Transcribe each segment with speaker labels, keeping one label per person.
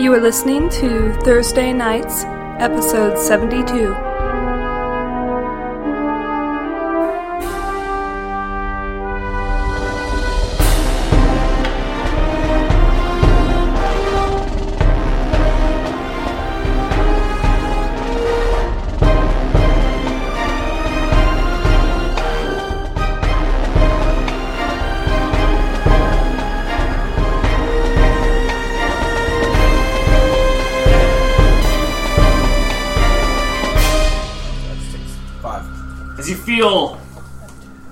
Speaker 1: You are listening to Thursday Nights, episode 72.
Speaker 2: as you feel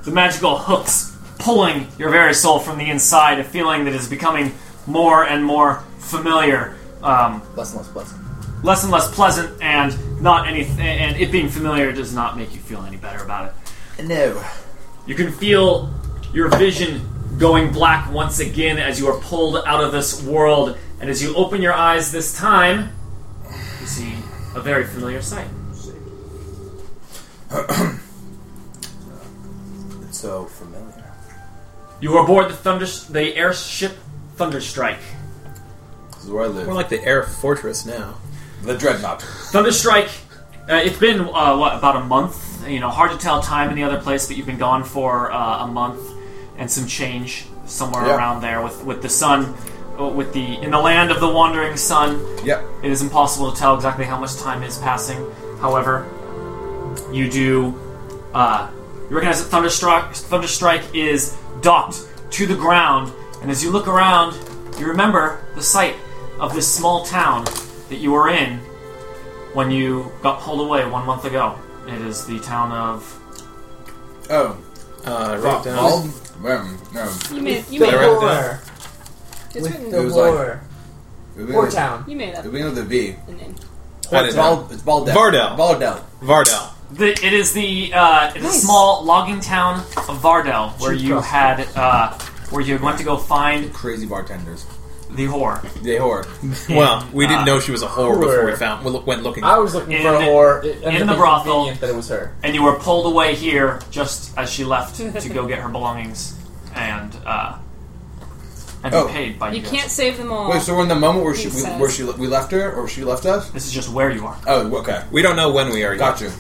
Speaker 2: the magical hooks pulling your very soul from the inside, a feeling that is becoming more and more familiar, um,
Speaker 3: Less and less pleasant.
Speaker 2: less and less pleasant, and not any. And it being familiar does not make you feel any better about it.
Speaker 3: No.
Speaker 2: You can feel your vision going black once again as you are pulled out of this world, and as you open your eyes this time, you see a very familiar sight.
Speaker 3: It's so familiar.
Speaker 2: You are aboard the thunder, the airship Thunderstrike.
Speaker 3: This is where I live.
Speaker 4: More like the air fortress now.
Speaker 3: the dreadnought.
Speaker 2: Thunderstrike, uh, it's been uh, what about a month? You know, hard to tell time in the other place, but you've been gone for uh, a month and some change somewhere
Speaker 3: Yeah.
Speaker 2: around there with with the sun, uh, with the in the land of the wandering sun.
Speaker 3: Yep.
Speaker 2: It is impossible to tell exactly how much time is passing. However, you do uh, you recognize that Thunderstruck Thunderstrike is docked to the ground, and as you look around, you remember the sight of this small town that you were in when you got pulled away one month ago. It is the town of
Speaker 3: Oh.
Speaker 4: Uh,
Speaker 3: Fuck.
Speaker 4: right down.
Speaker 3: All- um, no.
Speaker 5: You made you
Speaker 4: With
Speaker 5: made
Speaker 4: the
Speaker 5: it.
Speaker 4: war.
Speaker 6: war.
Speaker 5: It's
Speaker 6: With
Speaker 5: written.
Speaker 6: the
Speaker 3: It was like-
Speaker 6: war.
Speaker 3: We
Speaker 6: War
Speaker 3: begin
Speaker 6: town.
Speaker 5: You made up
Speaker 3: with the V.
Speaker 5: the
Speaker 4: I
Speaker 5: name.
Speaker 3: It's
Speaker 4: didn't know.
Speaker 3: Bal- it's Baldel.
Speaker 4: Vardel.
Speaker 3: Baldel.
Speaker 4: Vardell.
Speaker 2: the, it is the uh, it is a
Speaker 5: Nice.
Speaker 2: small logging town of Vardell where
Speaker 6: Cheap
Speaker 2: you
Speaker 6: process.
Speaker 2: had uh, where you went to go find
Speaker 3: Crazy bartenders.
Speaker 2: the whore.
Speaker 3: They whore.
Speaker 4: Well, we
Speaker 2: uh,
Speaker 4: didn't know she was a whore before we
Speaker 6: whore.
Speaker 4: found we lo- went looking.
Speaker 6: I was looking
Speaker 2: In
Speaker 6: for a
Speaker 2: the-
Speaker 6: whore. It ended
Speaker 2: in
Speaker 6: up
Speaker 2: the
Speaker 6: being
Speaker 2: brothel.
Speaker 6: convenient that it was her.
Speaker 2: and you were pulled away here just as she left to go get her belongings and uh, and
Speaker 3: Oh.
Speaker 2: be paid by you.
Speaker 5: You
Speaker 2: guys.
Speaker 5: can't save them all.
Speaker 3: Wait, so we're in the moment where she
Speaker 5: He
Speaker 3: we,
Speaker 5: says.
Speaker 3: where she le- we left her or she left us?
Speaker 2: This is just where you are.
Speaker 3: Oh, okay.
Speaker 4: We don't know when we are.
Speaker 3: Got
Speaker 4: yet.
Speaker 3: you.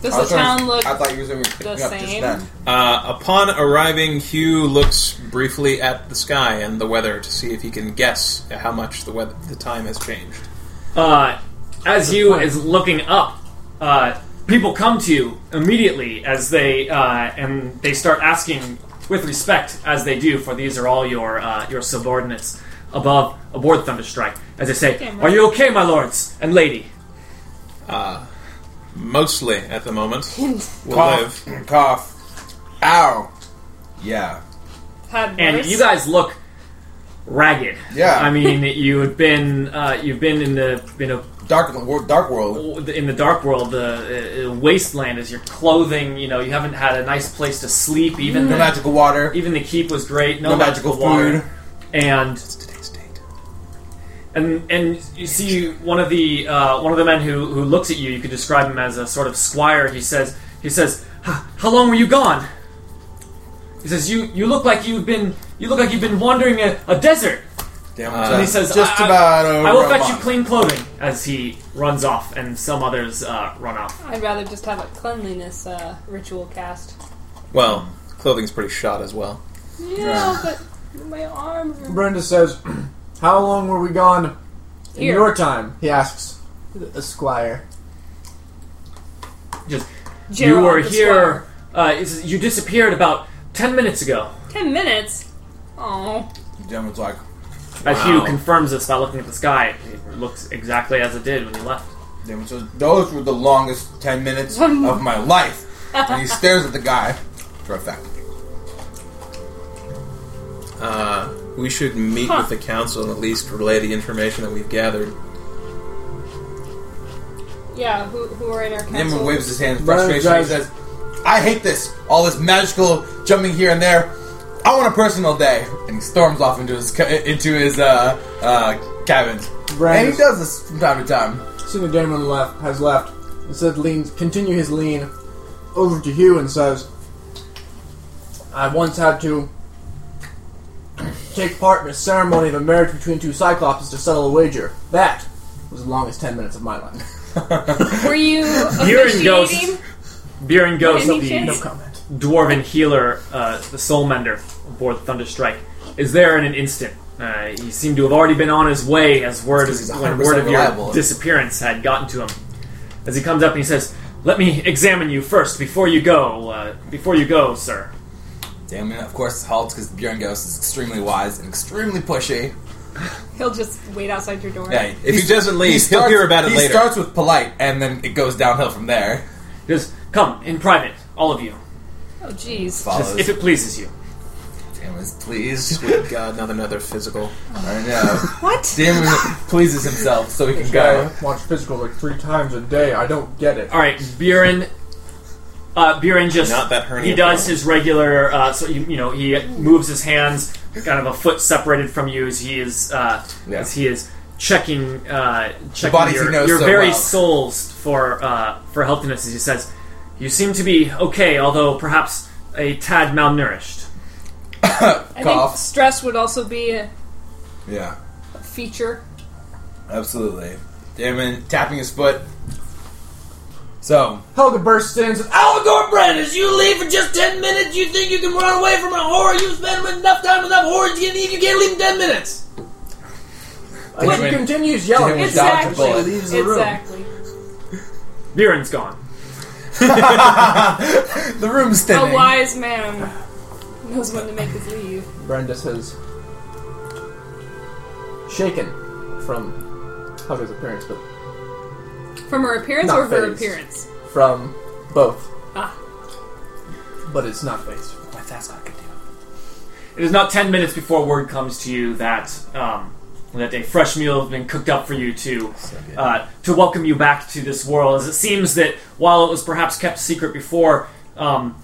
Speaker 3: I
Speaker 5: Does
Speaker 3: was
Speaker 5: the
Speaker 3: trying to-
Speaker 5: town look?
Speaker 3: I thought you were going to
Speaker 5: the
Speaker 3: picking up just
Speaker 5: same?
Speaker 3: then.
Speaker 4: Uh, upon arriving, Hugh looks briefly at the sky and the weather to see if he can guess how much the weather, the time has changed.
Speaker 2: Uh, as you is looking up, uh, people come to you immediately as they uh, and they start asking with respect as they do, for these are all your uh, your subordinates above aboard Thunderstrike. As they say,
Speaker 5: Damn right.
Speaker 2: "Are you okay, my lords and lady?"
Speaker 4: Mostly at the moment, we'll
Speaker 3: Cough.
Speaker 4: live.
Speaker 3: Cough. Ow. Yeah.
Speaker 5: Had
Speaker 2: and
Speaker 5: worse?
Speaker 2: you guys look ragged.
Speaker 3: Yeah.
Speaker 2: I mean, you had been uh, you've been in the been a
Speaker 3: Dark wor- dark world.
Speaker 2: in the dark world, the uh, wasteland is your clothing. You know, you haven't had a nice place to sleep. Even
Speaker 3: No
Speaker 2: the,
Speaker 3: magical water.
Speaker 2: even the keep was great. No,
Speaker 3: No magical
Speaker 2: water.
Speaker 3: food.
Speaker 2: And
Speaker 4: It's today's date.
Speaker 2: and and you see one of the uh, one of the men who who looks at you. You could describe him as a sort of squire. He says he says, "Huh, "How long were you gone?" He says, "You you look like you've been you look like you've been wandering a, a desert."
Speaker 3: Damn,
Speaker 4: Uh,
Speaker 3: just-
Speaker 2: he says,
Speaker 3: just
Speaker 2: I- I-
Speaker 3: about over.
Speaker 2: I will fetch
Speaker 3: a
Speaker 2: you
Speaker 3: month.
Speaker 2: clean clothing as he runs off, and some others uh, run off.
Speaker 5: I'd rather just have a cleanliness uh, ritual cast.
Speaker 4: Well, clothing's pretty shot as well.
Speaker 5: Yeah, but my arms are
Speaker 6: Brenda says, "How long were we gone in
Speaker 5: Here.
Speaker 6: your time?" He asks the squire.
Speaker 2: Just you
Speaker 5: Gerald
Speaker 2: were
Speaker 5: the
Speaker 2: here. Uh, it's- you disappeared about ten minutes ago.
Speaker 5: Squire. Ten minutes. Oh,
Speaker 3: Gentleman's like,
Speaker 2: As Hugh confirms this by looking at the sky, it looks exactly as it did when you left.
Speaker 3: Damon says, Those were the longest 10 minutes of my life. And he stares at the guy for a fact.
Speaker 4: Uh, we should meet
Speaker 5: Huh.
Speaker 4: with the council and at least relay the information that we've gathered.
Speaker 5: yeah. Who who are in our council?
Speaker 3: Damon waves his hand in
Speaker 6: Brandon
Speaker 3: frustration. He
Speaker 6: drives-
Speaker 3: says, I hate this. All this magical jumping here and there. I want a personal day. And he storms off into his ca- into his uh, uh, cabin. And he
Speaker 6: Brandon,
Speaker 3: does this from time to time.
Speaker 6: soon the gentleman left has left. Instead, leans continue his lean over to Hugh and says, "I once had to take part in a ceremony of a marriage between two cyclopses to settle a wager. That was the longest ten minutes of my life.
Speaker 5: Were you
Speaker 2: You're in ghost.
Speaker 5: officiating?
Speaker 2: Beer and Ghost,
Speaker 5: Any
Speaker 2: the
Speaker 5: chance?
Speaker 6: No comment.
Speaker 2: dwarven healer, uh, the soul mender aboard Thunderstrike, is there in an instant. Uh, he seemed to have already been on his way as word,
Speaker 3: It's 'cause he's
Speaker 2: when
Speaker 3: 100%
Speaker 2: word of your
Speaker 3: reliable.
Speaker 2: disappearance had gotten to him. As he comes up and he says, "Let me examine you first before you go. Uh, before you go, sir."
Speaker 3: Damn it, of course, halts because Bjorn Ghost is extremely wise and extremely pushy.
Speaker 5: He'll just wait outside your door.
Speaker 3: Yeah,
Speaker 4: If he doesn't leave,
Speaker 3: he
Speaker 4: he'll
Speaker 3: starts-
Speaker 4: hear about it
Speaker 3: he
Speaker 4: later.
Speaker 3: starts with polite, and then it goes downhill from there.
Speaker 2: He goes, "Come in private, all of you,
Speaker 5: Oh, jeez.
Speaker 3: Follows.
Speaker 2: just if it pleases you."
Speaker 3: Damon is pleased.
Speaker 4: Sweet God, not another physical.
Speaker 3: I know.
Speaker 5: What?
Speaker 3: Damon pleases himself so he can
Speaker 6: Guy
Speaker 3: go.
Speaker 6: watch physical like three times a day. I don't get it.
Speaker 2: All right, Buren. Uh, Buren just
Speaker 4: Not that hernia
Speaker 2: he does
Speaker 4: problem.
Speaker 2: his regular. Uh, so you, you know he moves his hands, kind of a foot separated from you as he is uh,
Speaker 3: Yeah.
Speaker 2: as he is checking uh, checking
Speaker 3: bodies he
Speaker 2: your,
Speaker 3: knows
Speaker 2: your
Speaker 3: so
Speaker 2: very
Speaker 3: well.
Speaker 2: souls for uh, for healthiness. As he says, you seem to be okay, although perhaps a tad malnourished.
Speaker 5: I think
Speaker 3: Cough.
Speaker 5: stress would also be a
Speaker 3: Yeah,
Speaker 5: feature.
Speaker 3: absolutely. Damon tapping his foot. So,
Speaker 6: Helga bursts in and says,
Speaker 3: Alagor Brandis, you leave for just 10 minutes. You think you can run away from a horror? You spend enough time with enough horrors you need. You can't leave in 10 minutes.
Speaker 6: Clint
Speaker 3: Damon-
Speaker 6: continues yelling.
Speaker 3: Damon
Speaker 6: and dodges
Speaker 3: dodged a
Speaker 6: and
Speaker 3: bullet.
Speaker 6: leaves the room.
Speaker 5: Exactly.
Speaker 2: Buren's gone.
Speaker 3: The room's
Speaker 5: A
Speaker 3: thinning.
Speaker 5: wise man knows when to make his leave.
Speaker 6: Brandis has shaken from Helga's appearance, but
Speaker 5: From her appearance
Speaker 6: Not
Speaker 5: or her
Speaker 6: phased.
Speaker 5: appearance?
Speaker 6: from both.
Speaker 5: Ah.
Speaker 6: But it's not based.
Speaker 2: It is not ten minutes before word comes to you that um, that a fresh meal has been cooked up for you to uh, to welcome you back to this world. As it seems that while it was perhaps kept secret before, um,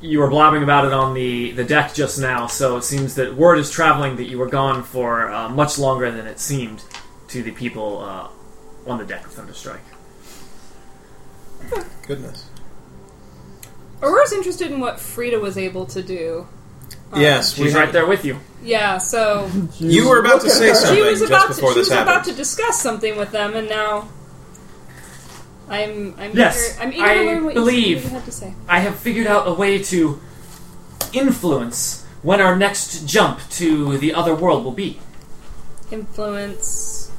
Speaker 2: you were blabbing about it on the the deck just now. So it seems that word is traveling that you were gone for uh, much longer than it seemed to the people uh, on the deck of Thunderstrike.
Speaker 4: Goodness.
Speaker 5: Aurora's interested in what Frida was able to do. Um,
Speaker 4: yes, we
Speaker 2: She's
Speaker 4: had-
Speaker 2: right there with you.
Speaker 5: Yeah, so
Speaker 4: You were about to say
Speaker 5: she
Speaker 4: something
Speaker 5: was
Speaker 4: just
Speaker 5: about to, she
Speaker 4: before
Speaker 5: was
Speaker 4: this
Speaker 5: about
Speaker 4: happened.
Speaker 5: to discuss something with them, and now I'm I'm
Speaker 2: Yes,
Speaker 5: eager, I'm eager
Speaker 2: I
Speaker 5: to learn what
Speaker 2: believe-
Speaker 5: you you had to say.
Speaker 2: I have figured out a way to influence when our next jump to the other world will be.
Speaker 5: Influence.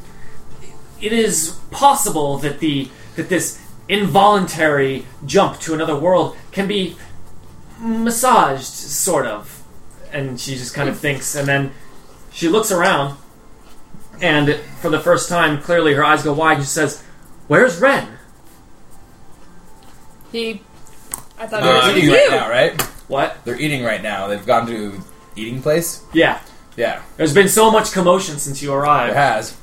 Speaker 2: It is possible that the that this involuntary jump to another world can be massaged, sort of. And she just kind of thinks, and then she looks around, and for the first time, clearly her eyes go wide. and She says, "Where's Ren?"
Speaker 5: He. I thought
Speaker 3: They're
Speaker 4: Uh,
Speaker 5: it was
Speaker 3: eating
Speaker 5: you.
Speaker 3: right now, right?
Speaker 2: What?
Speaker 3: They're eating right now. They've gone to eating place.
Speaker 2: Yeah.
Speaker 3: Yeah,
Speaker 2: There's been so much commotion since you
Speaker 3: it
Speaker 2: arrived.
Speaker 3: has.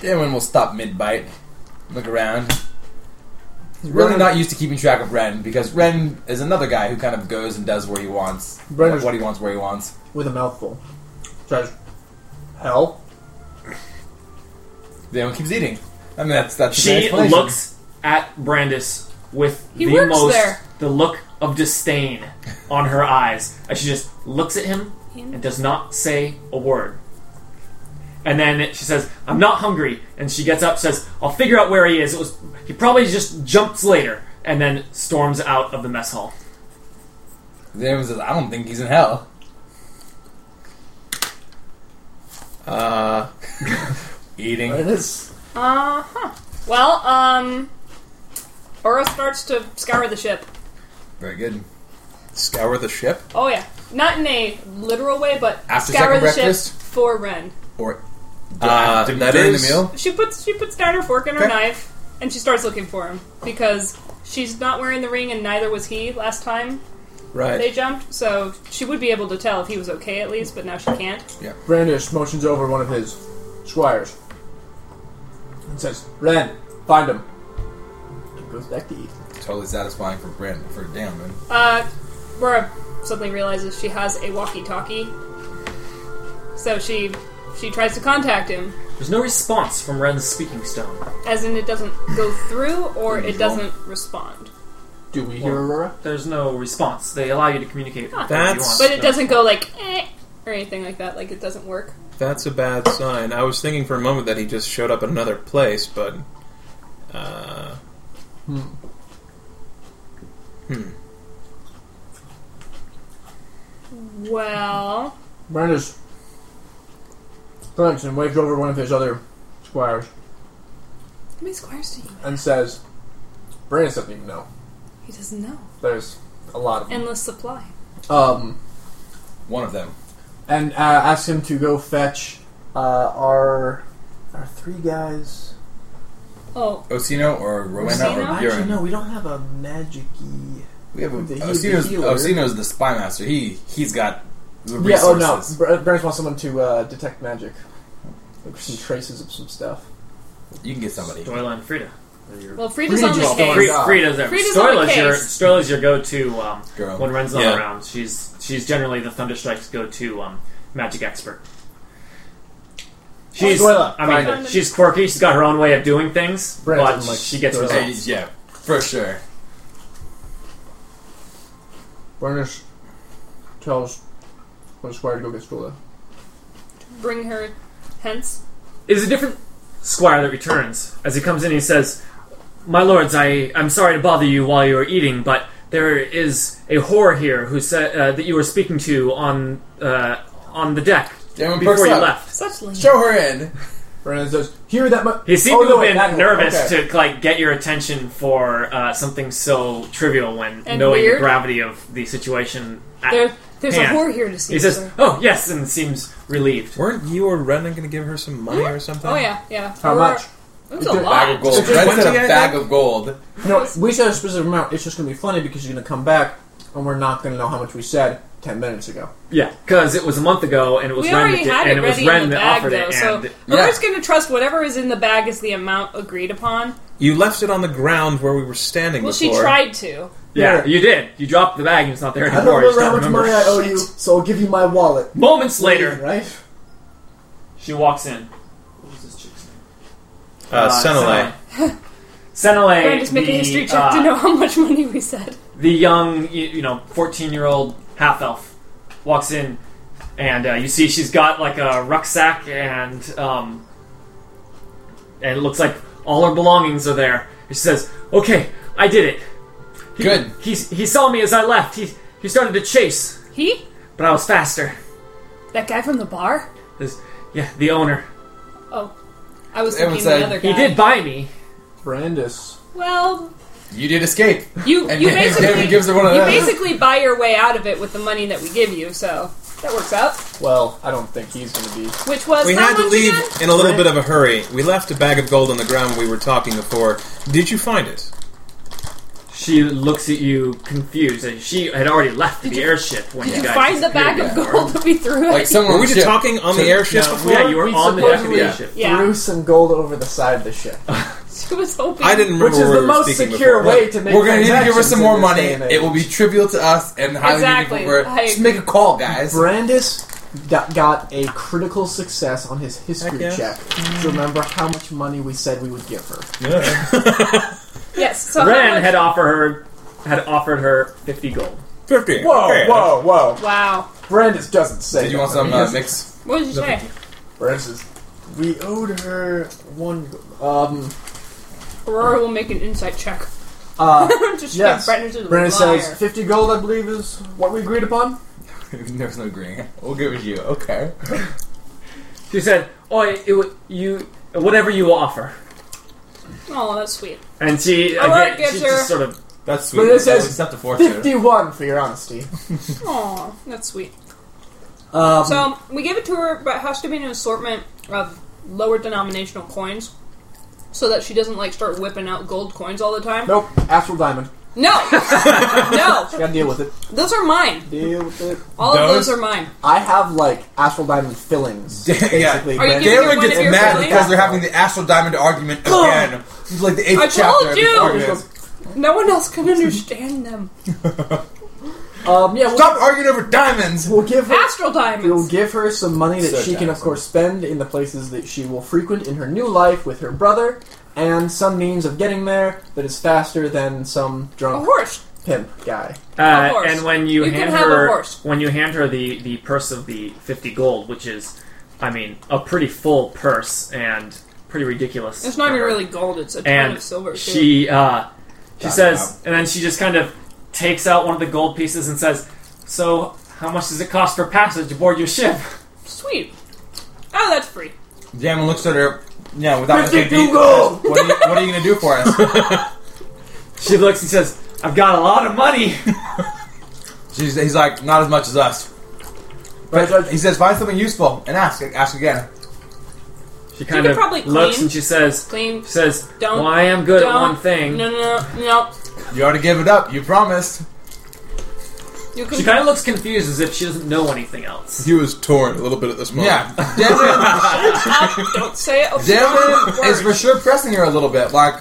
Speaker 3: Damon will stop mid bite. Look around. He's really
Speaker 6: Ren-
Speaker 3: not used to keeping track of Ren because Ren is another guy who kind of goes and does where he wants,
Speaker 6: Ren
Speaker 3: what-
Speaker 6: is-
Speaker 3: what he wants, where he wants.
Speaker 6: With a mouthful. Tries hell.
Speaker 3: Damon keeps eating. I mean, that's that's. the
Speaker 2: She
Speaker 3: explanation.
Speaker 2: looks at Brandis with
Speaker 5: He
Speaker 2: the
Speaker 5: works
Speaker 2: most
Speaker 5: there.
Speaker 2: the look of disdain on her eyes as she just looks at him and does not say a word. And then she says, "I'm not hungry." And she gets up, says, "I'll figure out where he is." It was he probably just jumps later, and then storms out of the mess hall.
Speaker 3: Damon says, "I don't think he's in hell."
Speaker 4: Uh,
Speaker 3: Eating.
Speaker 6: It is.
Speaker 5: Uh
Speaker 2: Uh-huh.
Speaker 5: huh. Well, um, Aura starts to scour the ship.
Speaker 3: Very good.
Speaker 4: scour the ship.
Speaker 5: Oh yeah, not in a literal way, but
Speaker 3: After
Speaker 5: scour
Speaker 3: second
Speaker 5: the
Speaker 3: breakfast?
Speaker 5: ship for Ren.
Speaker 3: Or
Speaker 4: Uh,
Speaker 3: during
Speaker 4: that
Speaker 3: the
Speaker 4: is-
Speaker 3: meal.
Speaker 5: She puts she puts down her fork and her
Speaker 3: Okay.
Speaker 5: knife, and she starts looking for him because she's not wearing the ring, and neither was he last time they
Speaker 4: Right.
Speaker 5: jumped. So she would be able to tell if he was okay at least, but now she can't.
Speaker 6: Brandish motions over one of his squires and says, Ren, find him. And goes back to eat.
Speaker 3: Totally satisfying for Brent for Damon.
Speaker 5: Uh, Aurora suddenly realizes she has a walkie-talkie, so she she tries to contact him.
Speaker 2: There's no response from Ren's speaking stone.
Speaker 5: As in, it doesn't go through or it
Speaker 3: Unusual.
Speaker 5: doesn't respond.
Speaker 6: Do we hear Aurora?
Speaker 2: There's no response. They allow you to communicate. with whoever you
Speaker 4: That's-
Speaker 2: want.
Speaker 5: But it doesn't go like, eh, or anything like that. Like it doesn't work.
Speaker 4: That's a bad sign. I was thinking for a moment that he just showed up at another place, but. Uh,
Speaker 5: Well,
Speaker 6: Brandis grunts and waves over one of his other squires
Speaker 5: how many squires do you?
Speaker 6: and says, Brandis doesn't even know.
Speaker 5: He doesn't know.
Speaker 6: There's a lot of them.
Speaker 5: Endless supply.
Speaker 6: Um,
Speaker 3: One of them.
Speaker 6: and uh, asks him to go fetch uh, our, our three guys.
Speaker 5: Oh,
Speaker 3: Osino or Rowena
Speaker 5: Osino?
Speaker 3: or
Speaker 5: Actually,
Speaker 3: Buren.
Speaker 6: we don't have a magic y.
Speaker 3: We have a,
Speaker 6: The he- the
Speaker 3: Osino's,
Speaker 6: healer.
Speaker 3: Osino's the spy master. He he's got the
Speaker 6: Yeah, oh no.
Speaker 3: resources.
Speaker 6: Br- Brandis wants someone to uh, detect magic. Look for some traces of some stuff.
Speaker 3: You can get somebody.
Speaker 2: Doyle and Frida.
Speaker 5: well, Frida's on the
Speaker 6: just
Speaker 3: Oh
Speaker 5: case.
Speaker 6: Frida-
Speaker 2: Frida, Frida's there.
Speaker 5: Frida's on the
Speaker 2: Stoila's your
Speaker 5: case.
Speaker 2: Stoila's your go-to um,
Speaker 3: Girl.
Speaker 2: when Ren's not
Speaker 4: Yeah.
Speaker 2: around. She's she's generally the Thunderstrike's go-to um, magic expert. She's
Speaker 6: Stoila,
Speaker 2: I mean
Speaker 5: find it.
Speaker 2: she's quirky. She's got her own way of doing things,
Speaker 6: Brent
Speaker 2: but
Speaker 6: doesn't like
Speaker 2: she gets
Speaker 6: Stoila.
Speaker 3: Hey,
Speaker 2: results.
Speaker 3: yeah, for sure.
Speaker 6: Brandis tells one squire to go get Stola.
Speaker 5: Bring her hence.
Speaker 2: Is a different squire that returns as he comes in. He says, "My lords, I I'm sorry to bother you while you are eating, but." There is a whore here who said uh, that you were speaking to on uh, on the deck
Speaker 3: Damon perks
Speaker 2: before you
Speaker 3: up.
Speaker 2: left.
Speaker 5: Such lame.
Speaker 3: Show her in.
Speaker 6: Brandon says, "Hear that?" Mu-
Speaker 2: He seemed
Speaker 6: Oh,
Speaker 2: to have
Speaker 6: no, wait,
Speaker 2: been
Speaker 6: that one.
Speaker 2: nervous
Speaker 6: Okay.
Speaker 2: to like get your attention for uh, something so trivial when
Speaker 5: And
Speaker 2: knowing
Speaker 5: weird.
Speaker 2: the gravity of the situation. At
Speaker 5: There, there's
Speaker 2: hand.
Speaker 5: a whore here to see.
Speaker 2: He says,
Speaker 5: sir.
Speaker 2: "Oh yes," and seems relieved.
Speaker 4: weren't you or Renan going to give her some money or something?
Speaker 5: "Oh yeah, yeah."
Speaker 6: How
Speaker 5: Aurora-
Speaker 6: much?
Speaker 5: It was
Speaker 6: It's
Speaker 5: a
Speaker 6: a
Speaker 3: Bag of
Speaker 5: lot.
Speaker 3: gold.
Speaker 6: Just
Speaker 3: Red said
Speaker 4: 20,
Speaker 3: a
Speaker 4: I
Speaker 3: bag
Speaker 4: think?
Speaker 3: of gold.
Speaker 6: No, we said a specific amount. It's just going to be funny because you're going to come back and we're not going to know how much we said ten minutes ago.
Speaker 2: Yeah, because it was a month ago, and it was
Speaker 5: We
Speaker 2: Ren that
Speaker 5: already
Speaker 2: did,
Speaker 5: had
Speaker 2: and
Speaker 5: it
Speaker 2: it was
Speaker 5: ready in
Speaker 2: Ren
Speaker 5: the
Speaker 2: that
Speaker 5: bag,
Speaker 2: offered
Speaker 5: though.
Speaker 2: it,
Speaker 5: So
Speaker 2: and
Speaker 3: Yeah.
Speaker 5: Aurora's going to trust whatever is in the bag is the amount agreed upon.
Speaker 4: You left it on the ground where we were standing
Speaker 5: Well, she
Speaker 4: before.
Speaker 5: tried to.
Speaker 2: yeah,
Speaker 6: Yeah.
Speaker 2: you did. You dropped the bag, and it's not there
Speaker 6: I
Speaker 2: anymore.
Speaker 6: don't
Speaker 2: You just
Speaker 6: remember
Speaker 2: don't
Speaker 6: how much
Speaker 2: remember.
Speaker 6: money I owe you, so I'll give you my wallet.
Speaker 2: Moments later,
Speaker 6: right?
Speaker 2: she walks in. What was this chick's name?
Speaker 4: Uh, Senelay.
Speaker 2: Senelay.
Speaker 5: Brand is making
Speaker 2: the,
Speaker 5: a history check
Speaker 2: uh,
Speaker 5: to know how much money we said.
Speaker 2: the young, you, you know, 14 year old half elf walks in, and uh, you see she's got like a rucksack, and um, and it looks like all her belongings are there. And she says, "Okay, I did it. He,
Speaker 3: Good.
Speaker 2: He, he saw me as I left. He he started to chase,
Speaker 5: He?
Speaker 2: but I was faster.
Speaker 5: That guy from the bar?
Speaker 2: This- yeah, the owner.
Speaker 5: Oh, I was
Speaker 3: Everyone
Speaker 5: thinking the
Speaker 3: said-
Speaker 5: other guy.
Speaker 2: He did buy me.
Speaker 6: Brandis.
Speaker 5: Well,
Speaker 3: You did escape.
Speaker 5: you
Speaker 3: And
Speaker 5: you
Speaker 3: David
Speaker 5: basically
Speaker 3: gives her one of
Speaker 5: you
Speaker 3: those.
Speaker 5: basically buy your way out of it with the money that we give you, so that works out.
Speaker 6: Well, I don't think he's going to be.
Speaker 5: Which was
Speaker 4: We
Speaker 5: how
Speaker 4: had to
Speaker 5: much
Speaker 4: leave
Speaker 5: again?
Speaker 4: in a little bit of a hurry. We left a bag of gold on the ground we were talking before. Did you find it?
Speaker 2: She looks at you confused, and she had already left the airship when
Speaker 5: Did
Speaker 2: you
Speaker 5: you
Speaker 2: guys
Speaker 5: find the bag
Speaker 2: disappeared.
Speaker 5: of gold that we threw at
Speaker 3: Like
Speaker 5: you?
Speaker 3: someone
Speaker 4: Were
Speaker 3: on
Speaker 4: we
Speaker 3: the
Speaker 4: just
Speaker 3: ship.
Speaker 4: talking on the airship before?
Speaker 2: Yeah, you were
Speaker 6: We
Speaker 2: on the deck of the
Speaker 6: supposedly-
Speaker 2: airship.
Speaker 5: Yeah.
Speaker 6: Threw some gold over the side of the ship,
Speaker 5: She was hoping.
Speaker 4: I didn't remember
Speaker 6: which is
Speaker 4: where
Speaker 6: the
Speaker 4: we were
Speaker 6: most
Speaker 4: speaking
Speaker 6: secure
Speaker 4: before.
Speaker 6: way to make.
Speaker 3: We're gonna need to give her
Speaker 6: transactions
Speaker 3: some
Speaker 6: in
Speaker 3: more
Speaker 6: this
Speaker 3: money.
Speaker 6: day and age.
Speaker 3: It will be trivial to us and highly
Speaker 5: Exactly.
Speaker 3: meaningful for her.
Speaker 5: I
Speaker 3: Just make a call, guys.
Speaker 6: Brandis got, got a critical success on his history
Speaker 4: Heck yeah.
Speaker 6: check to remember how much money we said we would give her.
Speaker 5: Yes. So how
Speaker 2: Ren
Speaker 5: much-
Speaker 2: had offered her had offered her fifty gold.
Speaker 4: Fifty. okay.
Speaker 6: whoa!
Speaker 5: Wow.
Speaker 6: Brandis doesn't say.
Speaker 3: Did you want
Speaker 6: that.
Speaker 3: some uh, mix?
Speaker 5: What did you say?
Speaker 6: Brandis is. We owed her one. Um.
Speaker 5: Aurora will make an insight check.
Speaker 6: Uh.
Speaker 5: Just
Speaker 6: yes.
Speaker 5: Brandis is a
Speaker 6: Brandis
Speaker 5: liar.
Speaker 6: says fifty gold. I believe is what we agreed upon.
Speaker 3: There's no agreeing. We'll give it to you. Okay.
Speaker 2: She said, "Oh, it, it, you whatever you offer."
Speaker 5: Oh, that's sweet.
Speaker 2: And she
Speaker 5: All right,
Speaker 2: again,
Speaker 5: gives
Speaker 2: she
Speaker 5: her-
Speaker 2: just sort of
Speaker 3: That's
Speaker 6: But
Speaker 3: sweet.
Speaker 6: this
Speaker 3: That
Speaker 6: is
Speaker 3: was Except the fortune.
Speaker 6: Fifty-one for your honesty.
Speaker 5: Oh, that's sweet.
Speaker 6: Um.
Speaker 5: So we give it to her, but it has to be an assortment of lower denominational coins, so that she doesn't like start whipping out gold coins all the time.
Speaker 6: nope. Astral diamond.
Speaker 5: No, no,
Speaker 6: Gotta deal with it.
Speaker 5: those are mine.
Speaker 6: Deal with it.
Speaker 5: All of
Speaker 3: Those?
Speaker 5: those are mine.
Speaker 6: I have like astral diamond fillings. Basically,
Speaker 5: Are you
Speaker 6: Brandis-
Speaker 5: giving her
Speaker 3: Darren
Speaker 5: one
Speaker 3: gets
Speaker 5: of your
Speaker 3: mad
Speaker 5: fillings?
Speaker 3: because they're having the astral diamond argument again. This is like the eighth
Speaker 5: I told
Speaker 3: chapter. of this
Speaker 5: you!
Speaker 3: argument.
Speaker 5: No one else can understand them.
Speaker 6: Um. Yeah. We'll,
Speaker 3: Stop arguing over diamonds.
Speaker 6: We'll give her.
Speaker 5: Astral
Speaker 6: We will
Speaker 5: diamonds.
Speaker 6: give her some money that
Speaker 3: So
Speaker 6: she can, of
Speaker 3: taxing.
Speaker 6: course, spend in the places that she will frequent in her new life with her brother, and some means of getting there that is faster than some
Speaker 5: A
Speaker 6: drunk
Speaker 5: horse.
Speaker 6: pimp guy.
Speaker 5: A
Speaker 2: Uh,
Speaker 5: horse.
Speaker 2: and when you,
Speaker 5: You can
Speaker 2: hand
Speaker 5: have a
Speaker 2: her
Speaker 5: horse.
Speaker 2: when you hand her the, the purse of the fifty gold, which is, I mean, a pretty full purse and pretty ridiculous.
Speaker 5: It's not even
Speaker 2: for her.
Speaker 5: really gold, it's a ton
Speaker 2: And
Speaker 5: of silver. too.
Speaker 2: she uh, she
Speaker 6: Got
Speaker 2: says, and then she just kind of takes out one of the gold pieces and says, "So, how much does it cost for passage aboard your ship?"
Speaker 5: Sweet. Oh, that's free.
Speaker 3: Jammin looks at her. Yeah, without
Speaker 6: Fifty
Speaker 3: a big
Speaker 6: two gold!
Speaker 3: What are, you, what are you gonna do for us?
Speaker 2: She looks and says, "I've got a lot of money."
Speaker 3: She's, he's like, not as much as us. But he says, find something useful and ask. Ask again.
Speaker 2: She kind
Speaker 5: could
Speaker 2: of
Speaker 5: probably
Speaker 2: looks
Speaker 5: clean.
Speaker 2: and she says,
Speaker 5: Clean.
Speaker 2: "says
Speaker 5: Don't-
Speaker 2: Well, I am good at
Speaker 5: don't-
Speaker 2: one thing."
Speaker 5: No, no, no, no.
Speaker 3: You already gave it up. You promised.
Speaker 5: You can.
Speaker 2: She kind of looks confused as if she doesn't know anything else.
Speaker 4: He was torn a little bit at this moment.
Speaker 3: Yeah, Devin,
Speaker 5: Don't say it.
Speaker 3: Devin is for
Speaker 5: Words.
Speaker 3: sure pressing her a little bit. Like,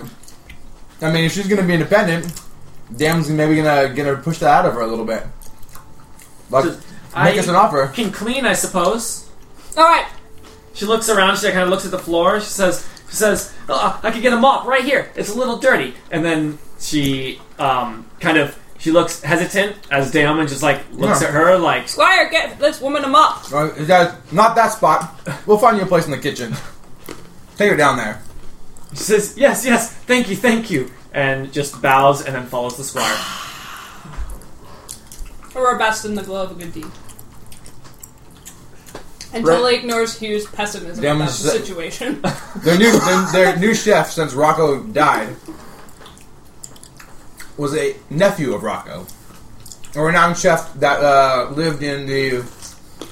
Speaker 3: I mean, if she's gonna be independent, Devin's maybe gonna gonna push that out of her a little bit. Like,
Speaker 2: Just-
Speaker 3: make
Speaker 2: I-
Speaker 3: us an offer.
Speaker 2: Can clean, I suppose.
Speaker 5: All right.
Speaker 2: She looks around. She kind of looks at the floor. She says, "She says uh, I could get a mop right here. It's a little dirty." And then she um, kind of she looks hesitant as Damon just like looks
Speaker 3: Yeah.
Speaker 2: at her like
Speaker 5: Squire, get this woman a mop.
Speaker 3: Uh, is that- Not that spot. We'll find you a place in the kitchen. Take her down there.
Speaker 2: she says, "Yes, yes, thank you, thank you," and just bows and then follows the squire.
Speaker 5: Or our best in the glow of a good deed. And totally ignores Hugh's pessimism
Speaker 3: Damn,
Speaker 5: about the
Speaker 3: is that-
Speaker 5: situation.
Speaker 3: Their new their, their new chef since Rocco died was a nephew of Rocco, a renowned chef that uh, lived in the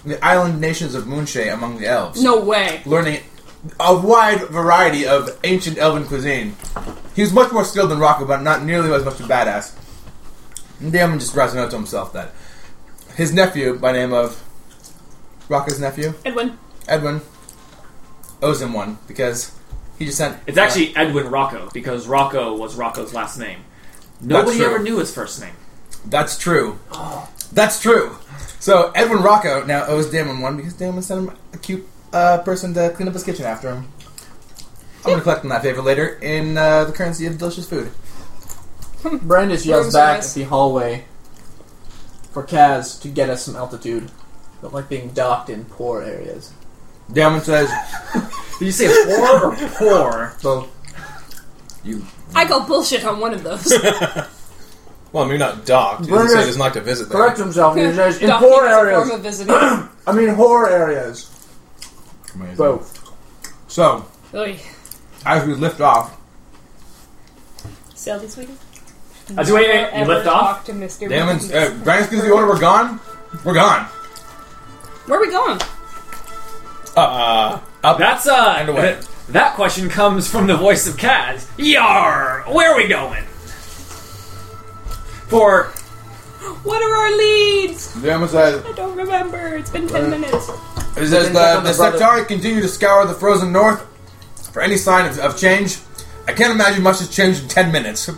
Speaker 3: the island nations of Moonshay among the elves,
Speaker 5: no way.
Speaker 3: learning a wide variety of ancient elven cuisine. He was much more skilled than Rocco, but not nearly as much a badass. And Damon just writes a note to himself that his nephew, by name of Rocco's nephew,
Speaker 5: Edwin.
Speaker 3: Edwin, owes him one because he just sent.
Speaker 2: It's actually Edwin Rocco because Rocco was Rocco's last name. Nobody
Speaker 3: true.
Speaker 2: ever knew his first name.
Speaker 3: uh, That's true. That's true. So Edwin Rocco now owes Damon one because Damon sent him a cute uh, person to clean up his kitchen after him. I'm gonna collect him that favor later in uh, the currency of delicious food.
Speaker 6: Brandis
Speaker 5: Room
Speaker 6: yells back
Speaker 5: service.
Speaker 6: at the hallway for Kaz to get us some altitude. Don't like being docked in poor areas.
Speaker 3: Damon says,
Speaker 2: Did you say poor or poor?
Speaker 3: "Well, you
Speaker 5: I go bullshit on one of those.
Speaker 4: Well, I mean, not docked. He
Speaker 6: Burners-
Speaker 4: doesn't say he doesn't like to visit there.
Speaker 6: Correct himself. He says in
Speaker 5: Document
Speaker 6: poor
Speaker 5: as a form
Speaker 6: areas.
Speaker 5: of visiting.
Speaker 6: I mean, whore areas.
Speaker 3: amazing."
Speaker 6: Both.
Speaker 3: So
Speaker 5: Oy.
Speaker 3: as we lift off,
Speaker 5: Sally, sweetie.
Speaker 2: Uh, do wait, wait, you
Speaker 5: Ever
Speaker 2: lift off?
Speaker 5: talk to Mr.
Speaker 3: Damon,
Speaker 5: Burns.
Speaker 3: uh, Brandon gives the order, "We're gone. We're gone."
Speaker 5: Where are we going?
Speaker 4: Uh,
Speaker 2: That's uh,
Speaker 3: away.
Speaker 2: that question comes from the voice of Kaz. Yar, where are we going? For
Speaker 5: What are our leads?
Speaker 3: Damon says,
Speaker 5: I don't remember. It's been
Speaker 2: Uh,
Speaker 5: ten minutes.
Speaker 3: It says
Speaker 6: Depends
Speaker 3: the,
Speaker 6: on
Speaker 3: the
Speaker 6: the brother.
Speaker 3: Septari continue to scour the frozen north for any sign of, of change. I can't imagine much has changed in 10 minutes.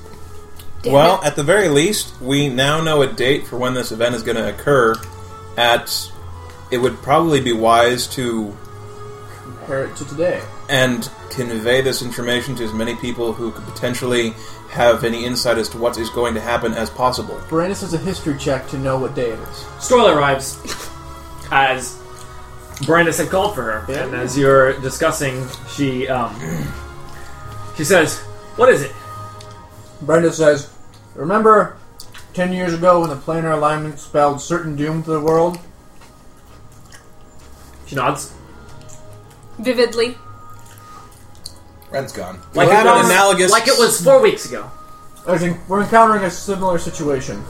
Speaker 4: well, at the very least, we now know a date for when this event is going to occur. At it would probably be wise to
Speaker 6: Compare it to today.
Speaker 4: and convey this information to as many people who could potentially have any insight as to what is going to happen as possible.
Speaker 6: Brandis has a history check to know what day it is.
Speaker 2: Storla arrives as Brandis had called for her,
Speaker 6: Yeah.
Speaker 2: and as you're discussing, she um, she says, "What is it?"
Speaker 6: Brandis says, "Remember, ten years ago when the planar alignment spelled certain doom to the world?
Speaker 2: She nods.
Speaker 5: Vividly.
Speaker 3: Red's gone.
Speaker 2: Like
Speaker 4: Well,
Speaker 2: it was
Speaker 4: analogous-
Speaker 2: like it was four weeks ago.
Speaker 6: As in, we're encountering a similar situation."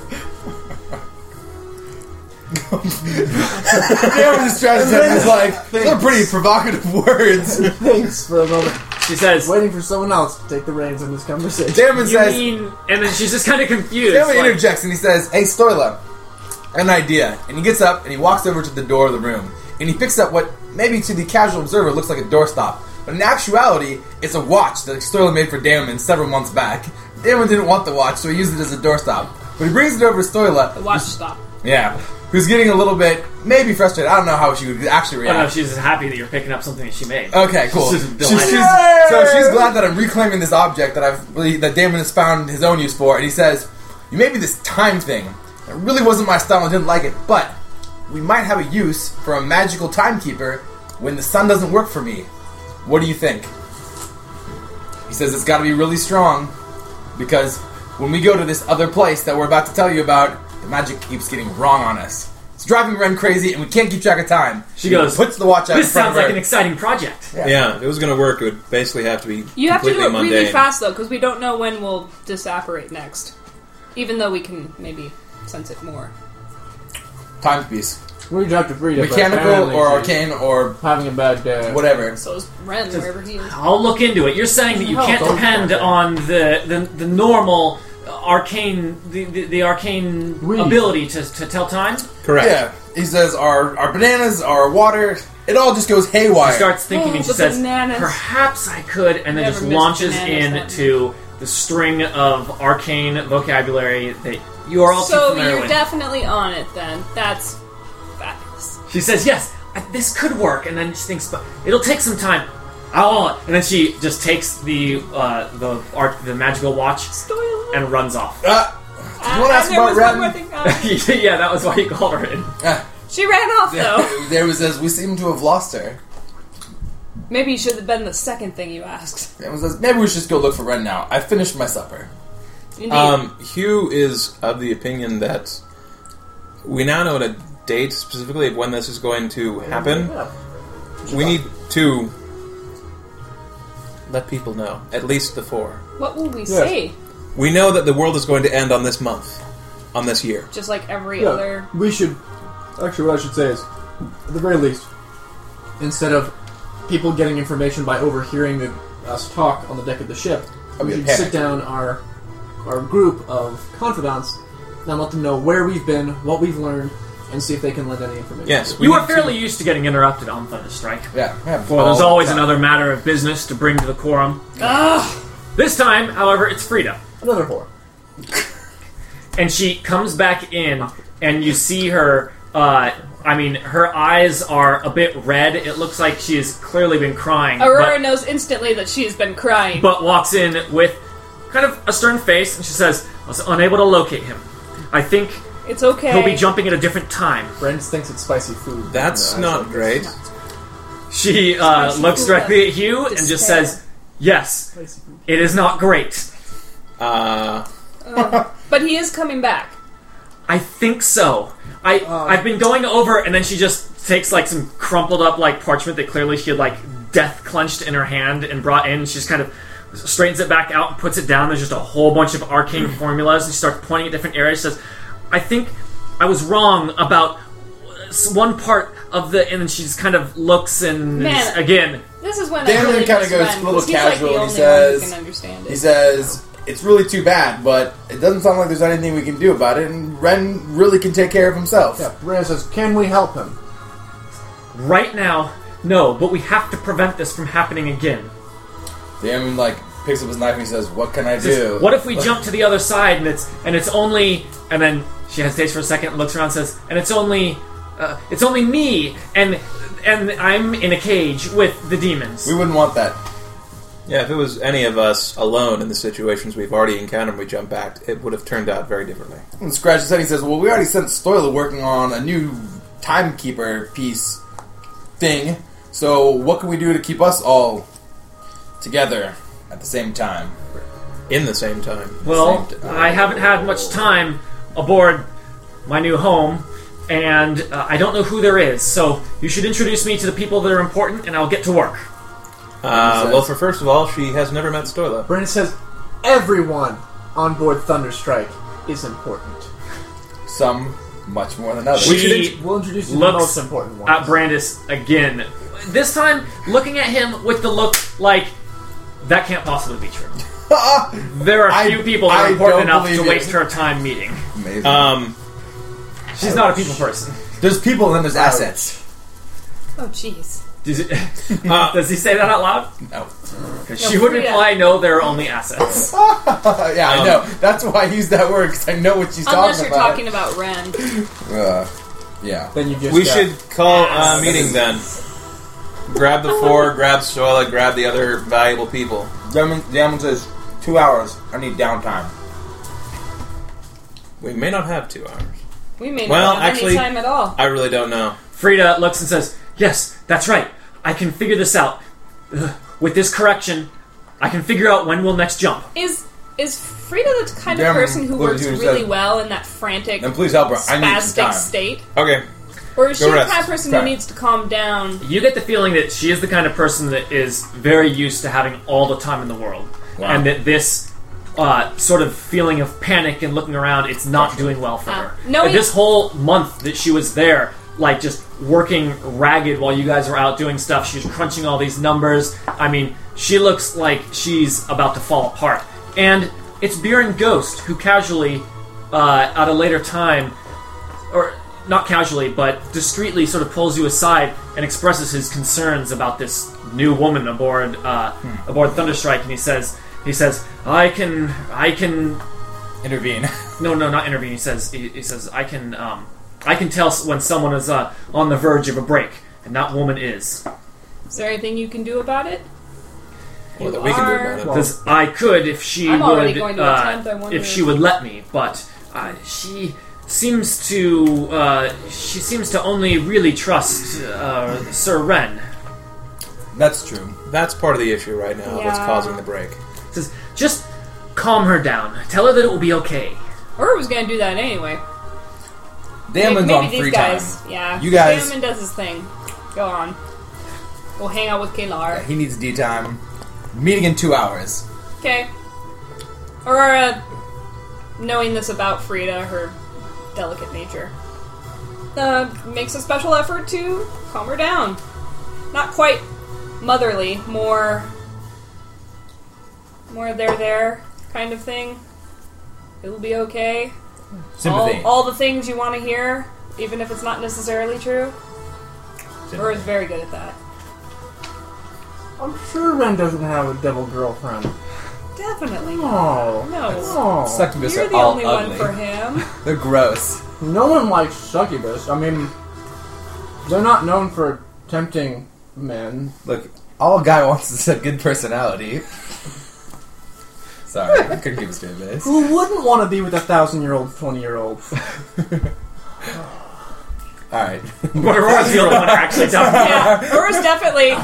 Speaker 3: Damon just tries to say, it's like, those are pretty provocative words.
Speaker 6: Thanks for a moment.
Speaker 2: She says,
Speaker 6: Waiting for someone else to take the reins on this conversation.
Speaker 3: Damon
Speaker 2: "You
Speaker 3: says,
Speaker 2: mean?" And then she's just kind of confused.
Speaker 3: Damon
Speaker 2: like,
Speaker 3: interjects and he says, Hey, Stoila, an idea. And he gets up and he walks over to the door of the room. And he picks up what, maybe to the casual observer, looks like a doorstop. But in actuality, it's a watch that Stoila made for Damon several months back. Damon didn't want the watch, so he used it as a doorstop. But he brings it over to Stoila,
Speaker 5: Watch stop.
Speaker 3: Yeah. Who's getting a little bit maybe frustrated. I don't know how she would actually
Speaker 2: "Oh no,
Speaker 3: react.
Speaker 2: she's just happy that you're picking up something that she made."
Speaker 3: okay, cool.
Speaker 2: She's
Speaker 3: She's-
Speaker 2: delighted.
Speaker 3: she's- so she's glad that I'm reclaiming this object that I've really- that Damon has found his own use for, and he says, You made me this time thing. It really wasn't my style and didn't like it, but we might have a use for a magical timekeeper when the sun doesn't work for me. What do you think? He says it's got to be really strong because when we go to this other place that we're about to tell you about, the magic keeps getting wrong on us. It's driving Ren crazy, and we can't keep track of time.
Speaker 2: She goes,
Speaker 3: puts the watch out.
Speaker 2: This
Speaker 3: in front
Speaker 2: sounds
Speaker 3: of her.
Speaker 2: like an exciting project.
Speaker 4: Yeah, if it was going to work, it would basically have to be
Speaker 5: You have to
Speaker 4: completely
Speaker 5: do it
Speaker 4: mundane.
Speaker 5: really fast though, because we don't know when we'll disapparate next. Even though we can maybe sense it more.
Speaker 3: timepiece,
Speaker 6: We dropped a freedom. but
Speaker 3: mechanical
Speaker 6: apparently
Speaker 3: or
Speaker 6: she's
Speaker 3: arcane or
Speaker 6: Having a bad day.
Speaker 3: whatever.
Speaker 5: So is Ren wherever he is.
Speaker 2: I'll look into it. You're saying that you
Speaker 6: No,
Speaker 2: can't
Speaker 6: don't
Speaker 2: depend
Speaker 6: do that.
Speaker 2: on the, the the normal arcane the, the, the arcane
Speaker 6: Read.
Speaker 2: ability to, to tell time.
Speaker 4: Correct.
Speaker 3: Yeah, he says our our bananas, our water, it all just goes haywire.
Speaker 2: She starts thinking
Speaker 5: Oh,
Speaker 2: and she
Speaker 5: the
Speaker 2: says,
Speaker 5: bananas.
Speaker 2: "Perhaps I could," and then
Speaker 5: Never
Speaker 2: just
Speaker 5: missed
Speaker 2: launches
Speaker 5: bananas,
Speaker 2: into the string of arcane vocabulary that you are all too
Speaker 5: So
Speaker 2: familiar
Speaker 5: you're
Speaker 2: with.
Speaker 5: definitely on it then. That's fabulous.
Speaker 2: She says, "Yes, I, this could work," and then she thinks, "But it'll take some time." Oh, and then she just takes the uh, the art, the magical watch
Speaker 5: Storyline.
Speaker 2: and runs off.
Speaker 3: Ah,
Speaker 5: Ah,
Speaker 3: wanna ask
Speaker 5: and there
Speaker 3: about
Speaker 5: was one
Speaker 3: Ren?
Speaker 5: more thing, uh,
Speaker 2: yeah, that was why you called her in.
Speaker 3: ah.
Speaker 5: She ran off though.
Speaker 3: there was says we seem to have lost her.
Speaker 5: Maybe you should have been the second thing you asked.
Speaker 3: Everyone says maybe we should just go look for Ren now. I finished my supper.
Speaker 5: Indeed.
Speaker 4: Um, Hugh is of the opinion that we now know the date specifically of when this is going to happen. We need to let people know, at least the four.
Speaker 5: what will we
Speaker 6: yes.
Speaker 5: say?
Speaker 4: We know that the world is going to end on this month, on this year.
Speaker 5: Just like every
Speaker 6: Yeah,
Speaker 5: other.
Speaker 6: we should. Actually, what I should say is, at the very least, instead of people getting information by overhearing the, us talk on the deck of the ship,
Speaker 3: Oh,
Speaker 6: we
Speaker 3: yeah,
Speaker 6: should
Speaker 3: panic.
Speaker 6: sit down our our group of confidants and let them know where we've been, what we've learned, and see if they can lend any information.
Speaker 4: Yes, we
Speaker 2: You
Speaker 4: need
Speaker 2: are fairly used to getting interrupted on Thunderstrike.
Speaker 3: Yeah, yeah.
Speaker 2: Well, there's
Speaker 3: all
Speaker 2: always
Speaker 3: the time.
Speaker 2: another matter of business to bring to the quorum.
Speaker 5: Ugh!
Speaker 2: This time, however, it's Frida.
Speaker 6: Another whore.
Speaker 2: and she comes back in and you see her uh, i mean her eyes are a bit red it looks like she has clearly been crying
Speaker 5: Aurora
Speaker 2: but,
Speaker 5: knows instantly that she has been crying.
Speaker 2: but walks in with kind of a stern face and she says i was unable to locate him i think
Speaker 5: it's okay.
Speaker 2: he'll be jumping at a different time
Speaker 6: Brent thinks it's spicy food.
Speaker 4: That's
Speaker 6: You know, I
Speaker 4: not
Speaker 6: said
Speaker 4: great.
Speaker 2: she uh,
Speaker 5: Spicy
Speaker 2: looks
Speaker 5: food,
Speaker 2: directly
Speaker 5: uh,
Speaker 2: at hugh and just
Speaker 5: despair.
Speaker 2: says yes
Speaker 6: Spicy food.
Speaker 2: it is not great
Speaker 4: Uh,
Speaker 5: But he is coming back.
Speaker 2: I think so. I I've been going over, and then she just takes like some crumpled up like parchment that clearly she had like death clenched in her hand and brought in. She just kind of straightens it back out and puts it down. There's just a whole bunch of arcane formulas, and she starts pointing at different areas. She says, "I think I was wrong about s- one part of the," and then she just kind of looks and
Speaker 5: Man.
Speaker 2: again.
Speaker 5: This is when
Speaker 3: Damon
Speaker 5: I really
Speaker 3: kinda
Speaker 5: miss
Speaker 3: goes a
Speaker 5: Ren,
Speaker 3: little
Speaker 5: 'cause he's
Speaker 3: casual
Speaker 5: Like the
Speaker 3: and he
Speaker 5: only
Speaker 3: says-
Speaker 5: one who can understand it.
Speaker 3: He says it's really too bad, but it doesn't sound like there's anything we can do about it. And Ren really can take care of himself.
Speaker 6: Yeah, Brent says, "Can we help him?"
Speaker 2: Right now, no, but we have to prevent this from happening again.
Speaker 3: Damon like picks up his knife and he says, "What can I
Speaker 2: Just,
Speaker 3: do?"
Speaker 2: What if we jump to the other side and it's and it's only and then she hesitates for a second, and looks around, and says, and it's only uh, it's only me and and I'm in a cage with the demons.
Speaker 3: We wouldn't want that.
Speaker 4: yeah, if it was any of us alone in the situations we've already encountered, we jump back, it would have turned out very differently.
Speaker 3: And Scratch his head. He says, "Well, we already sent Stoiler working on a new timekeeper piece thing. So what can we do to keep us all together at the same time?"
Speaker 4: In the same time.
Speaker 2: well,
Speaker 3: same t-
Speaker 2: I haven't had much time aboard my new home, and uh, I don't know who there is. So you should introduce me to the people that are important, and I'll get to work.
Speaker 4: Uh, well, for first of all, she has never met Stoila.
Speaker 6: Brent says, "Everyone on board Thunderstrike is important."
Speaker 3: Some much more than others.
Speaker 2: We-
Speaker 6: should int- we'll introduce you to the
Speaker 2: looks
Speaker 6: most important one.
Speaker 2: at Brandis again. This time, looking at him with the look like that can't possibly be true. there are
Speaker 3: I-
Speaker 2: few people that
Speaker 3: I
Speaker 2: are important
Speaker 3: don't
Speaker 2: enough to
Speaker 3: believe it.
Speaker 2: waste her time meeting.
Speaker 3: Amazing.
Speaker 4: Um,
Speaker 2: She's not a people person.
Speaker 3: there's people and then there's assets.
Speaker 5: oh, jeez.
Speaker 2: Does, it,
Speaker 4: Uh,
Speaker 2: does he say that out loud?
Speaker 3: No.
Speaker 2: 'Cause she would
Speaker 5: Frida.
Speaker 2: reply, "No, there are only assets."
Speaker 3: yeah, I
Speaker 4: Um,
Speaker 3: know. That's why I use that word because I know what she's
Speaker 5: Unless
Speaker 3: talking
Speaker 5: you're
Speaker 3: about.
Speaker 5: talking about Ren.
Speaker 3: Uh, yeah.
Speaker 6: then you just
Speaker 4: we
Speaker 6: uh,
Speaker 4: should call a meeting then. Grab the four, grab Stoila, grab the other valuable people.
Speaker 3: Diamond, Diamond says, two hours. I need downtime.
Speaker 4: We may not have two hours.
Speaker 5: We may
Speaker 4: Well,
Speaker 5: not have
Speaker 4: actually-
Speaker 5: any time at all.
Speaker 4: I really don't know.
Speaker 2: Frida looks and says, Yes, that's right. I can figure this out. Ugh, With this correction, I can figure out when we'll next jump.
Speaker 5: Is is Frida the kind
Speaker 3: Damn,
Speaker 5: of person who
Speaker 3: look
Speaker 5: works
Speaker 3: at you,
Speaker 5: really
Speaker 3: said-
Speaker 5: well in that frantic,
Speaker 3: And please help her. I need some
Speaker 5: spastic
Speaker 3: time.
Speaker 5: state?
Speaker 4: Okay.
Speaker 5: Or is she
Speaker 4: Go
Speaker 5: the
Speaker 4: rest.
Speaker 5: kind of person
Speaker 3: Cry.
Speaker 5: who needs to calm down?
Speaker 2: You get the feeling that she is the kind of person that is very used to having all the time in the world. And that this uh, sort of feeling of panic and looking around, it's not doing well for
Speaker 5: Ah.
Speaker 2: her.
Speaker 5: No,
Speaker 2: And
Speaker 5: you-
Speaker 2: this whole month that she was there, like just working ragged while you guys were out doing stuff, she's crunching all these numbers. I mean, she looks like she's about to fall apart. And it's Buren Ghost who casually, uh, at a later time, or not casually, but discreetly sort of pulls you aside and expresses his concerns about this new woman aboard uh, aboard Thunderstrike, and he says he says I can I can
Speaker 4: Intervene.
Speaker 2: no no not intervene. He says he, he says I can um, I can tell s- when someone is uh, on the verge of a break, and that woman is
Speaker 5: Is there anything you can do about it?
Speaker 4: Or that
Speaker 5: You
Speaker 4: we can do
Speaker 5: are-
Speaker 4: about it.
Speaker 2: because I could if she
Speaker 5: I'm already
Speaker 2: would
Speaker 5: going to
Speaker 2: uh,
Speaker 5: attempt, I wonder
Speaker 2: if she
Speaker 5: if-
Speaker 2: would let me, but uh, she. Seems to uh, she seems to only really trust uh, Sir Ren,
Speaker 3: That's true.
Speaker 4: That's part of the issue right now. What's
Speaker 5: Yeah.
Speaker 4: causing the break?
Speaker 2: says, just calm her down. Tell her that it will be okay.
Speaker 5: Or was going to do that anyway.
Speaker 3: Damon's
Speaker 5: maybe
Speaker 3: on
Speaker 5: these
Speaker 3: free
Speaker 5: guys.
Speaker 3: time.
Speaker 5: Yeah.
Speaker 3: You guys-
Speaker 5: Damon does his thing. Go on. Go hang out with Kalar.
Speaker 3: He needs D time. Meeting in two hours.
Speaker 5: Okay. Aurora, knowing this about Frida, her delicate nature, uh, makes a special effort to calm her down. Not quite motherly, more. more there, there kind of thing. It'll be okay.
Speaker 3: Sympathy.
Speaker 5: All, all the things you want to hear, even if it's not necessarily true. Or is very good at that.
Speaker 6: I'm sure Ren doesn't have a devil girlfriend.
Speaker 5: Definitely.
Speaker 6: No.
Speaker 5: No.
Speaker 6: No.
Speaker 3: Succubus
Speaker 5: oh, You're
Speaker 3: are
Speaker 5: the
Speaker 3: all
Speaker 5: only
Speaker 3: ugly.
Speaker 5: one for him.
Speaker 3: They're gross.
Speaker 6: No one likes succubus. I mean, they're not known for tempting men.
Speaker 3: Look, all a guy wants is a good personality. Sorry, I couldn't keep a straight face.
Speaker 6: Who wouldn't want to be with a thousand-year-old, twenty-year-old?
Speaker 3: Alreal right,
Speaker 2: But Aurora's the only one who actually does.
Speaker 5: yeah, Aurora's definitely.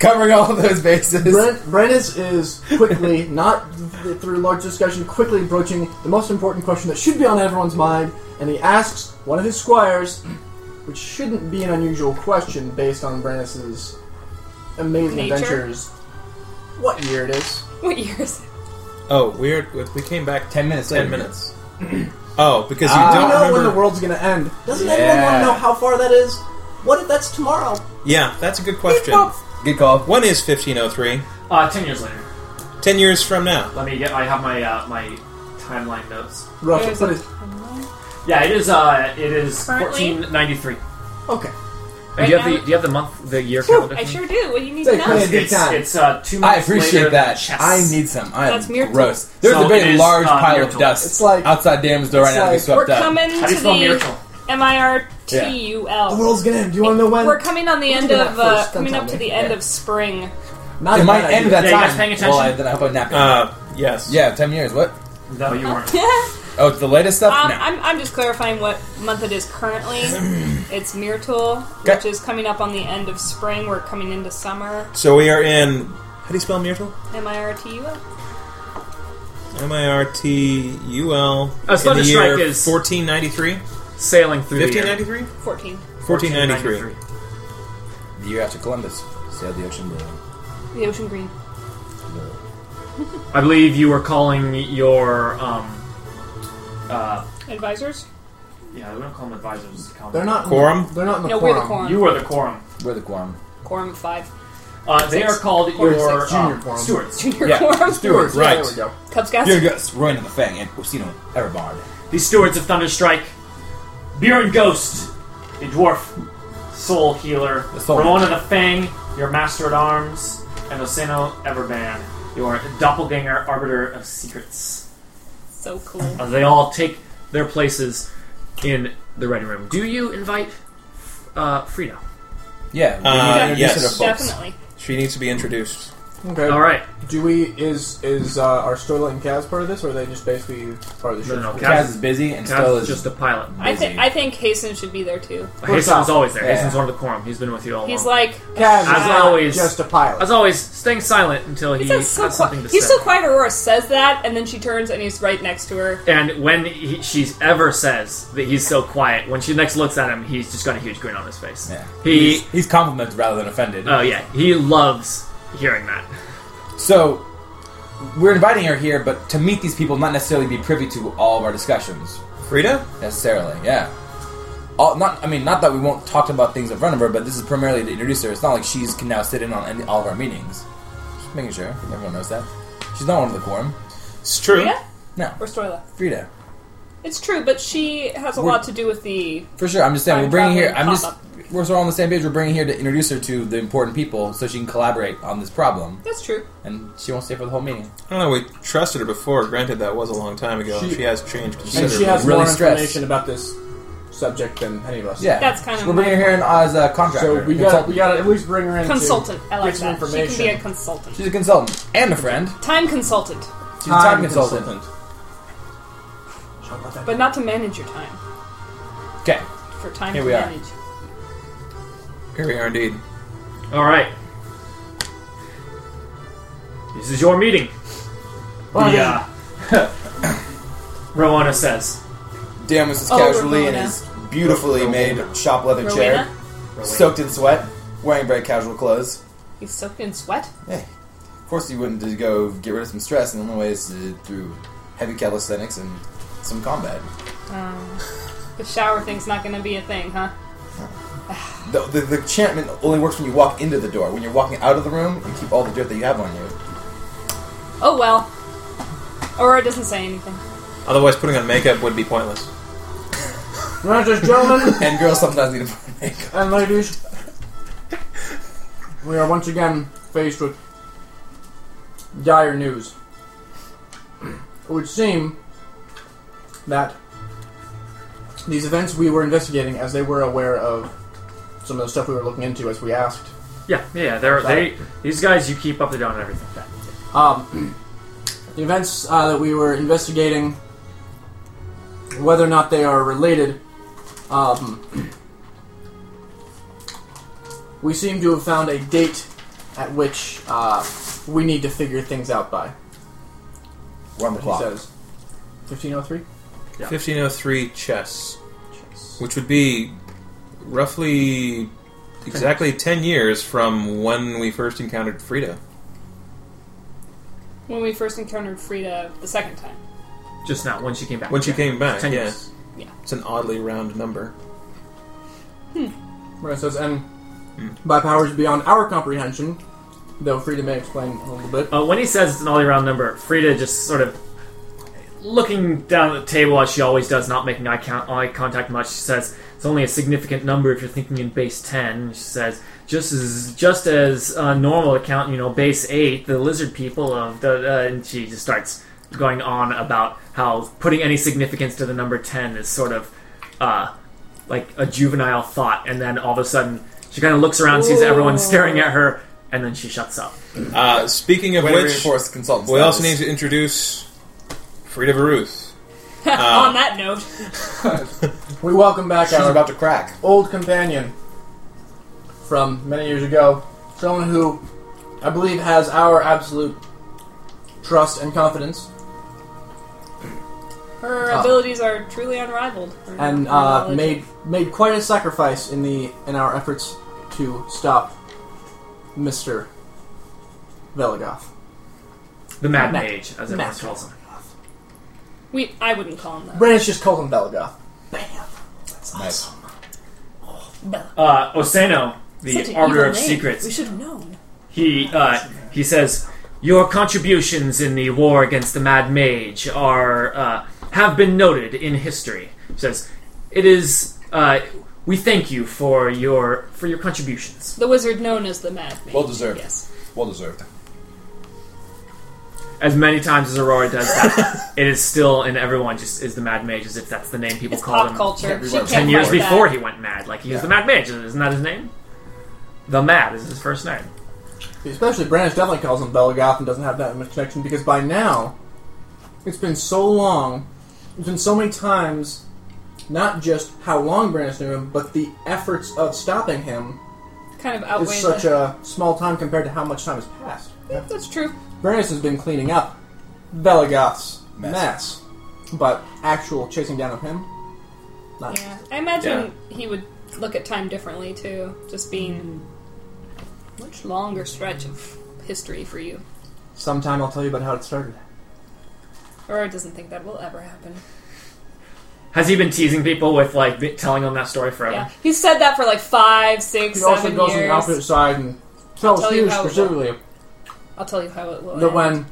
Speaker 3: covering all those bases.
Speaker 6: Brent, Brennis is quickly, not th- through large discussion, quickly broaching the most important question that should be on everyone's mind, and he asks one of his squires, which shouldn't be an unusual question based on Brennis's amazing
Speaker 5: Nature?
Speaker 6: adventures, what year it is.
Speaker 5: What year is it?
Speaker 4: Oh, weird. We came back
Speaker 3: Ten
Speaker 4: ten,
Speaker 3: minutes.
Speaker 4: ten
Speaker 3: later.
Speaker 4: minutes. oh, because you
Speaker 3: Ah.
Speaker 6: You
Speaker 4: don't
Speaker 6: Uh, know
Speaker 4: remember.
Speaker 6: when the world's gonna end. Doesn't
Speaker 3: Yeah.
Speaker 6: everyone want to know how far that is? What if that's tomorrow?
Speaker 4: yeah, that's a good question.
Speaker 3: Good call.
Speaker 4: When is 1503?
Speaker 2: Uh, ten years later.
Speaker 4: Ten years from now.
Speaker 2: Let me get. I have my uh, my timeline notes.
Speaker 6: Roughly.
Speaker 5: There's
Speaker 6: What is,
Speaker 2: Yeah, it is. Uh, it is
Speaker 5: Currently?
Speaker 2: fourteen ninety three.
Speaker 6: okay.
Speaker 2: Do you
Speaker 5: Right
Speaker 2: have the
Speaker 5: now-
Speaker 2: Do you have the month, the year
Speaker 6: Whew,
Speaker 2: calendar?
Speaker 5: I
Speaker 2: thing?
Speaker 5: sure do. What do you need
Speaker 6: Say,
Speaker 5: to
Speaker 6: put
Speaker 5: know?
Speaker 6: it-
Speaker 2: It's,
Speaker 6: Good time.
Speaker 2: it's uh, two months
Speaker 3: I
Speaker 2: later
Speaker 3: appreciate
Speaker 2: than
Speaker 3: that.
Speaker 2: chess.
Speaker 3: I need some. I
Speaker 5: That's
Speaker 3: am
Speaker 5: Myrtle.
Speaker 3: gross. There's
Speaker 2: So
Speaker 3: a
Speaker 2: it
Speaker 3: very
Speaker 2: is,
Speaker 3: large
Speaker 2: uh,
Speaker 3: pile
Speaker 2: Myrtle.
Speaker 3: of dust
Speaker 6: It's like-
Speaker 3: outside Dam's door right
Speaker 6: it's
Speaker 3: now. to be
Speaker 6: like-
Speaker 3: swept
Speaker 5: We're
Speaker 3: up.
Speaker 5: coming
Speaker 2: How
Speaker 5: to
Speaker 2: do you spell
Speaker 5: the
Speaker 2: Myrtle?
Speaker 5: M I R T U
Speaker 6: The
Speaker 5: L.
Speaker 6: world's gonna end. Do you want to know when?
Speaker 5: We're coming on the
Speaker 6: Let's
Speaker 5: end
Speaker 6: do that
Speaker 5: of uh,
Speaker 6: first, then
Speaker 5: coming
Speaker 6: tell
Speaker 5: up to
Speaker 6: me.
Speaker 5: the end
Speaker 6: Yeah.
Speaker 5: of spring.
Speaker 6: Not
Speaker 3: It
Speaker 6: a
Speaker 3: might
Speaker 6: bad
Speaker 3: end
Speaker 6: idea.
Speaker 3: that
Speaker 2: Yeah, you guys
Speaker 3: time.
Speaker 2: paying
Speaker 3: Well, I,
Speaker 2: attention?
Speaker 3: then I hope I'm napping.
Speaker 4: Uh, yes.
Speaker 3: yeah, ten years. What?
Speaker 2: No, you weren't.
Speaker 3: Oh, it's the latest stuff.
Speaker 5: Um,
Speaker 3: no.
Speaker 5: I'm, I'm just clarifying what month it is currently. it's Myrtle,
Speaker 3: Okay.
Speaker 5: which is coming up on the end of spring. We're coming into summer.
Speaker 4: So we are in. How do you spell Myrtle?
Speaker 5: M I R T U L.
Speaker 4: M I R T U L.
Speaker 2: Uh, Thunder
Speaker 4: in the
Speaker 2: Strike
Speaker 4: year
Speaker 2: is-
Speaker 4: 1493?
Speaker 2: Sailing through the year.
Speaker 4: 1593?
Speaker 5: 14.
Speaker 4: 1493.
Speaker 3: the year after Columbus sailed the ocean blue.
Speaker 5: The ocean green.
Speaker 2: I believe you were calling your um. Uh,
Speaker 5: Advisors?
Speaker 2: yeah, we don't call them advisors. call them-
Speaker 6: They're not
Speaker 4: Quorum?
Speaker 6: They're not in the
Speaker 5: No,
Speaker 6: quorum.
Speaker 5: we're the quorum.
Speaker 2: You were the quorum.
Speaker 3: We're the quorum.
Speaker 5: quorum of five.
Speaker 2: Uh, they
Speaker 5: Six.
Speaker 2: are called
Speaker 6: Quorum is
Speaker 2: your
Speaker 6: six, junior
Speaker 2: um,
Speaker 6: quorum.
Speaker 2: stewards.
Speaker 5: Junior
Speaker 3: Yeah,
Speaker 5: quorum.
Speaker 6: Stewards, yeah,
Speaker 4: Right.
Speaker 6: There we go.
Speaker 5: Cub Scouts.
Speaker 3: Here goes Roy and the Fang and Ursino Everbard.
Speaker 2: the stewards of Thunderstrike, Buren Ghost, the dwarf soul healer,
Speaker 3: The soul.
Speaker 2: Ramona the Fang, your master at arms, and Osano Everban, your doppelganger arbiter of secrets.
Speaker 5: So cool.
Speaker 2: As they all take their places in the ready room. Do you invite uh, Frida?
Speaker 3: Yeah, we
Speaker 4: Uh,
Speaker 3: need to introduce
Speaker 2: Uh,
Speaker 4: yes.
Speaker 3: her to folks.
Speaker 5: Definitely.
Speaker 4: She needs to be introduced.
Speaker 6: Okay.
Speaker 2: All right.
Speaker 6: Do we is is uh, are Stoila and Kaz part of this, or are they just basically part of the
Speaker 2: No,
Speaker 6: ship?
Speaker 2: no, no.
Speaker 3: Kaz is busy and still
Speaker 2: Kaz
Speaker 3: is
Speaker 2: is just a pilot.
Speaker 5: I, thi-
Speaker 3: busy.
Speaker 5: I think Hasten should be there too.
Speaker 2: Hasten's always there.
Speaker 3: yeah.
Speaker 2: Hasten's one of the quorum. He's been with you all
Speaker 5: He's
Speaker 2: along.
Speaker 5: like,
Speaker 6: Kaz is
Speaker 2: As
Speaker 6: not
Speaker 2: always-
Speaker 6: just a pilot.
Speaker 2: As always, staying silent until he
Speaker 5: he's
Speaker 2: has
Speaker 5: so,
Speaker 2: something
Speaker 5: qui-
Speaker 2: to
Speaker 5: he's
Speaker 2: say.
Speaker 5: so quiet. Aurora says that, and then she turns and he's right next to her.
Speaker 2: And when he, she's ever says that he's so quiet, when she next looks at him, he's just got a huge grin on his face.
Speaker 3: Yeah.
Speaker 2: He,
Speaker 3: he's, he's complimented rather than offended.
Speaker 2: oh yeah, he loves hearing that.
Speaker 3: So we're inviting her here, but to meet these people, not necessarily be privy to all of our discussions
Speaker 4: Frida?
Speaker 3: necessarily. Yeah. All, not, I mean, not that we won't talk about things in front of her, but this is primarily to introduce her. It's not like she's can now sit in on any, all of our meetings. Just making sure everyone knows that she's not one of the quorum.
Speaker 4: It's true.
Speaker 5: Frida
Speaker 3: No,
Speaker 5: or Stoila?
Speaker 3: Frida,
Speaker 5: It's true, but she has a
Speaker 3: We're-
Speaker 5: lot to do with the.
Speaker 3: for sure. I'm just saying
Speaker 5: I'm
Speaker 3: we're bringing here. I'm
Speaker 5: probably
Speaker 3: just we're all on the same page. We're bringing here to introduce her to the important people so she can collaborate on this problem,
Speaker 5: That's true.
Speaker 3: and she won't stay for the whole meeting.
Speaker 4: I don't know, we trusted her before. Granted, that was a long time ago. She,
Speaker 6: She-
Speaker 4: has changed
Speaker 6: and
Speaker 4: considerably.
Speaker 6: she has
Speaker 3: really
Speaker 6: more
Speaker 3: stressed.
Speaker 6: information about this subject than any of us.
Speaker 3: Yeah,
Speaker 5: That's kind of
Speaker 3: we're bringing
Speaker 5: my-
Speaker 3: her here in as a contractor.
Speaker 6: So we got we got to at least bring her in. to
Speaker 5: Consultant. I like
Speaker 6: get
Speaker 5: that. She can
Speaker 6: some
Speaker 5: be a
Speaker 6: information.
Speaker 5: consultant.
Speaker 3: She's a consultant and a friend.
Speaker 5: Time consultant,
Speaker 3: She's a time consultant.
Speaker 5: but not to manage your time.
Speaker 3: Okay.
Speaker 5: For time
Speaker 3: Here
Speaker 5: to
Speaker 3: we are.
Speaker 5: manage.
Speaker 4: Here we are indeed.
Speaker 2: All right. This is your meeting. Yeah. uh, Rowena says.
Speaker 7: Damus is
Speaker 5: Oh,
Speaker 7: casually in
Speaker 5: Ramona.
Speaker 7: his beautifully made shop leather chair,
Speaker 5: Rowena,
Speaker 7: soaked in sweat, wearing very casual clothes.
Speaker 5: he's soaked in sweat.
Speaker 7: Hey, of course you wouldn't to go get rid of some stress, and the only way is to, through heavy calisthenics and some combat.
Speaker 5: The shower thing's not going to be a thing, huh?
Speaker 7: The, the, the enchantment only works when you walk into the door. When you're walking out of the room, you keep all the dirt that you have on you.
Speaker 5: Oh well. Aurora doesn't say anything.
Speaker 4: Otherwise, putting on makeup would be pointless.
Speaker 6: We're not just gentlemen
Speaker 7: And girls sometimes need to put makeup.
Speaker 6: and ladies. We are once again faced with dire news. It would seem that these events we were investigating, as they were aware of some of the stuff we were looking into, as we asked,
Speaker 2: Yeah, yeah. They're they. These guys, you keep up to date on everything.
Speaker 6: Um, the events uh, that we were investigating, whether or not they are related, um, we seem to have found a date at which uh, we need to figure things out by.
Speaker 7: We're on the
Speaker 6: He
Speaker 7: clock.
Speaker 6: says, fifteen oh three.
Speaker 4: 1503 chess, which would be roughly exactly 10 years from when we first encountered Frida.
Speaker 5: When we first encountered Frida the second time.
Speaker 2: Just now, when she came back.
Speaker 4: When she
Speaker 2: Yeah.
Speaker 4: came back,
Speaker 2: Ten
Speaker 4: yeah.
Speaker 2: years.
Speaker 4: It's an oddly round number.
Speaker 6: Where it says, and by powers beyond our comprehension, though Frida may explain a little bit.
Speaker 2: Uh, when he says it's an all round number, Frida just sort of looking down at the table as she always does, not making eye, count, eye contact much. She says it's only a significant number if you're thinking in base ten. She says just as just as uh, normal to count, you know, base eight, the lizard people of the, uh, and she just starts going on about how putting any significance to the number ten is sort of uh, like a juvenile thought, and then all of a sudden she kind of looks around, sees everyone staring at her, and then she shuts up.
Speaker 4: Uh, speaking of
Speaker 7: Way to
Speaker 4: which,
Speaker 7: reinforce consultant
Speaker 4: we also need
Speaker 7: status.
Speaker 4: to introduce Frida Varuth.
Speaker 2: Ah.
Speaker 5: On that note,
Speaker 6: We welcome back
Speaker 7: She's
Speaker 6: our
Speaker 7: about to crack.
Speaker 6: old companion from many years ago, someone who I believe has our absolute trust and confidence.
Speaker 5: her
Speaker 6: Oh.
Speaker 5: abilities are truly unrivaled. Her
Speaker 6: and uh,
Speaker 5: knowledge-
Speaker 6: made made quite a sacrifice in the in our efforts to stop Mister Veligoth.
Speaker 2: The Mad
Speaker 6: Mad-
Speaker 2: Mage, as everyone
Speaker 6: Mad.
Speaker 2: calls him.
Speaker 5: We, I wouldn't call him that.
Speaker 6: Brandon's just called him Veligoth. Bam.
Speaker 7: Nice.
Speaker 2: Uh, Oseno, the Arbiter of
Speaker 5: We
Speaker 2: Secrets,
Speaker 5: should have known.
Speaker 2: he uh, he says, "Your contributions in the war against the Mad Mage are uh, have been noted in history." He says, "It is uh, we thank you for your for your contributions."
Speaker 5: The wizard known as the Mad Mage.
Speaker 7: Well deserved.
Speaker 5: Yes.
Speaker 7: Well deserved.
Speaker 2: As many times as Aurora does that, it is still in everyone just is the Mad Mage, as if that's the name people
Speaker 5: It's
Speaker 2: call
Speaker 5: pop
Speaker 2: him.
Speaker 5: culture. She
Speaker 7: Everywhere.
Speaker 5: can't
Speaker 2: Ten years
Speaker 5: fight
Speaker 2: before
Speaker 5: that.
Speaker 2: he went mad, like he was the Mad Mage, isn't that his name? The Mad is his first name.
Speaker 6: Especially Brandish definitely calls him Belgoth and doesn't have that much connection because by now, it's been so long, it's been so many times, not just how long Brandish knew him, but the efforts of stopping him
Speaker 5: Kind of
Speaker 6: is
Speaker 5: outweighs
Speaker 6: such
Speaker 5: it.
Speaker 6: a small time compared to how much time has passed.
Speaker 5: Yeah, that's true.
Speaker 6: Brandish has been cleaning up Belagoth's
Speaker 3: Mess.
Speaker 6: mess. but actual chasing down of him, not
Speaker 5: Yeah, I imagine he would look at time differently too. Just being much longer stretch of history for you,
Speaker 6: Sometime I'll tell you about how it started.
Speaker 5: or doesn't think that will ever happen.
Speaker 2: Has he been teasing people with like b- telling them that story forever?
Speaker 5: Yeah, he's said that for like five, six,
Speaker 6: He also
Speaker 5: seven
Speaker 6: goes on the opposite
Speaker 5: years.
Speaker 6: side and tells
Speaker 5: tell you
Speaker 6: you
Speaker 5: how it
Speaker 6: specifically
Speaker 5: I'll tell you how it will.
Speaker 6: that
Speaker 5: end.
Speaker 6: when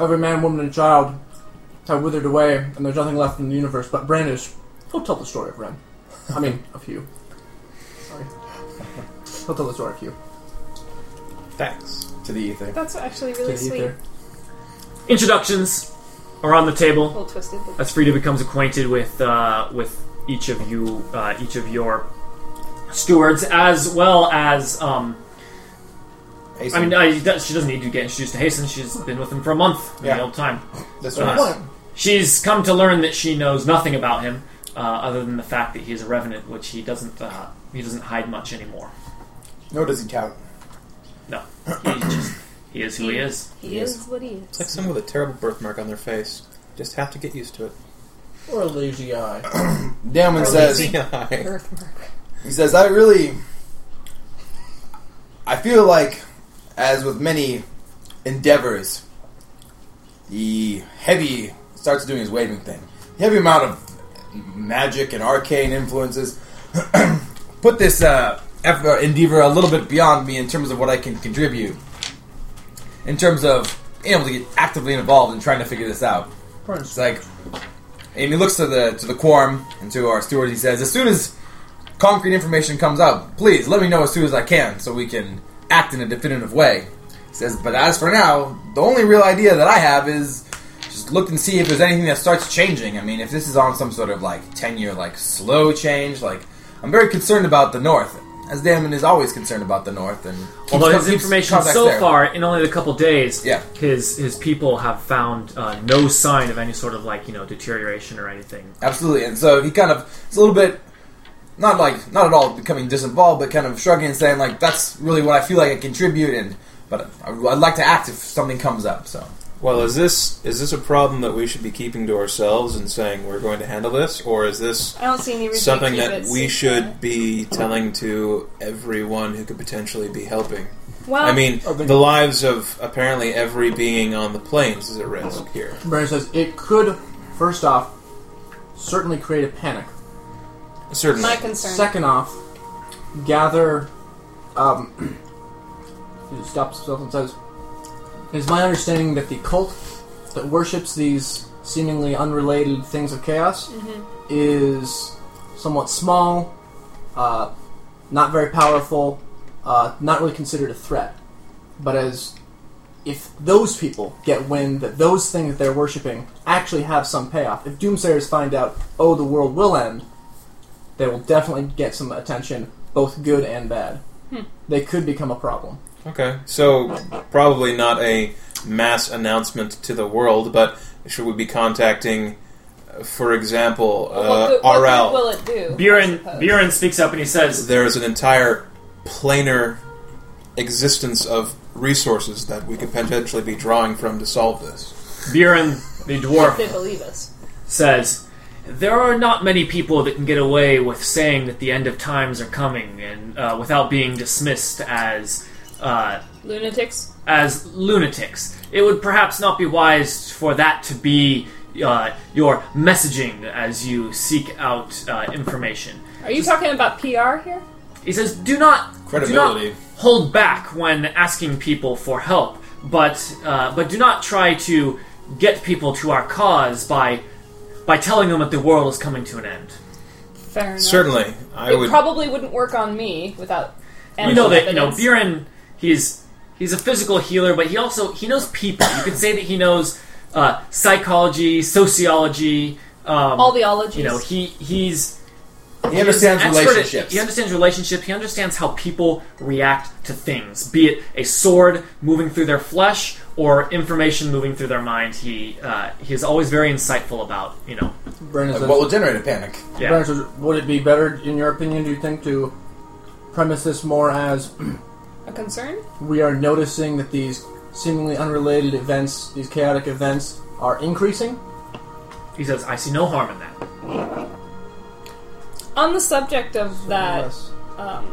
Speaker 6: every man, woman, and child have withered away and there's nothing left in the universe but Brandish, he'll tell the story of Ren. I mean, of Hugh. Sorry. He'll tell the story of Hugh.
Speaker 4: Thanks.
Speaker 3: to the E ether.
Speaker 5: That's actually
Speaker 6: to
Speaker 5: really
Speaker 6: the
Speaker 5: sweet.
Speaker 6: ether.
Speaker 2: Introductions are on the table.
Speaker 5: A little twisted. but-
Speaker 2: as Frida becomes acquainted with uh, with each of you, uh, each of your stewards, as well as um, I mean, I, that- she doesn't need to get introduced to Hasten. She's been with him for a month in
Speaker 4: Yeah.
Speaker 2: the old time.
Speaker 4: That's
Speaker 2: Uh,
Speaker 4: nice.
Speaker 2: She's come to learn that she knows nothing about him, uh, other than the fact that he is a revenant, which he doesn't uh, he doesn't hide much anymore.
Speaker 3: Nor does he tout.
Speaker 2: No, he's just he is who he is.
Speaker 5: He is what he
Speaker 4: It's like
Speaker 5: is.
Speaker 4: some with a terrible birthmark on their face. Just have to get used to it.
Speaker 6: Or a lazy eye.
Speaker 3: Damon says
Speaker 4: Yeah.
Speaker 5: Earthmark.
Speaker 3: he says I really I feel like as with many endeavors the heavy starts doing his waving thing. The heavy amount of magic and arcane influences put this uh, effort, endeavor a little bit beyond me in terms of what I can contribute. In terms of being able to get actively involved in trying to figure this out. It's like, and he looks to the to the quorum and to our stewards. He says, "As soon as concrete information comes out, please let me know as soon as I can, so we can act in a definitive way." He says, "But as for now, the only real idea that I have is just look and see if there's anything that starts changing. I mean, if this is on some sort of like ten year like slow change, like I'm very concerned about the North." As Damon is always concerned about the North, and keeps
Speaker 2: Although
Speaker 3: co-
Speaker 2: his
Speaker 3: keeps
Speaker 2: information
Speaker 3: contacts
Speaker 2: so
Speaker 3: there.
Speaker 2: far, in only a couple days,
Speaker 3: Yeah.
Speaker 2: his his people have found uh, no sign of any sort of like you know deterioration or anything.
Speaker 3: Absolutely, and so he kind of is a little bit not like not at all becoming disinvolved, but kind of shrugging and saying like that's really what I feel like I contribute, and but I, I'd like to act if something comes up. So
Speaker 4: Well, is this is this a problem that we should be keeping to ourselves and saying we're going to handle this, or is this
Speaker 5: I don't see any reason. to
Speaker 4: something
Speaker 5: keep
Speaker 4: that
Speaker 5: it
Speaker 4: we
Speaker 5: secret.
Speaker 4: should be telling to everyone who could potentially be helping?
Speaker 5: Well,
Speaker 4: I mean,
Speaker 6: Oh, they-
Speaker 4: the lives of apparently every being on the plains is at risk here.
Speaker 6: Brandish says it could, first off, certainly create a panic.
Speaker 4: Certainly.
Speaker 5: my concern.
Speaker 4: uh,
Speaker 6: Second off, gather. Um, he stops himself and says, "It is my understanding that the cult that worships these seemingly unrelated things of chaos is somewhat small, uh, not very powerful, uh, not really considered a threat. But as if those people get wind that those things that they're worshiping actually have some payoff, if doomsayers find out, oh, the world will end, they will definitely get some attention, both good and bad. They could become a problem.
Speaker 4: Okay, so probably not a mass announcement to the world, but should we be contacting, uh, for example,
Speaker 5: what
Speaker 4: uh,
Speaker 5: good, what good
Speaker 4: RL?
Speaker 5: will it do? I
Speaker 2: Buren
Speaker 5: suppose?
Speaker 2: Buren speaks up and he says,
Speaker 4: there is an entire planar existence of resources that we could potentially be drawing from to solve this.
Speaker 2: Buren the
Speaker 5: If
Speaker 2: dwarf
Speaker 5: they believe us.
Speaker 2: says, there are not many people that can get away with saying that the end of times are coming and uh, without being dismissed as uh,
Speaker 5: Lunatics.
Speaker 2: as lunatics. It would perhaps not be wise for that to be uh, your messaging as you seek out uh, information.
Speaker 5: Are you talking about PR here?
Speaker 2: He says, "Do not Do
Speaker 4: Credibility.
Speaker 2: not hold back when asking people for help, but uh, but do not try to get people to our cause by by telling them that the world is coming to an end.
Speaker 5: Fair enough.
Speaker 4: Certainly, I
Speaker 5: It
Speaker 4: would.
Speaker 5: probably wouldn't work on me without.
Speaker 2: You know that you know
Speaker 5: evidence.
Speaker 2: Buren. He's he's a physical healer, but he also he knows people. You could say that he knows uh, psychology, sociology, um,
Speaker 5: all the ologies.
Speaker 2: you know he he's
Speaker 3: He understands
Speaker 2: He's an expert at-
Speaker 3: relationships.
Speaker 2: he understands relationship. He understands how people react to things, be it a sword moving through their flesh or information moving through their mind. He uh, he is always very insightful about you know.
Speaker 6: Brandon says,
Speaker 3: What will generate a panic?
Speaker 2: Yeah.
Speaker 6: Brandon says, would it be better, in your opinion, do you think, to premise this more as
Speaker 5: A concern?
Speaker 6: we are noticing that these seemingly unrelated events, these chaotic events, are increasing?
Speaker 2: He says, "I see no harm in that."
Speaker 5: On the subject of that
Speaker 6: Yes.
Speaker 5: um,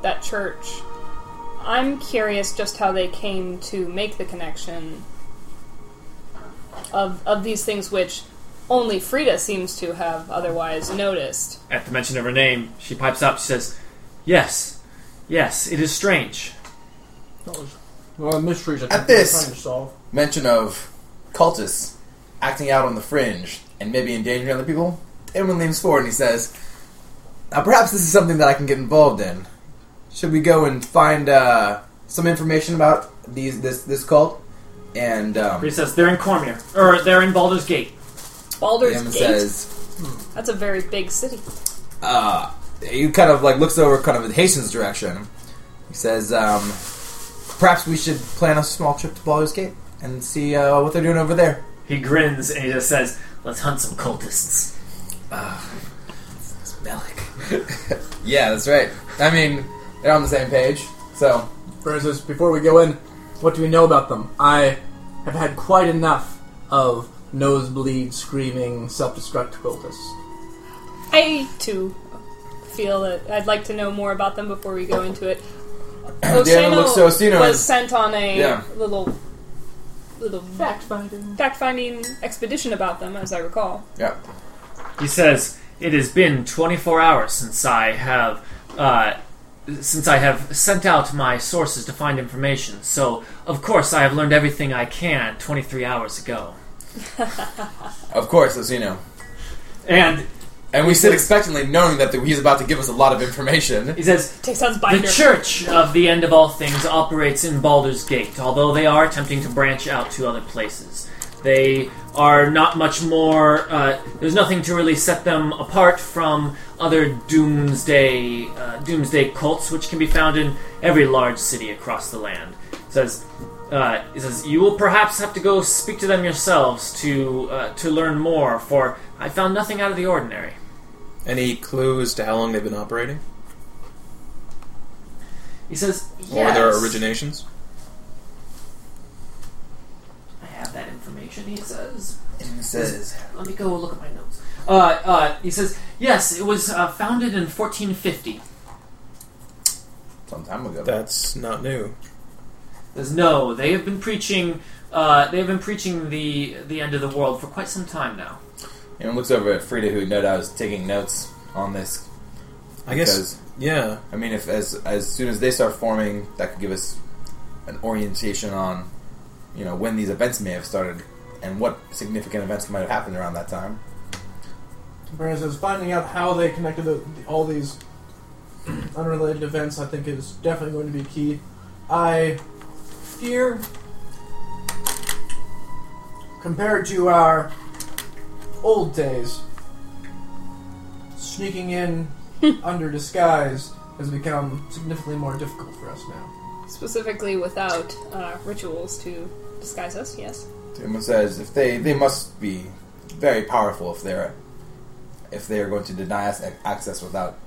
Speaker 5: that church, I'm curious just how they came to make the connection of of these things, which only Frida seems to have otherwise noticed.
Speaker 2: At the mention of her name, she pipes up. She says, "Yes, yes, it is strange."
Speaker 6: Well, mysteries I
Speaker 3: At
Speaker 6: think we're
Speaker 3: this-
Speaker 6: trying to solve.
Speaker 3: Mention of cultists acting out on the fringe and maybe endangering other people. Everyone leans forward and he says, "Now, perhaps this is something that I can get involved in. Should we go and find uh, some information about these this this cult?" And um,
Speaker 2: He says, "They're in Cormier, or they're in Baldur's Gate."
Speaker 5: Baldur's
Speaker 3: Damon
Speaker 5: Gate.
Speaker 3: says,
Speaker 5: That's a very big city.
Speaker 3: uh, he kind of like looks over kind of in Hasten's direction. He says, um, perhaps we should plan a small trip to Baldur's Gate and see uh, what they're doing over there.
Speaker 2: He grins and he just says, "Let's hunt some cultists."
Speaker 3: yeah, that's right. I mean, they're on the same page, so
Speaker 6: Brandon says, before we go in, what do we know about them? I have had quite enough of nosebleed, screaming, self-destruct cultists.
Speaker 5: I too feel that I'd like to know more about them before we go into it. Osano
Speaker 3: looks to Osino
Speaker 5: was
Speaker 3: and-
Speaker 5: sent on a
Speaker 3: Yeah.
Speaker 5: little little
Speaker 6: Fact-finding.
Speaker 5: fact finding expedition about them, as I recall.
Speaker 3: yeah.
Speaker 2: He says, "It has been 24 hours since I have uh, since I have sent out my sources to find information. So, of course, I have learned everything I can 23 hours ago."
Speaker 3: Of course, Osino.
Speaker 2: And
Speaker 3: And we sit expectantly, knowing that he's about to give us a lot of information.
Speaker 2: he says,
Speaker 5: Takes out his
Speaker 2: "The
Speaker 5: binder.
Speaker 2: Church of the End of All Things operates in Baldur's Gate, although they are attempting to branch out to other places." They are not much more. Uh, there's nothing to really set them apart from other doomsday uh, doomsday cults, which can be found in every large city across the land. Says, uh, he says, you will perhaps have to go speak to them yourselves to uh, to learn more. For I found nothing out of the ordinary.
Speaker 4: Any clue as to how long they've been operating?
Speaker 2: He says,
Speaker 4: Or their
Speaker 2: "Yes."
Speaker 4: originations?
Speaker 2: I have that information. He says,
Speaker 3: He says,
Speaker 2: let me go look at my notes. Uh, uh, he says, yes, it was uh, founded in 1450.
Speaker 3: some time ago.
Speaker 4: That's not new.
Speaker 2: Says no, they have been preaching. Uh, they have been preaching the the end of the world for quite some time now.
Speaker 3: And looks over at Frida, who no doubt is taking notes on this.
Speaker 4: I guess.
Speaker 3: Because-
Speaker 4: Yeah.
Speaker 3: I mean, if as as soon as they start forming, that could give us an orientation on, you know, when these events may have started and what significant events might have happened around that time.
Speaker 6: Brandon says finding out how they connected the, the- all these unrelated events, I think, is definitely going to be key. I fear, compared to our old days, sneaking in under disguise has become significantly more difficult for us now.
Speaker 5: Specifically without uh, rituals to disguise us, yes.
Speaker 3: Tuma says if they they must be very powerful if they're if they are going to deny us ac- access without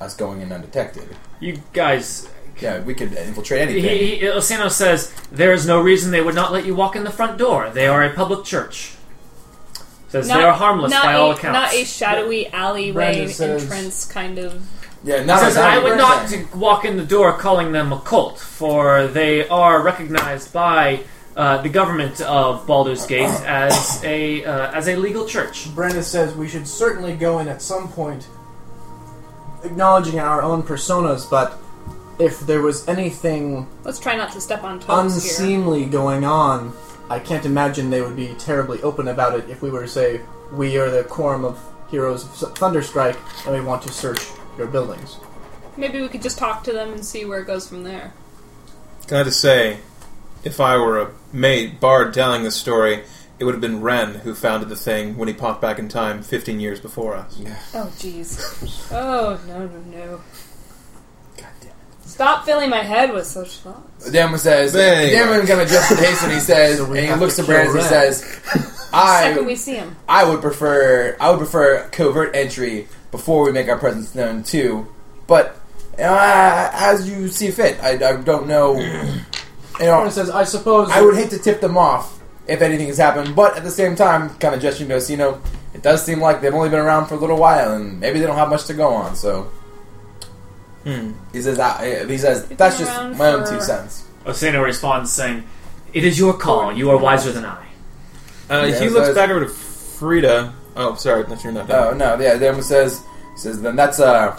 Speaker 3: us going in undetected.
Speaker 2: You guys.
Speaker 3: Yeah, we could infiltrate
Speaker 2: He,
Speaker 3: anything.
Speaker 2: he, Osano says there is no reason they would not let you walk in the front door. They are a public church. Says they are harmless
Speaker 5: not
Speaker 2: by all
Speaker 5: a,
Speaker 2: accounts.
Speaker 5: Not a shadowy alleyway
Speaker 6: Brandon says-
Speaker 5: entrance kind of.
Speaker 3: yeah, not
Speaker 2: Says,
Speaker 3: a
Speaker 2: I
Speaker 3: tiny
Speaker 2: would not
Speaker 3: person.
Speaker 2: to walk in the door calling them a cult, for they are recognized by uh, the government of Baldur's Gate as a uh, as a legal church.
Speaker 6: Brandon says we should certainly go in at some point, acknowledging our own personas, but if there was anything
Speaker 5: Let's try not to step on toes here.
Speaker 6: unseemly going on. I can't imagine they would be terribly open about it if we were to say we are the quorum of heroes of Thunderstrike and we want to search your buildings.
Speaker 3: Oh.
Speaker 5: Maybe we could just talk to them and see where it goes from there.
Speaker 4: Can I just say, if I were a mate bard telling this story, it would have been Ren who founded the thing when he popped back in time 15 years before us.
Speaker 5: Oh, jeez. Oh, no, no, no. God damn Stop filling my head with such thoughts.
Speaker 3: Damon says,
Speaker 4: Anyway.
Speaker 3: Damon kind of just in haste and he says,
Speaker 6: So we
Speaker 3: and he
Speaker 6: have
Speaker 3: looks
Speaker 6: to
Speaker 3: to Brandon and
Speaker 6: kill
Speaker 3: he
Speaker 6: Ren.
Speaker 3: says, I
Speaker 5: Second we see him.
Speaker 3: I would prefer I would prefer covert entry before we make our presence known too. But uh, as you see fit, I, I don't know. You know,
Speaker 6: Everyone says, I suppose.
Speaker 3: I would hate to tip them off if anything has happened. But at the same time, kind of gesturing to us, you know, it does seem like they've only been around for a little while, and maybe they don't have much to go on. So
Speaker 4: Hmm.
Speaker 3: he says, I, he says
Speaker 5: They've
Speaker 3: that's
Speaker 5: been
Speaker 3: just
Speaker 5: around
Speaker 3: my own
Speaker 5: for-
Speaker 3: two cents.
Speaker 2: Osino responds, saying, It is your call. You are wiser than I.
Speaker 3: Yeah,
Speaker 4: Uh, he
Speaker 3: so
Speaker 4: looks
Speaker 3: it's-
Speaker 4: back over to Frida. Oh, sorry, that's you're not done.
Speaker 3: Oh no, yeah. Damon says says then that's uh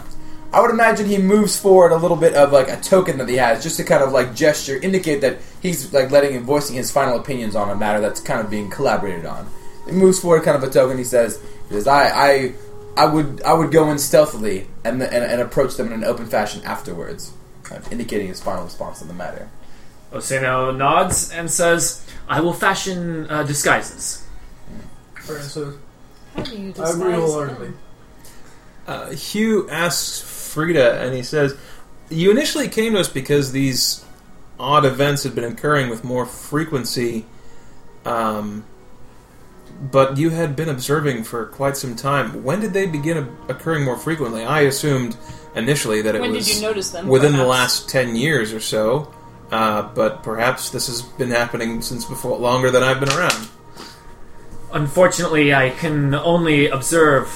Speaker 3: I would imagine he moves forward a little bit of like a token that he has, just to kind of like gesture, indicate that he's like letting and voicing his final opinions on a matter that's kind of being collaborated on. He moves forward, kind of a token. He says, he says I, I, I would, I would go in stealthily and, and and approach them in an open fashion afterwards, kind of indicating his final response on the matter.
Speaker 2: Osino nods and says, I will fashion uh, disguises.
Speaker 6: Everyone says,
Speaker 5: How do you
Speaker 6: I
Speaker 5: disguise
Speaker 6: agree wholeheartedly.
Speaker 5: him?
Speaker 4: Uh, Hugh asks Frida, and he says, "You initially came to us because these odd events had been occurring with more frequency, um, but you had been observing for quite some time. When did they begin ob- occurring more frequently? I assumed initially that it
Speaker 5: When
Speaker 4: was
Speaker 5: did you notice them?
Speaker 4: within the
Speaker 5: perhaps?
Speaker 4: last ten years or so." Uh, but perhaps this has been happening since before longer than I've been around.
Speaker 2: Unfortunately, I can only observe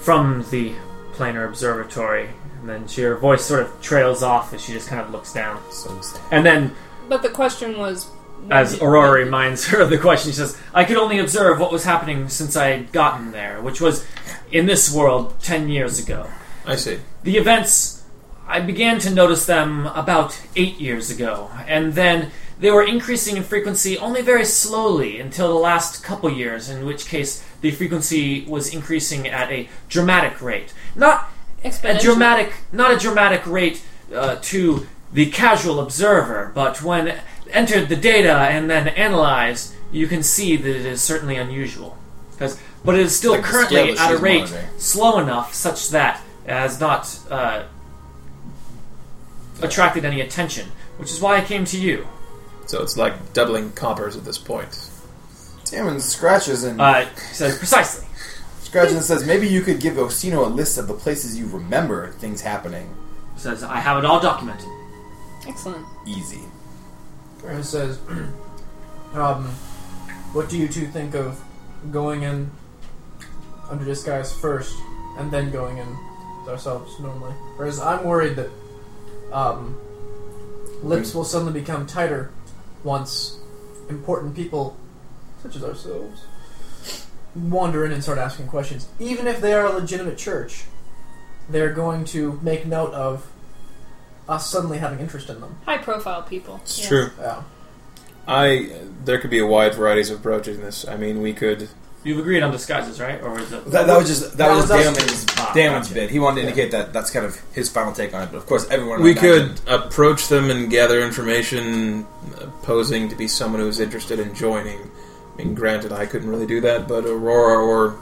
Speaker 2: from the planar observatory. And then she, her voice sort of trails off as she just kind of looks down.
Speaker 3: So sad.
Speaker 2: And then
Speaker 5: But the question was. when
Speaker 2: As
Speaker 5: did-
Speaker 2: Aurora reminds her of the question, she says, I could only observe what was happening since I had gotten there, which was in this world 10 years ago.
Speaker 4: I see.
Speaker 2: The events, I began to notice them about 8 years ago, and then they were increasing in frequency only very slowly until the last couple years, in which case the frequency was increasing at a dramatic rate. Not a
Speaker 5: Exponential.
Speaker 2: dramatic, not a dramatic rate uh, to the casual observer, but when entered the data and then analyzed, you can see that it is certainly unusual. 'Cause- but it is still
Speaker 3: Like the scale
Speaker 2: currently
Speaker 3: that
Speaker 2: at a
Speaker 3: she's
Speaker 2: rate
Speaker 3: monitoring.
Speaker 2: slow enough such that it has not uh, attracted any attention, which is why I came to you.
Speaker 4: So it's like doubling coppers at this point.
Speaker 3: Damon scratches and
Speaker 2: Uh, he says precisely.
Speaker 3: scratches and says, maybe you could give Osino a list of the places you remember things happening.
Speaker 2: He says I have it all documented.
Speaker 5: Excellent.
Speaker 3: Easy.
Speaker 6: Everyone says, um, what do you two think of going in under disguise first and then going in with ourselves normally? Whereas I'm worried that um, lips will suddenly become tighter once important people, such as ourselves, wander in and start asking questions. Even if they are a legitimate church, they're going to make note of us suddenly having interest in them.
Speaker 5: High profile people.
Speaker 4: It's
Speaker 5: Yes.
Speaker 4: true.
Speaker 6: Yeah.
Speaker 4: I there could be a wide varieties of approaches in this. I mean, we could.
Speaker 2: You've agreed on disguises, right? Or is it?
Speaker 8: That, that was just that,
Speaker 6: That
Speaker 8: was,
Speaker 6: was us.
Speaker 8: Damon's
Speaker 2: Ah,
Speaker 8: Damon's
Speaker 2: gotcha.
Speaker 8: bit. He wanted to indicate that that's kind of his final take on it. But of course, everyone
Speaker 4: We
Speaker 8: imagined-
Speaker 4: could approach them and gather information, uh, posing to be someone who's interested in joining. I mean, granted, I couldn't really do that, but Aurora or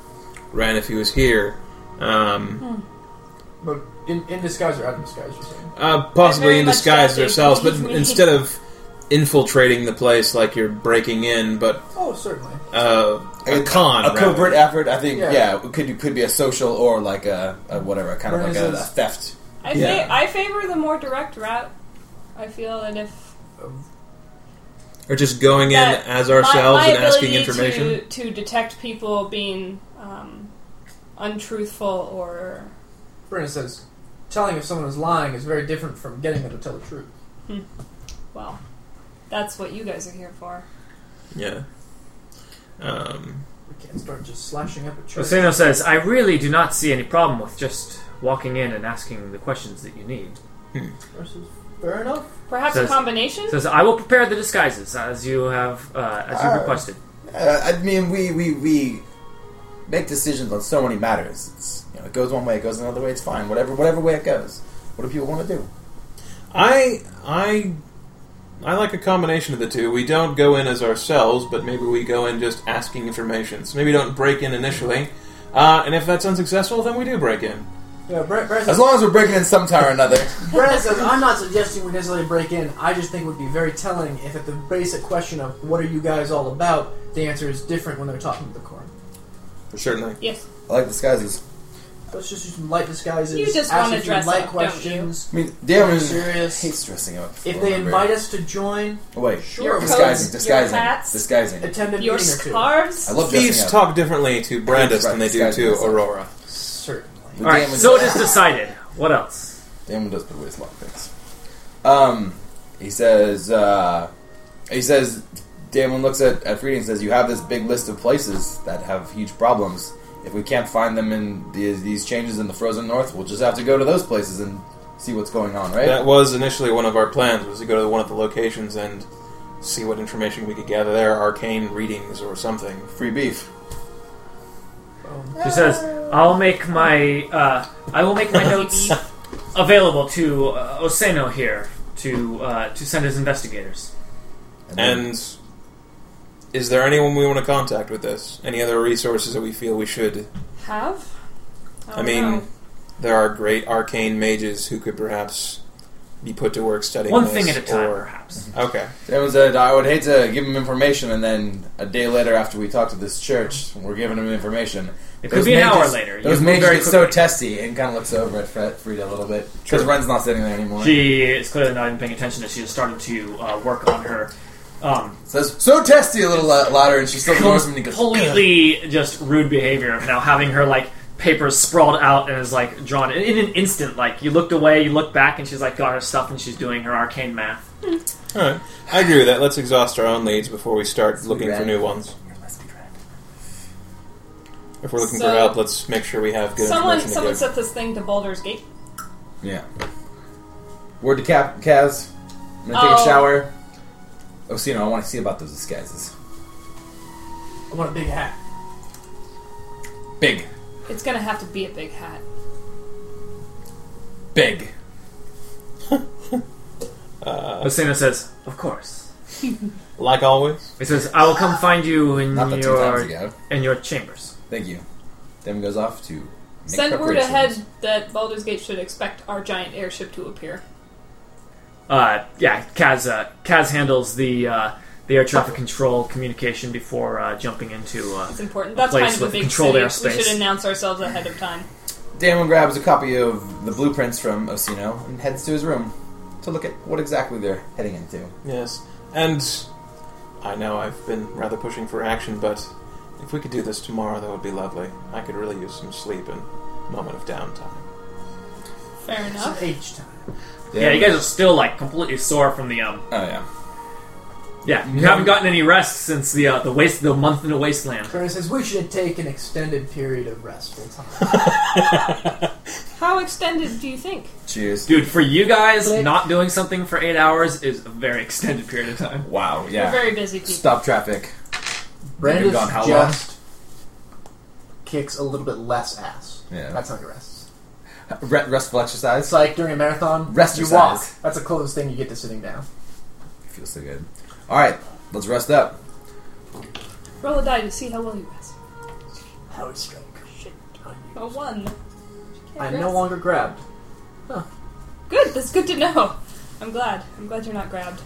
Speaker 4: Ran, if he was here,
Speaker 5: Hmm.
Speaker 4: um,
Speaker 6: But in, in disguise or out of disguise, you're saying?
Speaker 4: uh, possibly
Speaker 5: very
Speaker 4: in
Speaker 5: much
Speaker 4: disguise
Speaker 5: doubt they
Speaker 4: ourselves. But
Speaker 5: believe me.
Speaker 4: instead of infiltrating the place like you're breaking in, but
Speaker 6: Oh, certainly.
Speaker 4: uh, a
Speaker 3: A-
Speaker 4: con,
Speaker 3: a
Speaker 4: rather.
Speaker 3: covert effort. I think,
Speaker 6: Yeah.
Speaker 3: yeah, it could it could be a social or like a, a whatever kind of like a, a
Speaker 6: Versus-
Speaker 3: theft.
Speaker 5: I,
Speaker 4: Yeah.
Speaker 5: fa- I favor the more direct route. I feel that if
Speaker 4: or just going in
Speaker 5: That-
Speaker 4: as ourselves
Speaker 5: my, my
Speaker 4: and asking
Speaker 5: ability
Speaker 4: information.
Speaker 5: to, to detect people being um, untruthful or
Speaker 6: Brenna says, telling if someone is lying is very different from getting them to tell the truth.
Speaker 5: well, that's what you guys are here for.
Speaker 4: Yeah. Um,
Speaker 6: We can't start just slashing up a church.
Speaker 2: Osino says, I really do not see any problem with just walking in and asking the questions that you need.
Speaker 6: Versus, fair enough.
Speaker 5: Perhaps
Speaker 2: Says-
Speaker 5: a combination.
Speaker 2: Says, I will prepare the disguises as you have, uh, as you
Speaker 3: Ah.
Speaker 2: requested.
Speaker 3: Uh, I mean, we, we we make decisions on so many matters. It's, you know, it goes one way, it goes another way. It's fine. Whatever whatever way it goes. What do people want to do?
Speaker 4: I I I like a combination of the two. We don't go in as ourselves, but maybe we go in just asking information. So maybe we don't break in initially. Uh, and if that's unsuccessful, then we do break in.
Speaker 6: Yeah, Brad, Brad,
Speaker 3: As long as we're breaking in sometime or another.
Speaker 6: Brad says, I'm not suggesting we necessarily break in. I just think it would be very telling if at the basic question of what are you guys all about, the answer is different when they're talking to the core.
Speaker 4: Certainly.
Speaker 5: Yes.
Speaker 3: I like disguises.
Speaker 6: Let's just do some light disguises.
Speaker 5: You just
Speaker 6: ask
Speaker 5: wanna
Speaker 6: a few
Speaker 5: dress
Speaker 6: light
Speaker 5: up, don't you?
Speaker 6: questions.
Speaker 3: I mean, damn
Speaker 6: Are you
Speaker 3: it.
Speaker 6: serious?
Speaker 3: hates dressing up.
Speaker 6: If they invite us to join,
Speaker 3: Oh, wait.
Speaker 6: sure.
Speaker 5: Your
Speaker 3: Disguising,
Speaker 5: coats,
Speaker 3: disguising.
Speaker 5: your hats,
Speaker 3: Disguising.
Speaker 6: Attend a
Speaker 5: Your
Speaker 6: meeting or two.
Speaker 5: scarves.
Speaker 3: I love
Speaker 4: Thieves
Speaker 3: dressing up.
Speaker 4: talk differently to Brandis
Speaker 3: right,
Speaker 4: than they do
Speaker 3: disguise
Speaker 4: to
Speaker 3: myself.
Speaker 4: Aurora.
Speaker 6: Certainly.
Speaker 3: The
Speaker 2: All right,
Speaker 3: damn
Speaker 2: so it is decided. What else?
Speaker 3: Damon does put away his lockpicks. Um, he says, uh, he says, Damon looks at, at Freedy and says, you have this big list of places that have huge problems. If we can't find them in these, these changes in the frozen north, we'll just have to go to those places and see what's going on, right?
Speaker 4: That was initially one of our plans, was to go to one of the locations and see what information we could gather there, arcane readings or something.
Speaker 3: Free beef.
Speaker 2: She says, "I'll make my uh, I will make my notes available to uh, Oseno here to uh, to send his investigators."
Speaker 3: then-
Speaker 4: And is there anyone we want to contact with this? Any other resources that we feel we should?
Speaker 5: Have? Oh,
Speaker 4: I mean, there are great arcane mages who could perhaps be put to work studying
Speaker 2: One
Speaker 4: this,
Speaker 2: thing at a time,
Speaker 4: or-
Speaker 2: perhaps.
Speaker 4: Okay.
Speaker 3: Damon said, I would hate to give him information, and then a day later, after we talk to this church, we're giving him information.
Speaker 2: It could be an hour later.
Speaker 3: Those
Speaker 2: You move
Speaker 3: mages
Speaker 2: very
Speaker 3: are so
Speaker 2: quickly.
Speaker 3: testy, and kind of looks over at Fred, Frida a little bit. Because Ren's not sitting there anymore.
Speaker 2: She is clearly not even paying attention as she has started to uh, work on her. Um,
Speaker 3: Says, so testy a little lo- louder, and she still ignores him and he goes,
Speaker 2: completely just rude behavior of now having her like papers sprawled out and is like drawn in, in an instant. Like you looked away, you looked back, and she's like got her stuff and she's doing her arcane math.
Speaker 4: All right. I agree with that. Let's exhaust our own leads before we start looking for
Speaker 3: rad.
Speaker 4: new ones. If we're looking
Speaker 5: So-
Speaker 4: for help, let's make sure we have good
Speaker 5: someone
Speaker 4: information to
Speaker 5: someone
Speaker 4: give.
Speaker 5: set this thing to Baldur's Gate.
Speaker 3: Yeah. Word to Cap, Kaz. I'm gonna take
Speaker 5: Oh.
Speaker 3: a shower. Oh, so you know, I want to see about those disguises.
Speaker 6: I want a big hat.
Speaker 3: Big.
Speaker 5: It's gonna have to be a big hat.
Speaker 3: Big.
Speaker 2: Oseno says, "Of course."
Speaker 4: like always.
Speaker 2: He says, "I will come find you in
Speaker 3: Not that two times
Speaker 2: your
Speaker 3: ago.
Speaker 2: in your chambers."
Speaker 3: Thank you. Damon goes off to. Make
Speaker 5: Send word
Speaker 3: preparations.
Speaker 5: ahead that Baldur's Gate should expect our giant airship to appear.
Speaker 2: Uh, yeah, Kaz uh, Kaz handles the uh, the air traffic control communication before uh, jumping into. Uh,
Speaker 5: It's important. That's
Speaker 2: place
Speaker 5: kind of a
Speaker 2: with
Speaker 5: big
Speaker 2: controlled
Speaker 5: city.
Speaker 2: airspace.
Speaker 5: We should announce ourselves ahead of time.
Speaker 3: Damon grabs a copy of the blueprints from Osino and heads to his room to look at what exactly they're heading into.
Speaker 4: Yes. And I know I've been rather pushing for action, but if we could do this tomorrow, that would be lovely. I could really use some sleep and a moment of downtime.
Speaker 5: Fair
Speaker 6: Some
Speaker 5: enough.
Speaker 6: age time.
Speaker 2: yeah, you guys are still like completely sore from the um.
Speaker 3: Oh yeah.
Speaker 2: Yeah, you haven't gotten any rest since the uh, the waste the month in the wasteland.
Speaker 6: Brad says we should take an extended period of restful time.
Speaker 5: How extended do you think?
Speaker 3: Cheers.
Speaker 2: Dude, for you guys, not doing something for eight hours is a very extended period of time.
Speaker 3: Wow.
Speaker 5: We're
Speaker 3: Yeah.
Speaker 5: very busy people.
Speaker 3: Stop traffic.
Speaker 6: Brandis
Speaker 3: You've gone how long?
Speaker 6: just kicks a little bit less ass.
Speaker 3: Yeah.
Speaker 6: That's how he rests.
Speaker 3: Re- restful exercise.
Speaker 6: It's like during a marathon,
Speaker 3: Rest
Speaker 6: you
Speaker 3: exercise.
Speaker 6: walk. That's the closest thing you get to sitting down.
Speaker 3: Feels so good. All right, let's rest up.
Speaker 5: Roll a die to see how well you rest.
Speaker 6: Power stroke. Shit.
Speaker 5: A one.
Speaker 6: I'm no longer grabbed.
Speaker 5: Good. That's good to know. I'm glad. I'm glad you're not grabbed.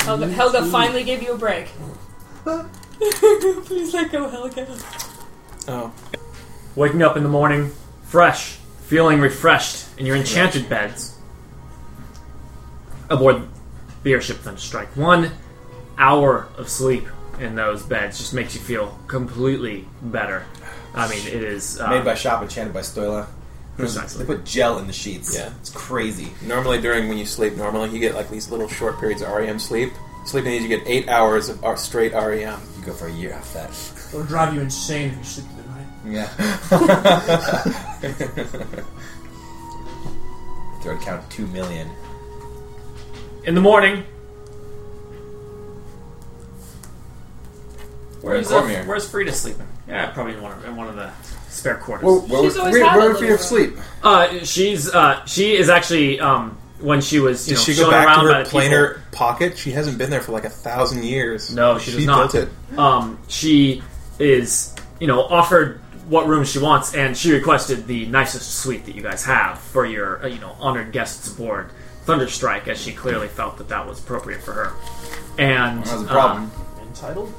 Speaker 5: Helga, Helga finally gave you a break. Please let go, Helga.
Speaker 4: Oh,
Speaker 2: Waking up in the morning, fresh, feeling refreshed in your enchanted beds. Aboard the airship Thunderstrike. One hour of sleep in those beds just makes you feel completely better. I mean, it is. Uh,
Speaker 3: Made by Shop and chanted by Stoila. They
Speaker 2: precisely.
Speaker 3: put gel in the sheets.
Speaker 4: Yeah.
Speaker 3: it's crazy.
Speaker 4: normally during when you sleep, normally you get like these little short periods of REM sleep. Sleeping these, you get eight hours of R- E straight REM.
Speaker 3: You go for a year after that.
Speaker 6: It'll drive you insane if you sleep through
Speaker 3: Yeah.
Speaker 6: the night.
Speaker 3: Throw count two million.
Speaker 2: In the morning,
Speaker 3: We're in
Speaker 2: where's, uh,
Speaker 3: Cormier.
Speaker 2: where's Frida sleeping? Yeah, probably in one of, in one of the spare quarters.
Speaker 3: Well, well,
Speaker 5: She's always
Speaker 3: we're,
Speaker 5: had a
Speaker 3: we're
Speaker 5: little
Speaker 3: afraid of
Speaker 5: bit.
Speaker 3: sleep.
Speaker 2: Uh, she's uh, she is actually um, when she was you
Speaker 4: Did
Speaker 2: know,
Speaker 4: she go
Speaker 2: shown
Speaker 4: back
Speaker 2: around
Speaker 4: to
Speaker 2: by
Speaker 4: her
Speaker 2: the
Speaker 4: planar
Speaker 2: people-
Speaker 4: pocket. She hasn't been there for like a thousand years.
Speaker 2: No, she does
Speaker 4: she
Speaker 2: not.
Speaker 4: Built it.
Speaker 2: Um, she is, you know, offered what room she wants, and she requested the nicest suite that you guys have for your, uh, you know, honored guests aboard Thunderstrike, as she clearly felt that that was appropriate for her. And
Speaker 3: That was a problem.
Speaker 2: um,
Speaker 9: Entitled?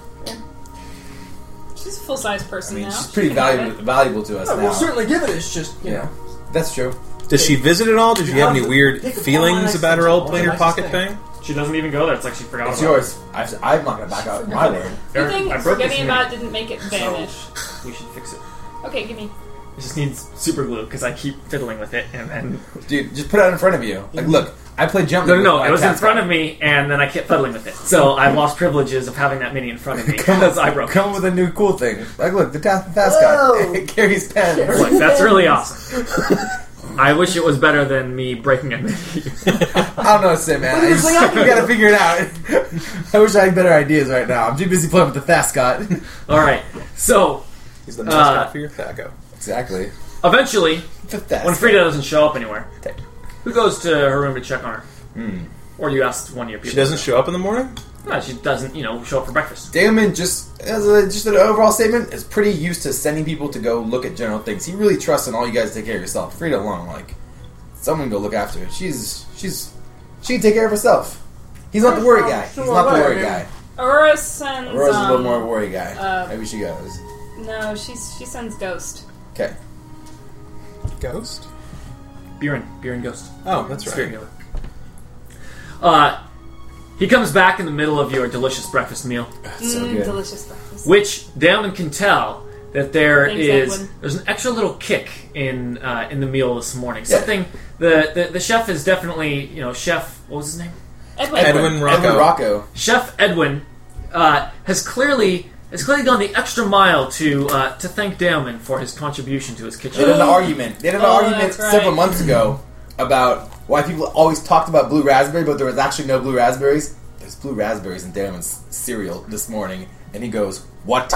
Speaker 5: She's a full size person
Speaker 3: I mean,
Speaker 5: now.
Speaker 3: she's
Speaker 5: She
Speaker 3: pretty
Speaker 5: can have
Speaker 3: valuable, valuable to us
Speaker 6: Yeah,
Speaker 3: now.
Speaker 6: we'll certainly give it. It's just you
Speaker 3: Yeah,
Speaker 6: know.
Speaker 3: that's true.
Speaker 4: Does she visit at all? Did you
Speaker 6: Yeah,
Speaker 4: have any
Speaker 6: but
Speaker 4: weird
Speaker 6: pick up all
Speaker 4: feelings
Speaker 6: my
Speaker 4: about her
Speaker 6: nice
Speaker 4: old
Speaker 6: things,
Speaker 4: player
Speaker 6: all the
Speaker 4: pocket
Speaker 6: nicest
Speaker 4: thing?
Speaker 2: um, she doesn't even go there. It's like she forgot
Speaker 3: It's
Speaker 2: about
Speaker 3: yours. I, I'm not gonna back out my word.
Speaker 5: it.
Speaker 2: it.
Speaker 5: Good thing
Speaker 2: I broke this
Speaker 5: forgetting about it didn't make it vanish.
Speaker 2: thing. We should fix it.
Speaker 5: Okay, give me.
Speaker 2: It just needs super glue because I keep fiddling with it, and then
Speaker 3: Dude, just put it out in front of you. Like, look, I played Jumpman.
Speaker 2: no, no, no,
Speaker 3: with my
Speaker 2: it was in
Speaker 3: cat.
Speaker 2: front of me, and then I kept fiddling with it. So I lost privileges of having that many in front of me because I broke. it.
Speaker 3: Come up with a new cool thing. Like, look, the Task Task
Speaker 6: Whoa.
Speaker 3: guy carries pens.
Speaker 2: I was like, that's really awesome. I wish it was better than me breaking a menu.
Speaker 3: I don't know what to say, man. I
Speaker 6: this
Speaker 3: just,
Speaker 6: thing I can
Speaker 3: you gotta figure it out. I wish I had better ideas right now. I'm too busy playing with the Thascot.
Speaker 2: All right, so
Speaker 4: Is the mascot
Speaker 2: Uh,
Speaker 4: for your Thaco?
Speaker 3: exactly.
Speaker 2: eventually,
Speaker 3: The
Speaker 2: when
Speaker 3: Thascot.
Speaker 2: Frida doesn't show up anywhere, who goes to her room to check on her? Or you asked one of your people.
Speaker 4: Hmm. She doesn't show up in the morning.
Speaker 2: No, she doesn't. You know, show up for breakfast.
Speaker 3: Damon, just as a, just an overall statement, is pretty used to sending people to go look at general things. He really trusts in all you guys to take care of yourself. Frida Long, like, someone go look after her. She's, she's, she can take care of herself. He's not the worry guy. He's not the worry guy.
Speaker 5: Aurora sends.
Speaker 3: Aurora's a
Speaker 5: um,
Speaker 3: little more worry guy.
Speaker 5: uh,
Speaker 3: Maybe she goes.
Speaker 5: No, she's she sends Ghost.
Speaker 3: Okay.
Speaker 4: Ghost.
Speaker 2: Buren, Buren Ghost.
Speaker 4: Oh, that's right.
Speaker 2: Spirit Guild. Uh, he comes back in the middle of your delicious breakfast meal.
Speaker 3: So
Speaker 5: Mm,
Speaker 3: good.
Speaker 5: delicious breakfast.
Speaker 2: which Damon can tell that there
Speaker 5: Thanks,
Speaker 2: is
Speaker 5: Edwin.
Speaker 2: there's an extra little kick in uh, in the meal this morning.
Speaker 3: Yeah.
Speaker 2: Something the, the the chef is definitely you know chef what was his name
Speaker 5: Edwin.
Speaker 4: Edwin Rocco.
Speaker 3: Edwin Rocco.
Speaker 2: Chef Edwin uh, has clearly has clearly gone the extra mile to uh, to thank Damon for his contribution to his
Speaker 3: They had
Speaker 2: kitchen.
Speaker 3: an argument. They had an
Speaker 5: Oh,
Speaker 3: argument
Speaker 5: that's right.
Speaker 3: several months ago about why people always talked about blue raspberry, but there was actually no blue raspberries. There's blue raspberries in Damon's cereal this morning, and he goes, "What?"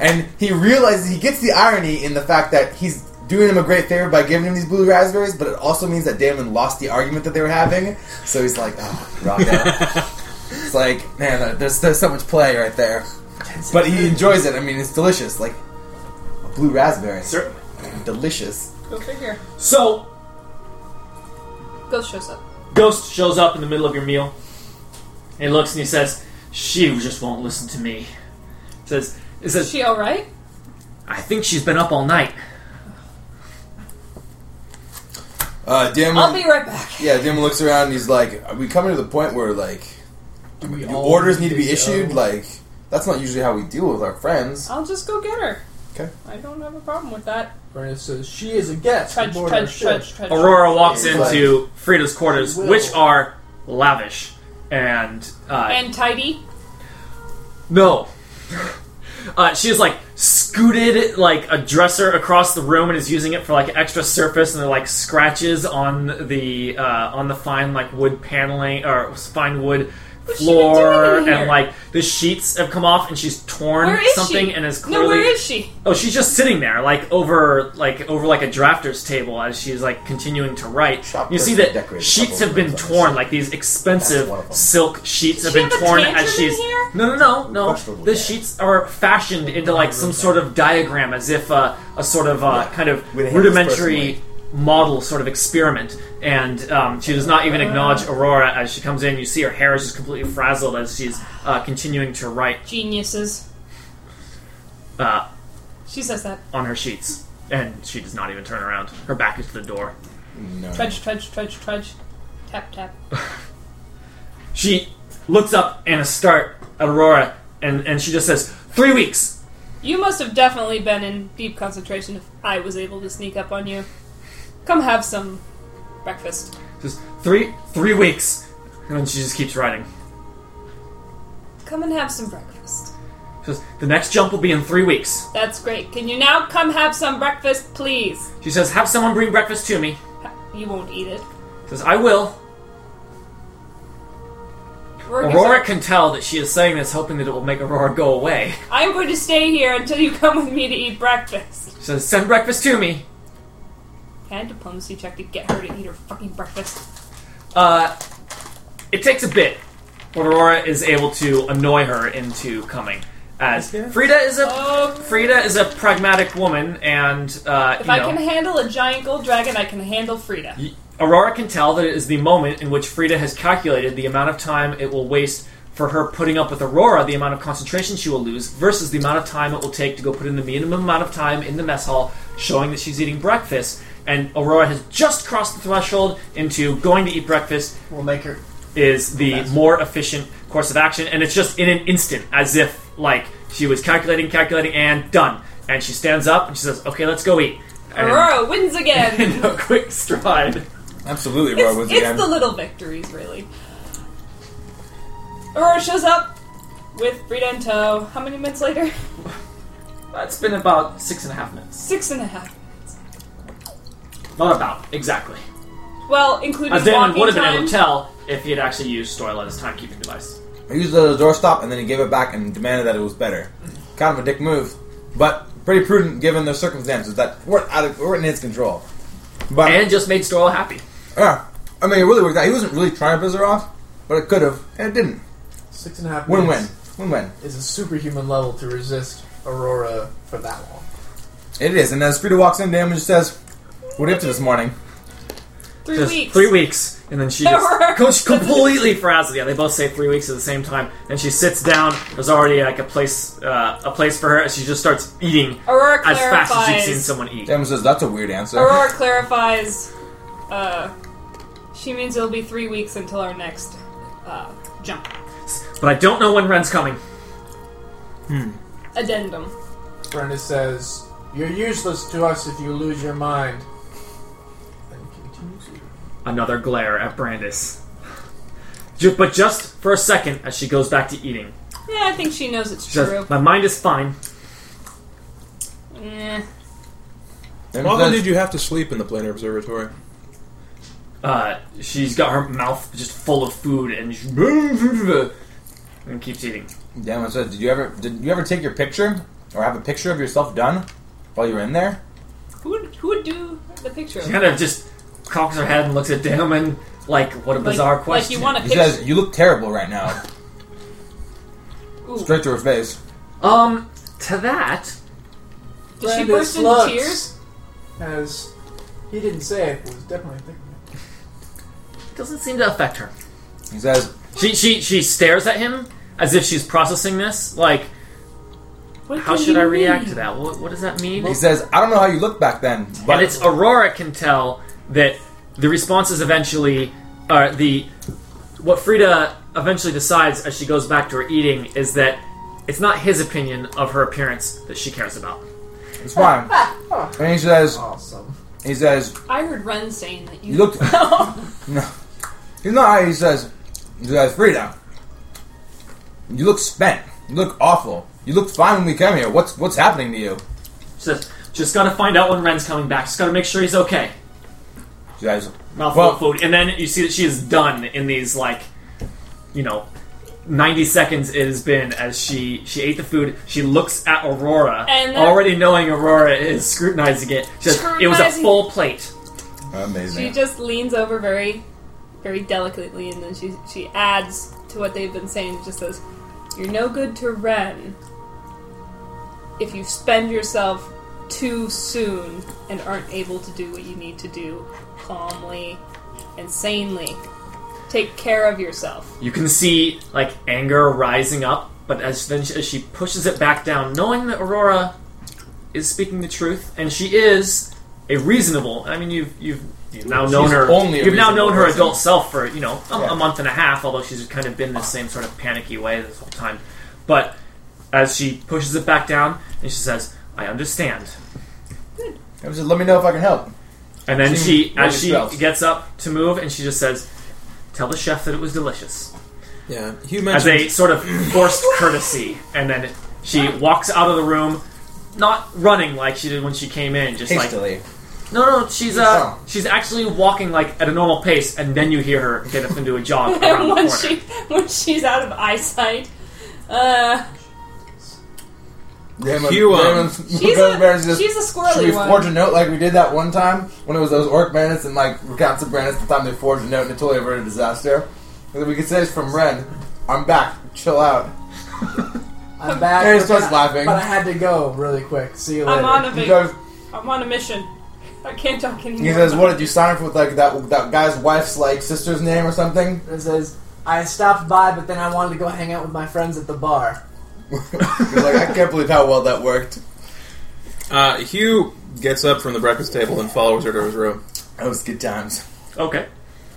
Speaker 3: and he realizes he gets the irony in the fact that he's doing him a great favor by giving him these blue raspberries, but it also means that Damon lost the argument that they were having. So he's like, "Oh, Rocco." it's like, man, there's there's so much play right there, but he enjoys it. I mean, it's delicious, like a blue raspberry,
Speaker 2: Certainly.
Speaker 3: delicious.
Speaker 5: Go figure.
Speaker 2: So
Speaker 5: Ghost shows up.
Speaker 2: Ghost shows up in the middle of your meal. He looks and he says, "She just won't listen to me." Says, "It
Speaker 5: Is
Speaker 2: says
Speaker 5: she all right?
Speaker 2: I think she's been up all night."
Speaker 3: Uh, Damon,
Speaker 5: I'll be right back.
Speaker 3: yeah, Damon looks around and he's like, "Are we coming to the point where like
Speaker 6: Do
Speaker 3: do orders need to be issued? Like that's not usually how we deal with our friends."
Speaker 5: I'll just go get her.
Speaker 3: 'Kay.
Speaker 5: I don't have a problem with that.
Speaker 6: Bernice says she is a guest.
Speaker 5: Trudge,
Speaker 6: aboard our
Speaker 5: trudge,
Speaker 6: ship.
Speaker 5: trudge, trudge.
Speaker 2: Aurora walks
Speaker 6: It's
Speaker 2: into Frida's quarters,
Speaker 6: She will.
Speaker 2: which are lavish and, uh,
Speaker 5: And tidy.
Speaker 2: no. Uh, she is like scooted like a dresser across the room and is using it for like extra surface, and there are like scratches on the uh, on the fine like wood paneling or fine wood
Speaker 5: What's she been
Speaker 2: floor,
Speaker 5: doing in here?
Speaker 2: and like the sheets have come off, and she's torn
Speaker 5: Where is
Speaker 2: something
Speaker 5: she?
Speaker 2: and is clearly
Speaker 5: No, where is she?
Speaker 2: Oh, she's just sitting there, like over, like over, like a drafter's table, as she's like continuing to write.
Speaker 3: Shop
Speaker 2: you see
Speaker 3: person
Speaker 2: that
Speaker 3: decorated
Speaker 2: sheets
Speaker 3: couple
Speaker 2: have been
Speaker 3: rooms on
Speaker 2: torn,
Speaker 3: this.
Speaker 2: like these
Speaker 3: That's
Speaker 2: expensive
Speaker 3: one of them.
Speaker 2: silk sheets have
Speaker 5: she
Speaker 2: been
Speaker 5: have a
Speaker 2: torn
Speaker 5: tantrum
Speaker 2: as she's.
Speaker 5: in here?
Speaker 2: No, no, no, no.
Speaker 3: Questionable
Speaker 2: The
Speaker 3: guy.
Speaker 2: sheets are fashioned into like some sort of diagram, as if uh, a sort of uh,
Speaker 3: Yeah.
Speaker 2: kind of
Speaker 3: Where they have this
Speaker 2: rudimentary model sort of experiment. And um, she does not even
Speaker 5: Ah.
Speaker 2: acknowledge Aurora as she comes in. You see her hair is just completely frazzled as she's uh, continuing to write
Speaker 5: Geniuses.
Speaker 2: uh,
Speaker 5: She says that.
Speaker 2: on her sheets, and she does not even turn around. Her back is to the door.
Speaker 3: No.
Speaker 5: Trudge, trudge, trudge, trudge. Tap, tap.
Speaker 2: She looks up and a start at Aurora, and, and she just says, Three weeks!
Speaker 5: You must have definitely been in deep concentration if I was able to sneak up on you. Come have some breakfast.
Speaker 2: Says, Three, three weeks! And then she just keeps writing.
Speaker 5: Come and have some breakfast.
Speaker 2: Says, The next jump will be in three weeks.
Speaker 5: That's great. Can you now come have some breakfast, please?
Speaker 2: She says, Have someone bring breakfast to me.
Speaker 5: You won't eat it.
Speaker 2: Says, I will.
Speaker 5: Aurora gets
Speaker 2: Aurora
Speaker 5: up.
Speaker 2: can tell that she is saying this, hoping that it will make Aurora go away.
Speaker 5: I'm going to stay here until you come with me to eat breakfast.
Speaker 2: She says, Send breakfast to me.
Speaker 5: Can I diplomacy check to get her to eat her fucking breakfast?
Speaker 2: Uh, it takes a bit. but Aurora is able to annoy her into coming. As
Speaker 4: Okay.
Speaker 2: Frida is a
Speaker 5: Um,
Speaker 2: Frida is a pragmatic woman, and uh,
Speaker 5: If
Speaker 2: you
Speaker 5: I
Speaker 2: know,
Speaker 5: can handle a giant gold dragon, I can handle Frida.
Speaker 2: Aurora can tell that it is the moment in which Frida has calculated the amount of time it will waste for her putting up with Aurora, the amount of concentration she will lose, versus the amount of time it will take to go put in the minimum amount of time in the mess hall, showing that she's eating breakfast. And Aurora has just crossed the threshold into going to eat breakfast,
Speaker 6: We'll make her.
Speaker 2: is the more efficient course of action, and it's just in an instant, as if like she was calculating, calculating, and done. And she stands up and she says, "Okay, let's go eat." And
Speaker 5: Aurora wins again.
Speaker 2: in a quick stride,
Speaker 10: Absolutely, Aurora
Speaker 5: it's
Speaker 10: wins
Speaker 5: it's
Speaker 10: again.
Speaker 5: the little victories, really. Aurora shows up with Frida in tow. How many minutes later?
Speaker 2: that's been about six and a half minutes.
Speaker 5: Six and a half.
Speaker 2: Not about exactly.
Speaker 5: Well, including
Speaker 2: As Damon
Speaker 5: walking
Speaker 2: would have been
Speaker 5: time.
Speaker 2: able to tell if he had actually used Storyla as a timekeeping device.
Speaker 3: I used it as a doorstop, and then he gave it back and demanded that it was better. Kind of a dick move, but pretty prudent given the circumstances that weren't out of weren't in his control. But
Speaker 2: And just made Storyla happy.
Speaker 3: yeah, I mean, it really worked out. He wasn't really trying to piss her off, but it could have, and it didn't.
Speaker 6: Six and a half
Speaker 3: Win win.
Speaker 6: minutes
Speaker 3: Win win.
Speaker 6: is a superhuman level to resist Aurora for that long.
Speaker 3: It is. And as Frida walks in, Damon just says, What are you up to this morning?
Speaker 5: Three
Speaker 2: Just
Speaker 5: weeks.
Speaker 2: Three weeks. And then she
Speaker 5: Aurora.
Speaker 2: just goes completely frazzled. Yeah, they both say three weeks at the same time. And she sits down. There's already like a place uh, a place for her, and she just starts eating
Speaker 5: Aurora
Speaker 2: as fast as you've seen
Speaker 5: clarifies.
Speaker 2: someone eat.
Speaker 3: Damon says, That's a weird answer.
Speaker 5: Aurora clarifies. Uh, she means it'll be three weeks until our next uh, jump
Speaker 2: But I don't know when Ren's coming.
Speaker 5: addendum.
Speaker 6: Brenda says, You're useless to us if you lose your mind. And continues eating.
Speaker 2: Another glare at Brandis. Ju- But just for a second, as she goes back to eating,
Speaker 5: Yeah, I think she knows it's
Speaker 2: she says,
Speaker 5: true.
Speaker 2: "My mind is fine."
Speaker 5: Eh.
Speaker 3: Damon
Speaker 4: How often
Speaker 3: says,
Speaker 4: did you have to sleep in the Planar Observatory?
Speaker 2: Uh, she's got her mouth just full of food and she- and keeps eating.
Speaker 3: Damon says, Did you ever did you ever take your picture or have a picture of yourself done while you were in there?
Speaker 5: Who would, who would do the picture?
Speaker 2: She kind of just cocks her head and looks at Damon like, "What a
Speaker 5: like,
Speaker 2: bizarre
Speaker 5: like
Speaker 2: question."
Speaker 5: you want a
Speaker 3: He
Speaker 5: picture?
Speaker 3: says, You look terrible right now.
Speaker 5: Ooh.
Speaker 3: Straight to her face.
Speaker 2: um, to that,
Speaker 5: Did she
Speaker 6: Brenda
Speaker 5: burst into
Speaker 6: slugs.
Speaker 5: tears?
Speaker 6: As he didn't say it, but was definitely thinking it.
Speaker 2: doesn't seem to affect her.
Speaker 3: He says,
Speaker 2: She she she stares at him as if she's processing this. Like,
Speaker 5: What
Speaker 2: how
Speaker 5: do
Speaker 2: should
Speaker 5: you
Speaker 2: I react
Speaker 5: mean?
Speaker 2: to that? What, what does that mean?
Speaker 3: He says, I don't know how you looked back then, but
Speaker 2: and it's Aurora can tell that the response is eventually, uh, the what Frida eventually decides as she goes back to her eating is that it's not his opinion of her appearance that she cares about.
Speaker 3: it's fine. And he says,
Speaker 6: Awesome.
Speaker 3: He says,
Speaker 5: I heard Ren saying that you,
Speaker 3: You looked. no. He's not. He says, he says, Frida, you look spent. You look awful. You look fine when we came here. What's what's happening to you?
Speaker 2: She says, "Just gotta find out when Ren's coming back. Just gotta make sure he's okay."
Speaker 3: She says,
Speaker 2: mouthful
Speaker 3: Well-
Speaker 2: of food, and then you see that she is done in these like, you know, ninety seconds it has been as she she ate the food. She looks at Aurora,
Speaker 5: And then-
Speaker 2: already knowing Aurora is scrutinizing it. She says, it was a
Speaker 5: Scrutinizing.
Speaker 2: full plate.
Speaker 5: she
Speaker 3: amazing.
Speaker 5: just leans over very, very delicately, and then she she adds to what they've been saying. Just says, "You're no good to Ren if you spend yourself too soon and aren't able to do what you need to do calmly and sanely. Take care of yourself."
Speaker 2: You can see like anger rising up, but as then she, as she pushes it back down, knowing that Aurora is speaking the truth, and she is a reasonable. I mean, you've you've. You've now known her.
Speaker 3: only a
Speaker 2: you've now
Speaker 3: reasonable
Speaker 2: known her
Speaker 3: person.
Speaker 2: adult self for you know a,
Speaker 3: Yeah.
Speaker 2: a month and a half. Although she's kind of been in the same sort of panicky way this whole time. But as she pushes it back down, and she says, "I understand."
Speaker 3: He says, Let me know if I can help.
Speaker 2: And then
Speaker 3: She-
Speaker 2: she, as she
Speaker 3: spells.
Speaker 2: gets up to move, and she just says, "Tell the chef that it was delicious."
Speaker 4: Yeah, Hugh
Speaker 2: as
Speaker 4: mentioned.
Speaker 2: a sort of forced courtesy, and then she walks out of the room, not running like she did when she came in, just like
Speaker 3: Hastily.
Speaker 2: no, no, she's uh, she's actually walking like at a normal pace, and then you hear her get up into a jog around
Speaker 5: And
Speaker 2: the corner.
Speaker 5: once she once she's out of eyesight, uh,
Speaker 3: Damon,
Speaker 4: Hugh, um,
Speaker 3: Damon-
Speaker 5: she's
Speaker 3: Damon
Speaker 5: a,
Speaker 3: Barnes is just,
Speaker 5: she's a
Speaker 3: Should we
Speaker 5: squirrely
Speaker 3: forge a
Speaker 5: one.
Speaker 3: note like we did that one time when it was those orc bandits and like recounts of bandits the time they forged a note and it totally averted disaster? And then we could say it's from Ren. I'm back. Chill out.
Speaker 6: I'm back.
Speaker 3: And he starts
Speaker 6: but I-
Speaker 3: laughing.
Speaker 6: But I had to go really quick. See you later.
Speaker 5: I'm on a
Speaker 3: He
Speaker 5: vac-
Speaker 3: goes.
Speaker 5: I'm on a mission. I can't talk anymore.
Speaker 3: He says, "What did you sign up with? Like that that guy's wife's like sister's name or something?"
Speaker 6: It says, I stopped by, but then I wanted to go hang out with my friends at the bar.
Speaker 3: He's like, "I can't believe how well that worked."
Speaker 4: Uh, Hugh gets up from the breakfast table and follows her to his room.
Speaker 3: That was good times.
Speaker 2: Okay.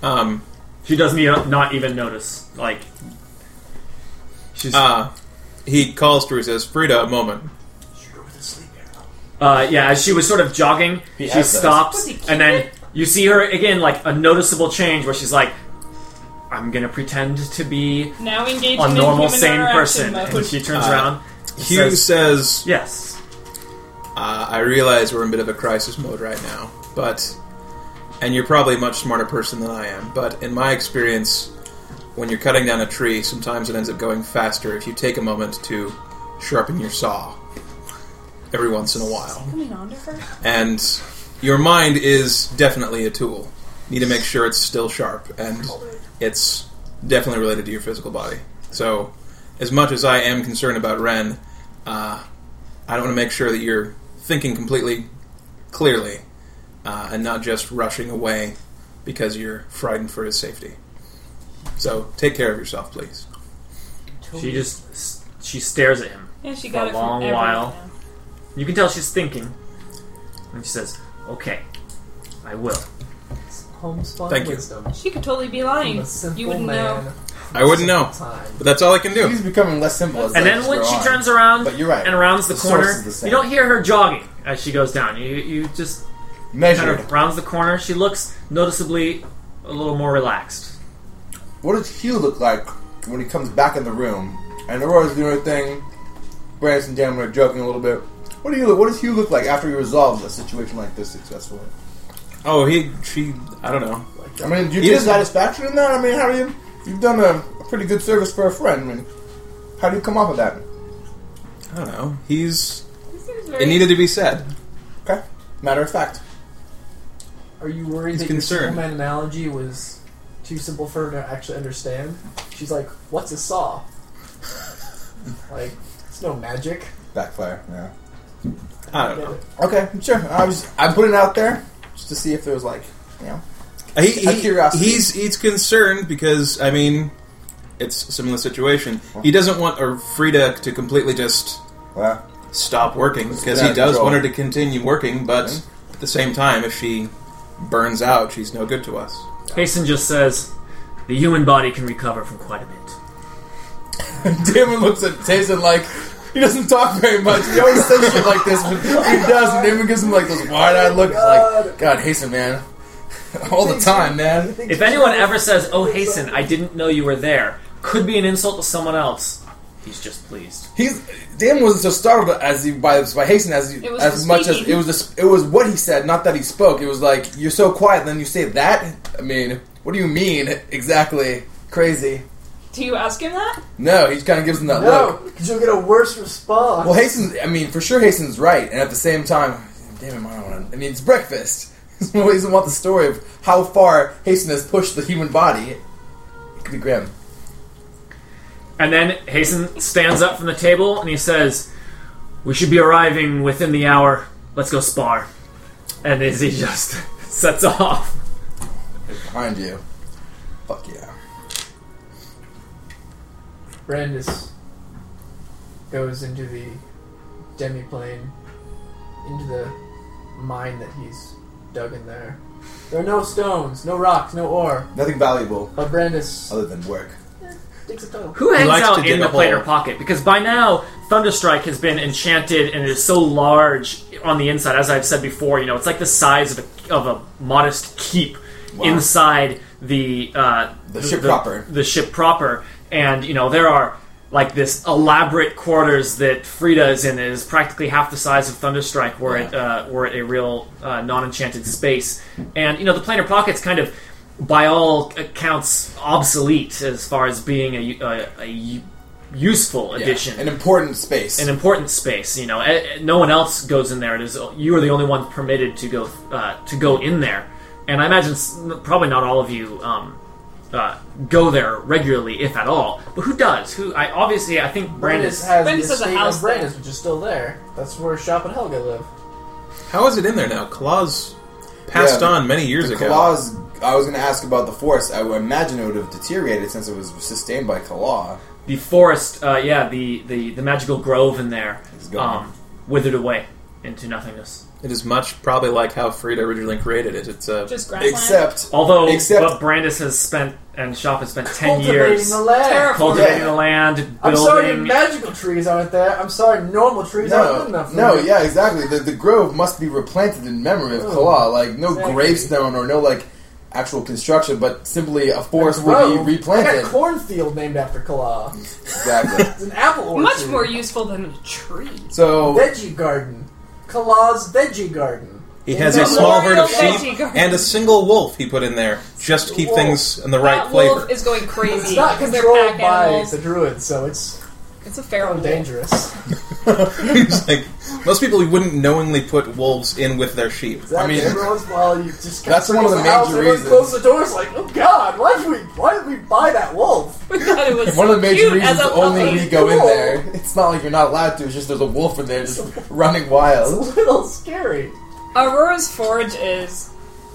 Speaker 4: Um,
Speaker 2: She doesn't even, not even notice. Like, she's.
Speaker 4: uh, he calls to her. Says, "Frida, a moment."
Speaker 2: Uh, yeah, as she was sort of jogging,
Speaker 3: He
Speaker 2: she
Speaker 3: has those.
Speaker 2: stops, and then you see her again, like a noticeable change where she's like, "I'm gonna pretend to be
Speaker 5: now engaging
Speaker 2: a
Speaker 5: in
Speaker 2: normal,
Speaker 5: human
Speaker 2: sane
Speaker 5: interaction
Speaker 2: person,"
Speaker 5: mode.
Speaker 2: and she turns
Speaker 4: Uh,
Speaker 2: around.
Speaker 4: Hugh
Speaker 2: Says-
Speaker 4: says
Speaker 2: Yes,
Speaker 4: Uh, I realize we're in a bit of a crisis mode right now, but. And you're probably a much smarter person than I am, but in my experience, when you're cutting down a tree, sometimes it ends up going faster if you take a moment to sharpen your saw every once in a while.
Speaker 5: Coming on to her.
Speaker 4: And your mind is definitely a tool. You need to make sure it's still sharp, and it's definitely related to your physical body. So, as much as I am concerned about Ren, uh, I want to make sure that you're thinking completely clearly uh, and not just rushing away because you're frightened for his safety. So, take care of yourself, please.
Speaker 2: she just she stares at him.
Speaker 5: Yeah, she
Speaker 2: For
Speaker 5: got
Speaker 2: a
Speaker 5: it
Speaker 2: long
Speaker 5: from everyone
Speaker 2: while.
Speaker 5: now.
Speaker 2: You can tell she's thinking, and she says, "Okay, I will."
Speaker 6: Homespun
Speaker 4: Thank you.
Speaker 6: wisdom.
Speaker 5: She could totally be lying.
Speaker 6: From a simple
Speaker 5: You wouldn't
Speaker 6: man
Speaker 5: know.
Speaker 4: I wouldn't know,
Speaker 6: Time.
Speaker 4: but that's all I can do.
Speaker 3: He's becoming less simple. As
Speaker 2: And
Speaker 3: they
Speaker 2: then
Speaker 3: just
Speaker 2: when
Speaker 3: go
Speaker 2: she
Speaker 3: on.
Speaker 2: turns around
Speaker 3: But you're right.
Speaker 2: and rounds the,
Speaker 3: The source
Speaker 2: corner,
Speaker 3: is the same.
Speaker 2: you don't hear her jogging as she goes down. You you just kind
Speaker 3: measured.
Speaker 2: of rounds the corner. She looks noticeably a little more relaxed.
Speaker 3: What does Hugh look like when he comes back in the room? And Aurora's doing her thing. Branson and Dan are joking a little bit. What do you look? What does Hugh look like after he resolves a situation like this successfully?
Speaker 4: Oh, he, she, I don't know.
Speaker 3: I mean, do you
Speaker 4: He
Speaker 3: get
Speaker 4: doesn't-
Speaker 3: satisfaction in that? I mean, how do you? You've done a, a pretty good service for a friend. I mean, how do you come off of that?
Speaker 4: I don't know. He's.
Speaker 5: This seems very
Speaker 4: It needed to be said.
Speaker 3: Okay, matter of fact.
Speaker 6: Are you worried
Speaker 4: He's
Speaker 6: that
Speaker 4: concerned.
Speaker 6: your man analogy was too simple for her to actually understand? She's like, what's a saw? like, it's no magic.
Speaker 3: Backfire. Yeah.
Speaker 4: I
Speaker 6: Get
Speaker 4: don't know.
Speaker 6: it?
Speaker 3: Okay, sure. I was. I put it out there just to see if there was like, you know.
Speaker 4: He,
Speaker 3: Out of
Speaker 4: he-
Speaker 3: curiosity.
Speaker 4: He's he's concerned because I mean, it's a similar situation. He doesn't want uh, Frida to completely just
Speaker 3: Well,
Speaker 4: stop working because
Speaker 3: out
Speaker 4: he
Speaker 3: of
Speaker 4: does
Speaker 3: control.
Speaker 4: want her to continue working. But at the same time, if she burns out, she's no good to us.
Speaker 2: Hasten just says, the human body can recover from quite a bit.
Speaker 3: Damon looks at Tayson like he doesn't talk very much. He always says shit like this, but he does. And Damon gives him like those wide-eyed looks, like God, Hasten, man, all the time, man.
Speaker 2: If anyone ever says, oh, Hasten, I didn't know you were there, could be an insult to someone else, he's just pleased.
Speaker 3: He's Damon wasn't so startled as he by, by Hasten as he,
Speaker 5: It was
Speaker 3: as
Speaker 5: the
Speaker 3: much as
Speaker 5: speaking.
Speaker 3: it was. The, it was what he said, not that he spoke. It was like you're so quiet, then you say that. I mean, what do you mean exactly? Crazy.
Speaker 5: Do you ask him that?
Speaker 3: No, he kind of gives him that look.
Speaker 6: No, because you'll get a worse response.
Speaker 3: Well, Hasten, I mean, for sure Hasten's right, and at the same time, damn it, I don't want to. I mean, it's breakfast. he doesn't want the story of how far Hasten has pushed the human body. It could be grim.
Speaker 2: And then Hasten stands up from the table and he says, we should be arriving within the hour. Let's go spar. And as he just sets off.
Speaker 3: Behind you. Fuck yeah.
Speaker 6: Brandis goes into the demiplane, into the mine that he's dug in there. There are no stones, no rocks, no ore,
Speaker 3: Nothing valuable
Speaker 6: but Brandis
Speaker 3: other than work.
Speaker 6: digs a tunnel.
Speaker 2: Who hangs
Speaker 4: likes to
Speaker 2: out
Speaker 4: dig
Speaker 2: in
Speaker 4: a
Speaker 2: the plater
Speaker 4: hole.
Speaker 2: pocket? Because by now, Thunderstrike has been enchanted and is so large on the inside. As I've said before, you know, it's like the size of a, of a modest keep inside the, uh,
Speaker 3: The ship proper.
Speaker 2: The ship proper, and you know there are like this elaborate quarters that Frida is in is practically half the size of Thunderstrike, were it uh, were it a real uh, non-enchanted space. And you know the planar pocket's kind of by all accounts obsolete as far as being a, a, a u- useful
Speaker 3: Yeah.
Speaker 2: addition
Speaker 3: An important space.
Speaker 2: an important space. You know, Eh, eh, no one else goes in there. It is you are the only one permitted to go uh, to go in there. And I imagine s- probably not all of you um, uh, go there regularly, if at all. But who does? Who? I obviously I think
Speaker 6: Brandis
Speaker 2: Brandis.
Speaker 6: has
Speaker 5: Brandis
Speaker 6: the
Speaker 5: has a
Speaker 6: estate
Speaker 5: house
Speaker 6: of Brandis, which is still there. That's where Shop and Helga live.
Speaker 4: How is it in there now? Claws passed
Speaker 3: Yeah,
Speaker 4: on many years
Speaker 3: the
Speaker 4: ago.
Speaker 3: Claws. I was going to ask about the forest. I would imagine it would have deteriorated since it was sustained by Kalaw.
Speaker 2: the forest, uh, yeah, the, the, the magical grove in there
Speaker 3: It's gone.
Speaker 2: um, withered away into nothingness.
Speaker 4: It is much probably like how Frida originally created it. It's a
Speaker 5: Just grassland.
Speaker 3: Except
Speaker 2: Although,
Speaker 3: Except-
Speaker 2: but Brandis has spent and Shop has spent ten
Speaker 6: Cultivating
Speaker 2: years
Speaker 6: the land.
Speaker 2: cultivating
Speaker 3: Yeah.
Speaker 2: the land,
Speaker 6: I'm sorry, your
Speaker 2: building.
Speaker 6: magical trees aren't there. I'm sorry, normal trees aren't good
Speaker 3: no,
Speaker 6: enough. for
Speaker 3: no,
Speaker 6: me.
Speaker 3: yeah, exactly. The, the grove must be replanted in memory of Kalaw. Like no
Speaker 6: Exactly.
Speaker 3: gravestone or no like actual construction, but simply a forest will
Speaker 6: Grow.
Speaker 3: be
Speaker 6: I
Speaker 3: replanted.
Speaker 6: got a cornfield named after Kalaw.
Speaker 3: exactly.
Speaker 6: It's an apple orchard.
Speaker 5: Much more useful than a tree.
Speaker 3: So
Speaker 6: Veggie garden. Kalaw's veggie garden.
Speaker 4: he has a
Speaker 5: Memorial
Speaker 4: small herd of sheep
Speaker 5: veggie garden.
Speaker 4: and a single wolf he put in there just to keep
Speaker 6: Wolf.
Speaker 4: things in the right
Speaker 5: that
Speaker 4: flavor.
Speaker 5: wolf is going crazy.
Speaker 6: It's not
Speaker 5: because they're
Speaker 6: controlled
Speaker 5: pack
Speaker 6: by
Speaker 5: animals.
Speaker 6: the druids, so it's
Speaker 5: It's a feral
Speaker 6: kind of
Speaker 5: wolf.
Speaker 6: dangerous.
Speaker 4: It's like most people you wouldn't knowingly put wolves in with their sheep.
Speaker 6: Exactly.
Speaker 3: mean-
Speaker 6: everyone's while you just
Speaker 3: That's
Speaker 6: comes
Speaker 3: one of
Speaker 6: to
Speaker 3: the
Speaker 6: house,
Speaker 3: major
Speaker 6: everyone
Speaker 3: reasons.
Speaker 6: Close the doors, like, oh god, why did we, why did we buy that wolf?
Speaker 5: We thought it was
Speaker 3: one of the major
Speaker 5: cute
Speaker 3: reasons
Speaker 5: as a
Speaker 3: only
Speaker 5: puppy.
Speaker 3: we go in
Speaker 6: Cool.
Speaker 3: there. It's not like you're not allowed to. It's just there's a wolf in there just running
Speaker 6: It's
Speaker 3: wild.
Speaker 6: a little scary.
Speaker 5: Aurora's forge is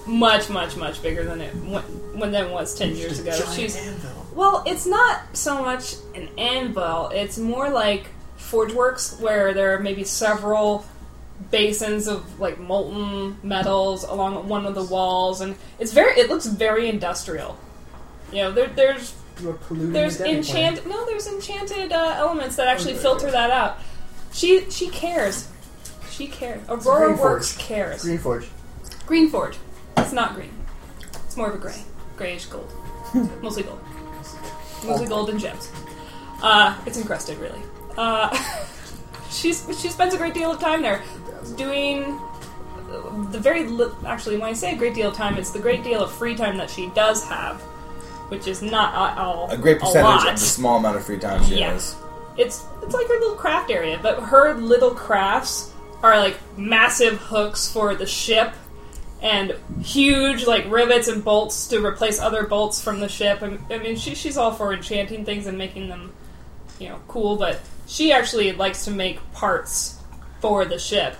Speaker 5: much, much, much bigger than it when, when then was ten years ago. She's
Speaker 6: anvil.
Speaker 5: well, it's not so much an anvil. It's more like forgeworks, where there are maybe several basins of like molten metals along one of the walls, and it's very. It looks very industrial. You know, there, there's
Speaker 6: You are polluting
Speaker 5: there's
Speaker 6: the demi-plane.
Speaker 5: enchant no there's enchanted uh, elements that actually filter that out she she cares she cares aurora
Speaker 6: green
Speaker 5: works
Speaker 6: forge.
Speaker 5: cares green.
Speaker 6: Green Forge.
Speaker 5: forge it's not green it's more of a gray grayish gold mostly gold mostly gold and gems uh, it's encrusted really uh, she's she spends a great deal of time there doing the very li- actually when i say a great deal of time it's the great deal of free time that she does have which is not at all
Speaker 3: A great
Speaker 5: lot.
Speaker 3: percentage of the small amount of free time she
Speaker 5: Yeah.
Speaker 3: has.
Speaker 5: it's it's like her little craft area, but her little crafts are like massive hooks for the ship and huge like rivets and bolts to replace other bolts from the ship. I I mean, she she's all for enchanting things and making them, you know, cool. But she actually likes to make parts for the ship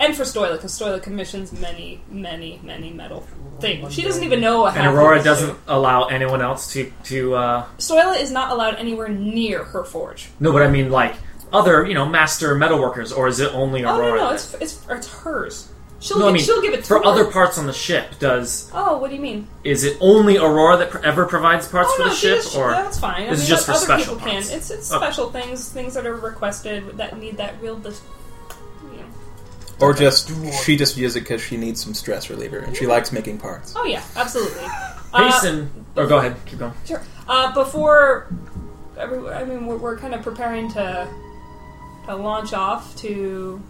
Speaker 5: and for Stoila because Stoila commissions many, many, many metal things. She doesn't even know.
Speaker 2: And
Speaker 5: half of
Speaker 2: Aurora
Speaker 5: this.
Speaker 2: doesn't allow anyone else to to. Uh,
Speaker 5: Stoila is not allowed anywhere near her forge.
Speaker 2: no, but I mean like other you know master metalworkers, or is it only
Speaker 5: Oh
Speaker 2: Aurora?
Speaker 5: no, no,
Speaker 2: that-
Speaker 5: it's it's, it's hers. She'll
Speaker 2: No,
Speaker 5: give,
Speaker 2: I mean,
Speaker 5: she'll give it to
Speaker 2: for
Speaker 5: her.
Speaker 2: other parts on the ship. Does
Speaker 5: Oh, what do you mean?
Speaker 2: is it only Aurora that pr- ever provides parts
Speaker 5: oh
Speaker 2: for
Speaker 5: no,
Speaker 2: the
Speaker 5: she
Speaker 2: ship,
Speaker 5: just,
Speaker 2: or
Speaker 5: that's fine. I
Speaker 2: is it
Speaker 5: mean,
Speaker 2: just
Speaker 5: o-
Speaker 2: for
Speaker 5: other
Speaker 2: special
Speaker 5: people
Speaker 2: parts?
Speaker 5: can. It's it's
Speaker 2: Oh.
Speaker 5: special things, things that are requested that need that real. Dis- you know.
Speaker 4: Or just she just uses it because she needs some stress reliever and she likes making parts.
Speaker 5: Oh yeah, absolutely. Uh,
Speaker 2: Mason? or oh, go ahead, keep going.
Speaker 5: Sure. Uh, before, every, I mean, we're, we're kind of preparing to to launch off to.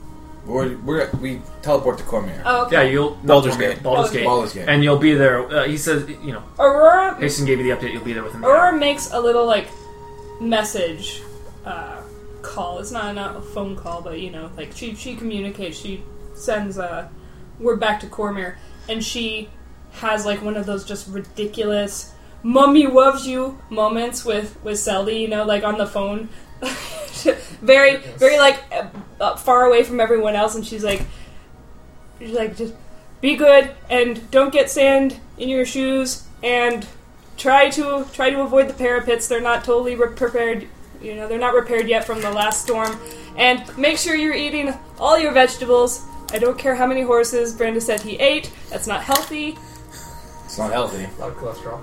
Speaker 3: We're, we're, we teleport to Cormier.
Speaker 5: Oh, okay.
Speaker 2: Yeah, you'll not
Speaker 4: Baldur's
Speaker 2: Cormier,
Speaker 4: Gate.
Speaker 2: Baldur's
Speaker 5: Oh,
Speaker 2: Gate,
Speaker 3: Baldur's Gate.
Speaker 2: and you'll be there. Uh, he says, you know,
Speaker 5: Aurora
Speaker 2: Mason gave you the update. You'll be there within. the
Speaker 5: Aurora
Speaker 2: hour.
Speaker 5: makes a little like message uh, call. It's not, not a phone call, but you know, like she she communicates. She sends a we're back to Cormir, and she has like one of those just ridiculous "mummy loves you" moments with with Seldy. You know, like on the phone, very very like uh, uh, far away from everyone else, and she's like she's like just be good and don't get sand in your shoes and try to try to avoid the parapets. They're not totally re- prepared. You know, they're not repaired yet from the last storm. And make sure you're eating all your vegetables. I don't care how many horses Brandon said he ate. That's not healthy.
Speaker 3: It's not healthy.
Speaker 6: A lot of cholesterol.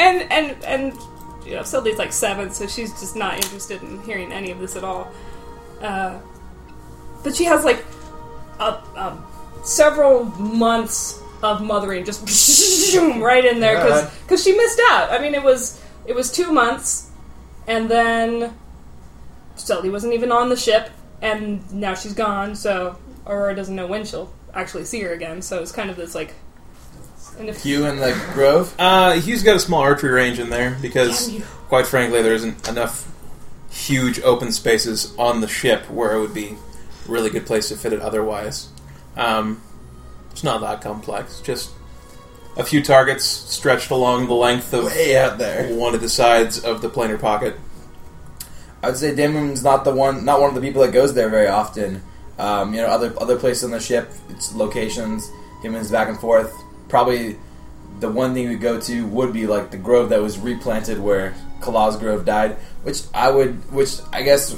Speaker 5: And and and you know, Sylvie's like seven, so she's just not interested in hearing any of this at all. Uh, but she has like a, um, several months of mothering just zoom right in there
Speaker 3: God.
Speaker 5: because she missed out. I mean, it was it was two months, and then Sylvie wasn't even on the ship, and now she's gone. So Aurora doesn't know when she'll actually see her again. So it's kind of this like. And if
Speaker 3: Hugh and the grove.
Speaker 4: Uh, Hugh's got a small archery range in there because,
Speaker 5: Damn you.
Speaker 4: quite frankly, there isn't enough huge open spaces on the ship where it would be a really good place to fit it otherwise. Um, it's not that complex. Just a few targets stretched along the length of
Speaker 3: Way out there.
Speaker 4: one of the sides of the planar pocket.
Speaker 3: I'd say Damon's not the one, not one of the people that goes there very often. Um, you know, other other places on the ship, its locations, Damon's back and forth. Probably the one thing we go to would be like the grove that was replanted where Kalaz Grove died, which I would, which I guess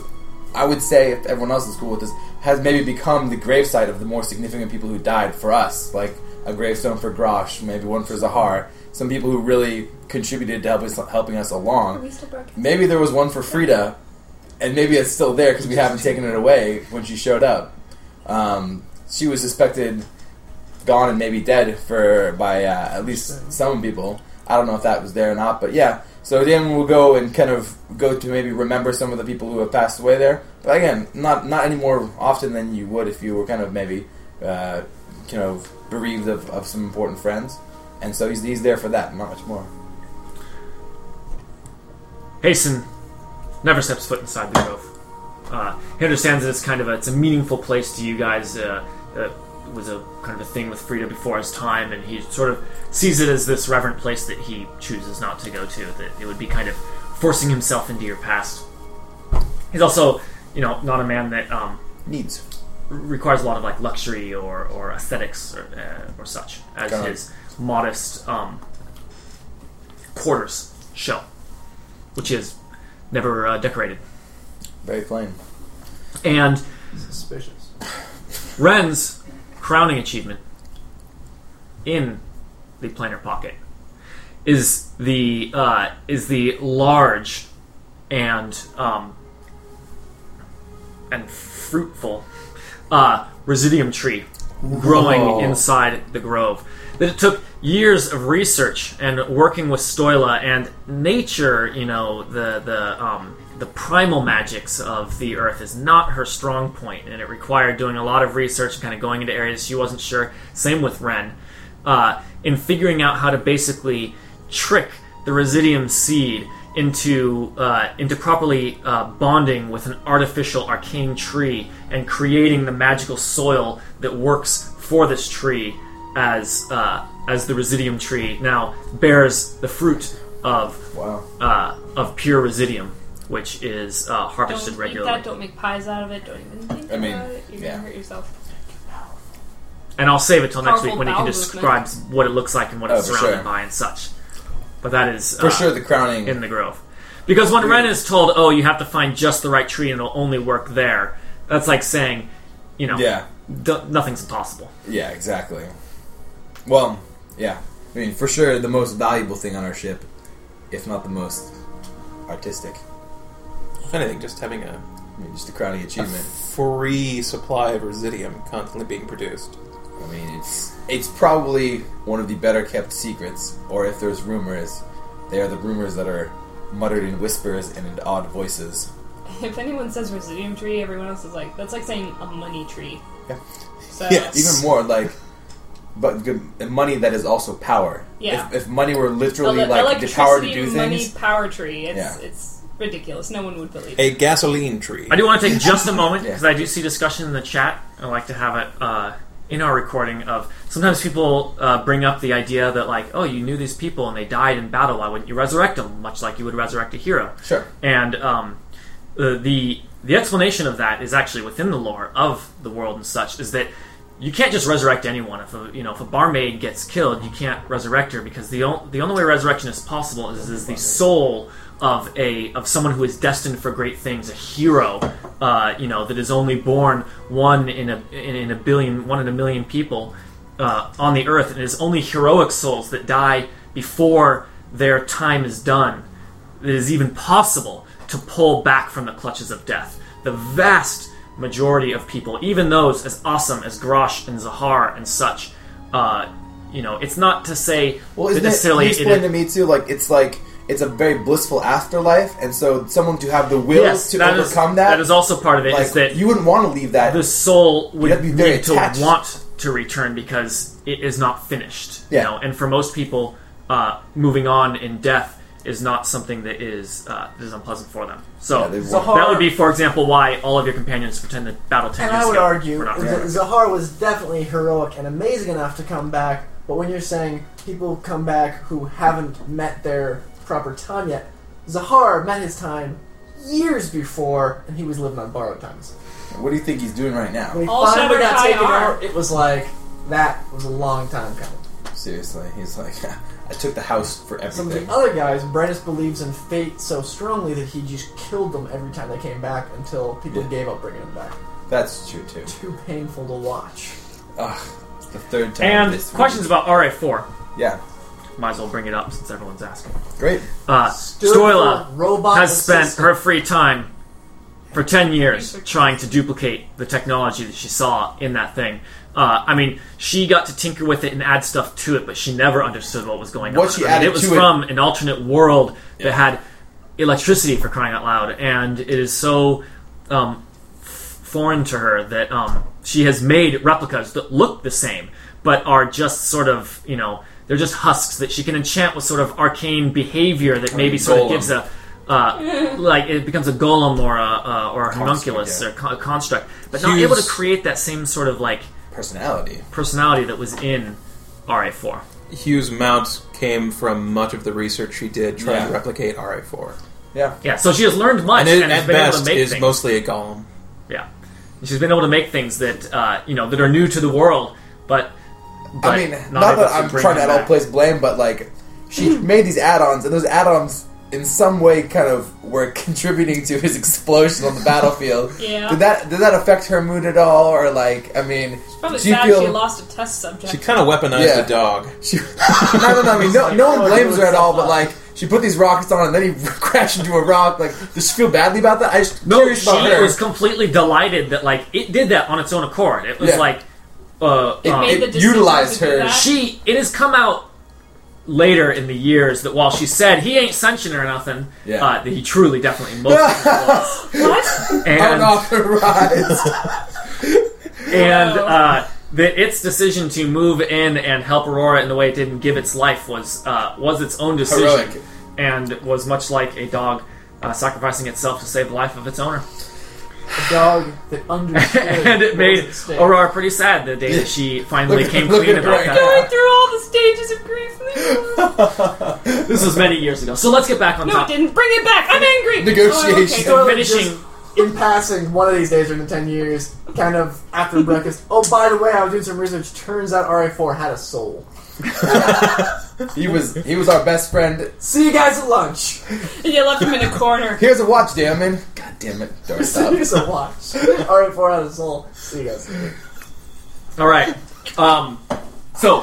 Speaker 3: I would say if everyone else is cool with this, has maybe become the gravesite of the more significant people who died for us, like a gravestone for Grosh, maybe one for Zahar, some people who really contributed to help us, helping us along.
Speaker 5: still broadcasting?
Speaker 3: Maybe there was one for Frida, and maybe it's still there because we haven't taken it away when she showed up. Um, she was suspected gone and maybe dead for by uh, at least some people. I don't know if that was there or not, but yeah. So then we'll go and kind of go to maybe remember some of the people who have passed away there. But again, not not any more often than you would if you were kind of maybe uh, you know bereaved of, of some important friends. And so he's he's there for that, not much more.
Speaker 2: Hasten never steps foot inside the grove. Uh, he understands that it's kind of a, it's a meaningful place to you guys. Uh, uh, it was a kind of a thing with Frida before his time, and he sort of sees it as this reverent place that he chooses not to go to. That it would be kind of forcing himself into your past. He's also, you know, not a man that um,
Speaker 3: Needs.
Speaker 2: requires a lot of like luxury or, or aesthetics or, uh, or such as
Speaker 3: Got it.
Speaker 2: his modest um, quarters shell, which is never uh, decorated.
Speaker 3: Very plain.
Speaker 2: And
Speaker 11: Suspicious.
Speaker 2: Ren's crowning achievement in the planar pocket is the uh, is the large and um, and fruitful uh, residium tree growing inside the grove. That it took years of research and working with Stoila and nature. You know the the um, the primal magics of the earth is not her strong point, and it required doing a lot of research, kind of going into areas she wasn't sure. Same with Ren, uh, in figuring out how to basically trick the residium seed into uh, into properly uh, bonding with an artificial arcane tree and creating the magical soil that works for this tree as uh, as the residium tree now bears the fruit of
Speaker 3: Wow.
Speaker 2: uh, of pure residium, which is uh,
Speaker 5: Don't
Speaker 2: harvested
Speaker 5: eat
Speaker 2: regularly.
Speaker 5: that. Don't make pies out of it. Don't even think
Speaker 3: I mean,
Speaker 5: about it. You're
Speaker 3: yeah.
Speaker 5: gonna hurt yourself.
Speaker 2: And I'll save it till next week
Speaker 5: Powerful
Speaker 2: when he can
Speaker 5: bowel
Speaker 2: describe what it looks like and what it's
Speaker 3: Oh, for
Speaker 2: surrounded
Speaker 3: sure.
Speaker 2: by and such. But that is
Speaker 3: For
Speaker 2: uh,
Speaker 3: sure, the crowning.
Speaker 2: in the grove. Because when Ren is told, "Oh, you have to find just the right tree and it'll only work there," that's like saying, you know,
Speaker 3: yeah.
Speaker 2: d- nothing's impossible.
Speaker 3: Yeah, exactly. Well, yeah. I mean, for sure, the most valuable thing on our ship, if not the most artistic.
Speaker 4: If anything, just having a
Speaker 3: I mean, just a crowning achievement.
Speaker 4: free supply of residium constantly being produced.
Speaker 3: I mean, it's it's probably one of the better kept secrets, or if there's rumors, they are the rumors that are muttered in whispers and in odd voices.
Speaker 5: If anyone says residuum tree, everyone else is like, that's like saying a money tree.
Speaker 3: Yeah.
Speaker 5: So,
Speaker 4: Yes.
Speaker 3: Even more like, but good, money that is also power.
Speaker 5: Yeah.
Speaker 3: If, if money were
Speaker 5: Ele-
Speaker 3: literally like the power to
Speaker 5: electricity,
Speaker 3: do
Speaker 5: money,
Speaker 3: things,
Speaker 5: power tree. It's
Speaker 3: Yeah.
Speaker 5: it's ridiculous. No one would believe. it.
Speaker 4: A gasoline tree.
Speaker 2: I do want to take just a moment
Speaker 3: Yeah.
Speaker 2: because I do see discussion in the chat. I like to have it uh, in our recording of sometimes people uh, bring up the idea that like, oh, you knew these people and they died in battle. Why wouldn't you resurrect them? Much like you would resurrect a hero.
Speaker 3: Sure.
Speaker 2: And um, the, the the explanation of that is actually within the lore of the world and such is that you can't just resurrect anyone. If a you know if a barmaid gets killed, you can't resurrect her because the on, the only way resurrection is possible is, is the soul of a of someone who is destined for great things, a hero, uh, you know that is only born one in a in, in a billion one in a million people uh, on the earth, and it is only heroic souls that die before their time is done that is even possible to pull back from the clutches of death. The vast majority of people, even those as awesome as Grosh and Zahar and such, uh, you know, it's not to say
Speaker 3: Well,
Speaker 2: that
Speaker 3: isn't it,
Speaker 2: necessarily
Speaker 3: you explained
Speaker 2: it-
Speaker 3: to me too, like it's like it's a very blissful afterlife, and so someone to have the will
Speaker 2: yes,
Speaker 3: to
Speaker 2: that is-
Speaker 3: overcome that,
Speaker 2: That is also part of it. Is
Speaker 3: like
Speaker 2: that
Speaker 3: you wouldn't want to leave that.
Speaker 2: the soul
Speaker 3: You'd have
Speaker 2: would
Speaker 3: to be very
Speaker 2: need to
Speaker 3: attached.
Speaker 2: want to return because it is not finished.
Speaker 3: Yeah.
Speaker 2: You know, and for most people, uh, moving on in death is not something that is uh, that is unpleasant for them. So
Speaker 3: Yeah, they won't.
Speaker 2: that would be, for example, why all of your companions pretend that battle ten.
Speaker 6: And I would argue
Speaker 2: we're not
Speaker 6: that Zahar was definitely heroic and amazing enough to come back But when you're saying people come back who haven't met their proper time yet, Zahar met his time years before, and he was living on borrowed times.
Speaker 3: What do you think he's doing right now?
Speaker 6: When he
Speaker 5: All
Speaker 6: finally
Speaker 5: Shepard
Speaker 6: got
Speaker 5: High
Speaker 6: taken
Speaker 5: are.
Speaker 6: out, it was like that was a long time coming.
Speaker 3: Seriously, he's like, I took the house for
Speaker 6: Some of
Speaker 3: everything.
Speaker 6: the other guys, Brennus believes in fate so strongly that he just killed them every time they came back until people
Speaker 3: Yeah.
Speaker 6: gave up bringing them back.
Speaker 3: That's true too.
Speaker 6: Too painful to watch.
Speaker 3: Ugh, it's the third time.
Speaker 2: And
Speaker 3: this week.
Speaker 2: questions about RA4.
Speaker 3: Yeah,
Speaker 2: Might as well bring it up since everyone's asking.
Speaker 3: great.
Speaker 2: Uh,
Speaker 6: Stood
Speaker 2: Stoila
Speaker 6: for robot
Speaker 2: has spent
Speaker 6: assistant.
Speaker 2: her free time for 10 years trying to duplicate the technology that she saw in that thing. Uh, I mean, she got to tinker with it and add stuff to it, but she never understood what was going
Speaker 3: What
Speaker 2: on.
Speaker 3: she
Speaker 2: I mean,
Speaker 3: added
Speaker 2: it was
Speaker 3: to it-
Speaker 2: from an alternate world that had electricity for crying out loud, and it is so um, f- foreign to her that um, she has made replicas that look the same, but are just sort of, you know, they're just husks that she can enchant with sort of arcane behavior that maybe sort of
Speaker 3: golem.
Speaker 2: gives a uh, like it becomes a golem or a uh, or a homunculus
Speaker 3: yeah.
Speaker 2: or con- a construct, but not able to create that same sort of like
Speaker 3: Personality.
Speaker 2: personality that was in RA four.
Speaker 4: Hugh's mount came from much of the research she did trying to
Speaker 3: Yeah.
Speaker 4: replicate RA4.
Speaker 3: Yeah.
Speaker 2: Yeah, so she has learned much
Speaker 4: And
Speaker 2: and,
Speaker 4: it,
Speaker 2: has
Speaker 4: at
Speaker 2: been able to
Speaker 4: best
Speaker 2: make
Speaker 4: is
Speaker 2: things.
Speaker 4: mostly a golem.
Speaker 2: yeah, she's been able to make things that uh, you know that are new to the world, but. but
Speaker 3: I mean, not,
Speaker 2: able
Speaker 3: that I'm
Speaker 2: bring
Speaker 3: trying to
Speaker 2: them
Speaker 3: at all
Speaker 2: back.
Speaker 3: place blame, but like she
Speaker 5: Hmm.
Speaker 3: made these add-ons, and those add-ons in some way kind of were contributing to his explosion on the battlefield.
Speaker 5: Yeah.
Speaker 3: Did that did that affect her mood at all, or like I mean,
Speaker 5: Probably
Speaker 3: do you
Speaker 5: sad
Speaker 3: feel?
Speaker 5: she lost a test subject.
Speaker 4: She kind of weaponized
Speaker 3: Yeah.
Speaker 4: the dog.
Speaker 3: she- no, no, no. I mean, no, no one blames her at all, but like. She put these rockets on, and then he crashed into a rock. Like, does she feel badly about that? I just
Speaker 2: No,
Speaker 3: curious
Speaker 2: she
Speaker 3: about her.
Speaker 2: was completely delighted that like it did that on its own accord. It was
Speaker 3: Yeah.
Speaker 2: like, uh, um,
Speaker 5: made the
Speaker 3: it
Speaker 5: decision
Speaker 3: utilized
Speaker 5: to do
Speaker 3: her.
Speaker 5: that.
Speaker 2: she it has come out later in the years that while she said he ain't cinching or nothing,
Speaker 3: Yeah.
Speaker 2: uh, that he truly definitely most was.
Speaker 5: What?
Speaker 2: And,
Speaker 3: Unauthorized.
Speaker 2: and uh, that its decision to move in and help Aurora in the way it did and give its life was uh, was its own decision
Speaker 3: Heroic.
Speaker 2: and was much like a dog uh, sacrificing itself to save the life of its owner.
Speaker 6: A dog that understood.
Speaker 2: and it
Speaker 6: what was
Speaker 2: made
Speaker 6: at stake.
Speaker 2: Aurora pretty sad the day that she finally
Speaker 3: Look-
Speaker 2: came
Speaker 3: look
Speaker 2: clean
Speaker 3: at
Speaker 2: about
Speaker 3: her.
Speaker 2: that.
Speaker 5: Going through all the stages of grief.
Speaker 2: This was many years ago. So let's get back on
Speaker 5: no, it
Speaker 2: top.
Speaker 5: didn't. Bring it back. I'm angry.
Speaker 3: Negotiation.
Speaker 5: Oh, okay.
Speaker 2: Finishing
Speaker 6: in passing, one of these days or in the 10 years, kind of after breakfast, oh, by the way, I was doing some research. Turns out RA4 had a soul.
Speaker 3: he was he was our best friend.
Speaker 6: See you guys at lunch.
Speaker 5: And you left him in a corner.
Speaker 3: Here's a watch, damn it. God damn it, door stop.
Speaker 6: Here's a watch. RA4 had a soul. See you guys later.
Speaker 2: All right. Um, so,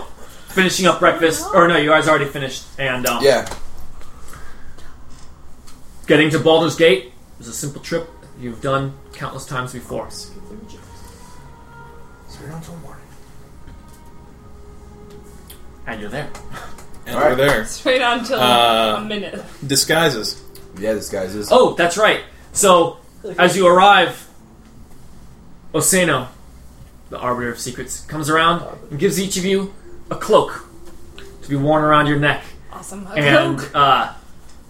Speaker 2: finishing up breakfast, or no, you guys already finished, and um,
Speaker 3: Yeah.
Speaker 2: getting to Baldur's Gate is a simple trip you've done countless times before.
Speaker 6: So we're not till morning.
Speaker 2: And you're there.
Speaker 4: And
Speaker 3: All right.
Speaker 4: we're there.
Speaker 5: Straight on till
Speaker 4: Uh,
Speaker 5: a minute.
Speaker 4: Disguises.
Speaker 3: Yeah, this guy's just.
Speaker 2: Oh, that's right. So, as you arrive, Osano, the Arbiter of Secrets, comes around and gives each of you a cloak to be worn around your neck.
Speaker 5: Awesome. A
Speaker 2: and
Speaker 5: Coke.
Speaker 2: uh,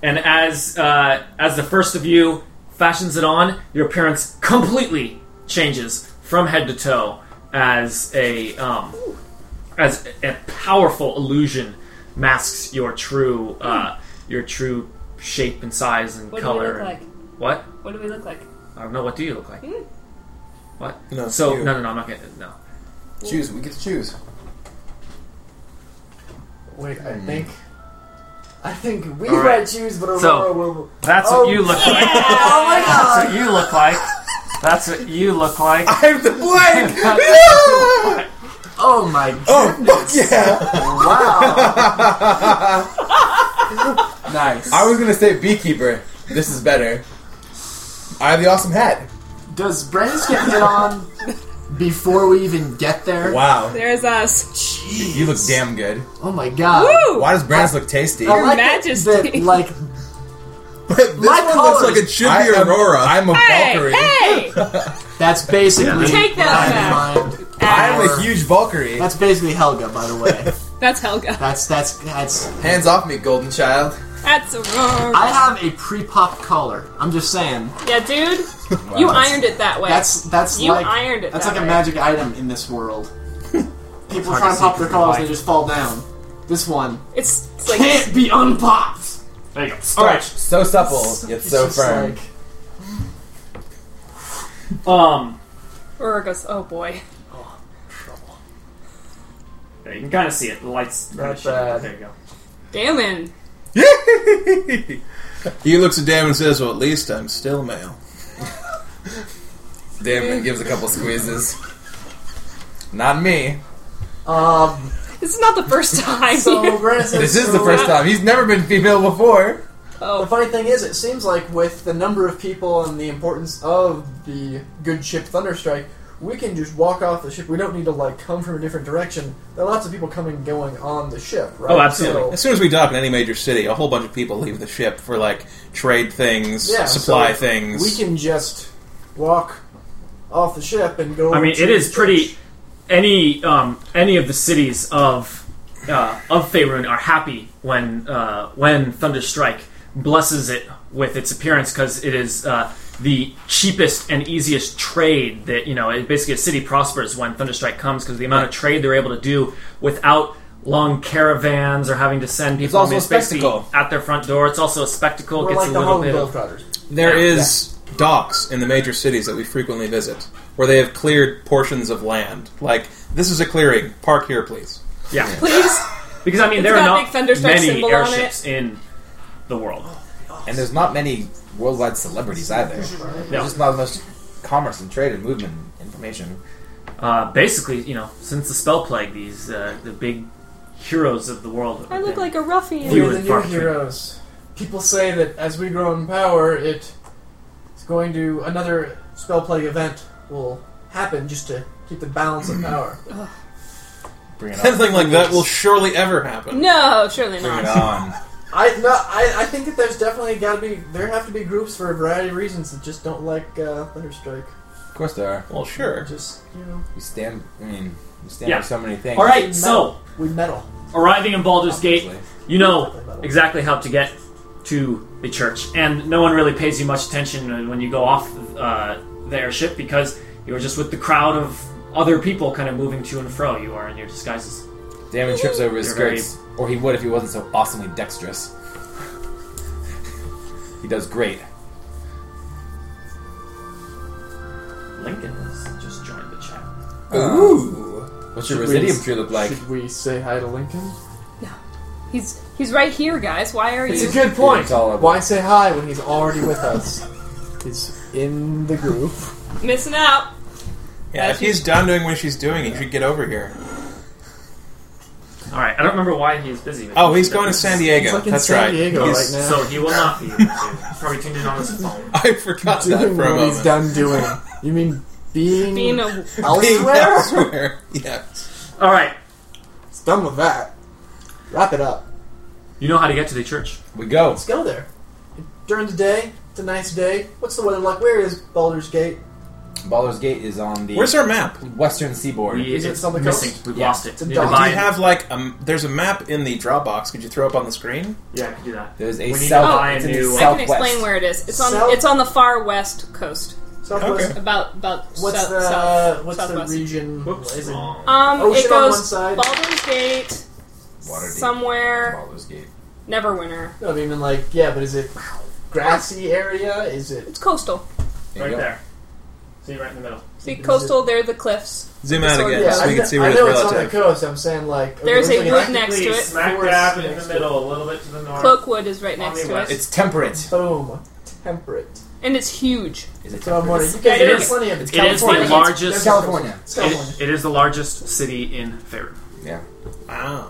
Speaker 2: and as uh, as the first of you fashions it on, your appearance completely changes from head to toe as a um, as a powerful illusion masks your true uh, your true shape and size and
Speaker 5: What do we
Speaker 2: color.
Speaker 5: look like?
Speaker 2: What?
Speaker 5: What do we look like?
Speaker 2: I don't know. What do you look like? What?
Speaker 4: No,
Speaker 2: so
Speaker 4: you.
Speaker 2: no, no, no. I'm not gonna. No.
Speaker 3: Choose. We get to choose.
Speaker 6: Wait, I think. I think we
Speaker 2: All right.
Speaker 6: might choose, but Aurora
Speaker 2: So-
Speaker 6: will.
Speaker 2: That's
Speaker 6: Oh,
Speaker 2: what you look like.
Speaker 6: Oh my god!
Speaker 2: That's what you look like. That's what you look like.
Speaker 3: I'm the blank!
Speaker 6: Oh my god!
Speaker 3: oh, fuck yeah!
Speaker 6: Wow! nice.
Speaker 3: I was gonna say beekeeper. This is better. I have the awesome hat.
Speaker 6: Does Brennus get hit on before we even get there?
Speaker 3: Wow.
Speaker 12: There's us.
Speaker 3: You look damn good.
Speaker 6: Oh my god!
Speaker 12: Woo!
Speaker 3: Why does Brandis look tasty?
Speaker 6: I like that-
Speaker 12: Majesty.
Speaker 6: that, like
Speaker 4: But this
Speaker 6: My
Speaker 4: one
Speaker 6: colors.
Speaker 4: looks like it should
Speaker 3: I
Speaker 4: be
Speaker 3: am-
Speaker 4: Aurora.
Speaker 3: I'm a Valkyrie.
Speaker 12: Hey!
Speaker 6: that's basically
Speaker 5: Take that
Speaker 6: what I had in mind.
Speaker 3: I'm
Speaker 6: Or-
Speaker 3: a huge Valkyrie.
Speaker 6: That's basically Helga, by the way.
Speaker 12: That's Helga.
Speaker 6: That's that's that's.
Speaker 3: Hands off me, golden child.
Speaker 12: That's Aurora.
Speaker 6: I have a pre-pop collar. I'm just saying.
Speaker 5: Yeah, dude. You ironed it that way.
Speaker 6: That's that's
Speaker 5: you
Speaker 6: like
Speaker 5: ironed it.
Speaker 6: that's
Speaker 5: that
Speaker 6: like a
Speaker 5: way.
Speaker 6: magic item in this world. People
Speaker 4: hard
Speaker 6: try
Speaker 4: to
Speaker 6: to
Speaker 4: see
Speaker 6: pop their
Speaker 4: through the
Speaker 6: collars and
Speaker 4: light.
Speaker 6: they just fall down. This one
Speaker 5: It's, it's like
Speaker 6: can't be unpopped.
Speaker 2: There you go.
Speaker 8: All right. So supple, yet
Speaker 6: It's
Speaker 8: so
Speaker 6: just
Speaker 8: firm.
Speaker 6: like-
Speaker 2: Um,
Speaker 5: Aurora goes, oh boy.
Speaker 2: yeah, you can kind of see it. The lights.
Speaker 13: Not bad.
Speaker 2: There you go.
Speaker 5: Damon.
Speaker 4: He looks at Damon and says, Well, at least I'm still male.
Speaker 8: Damn, it gives a couple squeezes. Not me.
Speaker 6: Um,
Speaker 5: This is not the first time.
Speaker 6: so Granite says,
Speaker 8: This is the first time. He's never been female before.
Speaker 6: The
Speaker 5: oh,
Speaker 6: funny thing is, it seems like with the number of people and the importance of the good ship Thunderstrike, we can just walk off the ship. We don't need to like come from a different direction. There are lots of people coming and going on the ship, right?
Speaker 2: Oh, absolutely.
Speaker 4: As soon as we dock in any major city, a whole bunch of people leave the ship for like trade things,
Speaker 6: Yeah,
Speaker 4: supply
Speaker 6: so
Speaker 4: things.
Speaker 6: we can just walk off the ship and go.
Speaker 2: I mean,
Speaker 6: to
Speaker 2: it is
Speaker 6: the
Speaker 2: pretty.
Speaker 6: church.
Speaker 2: Any um, any of the cities of uh, of Faerun are happy when uh, when Thunderstrike blesses it with its appearance because it is uh, the cheapest and easiest trade that you know. It, basically, a city prospers when Thunderstrike comes because the amount of trade they're able to do without long caravans or having to send people I
Speaker 8: also
Speaker 2: mean,
Speaker 8: a
Speaker 2: it's basically
Speaker 8: spectacle.
Speaker 2: at their front door. It's also a spectacle.
Speaker 6: We're
Speaker 2: It gets
Speaker 6: like
Speaker 2: a
Speaker 6: the
Speaker 2: little
Speaker 6: Harlem
Speaker 2: bit of
Speaker 6: Globetrotters.
Speaker 4: There is docks in the major cities that we frequently visit where they have cleared portions of land. Like, this is a clearing. Park here, please.
Speaker 2: yeah.
Speaker 5: please.
Speaker 2: Because I mean,
Speaker 5: It's
Speaker 2: there are
Speaker 5: got a
Speaker 2: not
Speaker 5: big Thunderstruck
Speaker 2: many
Speaker 5: symbol on it.
Speaker 2: airships in the world.
Speaker 8: And there's not many worldwide celebrities either. There's
Speaker 2: No.
Speaker 8: just not much commerce and trade and movement and information.
Speaker 2: Uh, basically, you know, since the spell plague, these uh, the big heroes of the world. have
Speaker 5: I look
Speaker 2: been-
Speaker 5: like a ruffian.
Speaker 2: We
Speaker 13: We are
Speaker 2: were
Speaker 13: the new
Speaker 2: far from-
Speaker 13: heroes. People say that as we grow in power, it is going to another
Speaker 6: Spell plague event will happen just to keep the balance of power.
Speaker 8: Bring it on.
Speaker 4: Nothing like that will surely ever happen.
Speaker 5: No, surely
Speaker 8: Bring it
Speaker 5: not.
Speaker 8: on.
Speaker 6: I no, I, I think that there's definitely got to be there have to be groups for a variety of reasons that just don't like uh, Thunderstrike.
Speaker 8: Of course there are.
Speaker 4: Well, sure.
Speaker 6: Just you know,
Speaker 8: We stand. I mean, we stand
Speaker 2: Yeah.
Speaker 8: for so many things.
Speaker 2: All right, so
Speaker 6: we meddle.
Speaker 2: arriving in Baldur's Gate,
Speaker 8: Obviously.
Speaker 2: you know exactly how to get to the church, and no one really pays you much attention when you go off uh, the airship because you are just with the crowd of other people, kind of moving to and fro. You are in your disguises.
Speaker 8: Damon trips over his
Speaker 2: You're very-
Speaker 8: skirts, or he would if he wasn't so awesomely dexterous. he does great.
Speaker 2: Lincoln has just joined the chat.
Speaker 8: What's your
Speaker 6: Should we-
Speaker 8: residium tree look like?
Speaker 13: Should we say hi to Lincoln?
Speaker 5: He's he's right here, guys. Why are
Speaker 6: It's a
Speaker 5: you?
Speaker 6: good point.
Speaker 8: It's all over.
Speaker 6: Why say hi when he's already with us? he's in the group.
Speaker 5: Missing out.
Speaker 4: Yeah, if he's done doing what she's doing, he should get over here.
Speaker 2: All right, I don't remember why he is busy.
Speaker 4: Oh, he's going to San Diego.
Speaker 6: He's like in
Speaker 4: That's
Speaker 6: San
Speaker 4: right.
Speaker 6: Diego
Speaker 4: He's-
Speaker 6: right now.
Speaker 2: So he will not be. Able to. He's probably tuned in on his phone.
Speaker 4: I forgot that
Speaker 6: doing
Speaker 4: for a
Speaker 6: what
Speaker 4: moment.
Speaker 6: he's done doing. You mean being,
Speaker 5: Being a
Speaker 6: elsewhere?
Speaker 4: Elsewhere. Yes.
Speaker 2: All right,
Speaker 6: it's done with that. Wrap it up.
Speaker 2: you know how to get to the church.
Speaker 8: We go.
Speaker 6: Let's go there. During the day, it's a nice day. What's the weather like? Where is Baldur's Gate?
Speaker 8: Baldur's Gate is on the
Speaker 4: Where's our map? Do
Speaker 8: western seaboard.
Speaker 2: We,
Speaker 6: Is it
Speaker 2: it's
Speaker 6: on the coast?
Speaker 2: missing. We've
Speaker 8: Yeah.
Speaker 2: lost it.
Speaker 6: It's a
Speaker 2: The
Speaker 6: dot. Do you
Speaker 2: divide-
Speaker 4: you have like um? There's a map in the Dropbox. Could you throw up on the screen?
Speaker 2: Yeah, I can do that.
Speaker 8: There's
Speaker 2: We
Speaker 8: a
Speaker 2: need to
Speaker 8: south.
Speaker 2: buy a
Speaker 8: it's in the
Speaker 2: new- I
Speaker 5: I can
Speaker 8: southwest.
Speaker 5: Oh, explain where it is. It's on
Speaker 6: South-
Speaker 5: it's on the far west coast.
Speaker 6: Southwest.
Speaker 4: Okay.
Speaker 5: About about
Speaker 6: What's
Speaker 5: south,
Speaker 6: the
Speaker 5: south,
Speaker 6: what's
Speaker 5: southwest.
Speaker 6: the region?
Speaker 2: Whoops.
Speaker 6: Is it
Speaker 2: Wrong.
Speaker 5: Um,
Speaker 6: Ocean
Speaker 5: it
Speaker 6: on one
Speaker 5: goes
Speaker 6: side.
Speaker 5: Baldur's Gate,
Speaker 8: Waterdeep.
Speaker 4: Oh.
Speaker 5: somewhere
Speaker 8: Baldur's Gate.
Speaker 5: Neverwinter.
Speaker 6: No, I mean, like, yeah, but is it grassy area? Is it?
Speaker 5: It's coastal.
Speaker 8: There
Speaker 2: Right
Speaker 8: you go.
Speaker 2: there. See, right in the middle.
Speaker 5: See,
Speaker 6: Is
Speaker 5: coastal. There are the cliffs.
Speaker 4: Zoom out
Speaker 5: Sorry,
Speaker 4: again
Speaker 5: yeah,
Speaker 4: so we
Speaker 6: I
Speaker 4: can
Speaker 6: kn-
Speaker 4: see where
Speaker 6: I
Speaker 4: it's
Speaker 6: know it's on the
Speaker 4: relative.
Speaker 6: coast. I'm saying like okay,
Speaker 5: There's
Speaker 6: we're
Speaker 5: a
Speaker 6: looking
Speaker 5: wood
Speaker 6: at-
Speaker 5: next to
Speaker 2: Please,
Speaker 5: it.
Speaker 2: Smack
Speaker 6: Forest
Speaker 2: dab in
Speaker 6: next
Speaker 2: the
Speaker 6: to
Speaker 2: middle, a little bit to the north.
Speaker 5: Cloakwood is right next
Speaker 2: the
Speaker 5: to
Speaker 2: west.
Speaker 5: it,
Speaker 8: It's temperate.
Speaker 6: Boom, temperate.
Speaker 5: and it's huge.
Speaker 8: Is it
Speaker 6: So I'm
Speaker 8: temperate?
Speaker 6: wondering. You guys
Speaker 2: It
Speaker 6: have
Speaker 2: is-
Speaker 6: plenty of
Speaker 2: it is
Speaker 6: California.
Speaker 2: the largest-
Speaker 6: It's
Speaker 8: California.
Speaker 6: It's California.
Speaker 2: It, it is the largest city in Faerun.
Speaker 8: Yeah.
Speaker 4: Wow.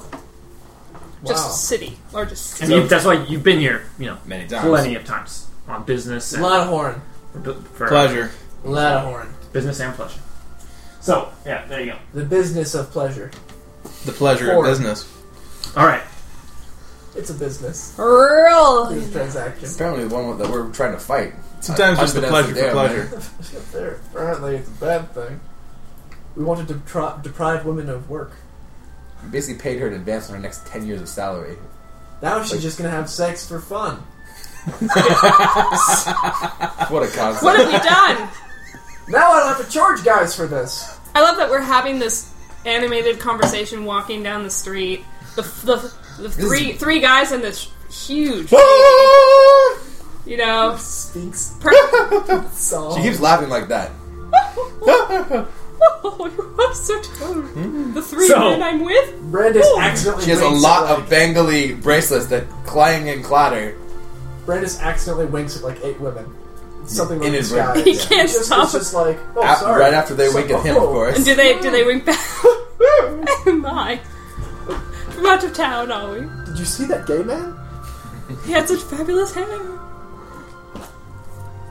Speaker 5: Just city, largest city.
Speaker 2: And you, that's why you've been here, you know,
Speaker 8: Many times.
Speaker 2: plenty of times on business and
Speaker 6: Ladahorn.
Speaker 2: for, for
Speaker 4: Pleasure.
Speaker 6: Ladahorn.
Speaker 2: business and pleasure. So yeah, there you go.
Speaker 6: The business of pleasure.
Speaker 4: The pleasure
Speaker 6: Four.
Speaker 4: of business.
Speaker 2: All right,
Speaker 6: It's a business.
Speaker 5: Rural.
Speaker 6: It's a transaction.
Speaker 8: Apparently, the one that we're trying to fight.
Speaker 4: Sometimes just the pleasure for pleasure.
Speaker 6: There, apparently, it's a bad thing. We wanted to depri- deprive women of work.
Speaker 8: We basically paid her in advance on her next 10 years of salary.
Speaker 6: Now she's just gonna have sex for fun.
Speaker 8: What a concept.
Speaker 5: What have we done?
Speaker 6: Now I don't have to charge guys for this.
Speaker 5: I love that we're having this animated conversation walking down the street. The, the, the three three guys in this huge, you know,
Speaker 6: Sphinx
Speaker 5: per-
Speaker 6: song.
Speaker 3: She keeps laughing like that.
Speaker 5: oh, you are so tone. The three
Speaker 9: So-
Speaker 5: men I'm with.
Speaker 6: Brandis accidentally
Speaker 3: She has a
Speaker 6: winks
Speaker 3: lot
Speaker 6: at,
Speaker 3: of Bengali bracelets that clang and clatter.
Speaker 6: like, Brandis accidentally winks at like eight women. It's Something
Speaker 3: In
Speaker 6: in
Speaker 3: his
Speaker 6: his
Speaker 3: room.
Speaker 6: guy.
Speaker 5: He
Speaker 6: It's
Speaker 5: can't
Speaker 6: just,
Speaker 5: stop.
Speaker 6: It's just like oh,
Speaker 3: Ap-
Speaker 6: sorry.
Speaker 3: right after they
Speaker 6: So-
Speaker 3: wink at him, of
Speaker 6: oh.
Speaker 3: course.
Speaker 5: And do they do they wink back? My, from out of town, are we?
Speaker 6: Did you see that gay man?
Speaker 5: He had such fabulous hair.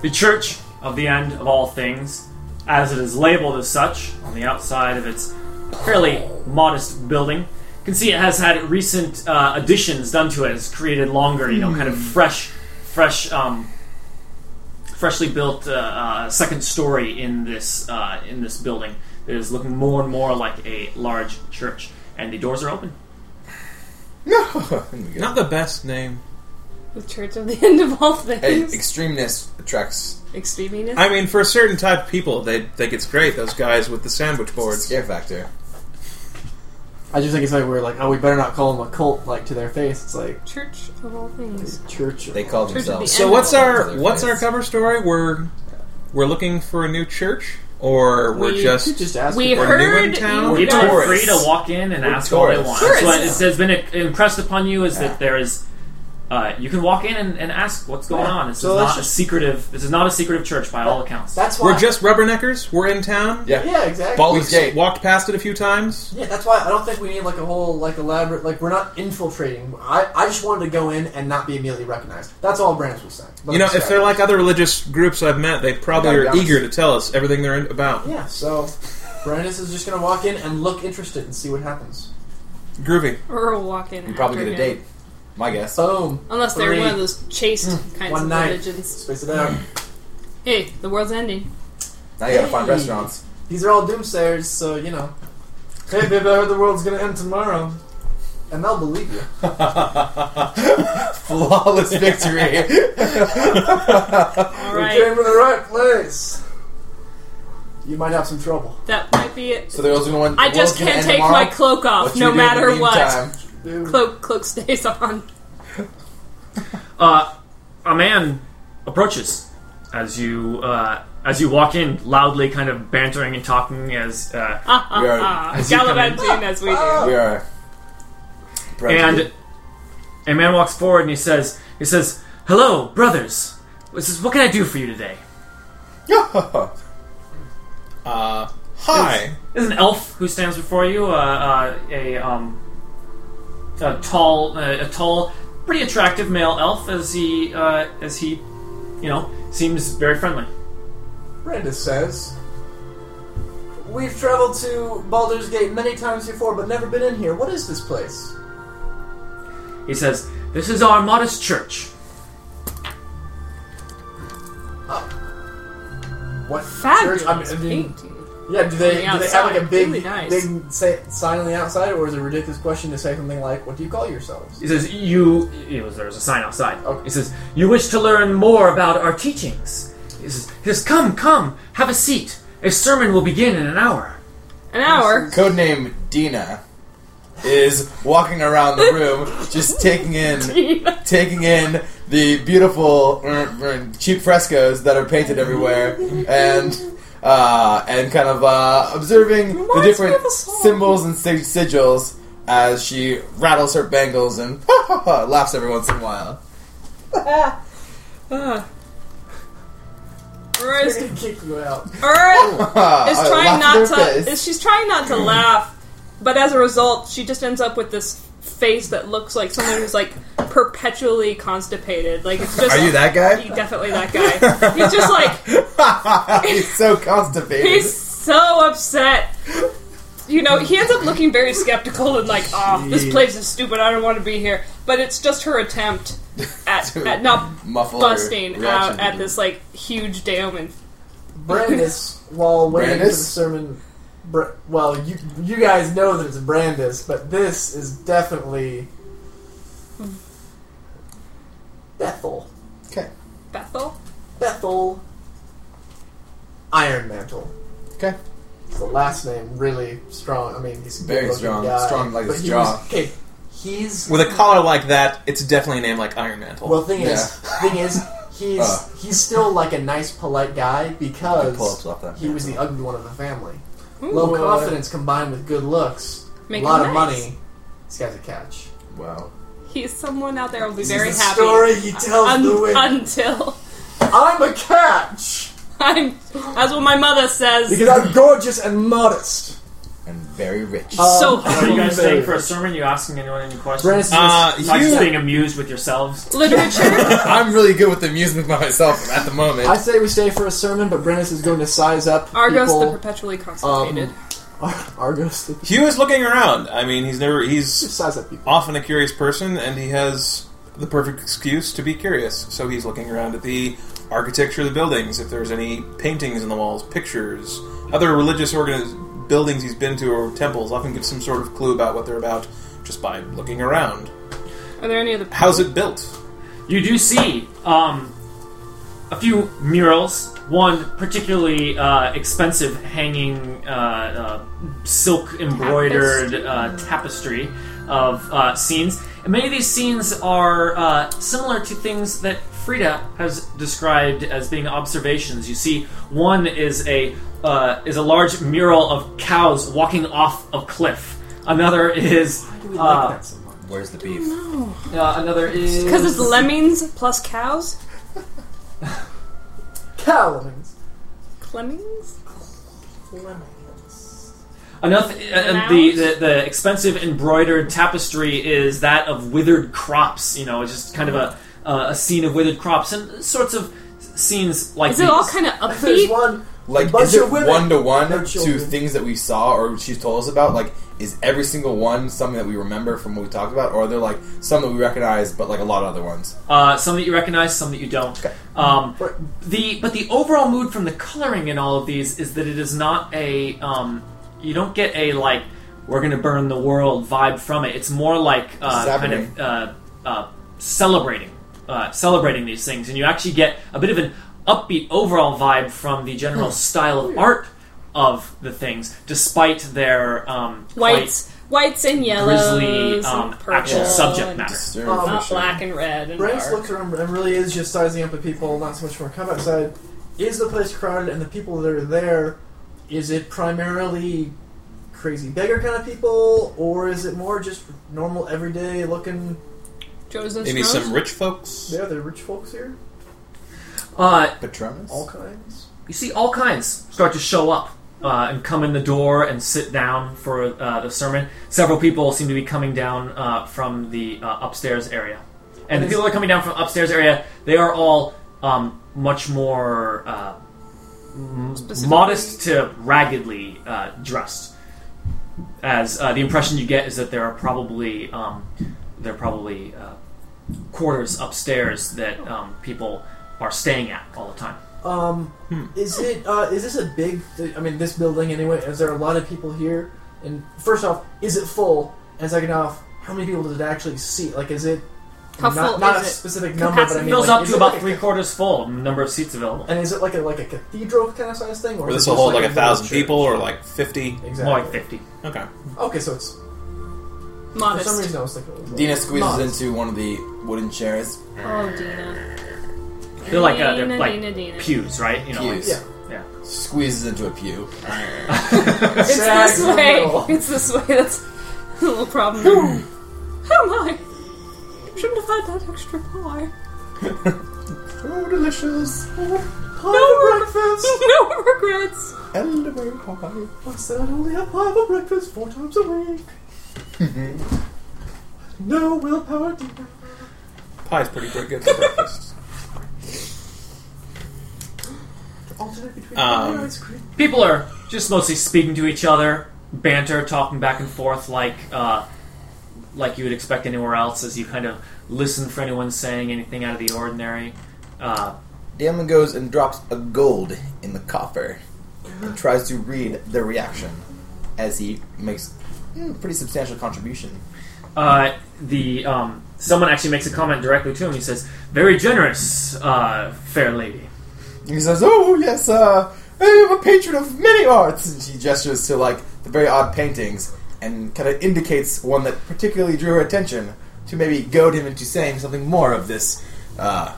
Speaker 9: The Church of the End of All Things, as it is labeled as such on the outside of its fairly modest building, you can see it has had recent uh, additions done to it. It's created longer, you know, kind of fresh, fresh, um, freshly built uh, uh, second story in this uh, in this building that is looking more and more like a large church. And the doors are open.
Speaker 4: Not the best name.
Speaker 5: The Church of the End of All
Speaker 3: Hey,
Speaker 5: Things.
Speaker 3: extremeness attracts
Speaker 5: Extremeness.
Speaker 4: I mean, for a certain type of people, they think it's great. Those guys with the sandwich boards.
Speaker 3: scare factor.
Speaker 6: I just think it's like we're like oh we better not call him a cult like to their face. It's like
Speaker 5: Church of All Things.
Speaker 6: church. Or,
Speaker 3: They call
Speaker 5: Church of the
Speaker 3: themselves.
Speaker 5: End.
Speaker 4: So what's our
Speaker 3: Other
Speaker 4: what's our
Speaker 3: place.
Speaker 4: cover story? We're we're looking for a new church, or we're
Speaker 5: We-
Speaker 6: You
Speaker 4: just
Speaker 6: just ask.
Speaker 5: We
Speaker 6: for-
Speaker 4: We're new in
Speaker 5: heard
Speaker 4: town. We're
Speaker 5: you guys-
Speaker 2: People are free
Speaker 3: Tourists.
Speaker 2: to walk in and
Speaker 3: We're
Speaker 2: ask all they
Speaker 3: tourists.
Speaker 2: want. That's what
Speaker 5: Tourists.
Speaker 2: it has been impressed upon you is
Speaker 3: Yeah.
Speaker 2: that there is. Uh, you can walk in and, and ask what's going
Speaker 6: Yeah.
Speaker 2: on. This
Speaker 6: So
Speaker 2: is
Speaker 6: let's
Speaker 2: not a
Speaker 6: just-
Speaker 2: secretive. This is not a secretive church by all accounts.
Speaker 6: That's why.
Speaker 4: we're just rubberneckers. We're in town.
Speaker 3: Yeah.
Speaker 6: yeah exactly.
Speaker 3: Ball-
Speaker 4: We
Speaker 3: Baldur's Gate.
Speaker 4: walked past it a few times.
Speaker 6: Yeah, that's why I don't think we need like a whole like elaborate like we're not infiltrating. I, I just wanted to go in and not be immediately recognized. That's all Brandis was saying.
Speaker 4: You know, if they're like other religious groups I've met, they probably
Speaker 3: Yeah,
Speaker 4: are
Speaker 3: yeah.
Speaker 4: eager to tell us everything they're in, about.
Speaker 6: yeah, so Brandis is just gonna walk in and look interested and see what happens.
Speaker 4: Groovy.
Speaker 5: Or walk in.
Speaker 3: You probably
Speaker 5: after
Speaker 3: get a
Speaker 5: him.
Speaker 3: date. My guess.
Speaker 6: Boom.
Speaker 5: Unless they're
Speaker 6: Three.
Speaker 5: one of those chaste
Speaker 3: Hmm.
Speaker 5: kinds
Speaker 6: One
Speaker 5: of
Speaker 6: night.
Speaker 5: religions.
Speaker 6: Space it out.
Speaker 5: Hey, the world's ending.
Speaker 3: Now you gotta find
Speaker 6: Hey.
Speaker 3: restaurants.
Speaker 6: These are all doomsayers, so you know. Hey, baby, I heard the world's gonna end tomorrow, and they'll believe you.
Speaker 3: Flawless victory.
Speaker 5: All
Speaker 6: We
Speaker 5: right,
Speaker 6: came to the right place. You might have some trouble.
Speaker 5: that might be it.
Speaker 3: so the girls gonna win.
Speaker 5: I just can't take my cloak off, no matter what.
Speaker 6: Dude.
Speaker 5: Cloak, cloak stays on.
Speaker 2: Uh, a man approaches as you uh, as you walk in, loudly kind of bantering and talking as uh,
Speaker 6: Um,
Speaker 5: Ah, ah,
Speaker 3: We are-
Speaker 5: ah.
Speaker 2: as you come in-
Speaker 5: Gallivanting as we do.
Speaker 3: We are.
Speaker 2: and a man walks forward and he says he says hello brothers he says what can I do for you today
Speaker 4: Uh, hi.
Speaker 2: There's an elf who stands before you, uh, uh, a, um, a tall, uh, a tall, pretty attractive male elf as he, uh, as he, you know, seems very friendly.
Speaker 6: Brandis says, We've traveled to Baldur's Gate many times before, but never been in here. What is this place?
Speaker 2: He says, "This is our modest church."
Speaker 6: What
Speaker 5: Fabulous
Speaker 6: church? I mean, I mean,
Speaker 5: painting.
Speaker 6: yeah. Do they,
Speaker 5: On
Speaker 6: do
Speaker 5: the
Speaker 6: they have like a
Speaker 5: outside,
Speaker 6: big,
Speaker 5: really nice.
Speaker 6: big say, sign on the outside, or is it a ridiculous question to say something like, "What do you call yourselves?"
Speaker 2: He says, "You." It was, there was a sign outside.
Speaker 6: Okay.
Speaker 2: He says, "You wish to learn more about our teachings?" He says, he says, "Come, come, have a seat. A sermon will begin in an hour."
Speaker 5: An hour.
Speaker 3: Codename Dina is walking around the room, just taking in, taking in the beautiful er, er, cheap frescoes that are painted everywhere, and uh, and kind of uh, observing the
Speaker 5: Reminds me
Speaker 3: different
Speaker 5: of a song.
Speaker 3: symbols and sig- sigils as she rattles her bangles and laughs every once in a while.
Speaker 5: Ah.
Speaker 6: They're
Speaker 5: Roy's
Speaker 6: gonna kick you out.
Speaker 3: Oh.
Speaker 5: Ur is
Speaker 3: I
Speaker 5: trying
Speaker 3: laugh in
Speaker 5: not
Speaker 3: their face.
Speaker 5: to. Is, she's trying not
Speaker 6: Mm.
Speaker 5: to laugh, but as a result, she just ends up with this face that looks like someone who's like perpetually constipated. Like it's just.
Speaker 3: Are you that guy?
Speaker 5: He definitely that guy. He's just like
Speaker 3: he's so constipated.
Speaker 5: he's so upset. You know, he ends up looking very skeptical and like, oh, this place is stupid. I don't want to be here. But it's just her attempt at, at not
Speaker 3: muffled
Speaker 5: busting out at this like huge daemon.
Speaker 6: Brandis, while waiting for the
Speaker 3: Brandis?
Speaker 6: sermon, Br- well, you you guys know that it's Brandis, but this is definitely
Speaker 5: Hmm.
Speaker 6: Bethel.
Speaker 3: Okay.
Speaker 5: Bethel.
Speaker 6: Bethel Iron Mantle.
Speaker 3: Okay.
Speaker 6: It's the last name really strong. I mean, he's a
Speaker 3: Very
Speaker 6: good-looking
Speaker 3: strong.
Speaker 6: guy,
Speaker 3: Strong like
Speaker 6: but
Speaker 3: his
Speaker 6: he
Speaker 3: jaw.
Speaker 6: was- Okay, he's
Speaker 4: With a collar like that, it's definitely a name like Iron Mantle.
Speaker 6: well. Thing
Speaker 3: Yeah.
Speaker 6: is, thing is, he's
Speaker 3: Uh.
Speaker 6: he's still like a nice, polite guy
Speaker 3: pull-ups
Speaker 6: because
Speaker 3: off that.
Speaker 6: he was the ugly one of the family.
Speaker 5: Ooh.
Speaker 6: Low confidence combined with good looks,
Speaker 5: Make
Speaker 6: a lot
Speaker 5: him
Speaker 6: of
Speaker 5: nice.
Speaker 6: money. This guy's a catch.
Speaker 3: Wow.
Speaker 5: He's someone out there will be
Speaker 6: This
Speaker 5: very
Speaker 6: is the
Speaker 5: happy.
Speaker 6: story he tells
Speaker 5: Un-
Speaker 6: the wind.
Speaker 5: until
Speaker 6: I'm a catch
Speaker 5: I'm. That's what my mother says.
Speaker 6: because I'm gorgeous and modest.
Speaker 3: And very rich.
Speaker 5: so
Speaker 2: Are you guys
Speaker 6: Very
Speaker 2: staying for a
Speaker 6: rich.
Speaker 2: sermon? You asking anyone any questions?
Speaker 6: Brandon's
Speaker 4: Uh,
Speaker 2: Not just
Speaker 4: Hugh,
Speaker 2: being amused with yourselves.
Speaker 5: literature.
Speaker 3: I'm really good with amusement by myself at the moment.
Speaker 14: I say we stay for a sermon, but Brennus is going to size up
Speaker 5: Argos the
Speaker 14: people. um,
Speaker 5: perpetually constipated.
Speaker 14: Ar- Argos, the
Speaker 4: Hugh is looking around. I mean, he's never. He's
Speaker 14: just size up people.
Speaker 4: often a curious person, and he has the perfect excuse to be curious. So he's looking around at the architecture of the buildings, if there's any paintings in the walls, pictures, other religious organi- buildings he's been to or temples. Often gives some sort of clue about what they're about just by looking around.
Speaker 5: Are there any other?
Speaker 4: How's it built?
Speaker 2: You do see um, a few murals. One particularly uh, expensive hanging uh, uh, silk embroidered uh, tapestry of uh, scenes. And many of these scenes are uh, similar to things that Frida has described as being observations. You see, one is a uh, is a large mural of cows walking off a cliff. Another is uh,
Speaker 3: Where's the beef?
Speaker 2: uh, another is
Speaker 5: Because it's lemmings plus cows.
Speaker 6: Cowlings.
Speaker 5: Clemmings.
Speaker 2: Enough. Uh, uh, the, the the expensive embroidered tapestry is that of withered crops. You know, it's just kind of a uh, a scene of withered crops and sorts of scenes like
Speaker 5: Is it all
Speaker 2: these.
Speaker 5: kind of
Speaker 6: There's
Speaker 5: upbeat?
Speaker 6: one.
Speaker 3: Like,
Speaker 6: bunch
Speaker 3: is it
Speaker 6: of women.
Speaker 3: one to one
Speaker 6: No
Speaker 3: to
Speaker 6: children.
Speaker 3: things that we saw or she's told us about? Like, is every single one something that we remember from what we talked about, or are there like some that we recognize, but like a lot of other ones?
Speaker 2: Uh, some that you recognize, some that you don't. Um,
Speaker 6: Right.
Speaker 2: the but the overall mood from the coloring in all of these is that it is not a um, you don't get a like we're gonna burn the world vibe from it. It's more like
Speaker 3: This
Speaker 2: uh,
Speaker 3: is
Speaker 2: kind of uh, uh, celebrating uh, celebrating these things, and you actually get a bit of an upbeat overall vibe from the general style of art of the things, despite their um,
Speaker 5: Whites, whites and yellows,
Speaker 2: grisly um,
Speaker 5: and purple,
Speaker 2: actual subject
Speaker 5: and
Speaker 2: matter.
Speaker 3: Disturbed
Speaker 6: Um,
Speaker 3: for
Speaker 5: Oh, Not
Speaker 3: sure.
Speaker 5: black and red and
Speaker 6: Brandis
Speaker 5: dark.
Speaker 6: looks around and really is just sizing up the people, not so much more combat side. Is the place crowded and the people that are there, is it primarily crazy beggar kind of people, or is it more just normal everyday looking?
Speaker 5: Joes and
Speaker 4: Maybe
Speaker 5: Snows?
Speaker 4: some rich folks?
Speaker 6: There, the rich folks here,
Speaker 2: Uh,
Speaker 3: Patronus?
Speaker 6: all kinds.
Speaker 2: you see all kinds start to show up uh, and come in the door and sit down for uh, the sermon. Several people seem to be coming down uh, from the uh, upstairs area, and the people that are coming down from upstairs area they are all um, much more uh, m-
Speaker 5: Specifically-
Speaker 2: modest to raggedly uh, dressed. As uh, the impression you get is that there are probably um, there are probably uh, quarters upstairs that um, people are staying at all the time.
Speaker 6: Um,
Speaker 2: Hmm.
Speaker 6: is it uh, is this a big? I mean, this building anyway. Is there a lot of people here? And first off, is it full? And second off, how many people did it actually see? Like, is it
Speaker 5: How
Speaker 6: not,
Speaker 5: full
Speaker 6: not
Speaker 5: is
Speaker 6: a
Speaker 5: it?
Speaker 6: specific number, but I
Speaker 5: Capacity
Speaker 6: mean,
Speaker 2: fills
Speaker 6: like,
Speaker 2: up
Speaker 6: is
Speaker 2: to
Speaker 6: it
Speaker 2: about
Speaker 6: like a-
Speaker 2: three quarters full number of seats available.
Speaker 6: And is it like a like a cathedral kind of size thing, or
Speaker 4: Or
Speaker 6: is
Speaker 4: this
Speaker 6: it
Speaker 4: will
Speaker 6: just
Speaker 4: hold like a
Speaker 6: little
Speaker 4: thousand
Speaker 6: church?
Speaker 4: people or like 50?
Speaker 6: Exactly.
Speaker 2: More like fifty.
Speaker 4: Okay.
Speaker 6: Okay, so it's for
Speaker 5: modest.
Speaker 6: some reason I was thinking. it was
Speaker 3: Dina
Speaker 6: like-
Speaker 3: squeezes
Speaker 6: Not-
Speaker 3: into one of the wooden chairs.
Speaker 5: oh, Dina.
Speaker 2: They're like uh, they're
Speaker 5: Dina,
Speaker 2: like
Speaker 5: Dina, Dina.
Speaker 2: pews, right? You know, like-
Speaker 3: Pews.
Speaker 6: Yeah.
Speaker 2: yeah.
Speaker 3: Squeezes into a pew.
Speaker 5: It's
Speaker 6: Sag
Speaker 5: this
Speaker 6: in the
Speaker 5: way.
Speaker 6: middle.
Speaker 5: It's this way. That's a little problem. How am I? Shouldn't have had that extra pie.
Speaker 3: Oh, delicious.
Speaker 6: Pie for breakfast.
Speaker 5: no regrets.
Speaker 3: Elderberry pie.
Speaker 6: I said I'd only have pie for breakfast four times a week. no willpower. Dina.
Speaker 4: Pie's pretty pretty good for breakfast.
Speaker 6: Alternate between
Speaker 4: Um,
Speaker 6: pie and ice cream.
Speaker 2: People are just mostly speaking to each other, banter, talking back and forth, like uh, like you would expect anywhere else. As you kind of listen for anyone saying anything out of the ordinary. Uh,
Speaker 3: Damon goes and drops a gold in the coffer and tries to read the reaction as he makes a pretty substantial contribution.
Speaker 2: uh, the um, someone actually makes a comment directly to him. He says, "Very generous, uh, fair lady."
Speaker 3: He says, "Oh yes, uh, I am a patron of many arts. And she gestures to like the very odd paintings and kind of indicates one that particularly drew her attention to maybe goad him into saying something more of this. Uh,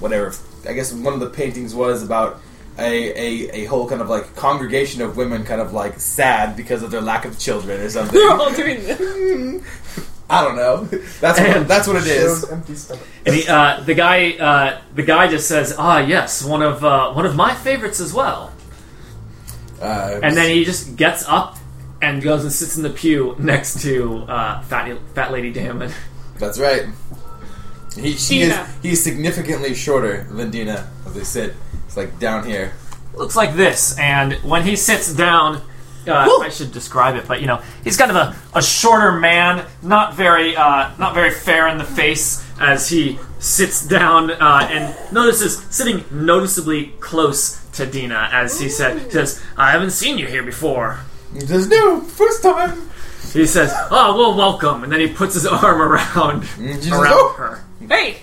Speaker 3: whatever. I guess one of the paintings was about a, a, a whole kind of like congregation of women kind of like sad because of their lack of children or something.
Speaker 5: They're all doing this.
Speaker 3: I don't know. That's what,
Speaker 2: And-
Speaker 3: that's what it is.
Speaker 13: Shows empty stomach.
Speaker 2: And he, uh, the guy, uh, the guy just says, "Ah, yes, one of uh, one of my favorites as well."
Speaker 3: Uh,
Speaker 2: And then he just gets up and goes and sits in the pew next to uh, fat fat lady Damon.
Speaker 3: That's right. He, she is,
Speaker 5: Dina.
Speaker 3: he's significantly shorter than Dina as they sit. It's like down here.
Speaker 2: Looks like this, and when he sits down. Uh, I should describe it, but you know he's kind of a, a shorter man, not very uh, not very fair in the face as he sits down uh, and notices sitting noticeably close to Dina as he said says I haven't seen you here before.
Speaker 3: He says, No, first time.
Speaker 2: He says, "Oh, well, welcome," and then he puts his arm around
Speaker 3: And she says,
Speaker 2: around
Speaker 3: "Oh."
Speaker 2: her.
Speaker 5: Hey,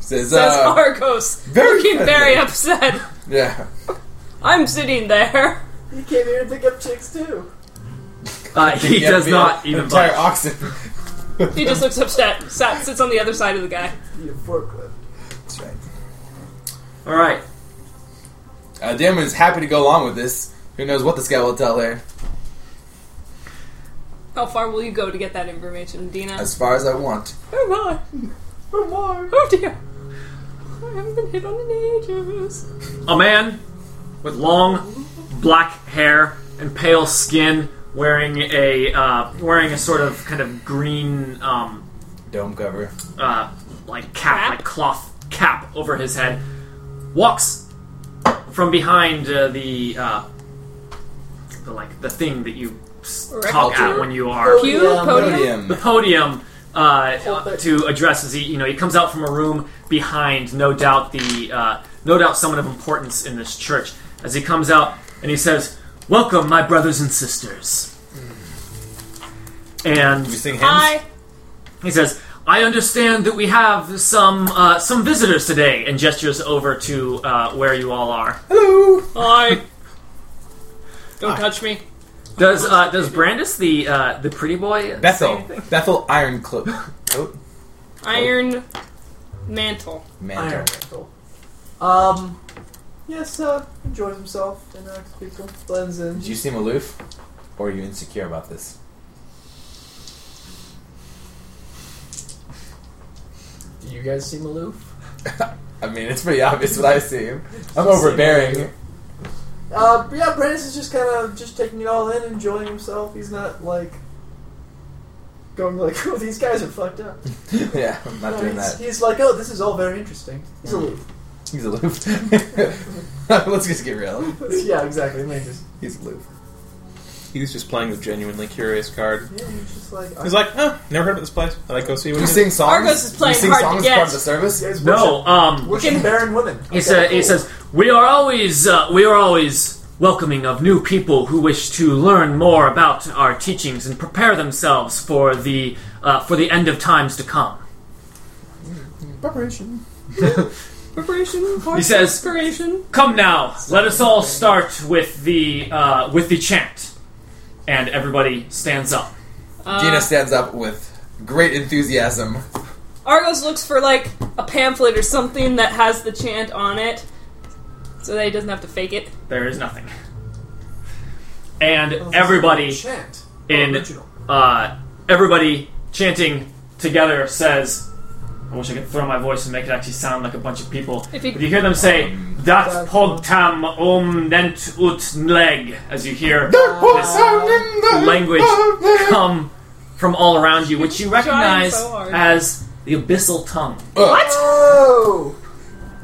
Speaker 3: Says,
Speaker 5: says
Speaker 3: uh,
Speaker 5: Argos,
Speaker 3: very
Speaker 5: looking
Speaker 3: friendly.
Speaker 5: very upset.
Speaker 3: Yeah.
Speaker 5: I'm sitting there.
Speaker 13: He came here to pick up chicks too.
Speaker 2: Uh, he
Speaker 3: Yeah,
Speaker 2: does
Speaker 3: be
Speaker 2: not
Speaker 3: an
Speaker 2: even
Speaker 3: entire
Speaker 2: budge.
Speaker 3: oxen.
Speaker 5: He just looks upset. Sat, sits on the other side of the guy.
Speaker 13: Need a forklift.
Speaker 3: That's right.
Speaker 2: All right,
Speaker 3: Uh, Damon is happy to go along with this. Who knows what this guy will tell her?
Speaker 5: How far will you go to get that information, Dina?
Speaker 3: As far as I want.
Speaker 5: Oh my!
Speaker 13: For more.
Speaker 5: Oh dear! I haven't been hit on in ages.
Speaker 2: a man with long black hair and pale skin, wearing a uh, wearing a sort of kind of green um,
Speaker 3: Dome cover.
Speaker 2: uh, like cap,
Speaker 5: Cap?
Speaker 2: like cloth cap over his head, walks from behind uh, the, uh, the like the thing that you s- talk at
Speaker 5: Altar?
Speaker 2: when you are
Speaker 5: Pew?
Speaker 13: Podium.
Speaker 5: Podium?
Speaker 2: the
Speaker 3: Podium.
Speaker 2: podium uh, to address as he you know he comes out from a room behind no doubt the uh, no doubt someone of importance in this church as he comes out and he says welcome my brothers and sisters and
Speaker 3: You sing hymns?
Speaker 5: I
Speaker 2: he says I understand that we have some uh, some visitors today and gestures over to uh, where you all are
Speaker 3: Hello.
Speaker 5: Hi. Don't touch me.
Speaker 2: does uh, does Brandis the uh, the pretty boy
Speaker 3: Bethel. Bethel Iron Cloak. Oh,
Speaker 5: Iron mantle.
Speaker 3: man.
Speaker 13: Iron Mantle. Um, yes, uh, enjoys himself, interacts with people, blends in.
Speaker 3: Did you seem aloof? Or are you insecure about this?
Speaker 13: Do you guys seem aloof?
Speaker 3: I mean, it's pretty obvious what I see. I'm overbearing.
Speaker 13: Uh, but yeah, Brandis is just kind of just taking it all in, enjoying himself. He's not like going like, "Oh, these guys are fucked up."
Speaker 3: yeah, I'm not
Speaker 13: No,
Speaker 3: doing
Speaker 13: he's,
Speaker 3: that.
Speaker 13: he's like, "Oh, this is all very interesting." He's aloof.
Speaker 3: He's aloof. Let's just get real.
Speaker 13: yeah, exactly. And then just,
Speaker 3: He's aloof.
Speaker 4: He's just playing the genuinely curious card.
Speaker 13: yeah, he's just like,
Speaker 4: He's like, huh, never heard of this place. I like go see
Speaker 3: Do
Speaker 4: what it
Speaker 3: you
Speaker 4: is."
Speaker 3: sing songs?
Speaker 5: Argos is playing
Speaker 3: Do you sing
Speaker 5: hard to
Speaker 3: songs as
Speaker 5: get.
Speaker 3: part of the service?
Speaker 13: guys
Speaker 2: no um
Speaker 13: worship, worship barren women.
Speaker 2: He
Speaker 13: Okay,
Speaker 2: said, "He
Speaker 13: cool.
Speaker 2: says we are always uh, we are always welcoming of new people who wish to learn more about our teachings and prepare themselves for the uh, for the end of times to come."
Speaker 3: Preparation.
Speaker 5: Preparation.
Speaker 2: He says,
Speaker 5: Preparation.
Speaker 2: "Come now, let us all start with the uh, with the chant," and everybody stands up.
Speaker 3: Gina stands up with great
Speaker 5: Uh,
Speaker 3: enthusiasm.
Speaker 5: Argos looks for like a pamphlet or something that has the chant on it, so that he doesn't have to fake it.
Speaker 2: There is nothing, and
Speaker 13: Oh, this is
Speaker 2: everybody
Speaker 13: chant.
Speaker 2: in-
Speaker 13: original.
Speaker 2: uh, everybody chanting together says, I wish I could throw my voice and make it actually sound like a bunch of people.
Speaker 5: If
Speaker 2: If
Speaker 5: you-
Speaker 2: you, hear them say, Dat pogtam om nent ut leg, as you hear language come from all around you, which you recognize
Speaker 5: so hard.
Speaker 2: as the abyssal tongue. Uh,
Speaker 3: What?
Speaker 13: Oh,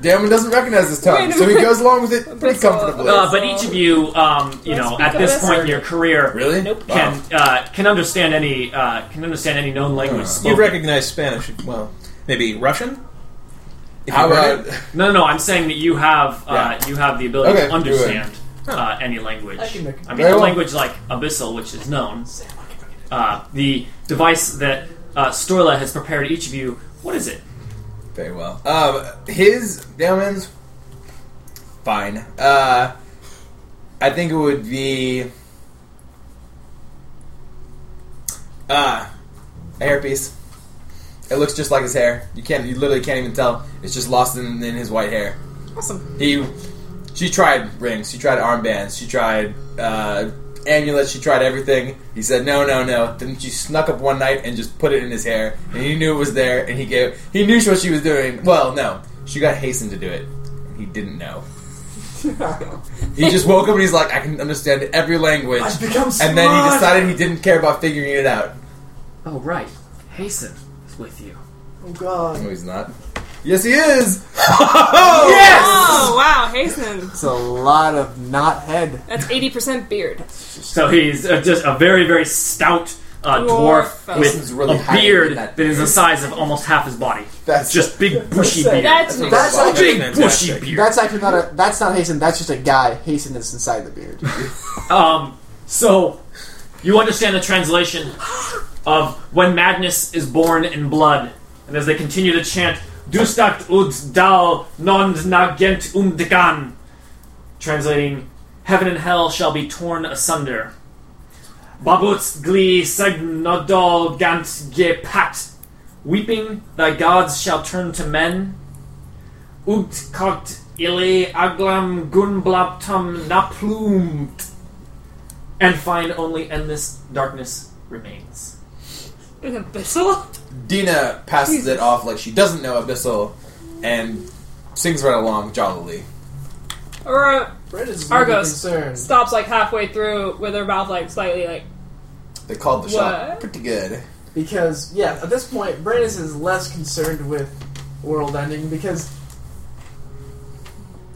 Speaker 3: Damon doesn't recognize his tongue,
Speaker 5: Wait a
Speaker 3: so he
Speaker 5: minute.
Speaker 3: goes along with it pretty
Speaker 5: That's all.
Speaker 3: comfortably.
Speaker 2: Uh, but each of you, um, you
Speaker 5: Let's
Speaker 2: know,
Speaker 5: speak
Speaker 2: at this
Speaker 5: abyssal.
Speaker 2: point in your career,
Speaker 3: really?
Speaker 5: Nope.
Speaker 3: Wow.
Speaker 2: can uh, can understand any uh, can understand any known language.
Speaker 3: Uh,
Speaker 4: You
Speaker 2: spoken.
Speaker 4: recognize Spanish, well, maybe Russian? If
Speaker 3: How
Speaker 4: you heard
Speaker 3: about
Speaker 4: it.
Speaker 2: No, no, no. I'm saying that you have uh, you have the ability
Speaker 3: Okay,
Speaker 2: to
Speaker 3: do
Speaker 2: understand uh, any language.
Speaker 13: I can make it.
Speaker 2: I mean,
Speaker 3: Very
Speaker 2: a
Speaker 3: well.
Speaker 2: language like Abyssal, which is known. Uh, the device that uh, Storla has prepared each of you. What is it?
Speaker 3: Very well. Um, his Damon's fine. Uh, I think it would be. Ah, a hairpiece. It looks just like his hair. You can't. You literally can't even tell. It's just lost in, in his white hair.
Speaker 5: Awesome.
Speaker 3: He, she tried rings. She tried armbands. She tried uh, amulets. She tried everything. He said no, no, no. Then she snuck up one night and just put it in his hair. And he knew it was there. And he gave. He knew what she was doing. Well, no, she got hastened to do it. And he didn't know. He just woke up and he's like, I can understand every language.
Speaker 6: I've become smart.
Speaker 3: And then he decided he didn't care about figuring it out.
Speaker 2: Oh, right. Hasten is with you.
Speaker 15: Oh god.
Speaker 3: No, he's not. Yes, he is.
Speaker 5: Oh wow, Hasten.
Speaker 15: It's a lot of not head.
Speaker 5: That's eighty percent beard.
Speaker 2: So he's uh, just a very, very stout uh, dwarf
Speaker 5: Dwarf.
Speaker 2: with
Speaker 3: Hasten's really
Speaker 2: a
Speaker 3: high in
Speaker 2: beard
Speaker 3: that
Speaker 2: that is the
Speaker 3: beard.
Speaker 2: size of almost half his body.
Speaker 3: That's
Speaker 2: Just big, bushy beard.
Speaker 5: That's me.
Speaker 15: That's actually,
Speaker 2: big, bushy beard.
Speaker 15: that's actually not a. That's not Hasten. That's just a guy. Hasten is inside the beard.
Speaker 2: Um, so you understand the translation of when madness is born in blood, and as they continue to chant "Du stacht ut dal non nagent um degan," translating "Heaven and hell shall be torn asunder." Babutz gli segnodol gant gepat. Weeping, thy gods shall turn to men. Ut kocht ille aglam gunblaptum naplumt and find only endless darkness remains.
Speaker 5: An abyssal.
Speaker 3: Dina passes it off like she doesn't know Abyssal, and sings right along jollily.
Speaker 5: Aurora
Speaker 6: Fred is
Speaker 5: Argos.
Speaker 6: concerned.
Speaker 5: stops like halfway through with her mouth like slightly like
Speaker 3: They called the shot
Speaker 5: What?
Speaker 3: pretty good.
Speaker 6: Because, yeah, at this point, Brandis is less concerned with world ending because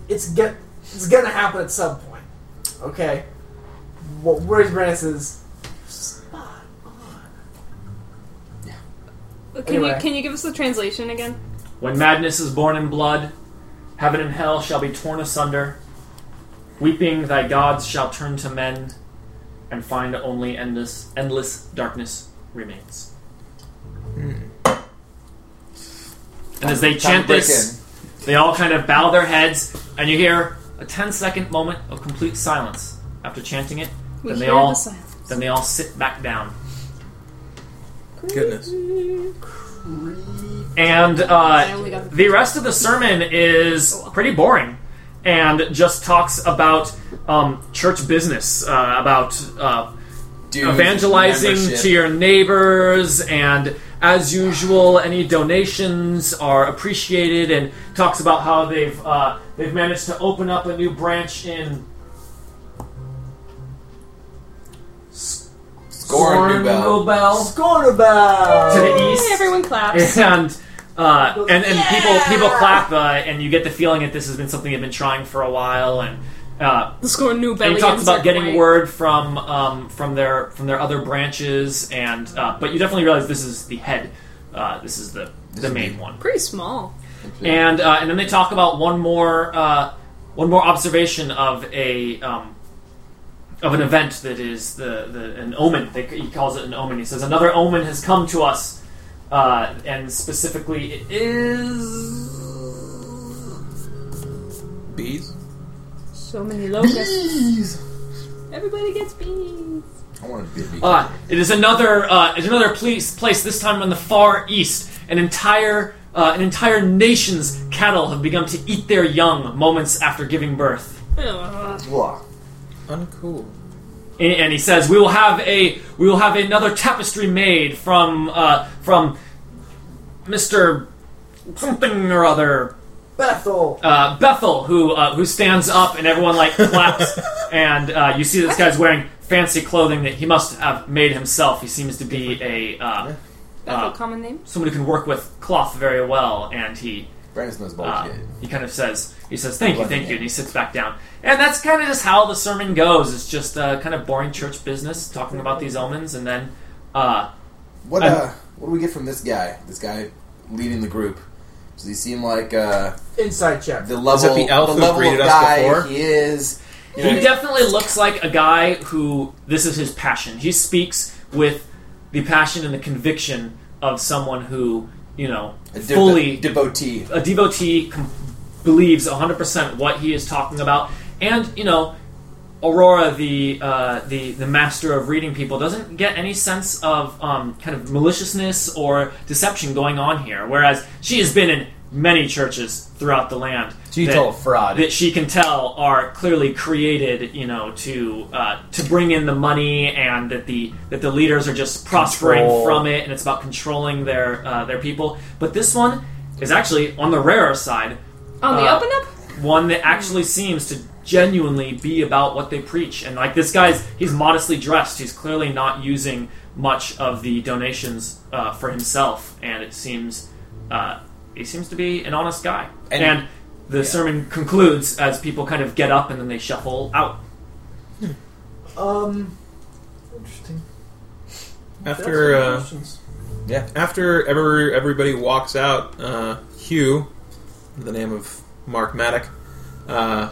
Speaker 6: it's get it's gonna happen at some point. Okay? What worries Brandis is
Speaker 5: Can
Speaker 6: Anyway.
Speaker 5: you can you give us the translation again?
Speaker 2: When madness is born in blood, heaven and hell shall be torn asunder. Weeping, thy gods shall turn to men, and find only endless, endless darkness remains. And as they
Speaker 3: Hmm. Time to
Speaker 2: chant
Speaker 3: break
Speaker 2: this, They all kind of bow their heads, and you hear a 10 second moment of complete silence after chanting it.
Speaker 5: We
Speaker 2: then they
Speaker 5: hear
Speaker 2: all
Speaker 5: the silence.
Speaker 2: then they all sit back down.
Speaker 4: Goodness.
Speaker 2: And
Speaker 5: I
Speaker 2: uh,
Speaker 5: only got the Oh,
Speaker 2: the rest of the sermon is pretty boring and just talks about um, church business, uh, about uh,
Speaker 3: Dude,
Speaker 2: evangelizing
Speaker 3: membership.
Speaker 2: to your neighbors and as usual any donations are appreciated and talks about how they've uh, they've managed to open up a new branch in
Speaker 3: Scorn New Bell.
Speaker 2: Cornwall to
Speaker 15: Scornabell.
Speaker 2: the
Speaker 5: Hey,
Speaker 2: east
Speaker 5: everyone claps.
Speaker 2: and uh, and, and people people clap uh, and you get the feeling that this has been something they've been trying for a while and uh,
Speaker 5: the score new
Speaker 2: And
Speaker 5: belly.
Speaker 2: he talks
Speaker 5: ends
Speaker 2: about
Speaker 5: up
Speaker 2: getting
Speaker 5: white.
Speaker 2: word from um, from their from their other branches, and uh, but you definitely realize this is the head. Uh, this is the the main one.
Speaker 5: Pretty small.
Speaker 2: And uh, and then they talk about one more uh, one more observation of a um, of an event that is the, the an omen. They, he calls it an omen. He says another omen has come to us, uh, and specifically it is
Speaker 4: Bees?
Speaker 5: So many locusts. Everybody gets bees.
Speaker 3: I want to be a
Speaker 2: Uh, it is another uh, it's another place, place this time on the far east. An entire uh, an entire nation's cattle have begun to eat their young moments after giving birth. Ah.
Speaker 5: Ugh.
Speaker 4: Uncool.
Speaker 2: And, and he says, "We will have a we will have another tapestry made from uh, from Mister something or other
Speaker 6: Bethel!
Speaker 2: uh, Bethel who uh, who stands up and everyone like claps and uh, you see this guy's wearing fancy clothing that he must have made himself. He seems to be a uh,
Speaker 5: That's
Speaker 2: Uh,
Speaker 5: a common name.
Speaker 2: someone who can work with cloth very well, and he
Speaker 3: Brandis knows
Speaker 2: uh,
Speaker 3: bullshit.
Speaker 2: he kind of says he says thank you,
Speaker 3: Blending
Speaker 2: thank
Speaker 3: in.
Speaker 2: you, and he sits back down. And that's kind of just how the sermon goes. It's just uh, kind of boring church business, talking about these omens, and then uh,
Speaker 3: What
Speaker 2: I'm-
Speaker 3: uh, what do we get from this guy? This guy leading the group. Does he seem like uh,
Speaker 6: Inside check.
Speaker 3: the level
Speaker 4: that the elf who
Speaker 3: level of
Speaker 4: greeted us
Speaker 3: guy
Speaker 4: before?
Speaker 3: he is? You know,
Speaker 2: he definitely looks like a guy who this is his passion. He speaks with the passion and the conviction of someone who you know
Speaker 3: a devo-
Speaker 2: fully
Speaker 3: devotee.
Speaker 2: a devotee com- believes 100% what he is talking about and you know Aurora, the uh, the the master of reading people, doesn't get any sense of um, kind of maliciousness or deception going on here. Whereas she has been in many churches throughout the land.
Speaker 16: She
Speaker 2: that-
Speaker 16: told fraud.
Speaker 2: uh, that she can tell are clearly created, you know, to uh, to bring in the money, and that the that the leaders are just prospering
Speaker 16: Control.
Speaker 2: from it, and it's about controlling their uh, their people. But this one is actually on the rarer side,
Speaker 5: On the
Speaker 2: Uh,
Speaker 5: up and up?
Speaker 2: one that actually seems to genuinely be about what they preach. And like this guy's, he's modestly dressed. He's clearly not using much of the donations uh, for himself, and it seems uh, he seems to be an honest guy. And,
Speaker 16: And-
Speaker 2: the sermon concludes as people kind of get up and then they shuffle out.
Speaker 6: Um,
Speaker 13: Interesting.
Speaker 4: After
Speaker 13: That's some
Speaker 4: uh,
Speaker 13: questions.
Speaker 4: after every, everybody walks out, uh, Hugh, in the name of Mark Maddock, uh,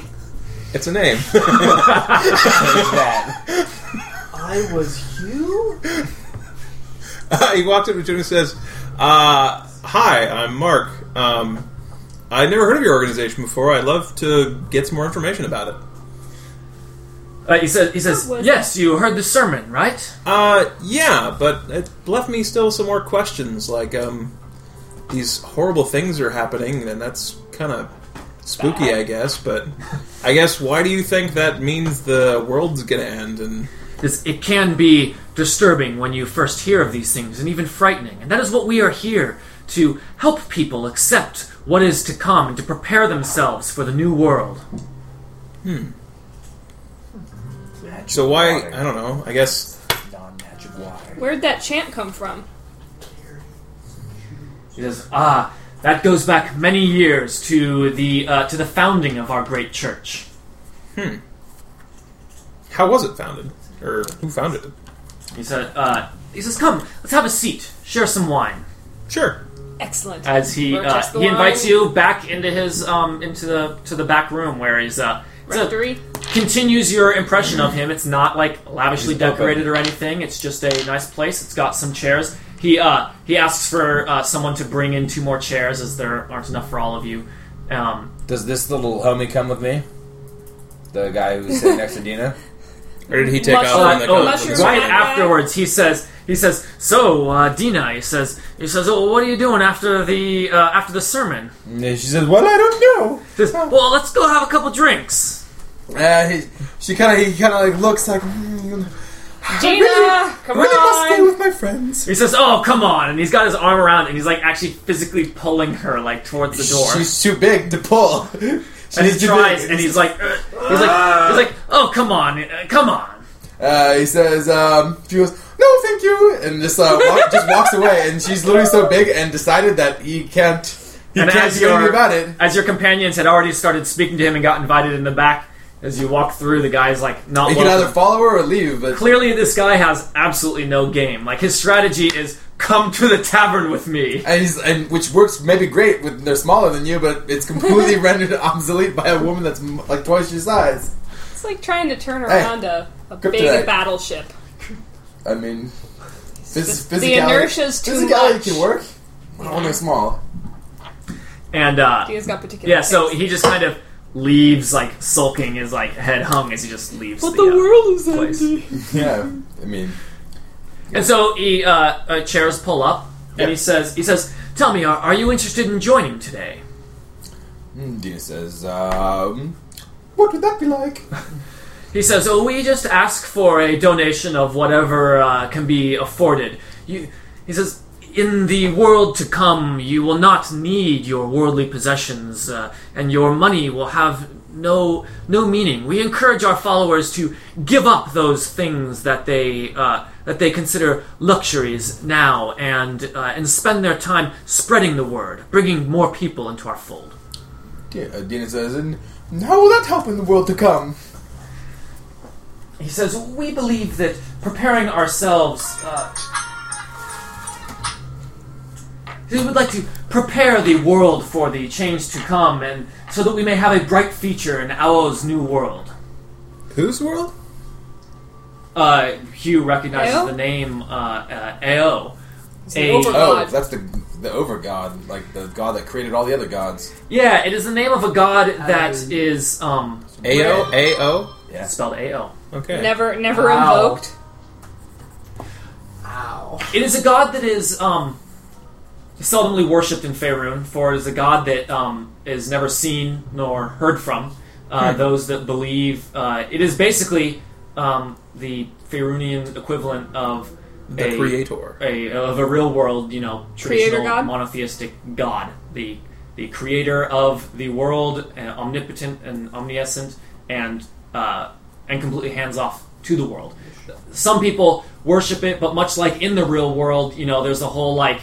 Speaker 4: it's a name.
Speaker 16: that.
Speaker 6: I was Hugh.
Speaker 4: he walks up to Jim and says, uh, "Hi, I'm Mark. Um, I never heard of your organization before. I'd love to get some more information about it."
Speaker 2: Uh, he says, he says,
Speaker 5: was-
Speaker 2: yes, you heard the sermon, right?
Speaker 4: Uh, yeah, but it left me still some more questions. Like, um, these horrible things are happening, and that's kind of spooky, I guess. But I guess why do you think that means the world's gonna end? And
Speaker 2: This, it can be disturbing when you first hear of these things and even frightening. And that is what we are here to help people accept what is to come and to prepare themselves for the new world.
Speaker 3: Magic
Speaker 4: so why?
Speaker 3: water.
Speaker 4: I don't know. I guess
Speaker 3: Non-magic water.
Speaker 5: Where'd that chant come from?
Speaker 2: He says, "Ah, that goes back many years to the uh, to the founding of our great church.
Speaker 4: how was it founded, or who founded it?
Speaker 2: He said, uh, "He says, come, let's have a seat, share some wine."
Speaker 4: Sure.
Speaker 5: Excellent.
Speaker 2: As he uh,
Speaker 5: Purchase the
Speaker 2: he invites
Speaker 5: wine.
Speaker 2: you back into his um into the to the back room where he's uh it's a-
Speaker 5: Rectory.
Speaker 2: continues your impression of him. It's not like lavishly
Speaker 16: He's open.
Speaker 2: decorated or anything. It's just a nice place. It's got some chairs. He uh, he asks for uh, someone to bring in two more chairs as there aren't enough for all of you. Um,
Speaker 16: Does this little homie come with me? The guy who's sitting next to Dina?
Speaker 4: Or did he take
Speaker 5: Mushroom-
Speaker 4: out
Speaker 2: uh,
Speaker 4: on the
Speaker 2: oh,
Speaker 5: mushroom
Speaker 4: conference?
Speaker 2: right
Speaker 5: bag.
Speaker 2: afterwards, he says he says so uh, Dina. He says he says oh what are you doing after the uh, after the sermon?
Speaker 16: And she says, Well, I don't know.
Speaker 2: He says, well let's go have a couple drinks.
Speaker 8: Uh, he, she kind of he kind of like looks like. Mm,
Speaker 5: Gina, come
Speaker 8: really must stay
Speaker 5: on.
Speaker 8: with my friends.
Speaker 2: He says oh come on, and he's got his arm around and he's like actually physically pulling her like towards the door.
Speaker 8: She's too big to pull.
Speaker 2: and he
Speaker 8: She's too
Speaker 2: tries,
Speaker 8: big.
Speaker 2: and he's like, uh, he's like, he's like, oh come on, uh, come on.
Speaker 8: Uh, he says, um, she goes, no, thank you, and just uh, walk, just walks away. And she's literally so big and decided that he can't he
Speaker 2: And
Speaker 8: can't
Speaker 2: as
Speaker 8: do anything
Speaker 2: your-
Speaker 8: about it.
Speaker 2: As your companions had already started speaking to him and got invited in the back, as you walk through, the guy's like, not
Speaker 8: He can
Speaker 2: welcome.
Speaker 8: either follow her or leave, but
Speaker 2: Clearly, this guy has absolutely no game. Like his strategy is, come to the tavern with me.
Speaker 8: and he's and which works maybe great when they're smaller than you, but it's completely rendered obsolete by a woman that's m- like twice your size.
Speaker 5: It's like trying to turn
Speaker 8: Hey,
Speaker 5: around a, a
Speaker 8: grip to
Speaker 5: big
Speaker 8: that.
Speaker 5: battleship.
Speaker 8: I mean, phys-
Speaker 5: The- the
Speaker 8: physicality-
Speaker 5: inertia's too
Speaker 8: physicality
Speaker 5: much.
Speaker 8: can work when they're small.
Speaker 2: And uh,
Speaker 5: Dina's got particular.
Speaker 2: yeah, so he just kind of leaves, like sulking, his like head hung as he just leaves.
Speaker 5: But
Speaker 2: the
Speaker 5: the
Speaker 2: uh,
Speaker 5: world is
Speaker 2: place.
Speaker 5: empty.
Speaker 8: Yeah, I mean,
Speaker 2: And so he uh, uh, chairs pull up, and he says, "He says, tell me, are, are you interested in joining today?"
Speaker 8: mm, Dina says, um, what would that be like?
Speaker 2: He says, "Oh, we just ask for a donation of whatever uh, can be afforded." You, he says, "In the world to come, you will not need your worldly possessions, uh, and your money will have no no meaning." We encourage our followers to give up those things that they uh, that they consider luxuries now, and uh, and spend their time spreading the word, bringing more people into our fold.
Speaker 8: Dina, uh, Dina says, and how will that help in the world to come?
Speaker 2: He says, We believe that preparing ourselves. Uh, we would like to prepare the world for the change to come, and so that we may have a bright future in Ao's new world.
Speaker 4: Whose world?
Speaker 2: Uh, Hugh recognizes
Speaker 5: Ao?
Speaker 2: the name uh, uh, Ao.
Speaker 5: the
Speaker 2: A-
Speaker 5: over-
Speaker 8: Oh,
Speaker 5: God.
Speaker 8: that's the the over god, like the god that created all the other gods.
Speaker 2: yeah, it is the name of a god that is um,
Speaker 4: A O A O.
Speaker 8: Yeah.
Speaker 2: It's spelled A O.
Speaker 4: Okay.
Speaker 5: Never, never
Speaker 13: Wow.
Speaker 5: invoked.
Speaker 13: Ow.
Speaker 2: It is a god that is um, seldomly worshipped in Faerun, for it is a god that um, is never seen nor heard from. Uh, Those that believe uh, it is basically um, the Faerunian equivalent of
Speaker 4: The
Speaker 2: a,
Speaker 4: creator.
Speaker 2: a of a real world, you know,
Speaker 5: Creator
Speaker 2: traditional
Speaker 5: god?
Speaker 2: monotheistic god, the the creator of the world, and omnipotent and omniscient, and uh, and completely hands off to the world. Some people worship it, but much like in the real world, you know, there's a whole like,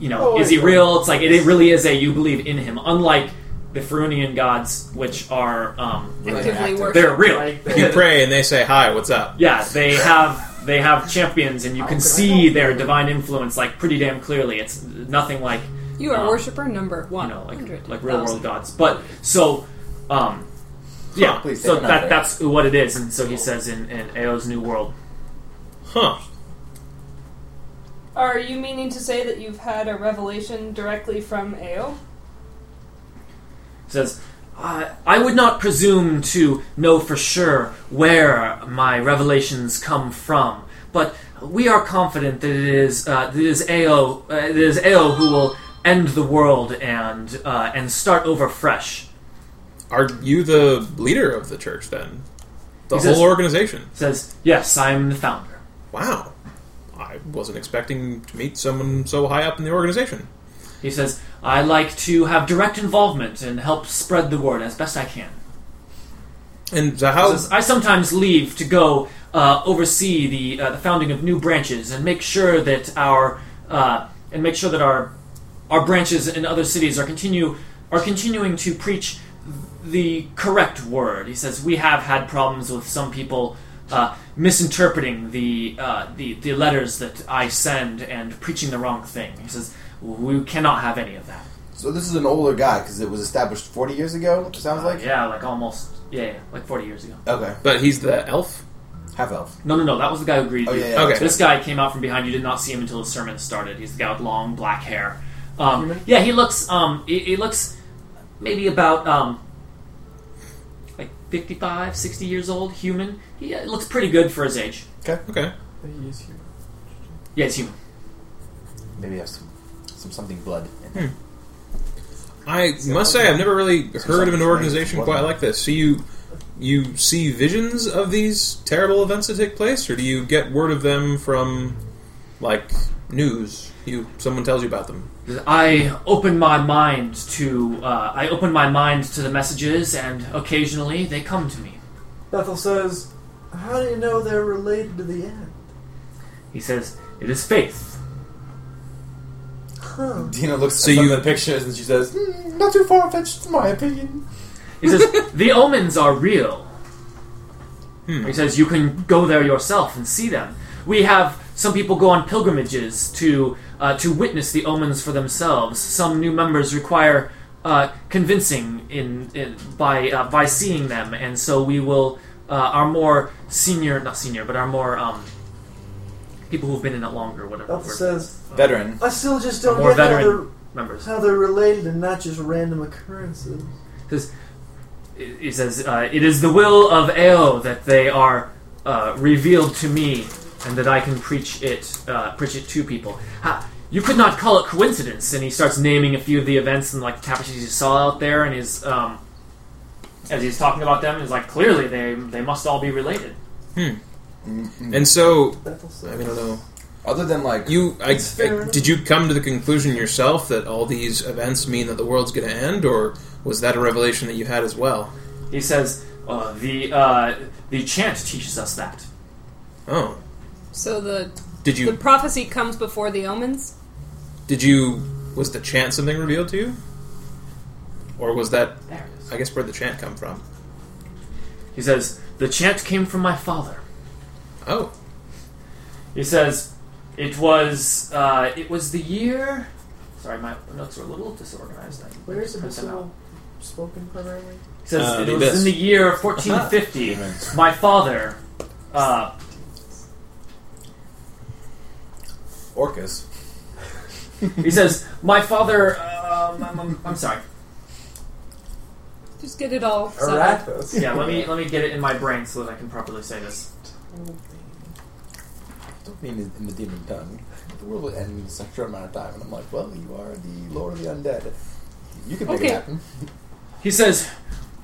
Speaker 2: you know,
Speaker 13: Oh,
Speaker 2: is he
Speaker 13: yeah.
Speaker 2: real? It's like it, it really is a you believe in him, unlike the Ferunian gods, which are um,
Speaker 5: Actively
Speaker 8: active.
Speaker 5: worship.
Speaker 2: they're real.
Speaker 13: Like
Speaker 4: You
Speaker 13: the,
Speaker 4: pray and they say, "Hi, what's up?"
Speaker 2: Yeah, they have they have champions, and you can see their divine influence like pretty damn clearly. It's nothing like
Speaker 17: You are
Speaker 2: Um,
Speaker 17: worshiper number
Speaker 2: you
Speaker 17: one.
Speaker 2: know like
Speaker 17: 100,000.
Speaker 2: like real world gods. But so, um, yeah.
Speaker 3: please
Speaker 2: so
Speaker 3: take it out
Speaker 2: that
Speaker 3: there.
Speaker 2: that's what it is, and so he says in in Ao's new world.
Speaker 4: Huh.
Speaker 5: Are you meaning to say that you've had a revelation directly from Ao?
Speaker 2: says, I, I would not presume to know for sure where my revelations come from, but we are confident that it is uh, that it is Ao uh, it is Ao who will end the world and uh, and start over fresh.
Speaker 4: Are you the leader of the church then? The
Speaker 2: He
Speaker 4: whole
Speaker 2: says-
Speaker 4: organization.
Speaker 2: Says, yes, I am the founder.
Speaker 4: Wow. I wasn't expecting to meet someone so high up in the organization.
Speaker 2: He says, I like to have direct involvement and help spread the word as best I can.
Speaker 4: And so how?
Speaker 2: Says, I sometimes leave to go uh, oversee the uh, the founding of new branches and make sure that our uh, and make sure that our our branches in other cities are continue are continuing to preach the correct word. He says we have had problems with some people uh, misinterpreting the, uh, the the letters that I send and preaching the wrong thing. He says we cannot have any of that.
Speaker 3: So this is an older guy because it was established 40 years ago. It sounds like
Speaker 2: Uh, yeah, like almost yeah, yeah, like forty years ago.
Speaker 3: okay,
Speaker 4: But he's the elf.
Speaker 3: half elf.
Speaker 2: No, no, no. That was the guy who greeted
Speaker 3: Oh,
Speaker 2: you.
Speaker 3: yeah, yeah,
Speaker 4: Okay.
Speaker 2: This guy came out from behind. You did not see him until the sermon started. He's the guy with long black hair. Um,
Speaker 13: Human?
Speaker 2: yeah, he looks. Um, he, he looks maybe about um, like 55, 60 years old. Human. He uh, looks pretty good for his age.
Speaker 4: Okay.
Speaker 13: he is human.
Speaker 2: Yeah, he's human.
Speaker 3: Maybe have some some something blood.
Speaker 4: I must say, I've never really heard of an organization quite like this. So you you see visions of these terrible events that take place, or do you get word of them from like news? You someone tells you about them.
Speaker 2: I open my mind to. Uh, I open my mind to the messages, and occasionally they come to me.
Speaker 6: Bethel says, "How do you know they're related to the end?"
Speaker 2: He says, "It is faith."
Speaker 3: Dina looks
Speaker 4: So
Speaker 3: at some
Speaker 4: you-
Speaker 3: of the pictures and she says, "Hmm, "Not too far fetched, in my opinion."
Speaker 2: He says, The omens are real. He says, You can go there yourself and see them. We have some people go on pilgrimages to, uh, to witness the omens for themselves. Some new members require uh, convincing in, in, by, uh, by seeing them, and so we will, uh, our more senior, not senior, but our more um, people who've been in it longer, whatever.
Speaker 6: Bethel
Speaker 2: word-
Speaker 6: says,
Speaker 3: Veteran.
Speaker 6: "I still just don't
Speaker 2: more
Speaker 6: get how
Speaker 2: veteran
Speaker 6: they're,
Speaker 2: members.
Speaker 6: how they're related and not just random occurrences."
Speaker 2: he says, uh, "It is the will of Ao that they are uh, revealed to me, and that I can preach it, uh, preach it to people." Ha, you could not call it coincidence. And he starts naming a few of the events and like tapestries you saw out there, and his um, as he's talking about them, he's like, "Clearly, they they must all be related."
Speaker 4: And so
Speaker 6: Bethel says,
Speaker 4: Hmm. I mean, I don't know.
Speaker 3: Other than like
Speaker 4: You, I,
Speaker 6: fair
Speaker 4: I- did you come to the conclusion yourself that all these events mean that the world's going to end, or was that a revelation that you had as well?
Speaker 2: He says, uh, "The uh, the chant teaches us that."
Speaker 4: Oh,
Speaker 17: So the
Speaker 4: did
Speaker 17: the
Speaker 4: you?
Speaker 17: prophecy comes before the omens.
Speaker 4: Did you? Was the chant something revealed to you, or was that?
Speaker 2: There it is.
Speaker 4: I guess where the chant come from?
Speaker 2: He says, "The chant came from my father."
Speaker 4: Oh,
Speaker 2: He says, "It was uh, it was the year." Sorry, my notes are a little disorganized. I
Speaker 6: "Where is
Speaker 2: print them out.
Speaker 6: Abyssal spoken primarily?"
Speaker 2: He says
Speaker 4: Uh,
Speaker 2: it
Speaker 4: the
Speaker 2: was
Speaker 4: abyss.
Speaker 2: in the year 1450. my father, uh,
Speaker 3: orcas.
Speaker 2: uh, he says, my father. Um, I'm, I'm, I'm sorry.
Speaker 5: Just get it all. settled.
Speaker 13: Arathos.
Speaker 2: Yeah, let me let me get it in my brain so that I can properly say this.
Speaker 3: Don't mean it in the demon tongue. The world will end in a short amount of time, and I'm like, well, you are the Lord of the Undead. You can make
Speaker 2: Okay.
Speaker 3: it happen.
Speaker 2: He says,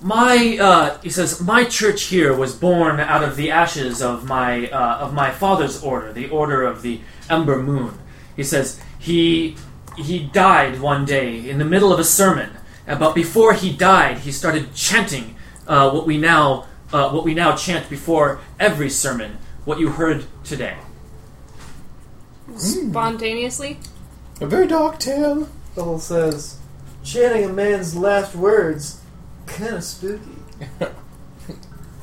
Speaker 2: "My uh, he says my church here was born out of the ashes of my uh, of my father's order, the order of the Ember Moon." He says he he died one day in the middle of a sermon, uh, but before he died, he started chanting uh, what we now uh, what we now chant before every sermon. What you heard today. Mm.
Speaker 5: Spontaneously.
Speaker 3: A very dark tale.
Speaker 13: Bubble says, chanting a man's last words, kind of spooky.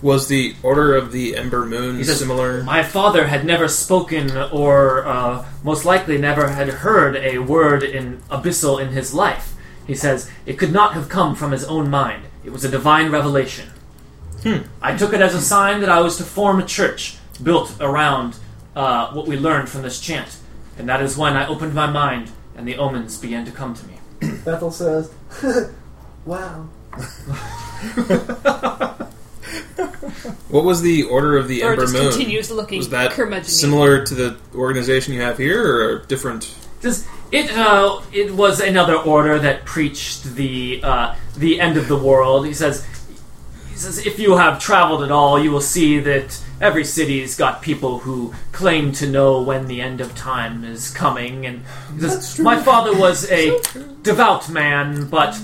Speaker 4: Was the Order of the Ember Moon
Speaker 2: He says-
Speaker 4: similar?
Speaker 2: My father had never spoken, or uh, most likely never had heard a word in abyssal in his life. He says it could not have come from his own mind. It was a divine revelation. I took it as a sign that I was to form a church built around uh, what we learned from this chant, and that is when I opened my mind and the omens began to come to me.
Speaker 13: Bethel says, wow.
Speaker 4: What was the Order of the
Speaker 5: Or
Speaker 4: Ember
Speaker 5: just
Speaker 4: Moon?
Speaker 5: continues looking
Speaker 4: Was that
Speaker 5: curmudgeon-y.
Speaker 4: similar to the organization you have here, or different?
Speaker 2: Just, it uh, it was another order that preached the uh, the end of the world. He says, he says, if you have traveled at all, you will see that every city's got people who claim to know when the end of time is coming. And he says, my father was a devout man, but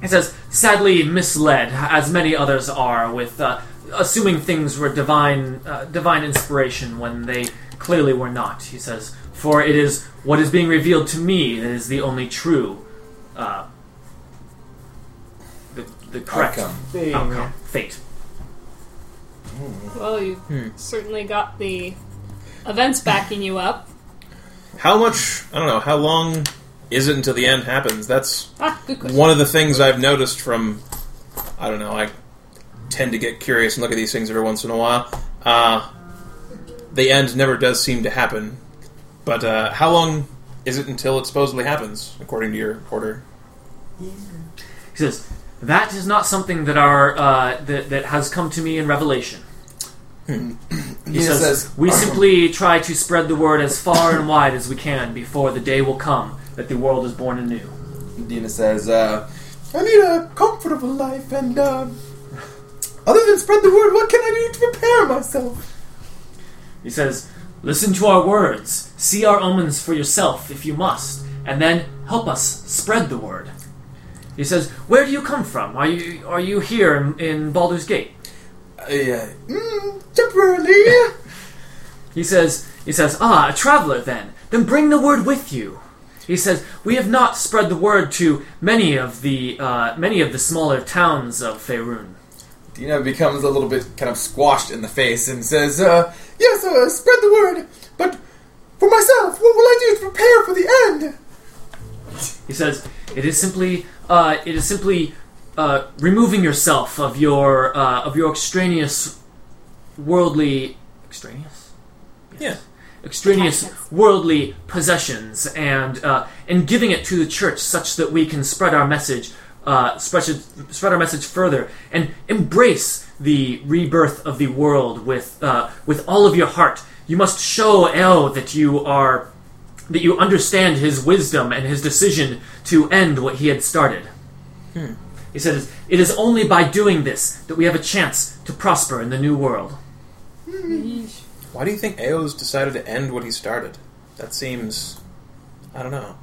Speaker 2: he says sadly misled, as many others are, with uh, assuming things were divine uh, divine inspiration when they clearly were not. He says, for it is what is being revealed to me that is the only true. Uh, the, the correct
Speaker 3: Outcome.
Speaker 13: Thing.
Speaker 2: outcome, Oh, fate.
Speaker 5: Well, you certainly got the events backing you up.
Speaker 4: How much? I don't know. How long is it until the end happens? That's
Speaker 5: Ah, good question.
Speaker 4: one of the things I've noticed from. I don't know. I tend to get curious and look at these things every once in a while. Uh, the end never does seem to happen, but uh, how long is it until it supposedly happens, according to your order?
Speaker 2: He says, "That is not something that our uh, that that has come to me in revelation." Hmm. He says, "We simply try to spread the word as far and wide as we can before the day will come that the world is born anew."
Speaker 3: Dina says, uh, I need a comfortable life, and uh, other than spread the word, what can I do to prepare myself?
Speaker 2: He says, "Listen to our words, see our omens for yourself if you must, and then help us spread the word." He says, "Where do you come from? Are you are you here in, in Baldur's Gate?"
Speaker 3: Uh, yeah. Mm, temporarily.
Speaker 2: He says, he says, ah, a traveler then. Then bring the word with you. He says, we have not spread the word to many of the uh, many of the smaller towns of Faerun.
Speaker 8: Dina becomes a little bit kind of squashed in the face and says, uh, Yes, uh, spread the word, but for myself, what will I do to prepare for the end?
Speaker 2: He says, it is simply uh, it is simply uh, removing yourself of your uh, of your extraneous worldly extraneous
Speaker 4: Yeah.
Speaker 2: extraneous worldly possessions and uh, and giving it to the church such that we can spread our message uh, spread, it- spread our message further and embrace the rebirth of the world with uh, with all of your heart. You must show El that you are that you understand his wisdom and his decision to end what he had started. He says, "It is only by doing this that we have a chance to prosper in the new world."
Speaker 4: Why do you think Ao's decided to end what he started? That seems. I don't know.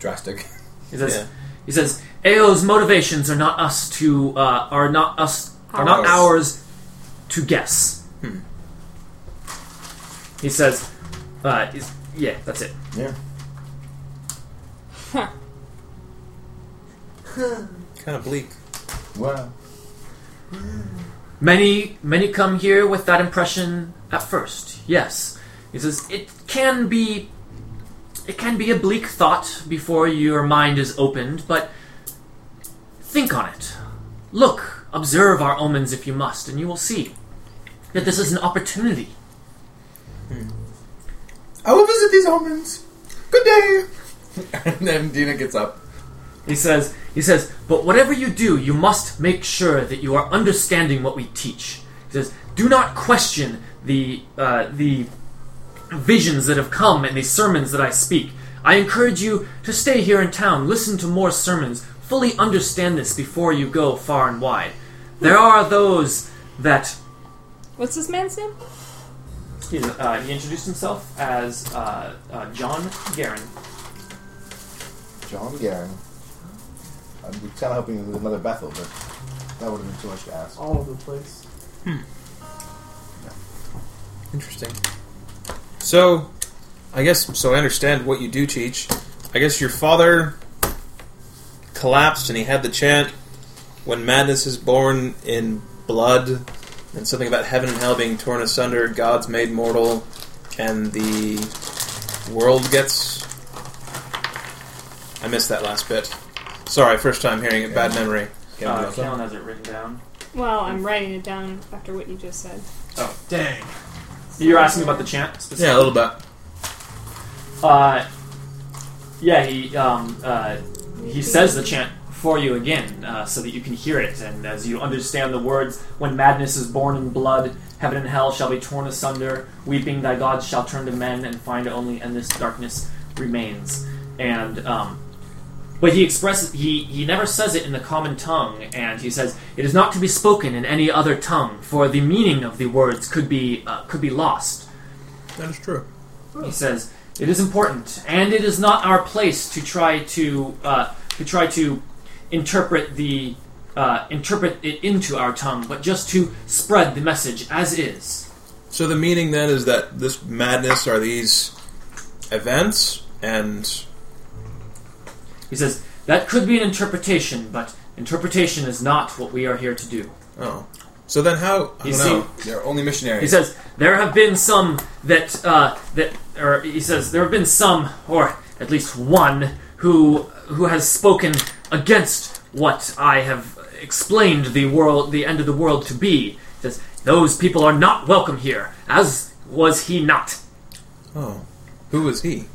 Speaker 3: Drastic.
Speaker 2: He says,
Speaker 4: Yeah.
Speaker 2: he says, Ao's motivations are not us to uh, are not us are not ours to guess. He says, uh, he's- yeah, that's it.
Speaker 3: Yeah.
Speaker 4: Kind of bleak.
Speaker 3: Wow.
Speaker 2: Many many come here with that impression at first. Yes, he says it can be it can be a bleak thought before your mind is opened, but think on it. Look, observe our omens if you must, and you will see that this is an opportunity.
Speaker 3: I will visit these omens. Good day. and then Dina gets up.
Speaker 2: He says, he says, but whatever you do, you must make sure that you are understanding what we teach. He says, do not question the uh, the visions that have come and the sermons that I speak. I encourage you to stay here in town, listen to more sermons, fully understand this before you go far and wide. There are those that
Speaker 5: What's this man's name?
Speaker 2: he, uh, he introduced himself as uh, uh, John Garin.
Speaker 3: John Garen. I'm kind of hoping with another Bethel, but that would have been too much to ask.
Speaker 13: All over the place.
Speaker 4: Interesting. So, I guess so. I understand what you do teach. I guess your father collapsed, and he had the chant, "When madness is born in blood," and something about heaven and hell being torn asunder, God's made mortal, and the world gets. I missed that last bit. Sorry, first time hearing it. Bad memory.
Speaker 2: Uh, Kalen has it written down.
Speaker 5: Well, I'm writing it down after what you just said.
Speaker 13: Dang.
Speaker 2: Oh. You're asking about the chant specifically?
Speaker 4: Yeah, a little bit.
Speaker 2: Uh, yeah, he um, uh, he says the chant for you again, uh, so that you can hear it, and as you understand the words, "When madness is born in blood, heaven and hell shall be torn asunder. Weeping, thy gods shall turn to men, and find only endless darkness remains." And um, but he expresses he he never says it in the common tongue, and he says it is not to be spoken in any other tongue, for the meaning of the words could be uh, could be lost.
Speaker 4: That is true.
Speaker 2: He says it is important, and it is not our place to try to uh, to try to interpret the uh, interpret it into our tongue, but just to spread the message as is.
Speaker 4: So the meaning then is that this madness are these events, and
Speaker 2: He says that could be an interpretation, but interpretation is not what we are here to do.
Speaker 4: oh, so then how? I
Speaker 2: You
Speaker 4: don't
Speaker 2: see-
Speaker 4: know.
Speaker 8: They're only missionaries.
Speaker 2: He says there have been some that uh, that, or he says there have been some, or at least one, who who has spoken against what I have explained the world, the end of the world to be. He says those people are not welcome here, as was he not.
Speaker 4: Oh, who was he?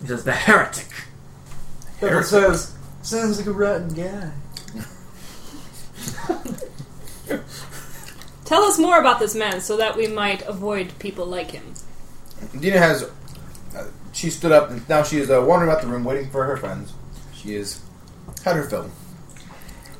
Speaker 2: He says the heretic.
Speaker 13: Pepper says, sounds like a rotten guy.
Speaker 5: Tell us more about this man so that we might avoid people like him.
Speaker 3: Dina has. Uh, she stood up and now she is uh, wandering about the room waiting for her friends. She is. Had her fill.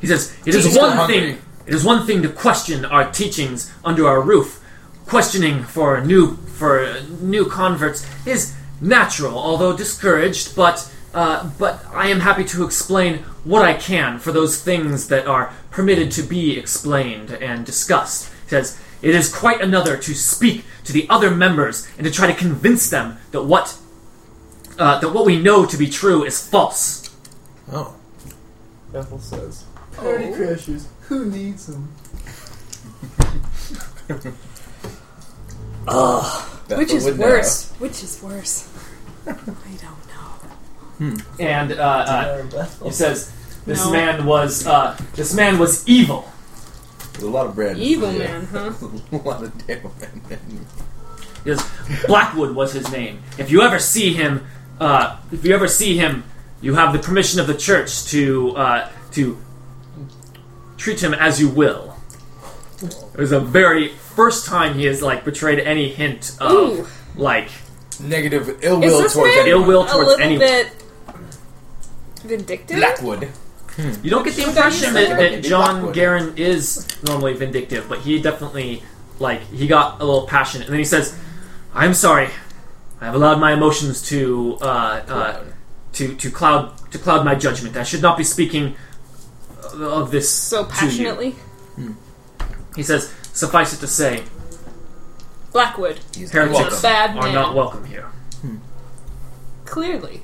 Speaker 2: He says, "It is
Speaker 8: Teachers are
Speaker 2: one
Speaker 8: hungry.
Speaker 2: thing. It is one thing to question our teachings under our roof. Questioning for new for uh, new converts is natural, although discouraged. But uh, but I am happy to explain what I can for those things that are permitted to be explained and discussed." He says. It is quite another to speak to the other members and to try to convince them that what uh, that what we know to be true is false.
Speaker 4: Oh,
Speaker 13: Bethel says, party
Speaker 2: Oh.
Speaker 13: crashers, who needs them?
Speaker 3: Bethel
Speaker 17: Which is
Speaker 3: would know.
Speaker 17: worse? Which is worse? I don't know.
Speaker 2: And uh, uh,
Speaker 13: Bethel.
Speaker 2: He says, "This
Speaker 5: No.
Speaker 2: man was uh, this man was evil."
Speaker 3: There's a lot of bread.
Speaker 5: Evil
Speaker 3: Yeah.
Speaker 5: man, huh?
Speaker 3: a lot of damn bread.
Speaker 2: He says, "Blackwood was his name. If you ever see him, uh, if you ever see him, you have the permission of the church to uh, to treat him as you will." It was the very first time he has like betrayed any hint of
Speaker 5: Ooh.
Speaker 2: like
Speaker 3: Negative ill
Speaker 5: Is
Speaker 3: will
Speaker 5: this
Speaker 3: towards
Speaker 5: man
Speaker 2: ill
Speaker 3: anyone.
Speaker 2: will
Speaker 5: a
Speaker 2: towards
Speaker 5: little
Speaker 2: anyone.
Speaker 5: bit vindictive?
Speaker 3: Blackwood.
Speaker 2: You don't get the impression that, that
Speaker 3: Maybe
Speaker 2: John
Speaker 3: Blackwood.
Speaker 2: Garin is normally vindictive, but he definitely, like, he got a little passionate. And then he says, I'm sorry. I have allowed my emotions to, uh, uh, to, to cloud, to cloud my judgment. I should not be speaking of this
Speaker 5: So
Speaker 2: to you."
Speaker 5: passionately.
Speaker 2: He says, suffice it to say,
Speaker 5: Blackwood.
Speaker 3: He's
Speaker 2: Heretics
Speaker 5: He's a bad
Speaker 2: are
Speaker 5: man.
Speaker 2: not welcome here.
Speaker 5: Clearly.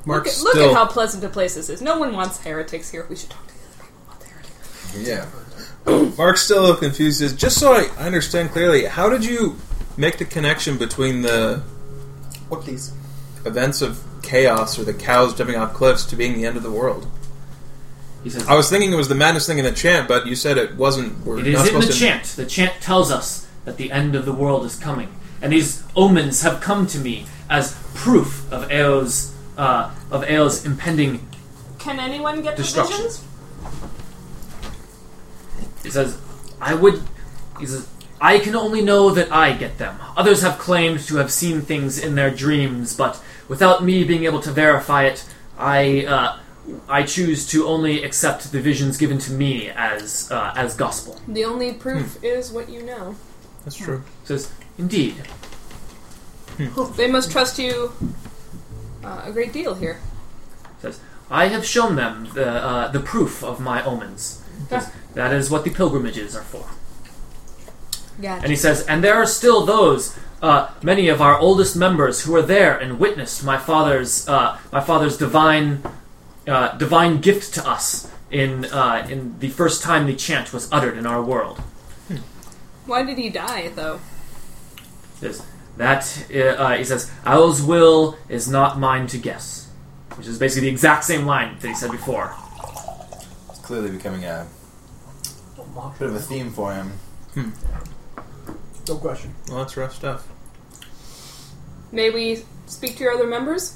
Speaker 5: Look,
Speaker 4: Mark's
Speaker 5: at, look
Speaker 4: still.
Speaker 5: at how pleasant a place this is. No one wants heretics here. We should talk to the other people about the heretics.
Speaker 3: Yeah.
Speaker 4: Mark's still a little confused. Is just so I I understand clearly. How did you make the connection between the
Speaker 3: What these?
Speaker 4: events of chaos or the cows jumping off cliffs to being the end of the world?
Speaker 2: He says,
Speaker 4: I was thinking it was the madness thing in the chant, but you said it wasn't. We're
Speaker 2: It
Speaker 4: not
Speaker 2: is in
Speaker 4: supposed
Speaker 2: the
Speaker 4: to.
Speaker 2: chant. The chant tells us that the end of the world is coming, and these omens have come to me as proof of Eo's uh, of Eo's impending
Speaker 5: Can anyone get the
Speaker 18: Destruction.
Speaker 5: visions?
Speaker 2: He says, I would. He says, I can only know that I get them. Others have claimed to have seen things in their dreams, but without me being able to verify it, I. Uh, I choose to only accept the visions given to me as uh, as gospel.
Speaker 5: The only proof is what you know.
Speaker 4: That's true.
Speaker 2: He says, indeed,
Speaker 5: They must trust you uh, a great deal here.
Speaker 2: I have shown them the uh, the proof of my omens. That is what the pilgrimages are for.
Speaker 5: Gotcha.
Speaker 2: And he says, and there are still those, uh, many of our oldest members, who were there and witnessed my father's uh, my father's divine uh, divine gift to us in uh, in the first time the chant was uttered in our world.
Speaker 5: Why did he die, though?
Speaker 2: That uh, uh, he says, Owl's will is not mine to guess, which is basically the exact same line that he said before.
Speaker 3: It's clearly becoming a bit of a theme for him.
Speaker 19: No question.
Speaker 4: Well, that's rough stuff.
Speaker 5: May we speak to your other members?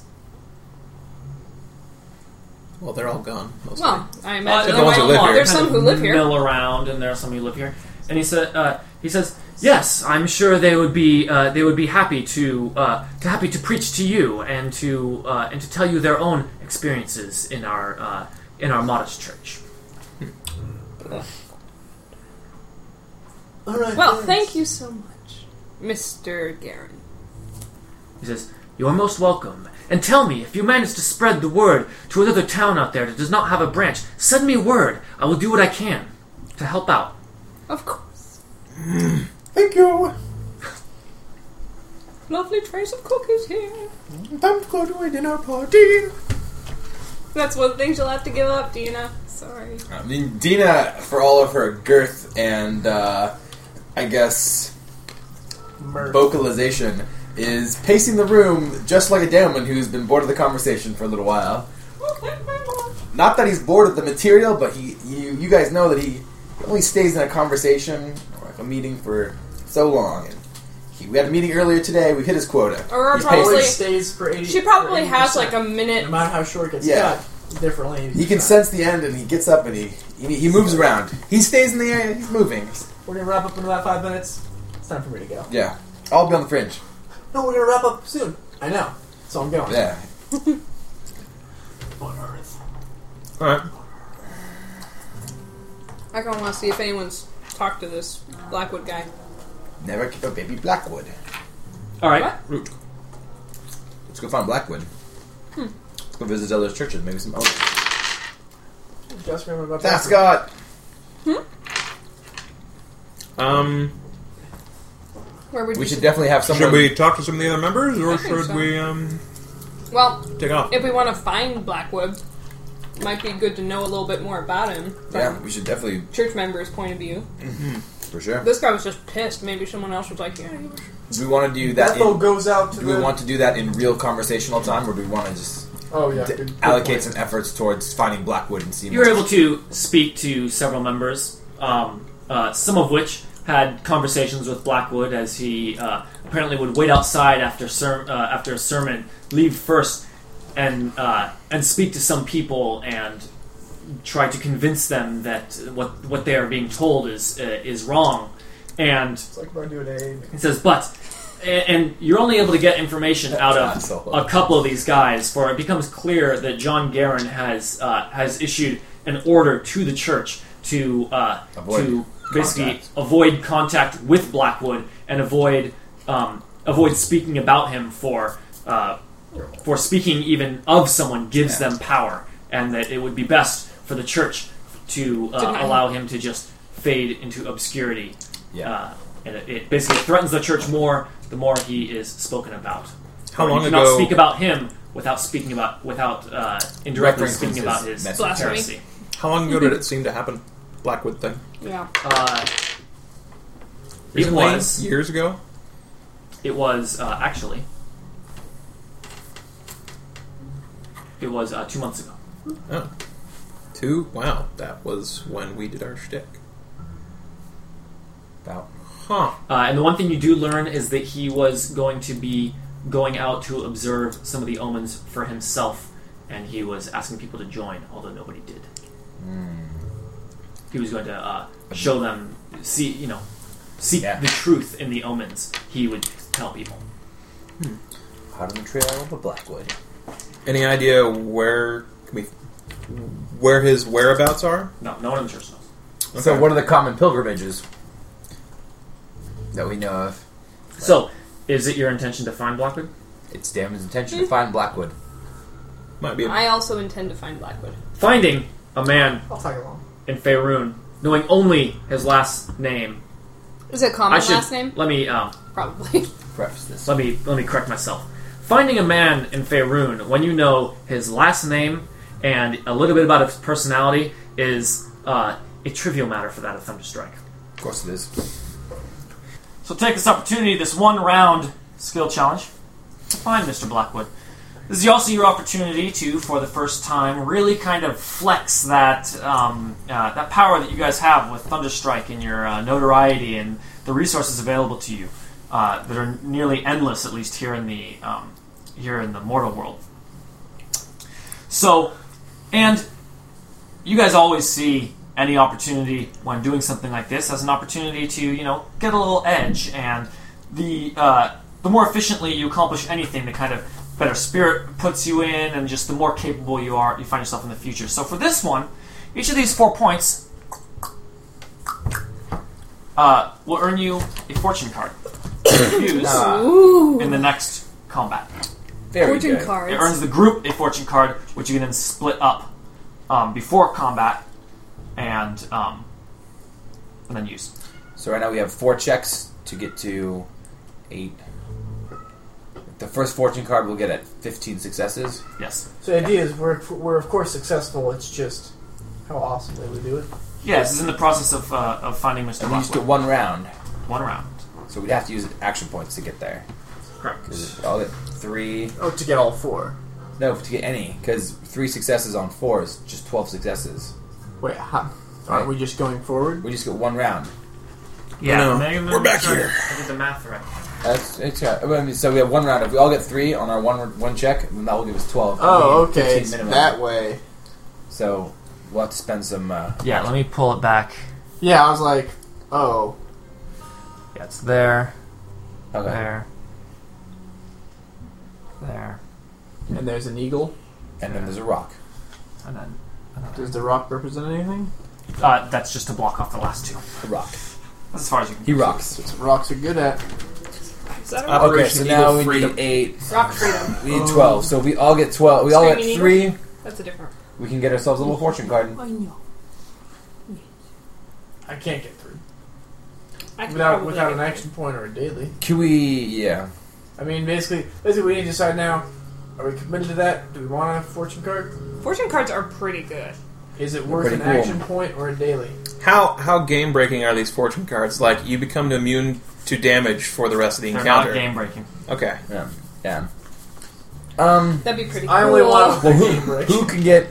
Speaker 4: Well, they're all gone. Mostly.
Speaker 5: Well, I imagine
Speaker 4: the ones who live here.
Speaker 5: there's some who live here.
Speaker 2: mill around, and there are some who live here. And he said, uh, he says, yes, I'm sure they would be uh, they would be happy to, uh, to happy to preach to you and to uh, and to tell you their own experiences in our uh, in our modest church.
Speaker 19: All right.
Speaker 5: Well, thank you so much, Mr. Garen.
Speaker 2: He says, you are most welcome. And tell me if you manage to spread the word to another town out there that does not have a branch. Send me word. I will do what I can to help out.
Speaker 5: Of course.
Speaker 3: Thank you.
Speaker 5: Lovely trace of cookies here.
Speaker 3: Time to go to a dinner party.
Speaker 5: That's one thing you'll have to give up, Dina. Sorry.
Speaker 3: I mean, Dina, for all of her girth and, uh, I guess, vocalization, is pacing the room just like a gentleman who's been bored of the conversation for a little while. Not that he's bored of the material, but he, you, you guys know that he only stays in a conversation or like a meeting for so long. And he, we had a meeting earlier today. We've hit his quota.
Speaker 5: Or
Speaker 3: He's
Speaker 5: probably-
Speaker 3: pacing.
Speaker 6: stays for 80
Speaker 5: She probably
Speaker 6: for
Speaker 5: has
Speaker 6: 80%.
Speaker 5: like a minute.
Speaker 6: No matter how short it gets
Speaker 3: Yeah.
Speaker 6: cut, differently.
Speaker 3: He can sense the end, and he gets up and he, he he moves around. He stays in the area. He's moving.
Speaker 6: We're gonna wrap up in about five minutes. It's time for me to go.
Speaker 3: Yeah, I'll be on the fringe.
Speaker 6: No, we're gonna wrap up soon. I know. So I'm going.
Speaker 3: Yeah.
Speaker 4: all right.
Speaker 5: I kind of want to see if anyone's talked to this Blackwood guy.
Speaker 3: Never keep a baby Blackwood.
Speaker 2: All right.
Speaker 3: Let's go find Blackwood.
Speaker 5: Hmm.
Speaker 3: Let's go visit other churches. Maybe some. Oh,
Speaker 6: Just remember about
Speaker 3: that's
Speaker 6: that.
Speaker 3: God.
Speaker 4: Um,
Speaker 5: Where would
Speaker 3: We
Speaker 5: you?
Speaker 3: should definitely have someone.
Speaker 4: should we talk to some of the other members,
Speaker 5: I
Speaker 4: or
Speaker 5: think
Speaker 4: should
Speaker 5: so.
Speaker 4: we um,
Speaker 5: Well,
Speaker 4: take off?
Speaker 5: if we want to find Blackwood, might be good to know a little bit more about him from
Speaker 3: Yeah, we should definitely
Speaker 5: church members' point of view.
Speaker 3: for sure.
Speaker 5: This guy was just pissed. Maybe someone else was like, "Yeah, you were-
Speaker 3: Do we want to do that?
Speaker 19: Bethel
Speaker 3: In,
Speaker 19: goes out to
Speaker 3: do we
Speaker 19: the.
Speaker 3: want to do that in real conversational time, or do we want to just
Speaker 6: Oh yeah.
Speaker 3: d-
Speaker 6: good- good
Speaker 3: allocate some
Speaker 6: point.
Speaker 3: efforts towards finding Blackwood and seeing?
Speaker 2: You were able to speak to several members, um, uh, some of which had conversations with Blackwood as he uh, apparently would wait outside after ser- uh, after a sermon, leave first, and uh, and speak to some people and try to convince them that what what they are being told is uh, is wrong, and
Speaker 6: It's like we're doing a.
Speaker 2: he says, but, and you're only able to get information out
Speaker 3: That's not so
Speaker 2: of a couple of these guys, for it becomes clear that John Guerin has uh, has issued an order to the church to uh,
Speaker 3: Avoid
Speaker 2: to basically
Speaker 3: contact.
Speaker 2: avoid contact with Blackwood and avoid um, avoid speaking about him for uh, for speaking even of someone gives them power, and that it would be best for the church to uh,
Speaker 5: Deny him.
Speaker 2: allow him to just fade into obscurity
Speaker 3: Yeah.
Speaker 2: uh, and it, it basically threatens the church more the more he is spoken about.
Speaker 4: How
Speaker 2: Or
Speaker 4: long
Speaker 2: you cannot
Speaker 4: ago-
Speaker 2: speak about him without speaking about without uh, indirectly
Speaker 3: References
Speaker 2: speaking
Speaker 3: his
Speaker 2: about his
Speaker 3: message.
Speaker 5: Blasphemy.
Speaker 2: heresy.
Speaker 4: How long ago
Speaker 2: Mm-hmm.
Speaker 4: did it seem to happen? Blackwood thing.
Speaker 5: yeah."
Speaker 2: Uh, it
Speaker 4: Recently?
Speaker 2: was.
Speaker 4: years ago.
Speaker 2: It was uh, actually. It was uh, two months ago.
Speaker 4: Oh. Two. Wow, that was when we did our shtick.
Speaker 3: About.
Speaker 4: Huh.
Speaker 2: Uh, and the one thing you do learn is that he was going to be going out to observe some of the omens for himself
Speaker 20: and he was asking people to join, although nobody did. He was going to uh, show them, see, you know, seek
Speaker 3: Yeah.
Speaker 20: the truth in the omens. He would tell people.
Speaker 3: Hot on the trail of a blackwood.
Speaker 4: Any idea where can we, where his whereabouts are?
Speaker 20: No, no one in the church knows.
Speaker 3: So, what are the common pilgrimages that we know of?
Speaker 20: So, is it your intention to find Blackwood?
Speaker 3: It's Damon's intention
Speaker 2: Hmm.
Speaker 3: to find Blackwood.
Speaker 4: Might be.
Speaker 5: I also intend to find Blackwood.
Speaker 20: Finding a man
Speaker 6: I'll tag along.
Speaker 20: in Faerun, knowing only his last name.
Speaker 5: Is it
Speaker 20: I
Speaker 5: common
Speaker 20: should
Speaker 5: last name?
Speaker 20: let me um,
Speaker 5: Probably.
Speaker 3: Preface this.
Speaker 20: let me let me correct myself. Finding a man in Faerun when you know his last name and a little bit about his personality is uh, a trivial matter for that of Thunderstrike.
Speaker 3: Of course it is.
Speaker 2: So take this opportunity, this one round skill challenge, to find Mr. Blackwood. This is also your opportunity to, for the first time, really kind of flex that um, uh, that power that you guys have with Thunderstrike and your uh, notoriety and the resources available to you uh, that are nearly endless, at least here in the um, here in the mortal world. So, and you guys always see any opportunity when doing something like this as an opportunity to you know get a little edge and the uh, the more efficiently you accomplish anything the kind of better spirit puts you in and just the more capable you are you find yourself in the future so for this one each of these four points uh, will earn you a fortune card to use in the next combat
Speaker 3: Very
Speaker 1: Fortune
Speaker 3: good.
Speaker 1: cards.
Speaker 2: it earns the group a fortune card, which you can then split up um, before combat and um, and then use.
Speaker 3: So right now we have four checks to get to eight. The first fortune card we'll get at 15 successes.
Speaker 2: Yes.
Speaker 6: So the idea is we're, we're of course successful. It's just how awesomely we do it.
Speaker 2: Yes, this is in the process of, uh, of finding Mr.
Speaker 3: And we just
Speaker 2: Blackwood.
Speaker 3: get one round.
Speaker 2: One round.
Speaker 3: So we'd have to use action points to get there.
Speaker 2: Correct.
Speaker 3: 'Cause I'll get three.
Speaker 6: Oh, to get all four.
Speaker 3: No, to get any. Because three successes on four is just 12 successes.
Speaker 6: Wait, how, aren't we just going forward?
Speaker 3: We just get one round.
Speaker 2: Yeah.
Speaker 4: No,
Speaker 2: we're back here. I did the math right.
Speaker 3: That's it's, uh, I mean, so we have one round. If we all get three on our one one check, then that will give us 12.
Speaker 6: Oh,
Speaker 3: That'll be
Speaker 6: okay.
Speaker 3: 15
Speaker 6: It's
Speaker 3: minimum.
Speaker 6: that way.
Speaker 3: So we'll have to spend some. Uh,
Speaker 20: Yeah, let me pull it back.
Speaker 6: Yeah, I was like, oh,
Speaker 20: Yeah, it's there,
Speaker 3: okay.
Speaker 20: there, there,
Speaker 6: and there's an eagle.
Speaker 3: And then there's a rock.
Speaker 20: and then
Speaker 6: Does the rock represent anything?
Speaker 2: Uh, that's just to block off the last two.
Speaker 3: A rock.
Speaker 2: That's as far as you can.
Speaker 3: He rocks.
Speaker 6: That's what rocks are good at.
Speaker 5: Is that a
Speaker 3: Okay,
Speaker 4: Operation
Speaker 3: so now
Speaker 4: Eagle
Speaker 3: we
Speaker 4: Freedom.
Speaker 3: need eight.
Speaker 5: rock freedom?
Speaker 3: We need Oh. twelve. So if we all get twelve. We all get
Speaker 5: Screaming
Speaker 3: three.
Speaker 5: That's a different.
Speaker 3: We can get ourselves a little fortune card.
Speaker 1: I know.
Speaker 6: I can't get through
Speaker 5: I could
Speaker 6: without
Speaker 5: probably
Speaker 6: without
Speaker 5: get
Speaker 6: an action point or a daily.
Speaker 3: Can we? E, Yeah.
Speaker 6: I mean, basically, basically, we need to decide now. Are we committed to that? Do we want a fortune card?
Speaker 5: Fortune cards are pretty good.
Speaker 6: Is it worth an
Speaker 3: pretty cool.
Speaker 6: action point or a daily?
Speaker 4: How how game breaking are these fortune cards? Like you become immune to damage for the rest of the
Speaker 2: They're
Speaker 4: encounter.
Speaker 2: not game breaking.
Speaker 4: Okay.
Speaker 3: Yeah. Yeah. Um.
Speaker 5: That'd be pretty.
Speaker 6: I
Speaker 5: cool.
Speaker 6: only want
Speaker 3: Well,
Speaker 6: a
Speaker 3: who,
Speaker 6: game break.
Speaker 3: who can get?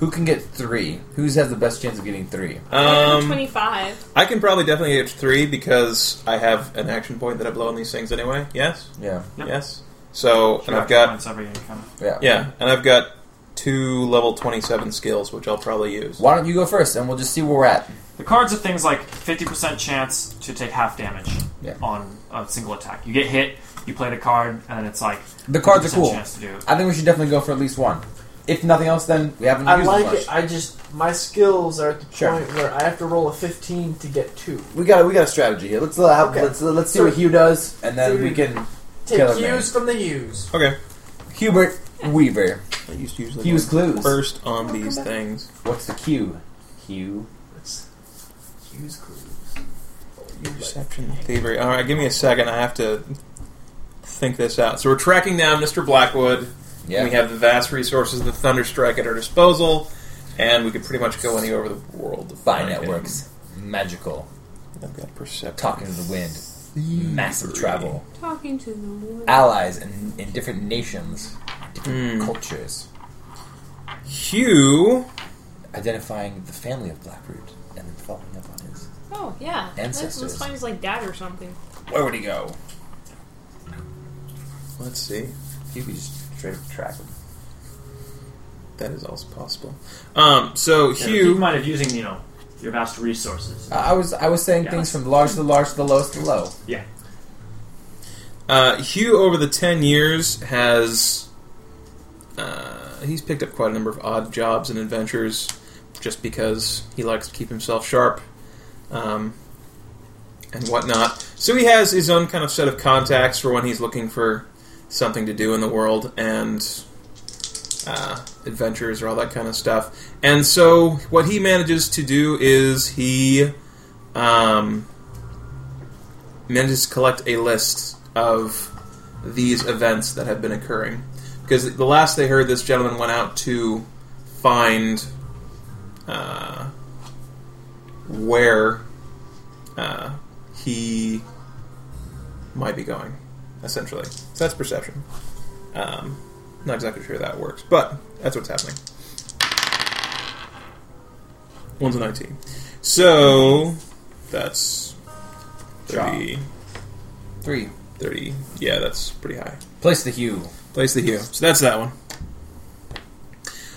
Speaker 3: Who can get three? Who's has the best chance of getting three?
Speaker 4: Um,
Speaker 5: twenty-five.
Speaker 4: I can probably definitely get three because I have an action point that I blow on these things anyway. Yes.
Speaker 3: Yeah.
Speaker 2: Yep.
Speaker 4: Yes. So and I've
Speaker 2: Two action
Speaker 4: got
Speaker 2: points every encounter.
Speaker 3: Yeah.
Speaker 4: yeah, and I've got two level twenty seven skills, which I'll probably use.
Speaker 3: Why don't you go first, and we'll just see where we're at.
Speaker 2: The cards are things like 50% chance to take half damage
Speaker 3: Yeah.
Speaker 2: on a single attack. You get hit, you play the card, and it's like
Speaker 3: The cards are
Speaker 2: 50%
Speaker 3: cool.
Speaker 2: chance to do it.
Speaker 3: I think we should definitely go for at least one. If nothing else, then we haven't
Speaker 6: I
Speaker 3: used
Speaker 6: like
Speaker 3: much.
Speaker 6: it. I just my skills are at the
Speaker 3: Sure.
Speaker 6: point where I have to roll a fifteen to get two.
Speaker 3: We got we got a strategy here. Let's uh,
Speaker 6: Okay.
Speaker 3: let's let's see
Speaker 6: So-
Speaker 3: what Hugh does, and then we
Speaker 6: Dude.
Speaker 3: can
Speaker 6: Take
Speaker 3: Kill it, man.
Speaker 6: cues from the U's.
Speaker 4: Okay.
Speaker 3: Hubert Weaver.
Speaker 4: I used to use the
Speaker 3: Hugh's clues.
Speaker 4: first on these things.
Speaker 3: What's the cue? Hugh.
Speaker 6: U's clues.
Speaker 4: Perception thievery. All right, give me a second. I have to think this out. So we're tracking down Mr. Blackwood.
Speaker 3: Yeah.
Speaker 4: We have the vast resources of the Thunderstrike at our disposal, and we could pretty much go anywhere over the world to
Speaker 3: Spy
Speaker 4: find him.
Speaker 3: networks. Magical.
Speaker 4: I've got perception.
Speaker 3: Talking to the wind. Massive
Speaker 4: Thievery.
Speaker 3: travel.
Speaker 1: Talking to the wood.
Speaker 3: Allies in, in different nations, different
Speaker 4: Hmm.
Speaker 3: cultures.
Speaker 4: Hugh.
Speaker 3: Identifying the family of Blackroot and then following up on his.
Speaker 5: Oh yeah. Let's- Let's
Speaker 3: Ancestors.
Speaker 5: find his like dad or something.
Speaker 3: Where would he go?
Speaker 4: Let's see.
Speaker 3: Hugh could just straight up track him.
Speaker 4: That is also possible. Um, so
Speaker 2: Yeah, Keep in
Speaker 4: Hugh,
Speaker 2: mind of using, you know, your vast resources.
Speaker 3: I was I was saying
Speaker 2: Yeah.
Speaker 3: things from large to large to the lowest to low.
Speaker 2: Yeah.
Speaker 4: uh, Hugh over the ten years has uh, he's picked up quite a number of odd jobs and adventures, just because he likes to keep himself sharp, um, and whatnot. So he has his own kind of set of contacts for when he's looking for something to do in the world and uh, adventures or all that kind of stuff. And so what he manages to do is he um, manages to collect a list of these events that have been occurring. Because the last they heard, this gentleman went out to find uh, where uh, he might be going, essentially. So that's perception. Um, not exactly sure how that works, but that's what's happening. One's a 19. So that's 30,
Speaker 3: Three.
Speaker 4: 30. Yeah, that's pretty high.
Speaker 3: Place the hue.
Speaker 4: Place the hue. So that's that one.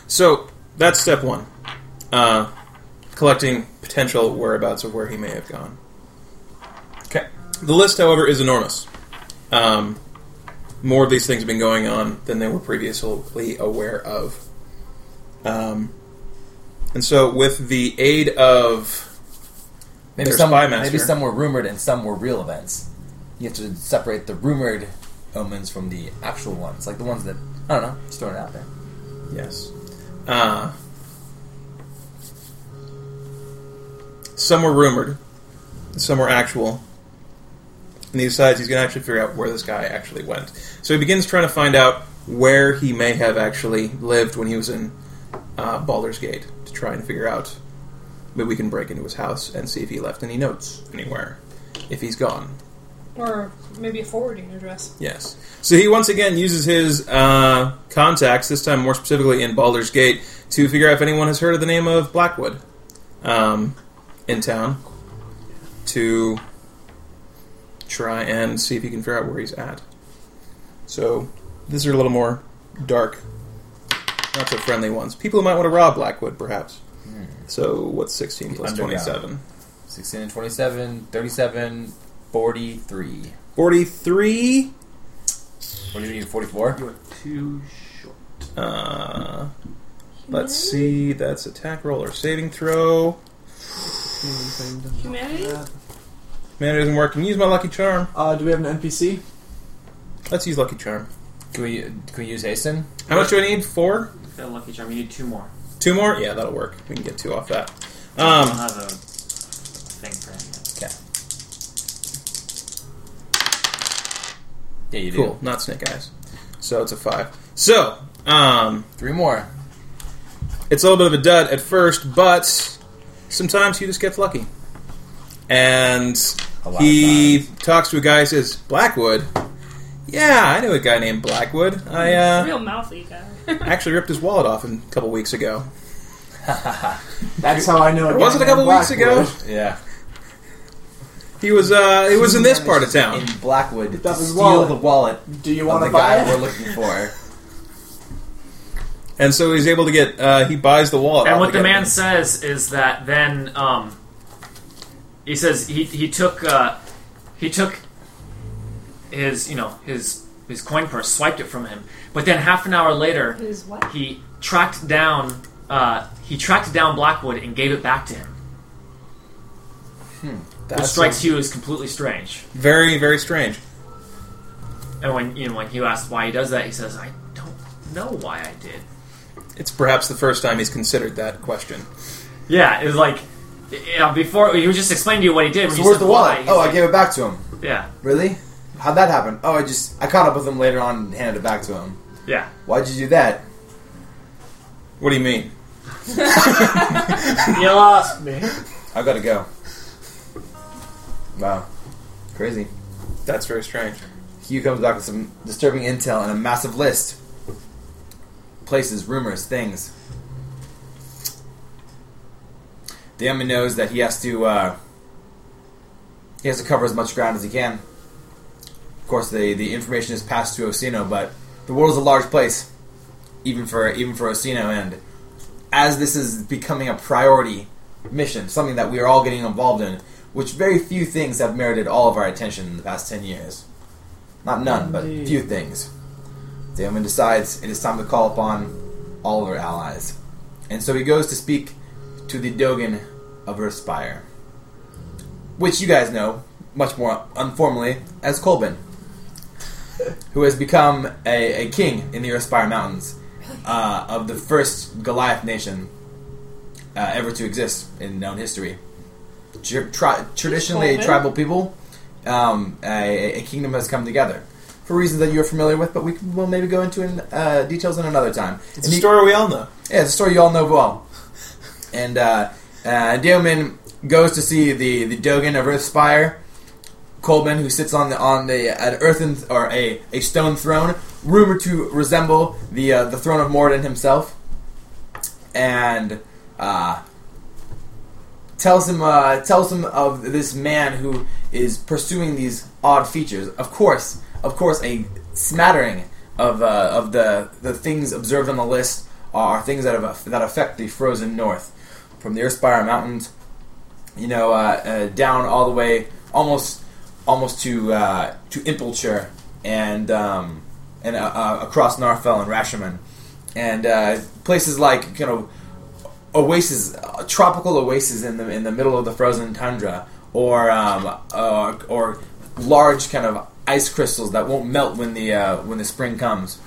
Speaker 4: So that's step one. Uh, collecting potential whereabouts of where he may have gone. Okay. The list, however, is enormous. Um, more of these things have been going on than they were previously aware of. Um, and so, with the aid of
Speaker 3: Maybe
Speaker 4: There's
Speaker 3: some
Speaker 4: Spy Master.
Speaker 3: maybe some were rumored and some were real events. You have to separate the rumored omens from the actual ones, like the ones that I don't know, just throwing it out there.
Speaker 4: Yes. Uh, some were rumored, some were actual. And he decides he's going to actually figure out where this guy actually went. So he begins trying to find out where he may have actually lived when he was in uh, Baldur's Gate to try and figure out. Maybe we can break into his house and see if he left any notes anywhere. If he's gone,
Speaker 5: Or maybe a forwarding address.
Speaker 4: Yes. So he once again uses his uh, contacts, this time more specifically in Baldur's Gate, to figure out if anyone has heard of the name of Blackwood um, in town to try and see if he can figure out where he's at. So these are a little more dark, not so friendly ones. People who might want to rob Blackwood, perhaps. So what's 16 plus
Speaker 3: Underground.
Speaker 4: 27?
Speaker 3: 16 and 27, 37, 43.
Speaker 4: 43.
Speaker 3: What do you need, 44?
Speaker 2: You are too short.
Speaker 4: Uh, let's see. That's attack roll or saving throw.
Speaker 5: Humanity?
Speaker 4: Man, it doesn't work. Can use my lucky charm.
Speaker 6: Uh, do we have an NPC?
Speaker 4: Let's use lucky charm.
Speaker 3: Can we, can we use hasten?
Speaker 4: How much do I need? Four?
Speaker 2: Got a lucky charm. You need two more.
Speaker 4: Two more? Yeah, that'll work. We can get two off that.
Speaker 2: I
Speaker 3: Uh,
Speaker 2: don't
Speaker 4: Um,
Speaker 2: have a thing for him.
Speaker 3: Yeah, you do.
Speaker 4: cool. Not snake eyes. So it's a five. So um,
Speaker 3: Three more.
Speaker 4: it's a little bit of a dud at first, but sometimes he just gets lucky. And
Speaker 3: A lot
Speaker 4: he
Speaker 3: of times.
Speaker 4: talks to a guy. Who says Blackwood. Yeah, I knew a guy named Blackwood. I uh,
Speaker 5: Real mouthy guy.
Speaker 4: actually ripped his wallet off a couple weeks ago.
Speaker 6: That's how I know.
Speaker 4: Was it a couple weeks ago?
Speaker 3: Yeah.
Speaker 4: He was uh, he was in this part of
Speaker 3: In
Speaker 4: town.
Speaker 3: Blackwood to
Speaker 6: That was
Speaker 3: steal
Speaker 6: wallet.
Speaker 3: the wallet
Speaker 6: Do you
Speaker 3: of
Speaker 6: want
Speaker 3: the
Speaker 6: to buy
Speaker 3: guy
Speaker 6: it?
Speaker 3: we're looking for.
Speaker 4: And so he's able to get uh, he buys the
Speaker 3: Oh,
Speaker 4: wallet.
Speaker 2: And
Speaker 4: off
Speaker 2: what the
Speaker 4: guy.
Speaker 2: man says is that then um, he says he he took uh, he took his you know his his coin purse swiped it from him. But then half an hour later,
Speaker 5: His what?
Speaker 2: he tracked down uh, he tracked down Blackwood and gave it back to him. Which
Speaker 4: That's
Speaker 2: strikes you as completely strange.
Speaker 4: very very strange.
Speaker 2: And when you know, when Hugh asks why he does that, he says, "I don't know why I did."
Speaker 4: It's perhaps the first time he's considered that question.
Speaker 2: Yeah, it was like you know, before he was just explaining to you what he did.
Speaker 21: So
Speaker 2: When you
Speaker 21: where's
Speaker 2: said
Speaker 21: the
Speaker 2: why,
Speaker 21: wallet?
Speaker 2: he's
Speaker 21: Oh, I
Speaker 2: like-
Speaker 21: gave it back to him.
Speaker 2: yeah,
Speaker 21: Really? How'd that happen? Oh, I just I caught up with him later on and handed it back to him.
Speaker 2: yeah.
Speaker 21: Why'd you do that?
Speaker 4: What do you mean?
Speaker 22: You lost me.
Speaker 21: I gotta go. Wow, crazy.
Speaker 4: That's very strange.
Speaker 21: Hugh comes back with some disturbing intel and a massive list. Places, rumors, things. The Emmy knows that he has to uh, he has to cover as much ground as he can. Of course, the the information is passed to Osino, but the world is a large place.
Speaker 3: even for even for Osino. And as this is becoming a priority mission, something that we are all getting involved in, which very few things have merited all of our attention in the past ten years. Not none, but
Speaker 23: Indeed.
Speaker 3: few things. Damon decides it is time to call upon all of our allies, and so he goes to speak to the Dogan of Earthspire, which you guys know much more informally as Colbin who has become a, a king in the Earthspire Mountains uh, of the first Goliath nation uh, ever to exist in known history. Tr- tri- traditionally a
Speaker 5: Colvin.
Speaker 3: tribal people, um, a, a kingdom has come together for reasons that you're familiar with, but we can- will maybe go into in, uh, details in another time.
Speaker 4: It's
Speaker 3: And
Speaker 4: a
Speaker 3: you-
Speaker 4: story we all know.
Speaker 3: yeah, it's a story you all know well. And uh, uh, Daemon goes to see the, the Dogan of Earthspire. Coleman, who sits on the on the an earthen or a, a stone throne, rumored to resemble the uh, the throne of Morden himself, and uh, tells him uh, tells him of this man who is pursuing these odd features. Of course, of course, a smattering of uh, of the the things observed on the list are things that have, that affect the frozen north, from the Earthspire Mountains, you know, uh, uh, down all the way almost almost to uh, to Impulture and um, and uh, uh, across Narfell and Rashomon, and uh, places like you know oasis, uh, tropical oasis in the in the middle of the frozen tundra, or um, uh, or large kind of ice crystals that won't melt when the uh, when the spring comes.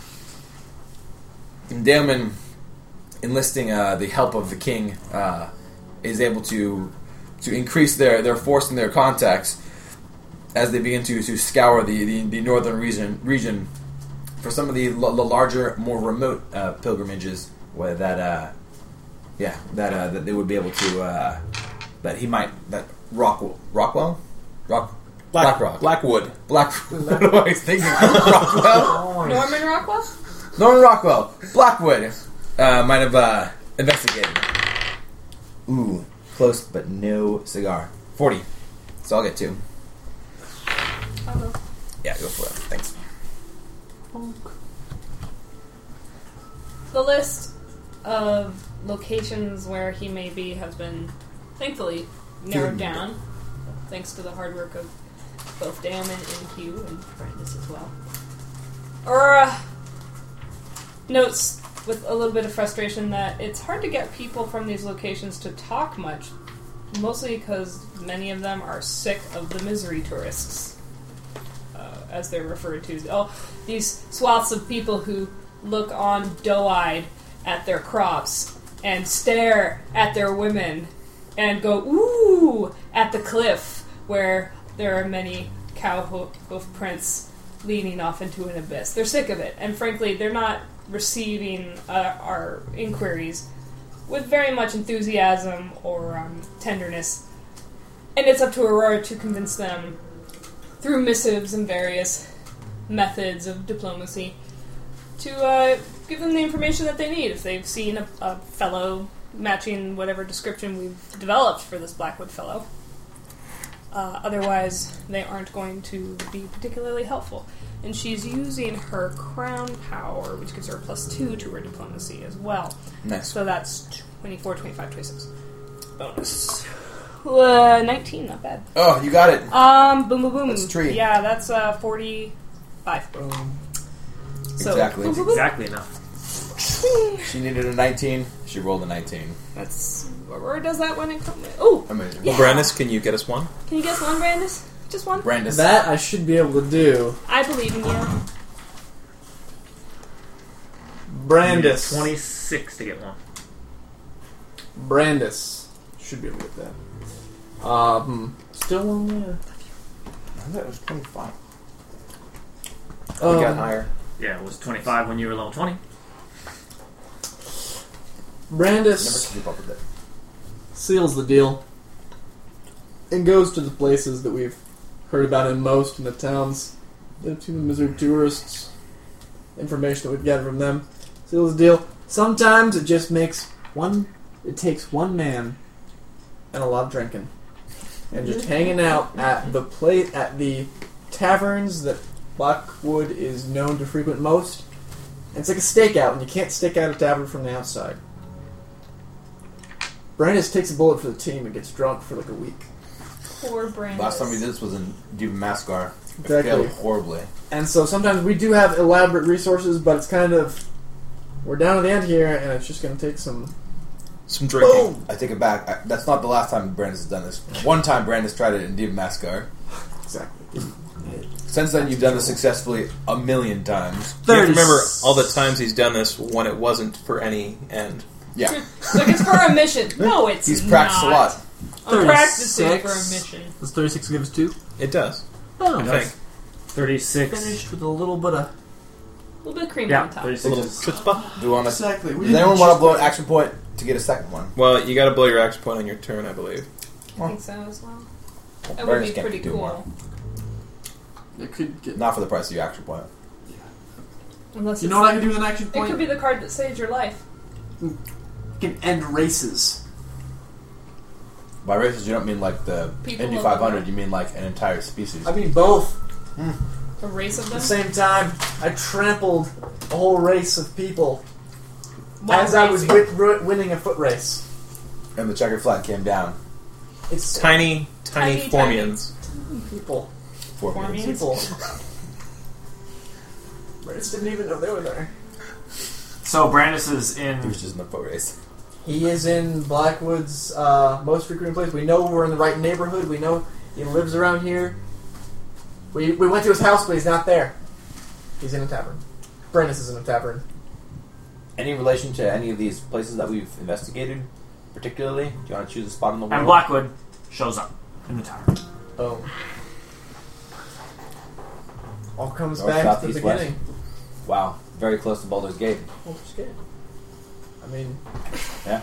Speaker 3: And Daemon, enlisting uh, the help of the king, uh, is able to to increase their, their force and their contacts as they begin to, to scour the, the, the northern region region for some of the, l- the larger, more remote uh, pilgrimages where that uh, yeah, that uh, that they would be able to uh, that he might that Rock Rockwell Rock Black, Rock
Speaker 4: Blackwood.
Speaker 3: Black. what am I thinking? Rockwell
Speaker 5: Norman Rockwell?
Speaker 3: Norman Rockwell Blackwood uh, might have uh, investigated. Ooh, close but no cigar. Forty, so I'll get two.
Speaker 5: I will.
Speaker 3: Yeah, go for it. Thanks.
Speaker 5: The list of locations where he may be has been thankfully narrowed down, thanks to the hard work of both Damon and Hugh and Brandis as well. Aurora notes with a little bit of frustration that it's hard to get people from these locations to talk much, mostly because many of them are sick of the misery tourists uh, as they're referred to. Oh, these swaths of people who look on doe-eyed at their crops and stare at their women and go ooh at the cliff where there are many cow ho- hoof prints leaning off into an abyss. They're sick of it, and frankly, they're not receiving uh, our inquiries with very much enthusiasm or um, tenderness. And it's up to Aurora to convince them through missives and various methods of diplomacy to uh, give them the information that they need if they've seen a, a fellow matching whatever description we've developed for this Blackwood fellow. Uh, otherwise, they aren't going to be particularly helpful. And she's using her crown power, which gives her a plus two to her diplomacy as well.
Speaker 3: Nice.
Speaker 5: So that's 24, 25, 26. Bonus. Uh, 19, not bad.
Speaker 3: Oh, you got it.
Speaker 5: Um, boom, boom, boom.
Speaker 3: That's tree.
Speaker 5: Yeah, that's uh, forty-five. So,
Speaker 3: Exactly.
Speaker 5: boom, boom, boom.
Speaker 2: Exactly enough.
Speaker 3: She needed a 19. She rolled a 19.
Speaker 5: That's where does that one come? Oh,
Speaker 3: Amazing.
Speaker 5: yeah.
Speaker 4: Brandis, can you get us one?
Speaker 5: Can you guess one, Brandis? Just one.
Speaker 3: Brandis.
Speaker 6: That I should be able to do.
Speaker 5: I believe in you.
Speaker 6: Brandis.
Speaker 2: Twenty-six to get one.
Speaker 6: Brandis. Should be able to get that. Um, still on there.
Speaker 3: that was 25.
Speaker 6: Um,
Speaker 3: got higher.
Speaker 2: Yeah, it was twenty-five when you were level twenty.
Speaker 3: Never
Speaker 6: Brandis
Speaker 3: could keep up with it.
Speaker 6: seals the deal and goes to the places that we've heard about him most in the towns to the misery tourists information that we've gotten from them seals the deal sometimes it just makes one it takes one man and a lot of drinking and just hanging out at the plate at the taverns that blackwood is known to frequent most And it's like a stakeout, and you can't stake out a tavern from the outside. Brandis takes a bullet for the team and gets drunk for like a week.
Speaker 5: Poor Brandis.
Speaker 3: Last time we did this was in Duba Mascar. It
Speaker 6: Exactly.
Speaker 3: failed horribly.
Speaker 6: And so sometimes we do have elaborate resources, but it's kind of we're down at the end here, and it's just going to take some.
Speaker 4: Some drinking.
Speaker 3: I take it back. I, that's not the last time Brandis has done this. One time Brandis tried it in Duba Mascar.
Speaker 6: Exactly.
Speaker 3: Since then, you've done this successfully a million times.
Speaker 4: You have to remember all the times he's done this when it wasn't for any end.
Speaker 3: Yeah,
Speaker 5: It's like it's for a mission. No, it's
Speaker 3: he's practiced a
Speaker 5: not.
Speaker 3: lot.
Speaker 5: I'm practicing for a
Speaker 24: 36.
Speaker 5: mission.
Speaker 24: Does 36 give us two?
Speaker 4: It does.
Speaker 24: Oh,
Speaker 4: I
Speaker 24: nice.
Speaker 4: think.
Speaker 2: 36.
Speaker 24: Finished with a little bit of.
Speaker 5: A little bit of cream
Speaker 2: Yeah,
Speaker 5: on top.
Speaker 2: 36.
Speaker 4: A little
Speaker 2: is-
Speaker 4: chutzpah.
Speaker 3: Do you want to?
Speaker 6: Exactly. We
Speaker 3: Does anyone want to blow an action point to get a second one?
Speaker 4: Well, you got to blow your action point on your turn, I believe.
Speaker 5: I think so as well.
Speaker 3: Well,
Speaker 5: That
Speaker 3: Brandis
Speaker 5: would be
Speaker 3: can't
Speaker 5: pretty
Speaker 3: do
Speaker 5: cool.
Speaker 3: more.
Speaker 24: It could get.
Speaker 3: Not for the price of your action point.
Speaker 5: Unless
Speaker 24: You
Speaker 5: it's
Speaker 24: know what I can do with an action
Speaker 5: It
Speaker 24: point?
Speaker 5: could be the card that saves your life.
Speaker 24: can end races.
Speaker 3: By races, you don't mean like the
Speaker 5: People
Speaker 3: Indy
Speaker 5: of
Speaker 3: 500.
Speaker 5: the-
Speaker 3: You mean like an entire species.
Speaker 6: I mean both
Speaker 5: A race of
Speaker 6: at the
Speaker 5: them.
Speaker 6: same time. I trampled a whole race of people
Speaker 5: While
Speaker 6: as I was
Speaker 5: racing.
Speaker 6: wi- ru- winning a foot race.
Speaker 3: And the checkered flag came down.
Speaker 6: It's
Speaker 4: Tiny, tiny,
Speaker 5: Tiny,
Speaker 4: formians.
Speaker 6: people.
Speaker 3: Four
Speaker 5: Four
Speaker 3: minutes.
Speaker 5: minutes.
Speaker 6: People. Brandis didn't even know they were there.
Speaker 2: So Brandis is
Speaker 3: He
Speaker 2: in.
Speaker 3: was just in the foot race.
Speaker 6: He is in Blackwood's uh, most frequent place. We know we're in the right neighborhood. We know he lives around here. We, we went to his house, but he's not there. He's in a tavern. Brandis is in a tavern.
Speaker 16: Any relation to any of these places that we've investigated, particularly? Do you want to choose a spot in the world?
Speaker 2: And Blackwood shows up in the tower.
Speaker 6: Boom. All comes
Speaker 16: North,
Speaker 6: back
Speaker 16: south,
Speaker 6: to the
Speaker 16: east, west.
Speaker 6: beginning.
Speaker 16: Wow, very close to Baldur's Gate.
Speaker 6: Well, just kidding. I mean,
Speaker 16: Yeah.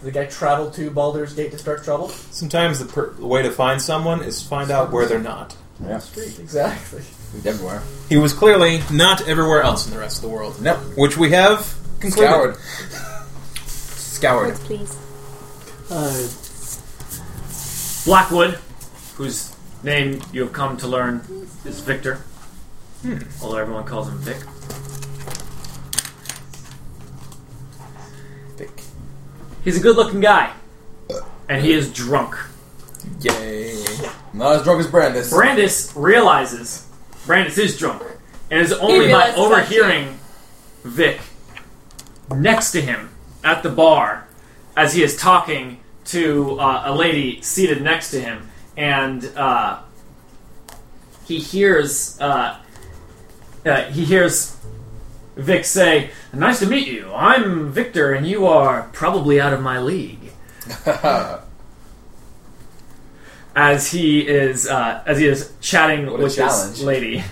Speaker 6: Did the guy travel to Baldur's Gate to start trouble?
Speaker 4: Sometimes the per- way to find someone is find out where they're not.
Speaker 16: Yeah,
Speaker 6: Exactly.
Speaker 3: He's everywhere.
Speaker 4: He was clearly not everywhere else in the rest of the world,
Speaker 3: Nope.
Speaker 4: which we have concluded.
Speaker 3: Scoured. Scoured.
Speaker 17: please.
Speaker 24: Uh,
Speaker 2: Blackwood, whose name you have come to learn is Victor, although everyone calls him Vic.
Speaker 4: Thick.
Speaker 2: He's a good-looking guy, and he is drunk.
Speaker 4: Yay.
Speaker 3: Not as drunk as Brandis.
Speaker 2: Brandis realizes Brandis is drunk, and is only by
Speaker 5: realizes that
Speaker 2: overhearing Vic next to him at the bar as he is talking to uh, a lady seated next to him, and uh, he hears uh, uh, he hears Vic say, "Nice to meet you. I'm Victor, and you are probably out of my league." as he is uh, as he is chatting
Speaker 3: What a
Speaker 2: with
Speaker 3: challenge.
Speaker 2: this lady.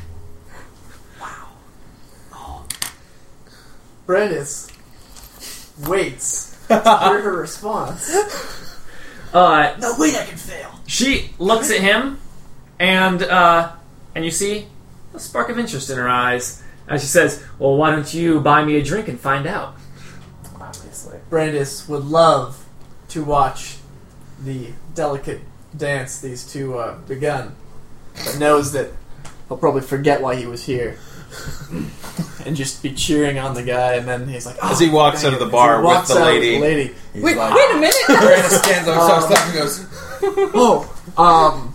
Speaker 6: Brandis waits to hear her response.
Speaker 2: Uh,
Speaker 6: No, wait, I can fail.
Speaker 2: she looks at him, and uh, and you see a spark of interest in her eyes as she says, "Well, why don't you buy me a drink and find out?"
Speaker 16: obviously.
Speaker 6: Brandis would love to watch the delicate dance these two uh, begun, but knows that he'll probably forget why he was here and just be cheering on the guy. And then he's like, oh,
Speaker 4: As he walks
Speaker 6: dang
Speaker 4: out of
Speaker 6: it."
Speaker 4: the
Speaker 6: As
Speaker 4: bar
Speaker 6: he
Speaker 4: with
Speaker 6: walks
Speaker 4: the
Speaker 6: out with
Speaker 4: lady.
Speaker 6: lady.
Speaker 3: He's
Speaker 5: Wait,
Speaker 3: like,
Speaker 5: wait a minute!
Speaker 3: Brandis stands up, starts
Speaker 6: Um,
Speaker 3: slapping, goes,
Speaker 6: Oh, um,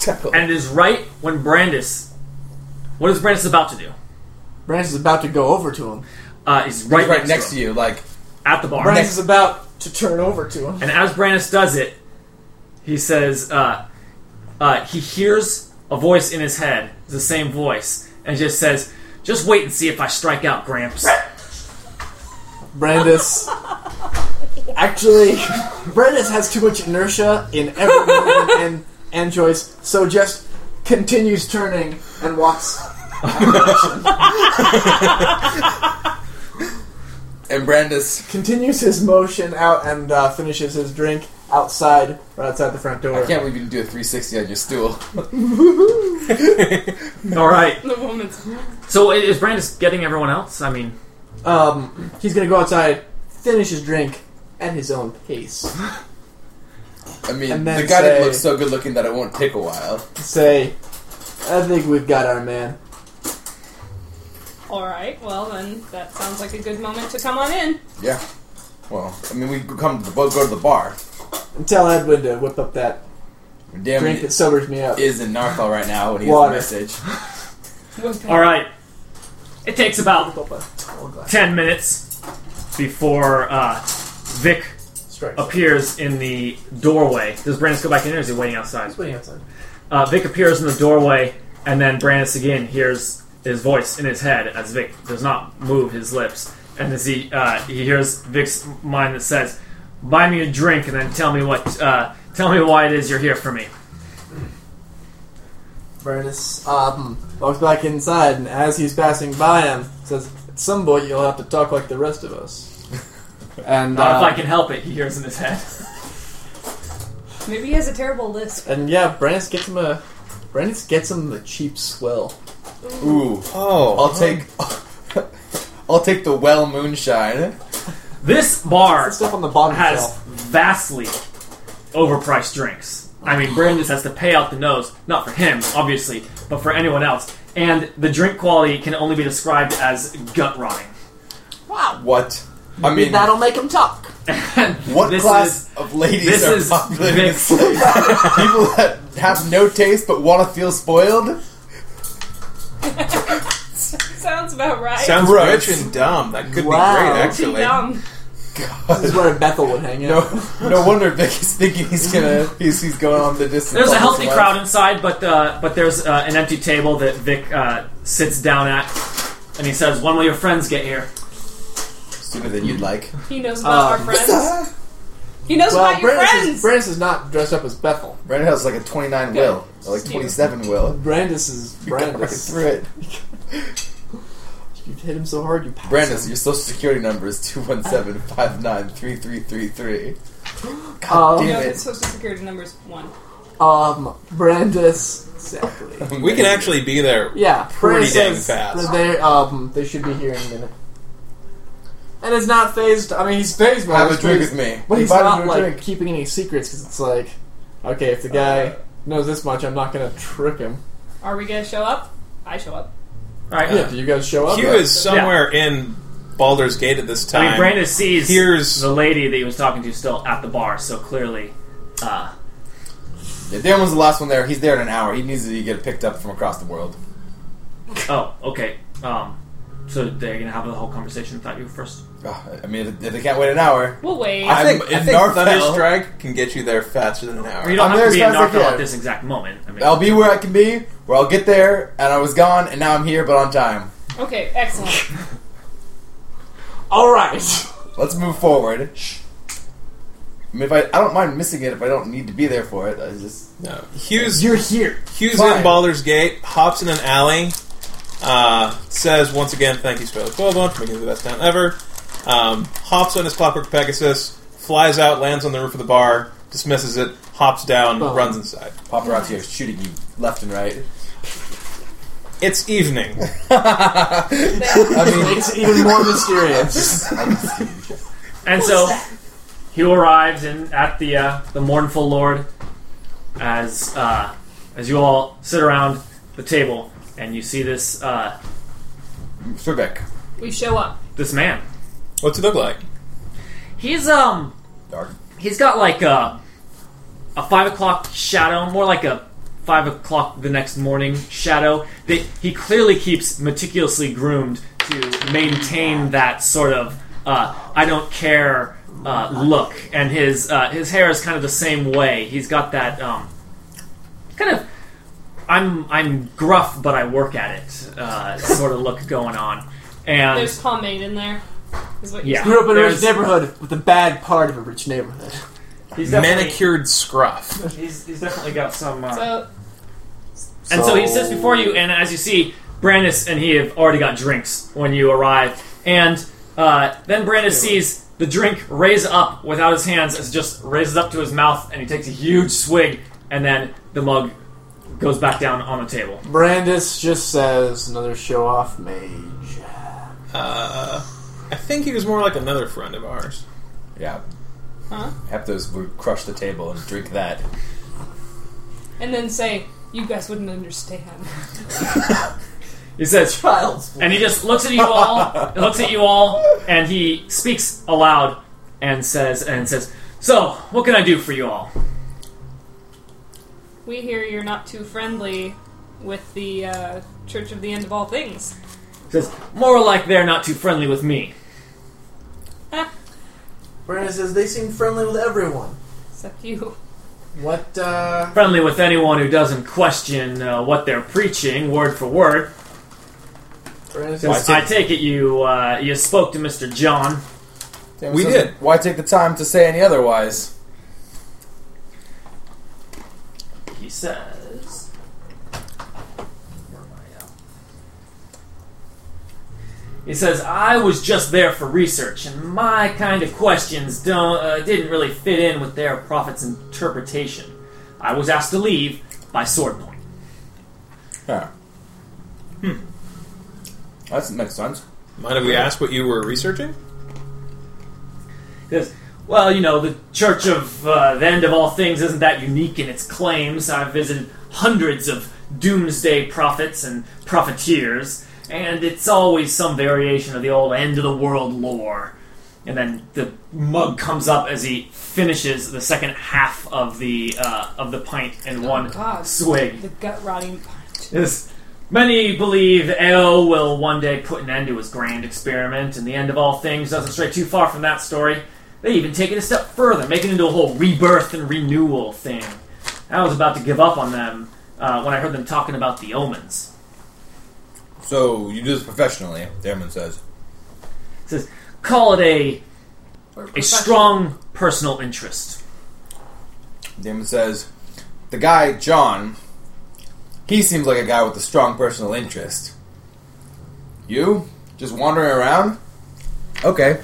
Speaker 3: tackle.
Speaker 2: And it is right when Brandis, what is Brandis about to do?
Speaker 6: Brandis is about to go over to him.
Speaker 2: Uh, he's
Speaker 3: Right,
Speaker 2: right,
Speaker 3: right next to you, like,
Speaker 2: at the bar.
Speaker 6: Brandis is about to turn over to him.
Speaker 2: And as Brandis does it, he says, uh, uh, he hears a voice in his head, the same voice, and just says, just wait and see if I strike out Gramps.
Speaker 6: Brandis. Actually, Brandis has too much inertia in every movement and, and choice, so just continues turning and walks.
Speaker 3: and Brandis
Speaker 6: Continues his motion out and uh, finishes his drink outside, right outside the front door.
Speaker 3: I can't believe you didn't do a 360 on your stool.
Speaker 2: All right.
Speaker 17: The woman's.
Speaker 2: So i- is Brandis getting everyone else? I mean,
Speaker 6: Um, he's gonna go outside, finish his drink at his own pace.
Speaker 3: I mean,
Speaker 6: And then
Speaker 3: the guy
Speaker 6: say-
Speaker 3: didn't look so good looking that it won't take a while.
Speaker 6: Say, I think we've got our man.
Speaker 5: Alright, well then, that sounds like a good moment to come on in.
Speaker 3: Yeah. Well, I mean, we could come to the both go to the bar.
Speaker 6: And tell Edwin to whip up that
Speaker 3: Damn,
Speaker 6: drink that
Speaker 3: it
Speaker 6: sobers me up.
Speaker 3: is in Narthal right now when he
Speaker 6: Water.
Speaker 3: has the message.
Speaker 2: All right. It takes about ten minutes before uh, Vic
Speaker 25: Strike.
Speaker 2: appears in the doorway. Does Brandis go back in, or is he waiting outside?
Speaker 25: He's waiting outside.
Speaker 2: Uh, Vic appears in the doorway, and then Brandis again hears his voice in his head as Vic does not move his lips. And as he uh, he hears Vic's mind that says, "Buy me a drink, and then tell me what uh, tell me why it is you're here for me."
Speaker 6: Vernus um, walks back inside, and as he's passing by him, says, "At some point, you'll have to talk like the rest of us." and
Speaker 2: Not if I
Speaker 6: uh,
Speaker 2: can help it, he hears in his head.
Speaker 5: Maybe he has a terrible lisp.
Speaker 6: and yeah, Brandis gets him a Brandis gets him a cheap swill.
Speaker 3: Ooh,
Speaker 4: Oh,
Speaker 3: I'll take. I'll take the well moonshine.
Speaker 2: This bar
Speaker 6: That stuff on the bottom
Speaker 2: has
Speaker 6: shelf.
Speaker 2: vastly overpriced drinks. I mean, Brandis has to pay out the nose, not for him, obviously, but for anyone else. And the drink quality can only be described as gut rotting.
Speaker 26: Wow.
Speaker 3: What? I mean,
Speaker 26: That'll make him talk.
Speaker 3: what
Speaker 2: this
Speaker 3: class
Speaker 2: is-
Speaker 3: of ladies
Speaker 2: this
Speaker 3: are
Speaker 2: is
Speaker 3: popular in this
Speaker 2: mixed.
Speaker 3: place? People that have no taste but want to feel spoiled.
Speaker 5: Sounds about right.
Speaker 4: Sounds
Speaker 3: Gross.
Speaker 4: rich and dumb. That could
Speaker 6: Wow.
Speaker 4: be great,
Speaker 5: Too
Speaker 4: actually.
Speaker 5: dumb.
Speaker 6: This is where Bethel would hang out.
Speaker 3: No, no wonder Vic is thinking he's gonna he's, he's going on the distance.
Speaker 2: There's
Speaker 3: all
Speaker 2: a
Speaker 3: his
Speaker 2: healthy
Speaker 3: life.
Speaker 2: crowd inside, but uh, but there's uh, an empty table that Vic uh, sits down at, and he says, "When will your friends get here?"
Speaker 3: sooner than you'd like.
Speaker 5: He knows about
Speaker 6: Um,
Speaker 5: our friends. He knows
Speaker 6: Well,
Speaker 5: about your
Speaker 6: Brandis
Speaker 5: friends!
Speaker 6: is, Brandis is not dressed up as Bethel.
Speaker 3: Brandon has like a 29 will, or like
Speaker 5: Steve.
Speaker 3: 27 will.
Speaker 6: Brandis is
Speaker 3: You got right
Speaker 6: Brandis.
Speaker 3: through it.
Speaker 6: You hit him so hard, you pass
Speaker 3: Brandis,
Speaker 6: him.
Speaker 3: your social security number is 217 593
Speaker 6: Um,
Speaker 3: damn
Speaker 5: no,
Speaker 3: it.
Speaker 5: his social security number's one.
Speaker 6: Um, Brandis. Exactly.
Speaker 4: We can actually be there.
Speaker 6: Yeah,
Speaker 4: Pretty
Speaker 6: Brandis
Speaker 4: dang
Speaker 6: says
Speaker 4: fast.
Speaker 6: That they, um, they should be here in a minute. And it's not phased. I mean, he's phased by
Speaker 3: Have
Speaker 6: this,
Speaker 3: a drink
Speaker 6: but he's-
Speaker 3: with me.
Speaker 6: But he's
Speaker 3: Invite him to
Speaker 6: not
Speaker 3: a
Speaker 6: like
Speaker 3: drink.
Speaker 6: keeping any secrets because it's like, okay,
Speaker 3: Uh,
Speaker 6: if the guy knows this much, I'm not gonna trick him.
Speaker 5: Are we gonna show up? I show up.
Speaker 2: All right.
Speaker 6: yeah, do you guys show up?
Speaker 4: Hugh is somewhere in Baldur's Gate at this time.
Speaker 2: I mean, Brandon sees
Speaker 4: Here's-
Speaker 2: the lady that he was talking to still at the bar, so clearly, uh,
Speaker 3: If Dan was the last one there, he's there in an hour. He needs to get picked up from across the world.
Speaker 2: oh, okay. Um, so they're gonna have the whole conversation without you first.
Speaker 3: Ugh, Ah, I mean, if if they can't wait an hour,
Speaker 5: We'll wait.
Speaker 3: I
Speaker 4: I'm,
Speaker 3: think- I
Speaker 4: in
Speaker 3: think
Speaker 4: Narf
Speaker 3: Thunder-
Speaker 4: Thunderstrike can get you there faster than an
Speaker 2: Or you
Speaker 4: hour.
Speaker 2: don't
Speaker 3: I'm
Speaker 2: have
Speaker 3: there
Speaker 2: to be in
Speaker 3: as fast as I
Speaker 2: Narcal at
Speaker 3: can.
Speaker 2: this exact moment. I mean,
Speaker 3: I'll be where I can be, where I'll get there, and I was gone, and now I'm here, but on time.
Speaker 5: okay, excellent.
Speaker 6: All right.
Speaker 3: Let's move forward. I mean, if I, I don't mind missing it if I don't need to be there for it. I just
Speaker 4: No. Hugh's
Speaker 6: You're here.
Speaker 4: Hughes
Speaker 3: Fine.
Speaker 4: in Baldur's Gate, hops in an alley, uh, says once again, "Thank you, Sparrow Quillbone, for making me the best town ever." Um, hops on his clockwork Pegasus, flies out, lands on the roof of the bar, dismisses it, hops down,
Speaker 6: Boom.
Speaker 4: runs inside.
Speaker 3: paparazzi are shooting you left and right.
Speaker 4: It's evening.
Speaker 3: I mean,
Speaker 6: It's even more mysterious.
Speaker 2: And so Hugh arrives in at the uh, the mournful lord as uh, as you all sit around the table and you see this uh,
Speaker 3: Trebek,
Speaker 5: we show up.
Speaker 2: this man.
Speaker 4: What's it look like?
Speaker 2: He's um
Speaker 3: dark.
Speaker 2: he's got like a a five o'clock shadow, more like a five o'clock the next morning shadow that he clearly keeps meticulously groomed to maintain that sort of uh, I don't care uh, look, and his uh, his hair is kind of the same way. He's got that um, kind of I'm I'm gruff, but I work at it uh, sort of look going on, and
Speaker 5: There's pomade in there. Is what you
Speaker 2: yeah,
Speaker 6: Grew up in a rich
Speaker 2: there's-
Speaker 6: neighborhood with a bad part of a rich neighborhood.
Speaker 2: he's definitely-
Speaker 4: Manicured scruff.
Speaker 2: He's, he's definitely got some. Uh,
Speaker 5: So
Speaker 2: And so he sits before you, and as you see, Brandis and he have already got drinks when you arrive. And uh, then Brandis sees the drink raise up without his hands, as it just raises up to his mouth, and he takes a huge swig, and then the mug goes back down on the table.
Speaker 6: Brandis just says another show off mage.
Speaker 4: Uh, I think he was more like another friend of ours.
Speaker 3: Yeah.
Speaker 5: Huh?
Speaker 3: Heptos would crush the table and drink that.
Speaker 5: and then say, You guys wouldn't understand.
Speaker 2: He says,
Speaker 13: Child's
Speaker 2: and he just looks at you all, looks at you all, and he speaks aloud and says, and says, "So, what can I do for you all?"
Speaker 5: We hear you're not too friendly with the uh, Church of the End of All Things.
Speaker 2: He says, "More like they're not too friendly with me."
Speaker 6: Brandon says they seem friendly with everyone.
Speaker 5: Except you.
Speaker 6: What, uh.
Speaker 2: Friendly with anyone who doesn't question uh, what they're preaching, word for word.
Speaker 6: Brandon says.
Speaker 2: Since I take it you uh, you spoke to Mister John.
Speaker 3: Tim
Speaker 4: We
Speaker 3: says,
Speaker 4: did.
Speaker 3: Why take the time to say any otherwise?
Speaker 2: He says, where am I at? He says, I was just there for research, and my kind of questions don't, uh, didn't really fit in with their prophet's interpretation. I was asked to leave by sword point.
Speaker 3: Huh. Hmm. That makes sense.
Speaker 4: Mind if we ask what you were researching?
Speaker 2: He says, well, you know, the Church of uh, the End of All Things isn't that unique in its claims. I've visited hundreds of doomsday prophets and profiteers, and it's always some variation of the old end of the world lore. And then the mug comes up as he finishes the second half of the uh, of the pint in one
Speaker 5: Oh, God.
Speaker 2: swig.
Speaker 5: The gut rotting punch.
Speaker 2: Yes. Many believe AO will one day put an end to his grand experiment, and the end of all things doesn't stray too far from that story. They even take it a step further, make it into a whole rebirth and renewal thing. I was about to give up on them uh, when I heard them talking about the omens.
Speaker 3: So you do this professionally, Damon says.
Speaker 2: It says, call it a,
Speaker 5: Or
Speaker 2: a
Speaker 5: profession-
Speaker 2: strong personal interest.
Speaker 3: Damon says, the guy John, he seems like a guy with a strong personal interest. You just wandering around? Okay.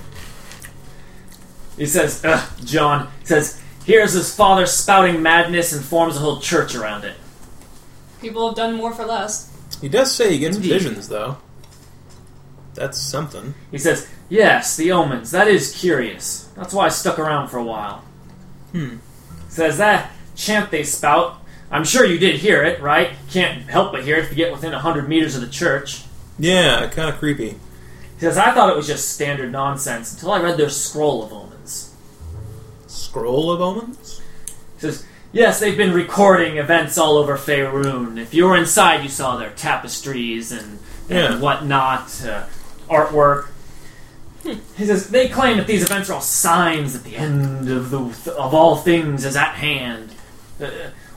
Speaker 2: He says, Ugh, John, says, here's his father spouting madness and forms a whole church around it.
Speaker 5: People have done more for less.
Speaker 4: He does say he gets
Speaker 2: Indeed.
Speaker 4: visions, though. That's something.
Speaker 2: He says, Yes, the omens. That is curious. That's why I stuck around for a while.
Speaker 4: Hmm.
Speaker 2: Says that chant they spout. I'm sure you did hear it, right? Can't help but hear it if you get within a hundred meters of the church.
Speaker 4: Yeah, kind of creepy.
Speaker 2: He says, I thought it was just standard nonsense until I read their scroll of omens.
Speaker 4: Scroll of omens.
Speaker 2: He says, Yes, they've been recording events all over Faerun. If you were inside, you saw their tapestries and,
Speaker 4: Yeah.
Speaker 2: and whatnot, uh, artwork. He says they claim that these events are all signs that the end of the of all things is at hand. Uh,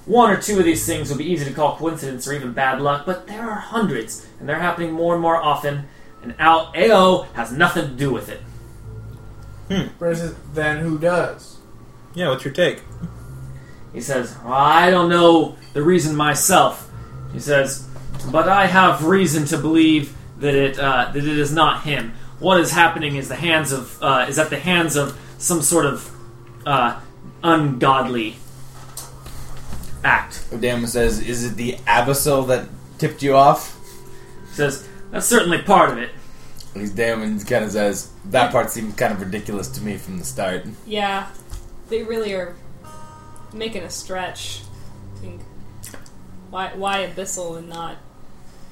Speaker 2: one or two of these things would be easy to call coincidence or even bad luck, but there are hundreds, and they're happening more and more often. And Al AO has nothing to do with it.
Speaker 6: Brandon says, then who does?
Speaker 4: Yeah, what's your take?
Speaker 2: He says, well, I don't know the reason myself. He says, but I have reason to believe that it uh, that it is not him. What is happening is the hands of uh, is at the hands of some sort of uh, ungodly act.
Speaker 3: Damon says, is it the abyssal that tipped you off?
Speaker 2: He says that's certainly part of it.
Speaker 3: He's Damon kind of says, that part seemed kind of ridiculous to me from the start.
Speaker 5: Yeah, they really are making a stretch. I think why why abyssal and not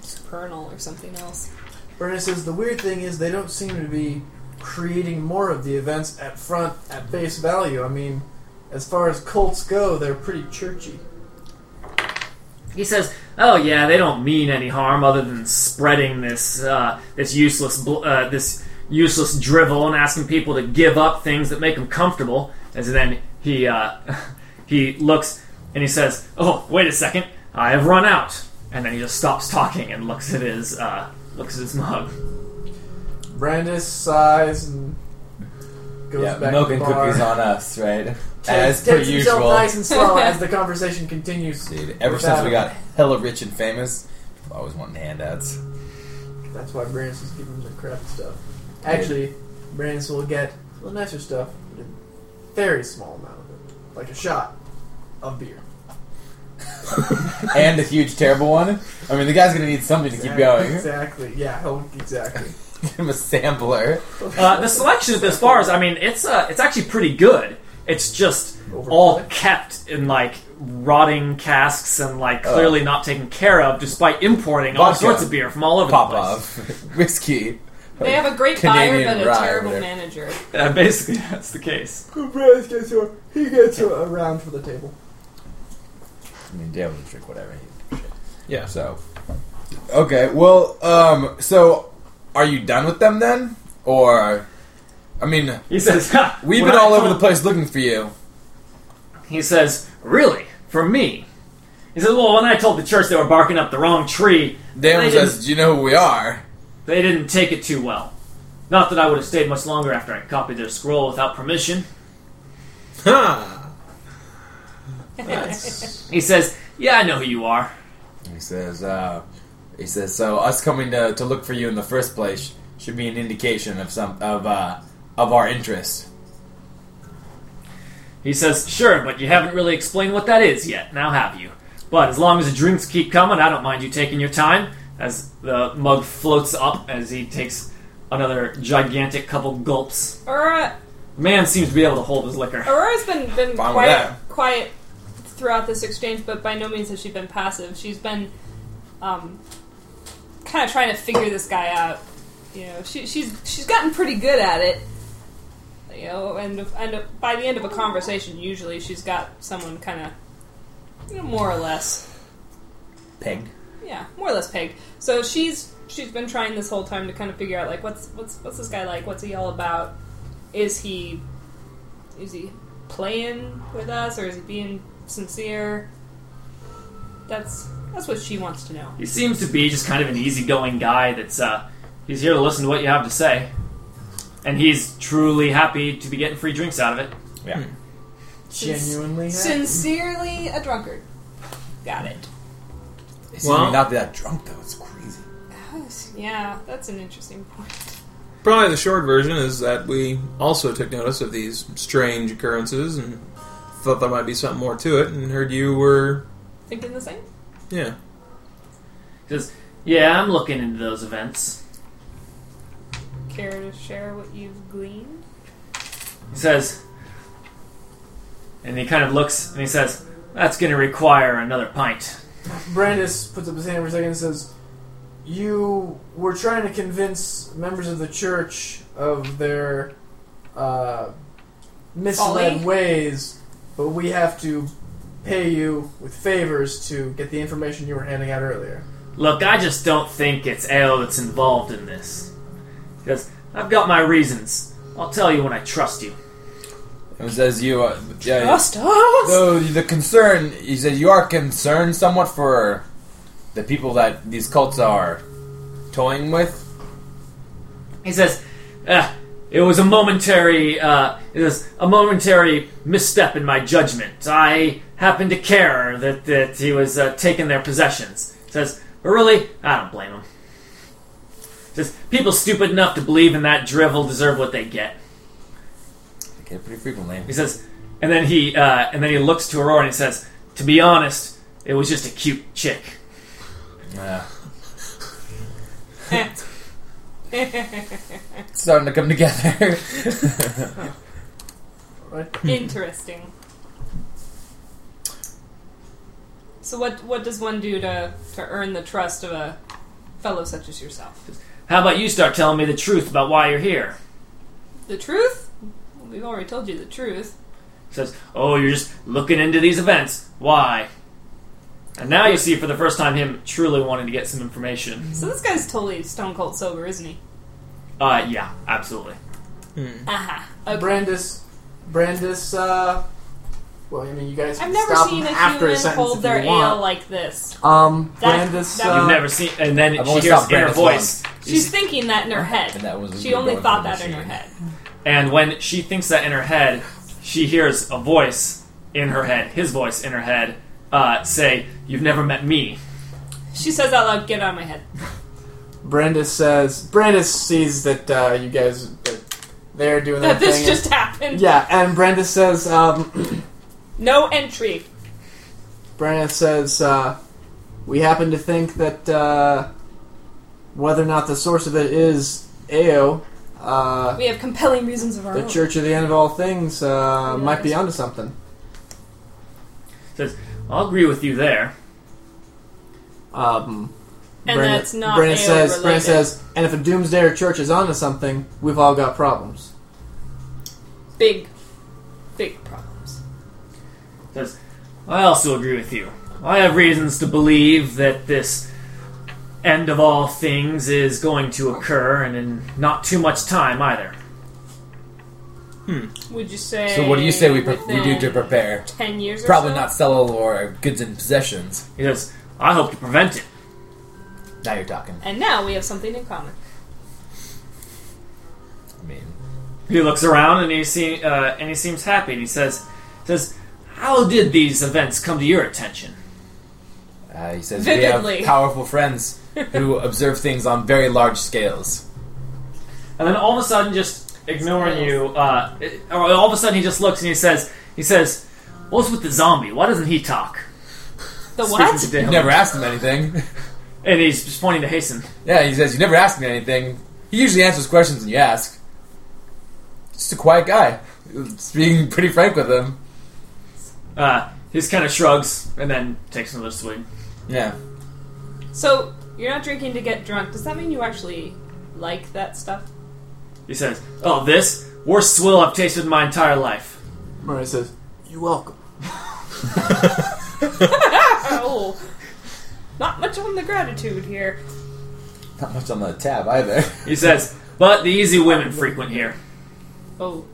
Speaker 5: supernal or something else?
Speaker 6: Brandon says, the weird thing is they don't seem to be creating more of the events at front at face value. I mean, as far as cults go, they're pretty churchy.
Speaker 2: He says, "Oh yeah, they don't mean any harm other than spreading this uh, this useless bl- uh, this useless drivel and asking people to give up things that make them comfortable." And so then he uh, he looks and he says, "Oh wait a second, I have run out." And then he just stops talking and looks at his uh, looks at his mug.
Speaker 6: Brandis sighs and goes
Speaker 3: yeah,
Speaker 6: back
Speaker 3: milk
Speaker 6: to the
Speaker 3: and
Speaker 6: bar.
Speaker 3: cookies on us, right?
Speaker 6: Takes-
Speaker 3: As per
Speaker 6: takes himself
Speaker 3: usual.
Speaker 6: nice and slow as the conversation continues.
Speaker 3: Dude, ever since we got hella rich and famous, I've always wanting handouts.
Speaker 6: That's why Brandis is giving him the crap stuff. Actually, Brandis will get a little nicer stuff, but a very small amount of it. Like a shot of beer.
Speaker 3: and a huge, terrible one. I mean, the guy's gonna need something to keep going.
Speaker 6: Exactly. Yeah, he'll- exactly.
Speaker 3: Give him a sampler.
Speaker 2: Uh, the selection at this bar is, I mean, it's uh, it's actually pretty good. It's just all kept in like rotting casks and like
Speaker 3: Oh.
Speaker 2: clearly not taken care of, despite importing all
Speaker 27: Vodka.
Speaker 2: sorts of beer from all over the place.
Speaker 27: Popov, whiskey.
Speaker 5: They have a great
Speaker 27: Canadian
Speaker 5: buyer, but a
Speaker 27: rye,
Speaker 5: terrible
Speaker 27: whatever.
Speaker 5: manager.
Speaker 2: Yeah, basically, that's the case.
Speaker 6: Kubras gets her. He gets her around for the table.
Speaker 27: I mean, Dale would drink whatever. He
Speaker 4: Yeah.
Speaker 27: So
Speaker 3: Okay, well, um, so are you done with them then? Or, I mean,
Speaker 2: He says, ha,
Speaker 3: we've
Speaker 2: when
Speaker 3: been
Speaker 2: I
Speaker 3: all over
Speaker 2: told-
Speaker 3: the place looking for you.
Speaker 2: He says, Really? For me? He says, Well, when I told the church they were barking up the wrong tree,
Speaker 3: Dan
Speaker 2: They
Speaker 3: says, Do you know who we are?
Speaker 2: they didn't take it too well. Not that I would have stayed much longer after I copied their scroll without permission.
Speaker 4: Ha! That's-
Speaker 2: He says, Yeah, I know who you are.
Speaker 3: He says, uh, He says, So us coming to, to look for you in the first place should be an indication of some, of, uh, of our interest.
Speaker 2: He says, Sure, but you haven't really explained what that is yet, now have you? But as long as the drinks keep coming, I don't mind you taking your time. As the mug floats up as he takes another gigantic couple gulps.
Speaker 5: Aurora,
Speaker 2: Man seems to be able to hold his liquor.
Speaker 5: Aurora's been been
Speaker 3: Fine with
Speaker 5: quiet
Speaker 3: that.
Speaker 5: quiet throughout this exchange, but by no means has she been passive. She's been um, kind of trying to figure this guy out. You know, she, she's she's gotten pretty good at it. You know, and and by the end of a conversation, usually she's got someone kind of you know, more or less,
Speaker 27: pegged.
Speaker 5: yeah, more or less pegged. So she's she's been trying this whole time to kind of figure out like what's what's what's this guy like? What's he all about? is he is he playing with us or is he being sincere that's that's what she wants to know
Speaker 2: He seems to be just kind of an easygoing guy that's uh he's here to listen to what you have to say. And he's truly happy to be getting free drinks out of it.
Speaker 28: Genuinely. happy.
Speaker 5: sincerely a drunkard got it
Speaker 27: He
Speaker 4: Well-
Speaker 27: well, not that drunk though. It's crazy.
Speaker 5: yeah that's an interesting point
Speaker 4: Probably the short version is that we also took notice of these strange occurrences and thought there might be something more to it, and heard you were,
Speaker 5: thinking the same
Speaker 4: yeah.
Speaker 2: He says, Yeah, I'm looking into those events.
Speaker 5: care to share what you've gleaned
Speaker 2: He says and he kind of looks and he says, That's gonna require another pint.
Speaker 6: Brandis puts up his hand for a second and says, "You were trying to convince members of the church of their uh, misled
Speaker 5: Folly?
Speaker 6: ways, but we have to pay you with favors to get the information you were handing out earlier."
Speaker 2: Look, I just don't think it's Ale that's involved in this. Because I've got my reasons. I'll tell you when I trust you.
Speaker 3: And says, You, uh, yeah,
Speaker 5: trust us
Speaker 3: So the concern, he said, you are concerned somewhat for the people that these cults are toying with.
Speaker 2: He says, "Ah, "It was a momentary, uh, it was a momentary misstep in my judgment. I happened to care that that he was uh, taking their possessions." He says, "But really, I don't blame him." He says, "People stupid enough to believe in that drivel deserve what they get."
Speaker 27: They get it pretty frequently.
Speaker 2: He says, and then he uh, and then he looks to Aurora and he says, "To be honest, it was just a cute chick."
Speaker 27: Yeah.
Speaker 3: It's starting to come together.
Speaker 6: Hmm.
Speaker 5: interesting so what what does one do to to earn the trust of a fellow such as yourself
Speaker 2: How about you start telling me the truth about why you're here?
Speaker 5: The truth? We've already told you the truth.
Speaker 2: says, "Oh, you're just looking into these events. Why?" And now you see for the first time him truly wanting to get some information.
Speaker 5: So this guy's totally stone cold sober, isn't he?
Speaker 2: Uh, yeah, absolutely.
Speaker 6: Hmm.
Speaker 5: Aha. Okay.
Speaker 6: Brandis, Brandis. Uh, well, I mean, you guys.
Speaker 5: I've
Speaker 6: can
Speaker 5: never
Speaker 6: stop
Speaker 5: seen
Speaker 6: him
Speaker 5: a
Speaker 6: after
Speaker 5: human
Speaker 6: sentence
Speaker 5: hold
Speaker 6: if
Speaker 5: their
Speaker 6: you want.
Speaker 5: ale like this.
Speaker 6: Um,
Speaker 5: That-
Speaker 6: Brandis.
Speaker 5: that-
Speaker 6: uh,
Speaker 2: You've never seen, and then she
Speaker 27: only
Speaker 2: hears
Speaker 27: stopped
Speaker 2: inner
Speaker 27: Brandis
Speaker 2: voice.
Speaker 5: She's thinking that in her head.
Speaker 27: And that was
Speaker 5: She only
Speaker 27: going
Speaker 5: thought
Speaker 27: for the
Speaker 5: that in her
Speaker 27: machine.
Speaker 5: head.
Speaker 2: And when she thinks that in her head, she hears a voice in her head, his voice in her head, uh, say, "You've never met me."
Speaker 5: She says out loud, "Get out of my head."
Speaker 6: Brandis says. Brandis sees that uh, you guys. That they're doing
Speaker 5: That
Speaker 6: that
Speaker 5: this
Speaker 6: thing.
Speaker 5: just happened.
Speaker 6: yeah, and Brandis says. Um,
Speaker 5: No entry.
Speaker 6: Brandon says, uh, "We happen to think that uh, whether or not the source of it is Ao, uh,
Speaker 5: We have compelling reasons of our
Speaker 6: the
Speaker 5: own.
Speaker 6: Church of the End of All Things uh, might be onto something."
Speaker 2: Says, I'll agree with you there.
Speaker 29: Um,
Speaker 5: And
Speaker 29: Brenna-
Speaker 5: that's not
Speaker 29: Brenna
Speaker 5: AO
Speaker 29: says. Brenna
Speaker 5: related.
Speaker 29: says, and if a doomsdayer church is onto something, we've all got problems.
Speaker 5: Big, big problems.
Speaker 2: Says, I also agree with you. I have reasons to believe that this end of all things is going to occur, and in not too much time either.
Speaker 5: Would you say?
Speaker 3: So what do you say we, pre- we do
Speaker 5: within
Speaker 3: to prepare?
Speaker 5: Ten years.
Speaker 3: Probably
Speaker 5: or so?
Speaker 3: not sell all our goods and possessions.
Speaker 2: He says, I hope to prevent it.
Speaker 3: Now you're talking.
Speaker 5: And now we have something in common.
Speaker 3: I mean,
Speaker 2: He looks around and he see, uh, and he seems happy. And he says, "says How did these events come to your attention?"
Speaker 3: uh, he says we
Speaker 5: Vividly.
Speaker 3: have powerful friends who observe things on very large scales.
Speaker 2: And then all of a sudden, just ignoring you, uh, it- or all of a sudden he just looks and he says, "He says, what's with the zombie? Why doesn't he talk?"
Speaker 5: The
Speaker 2: Speaking
Speaker 5: what?
Speaker 2: to Dale.
Speaker 3: You never asked him anything.
Speaker 2: And he's just pointing to Hasten.
Speaker 3: yeah, he says you never asked me anything. He usually answers questions when you ask. Just a quiet guy. It's being pretty frank with him.
Speaker 2: Uh, he just kind of shrugs and then takes another swig.
Speaker 3: Yeah.
Speaker 5: So you're not drinking to get drunk. Does that mean you actually like that stuff?
Speaker 2: He says, "Oh, this worst swill I've tasted in my entire life."
Speaker 6: Murray says, "You're welcome."
Speaker 5: Oh, not much on the gratitude here.
Speaker 3: Not much on the tab either.
Speaker 2: He says, "But the easy women frequent here."
Speaker 5: Oh,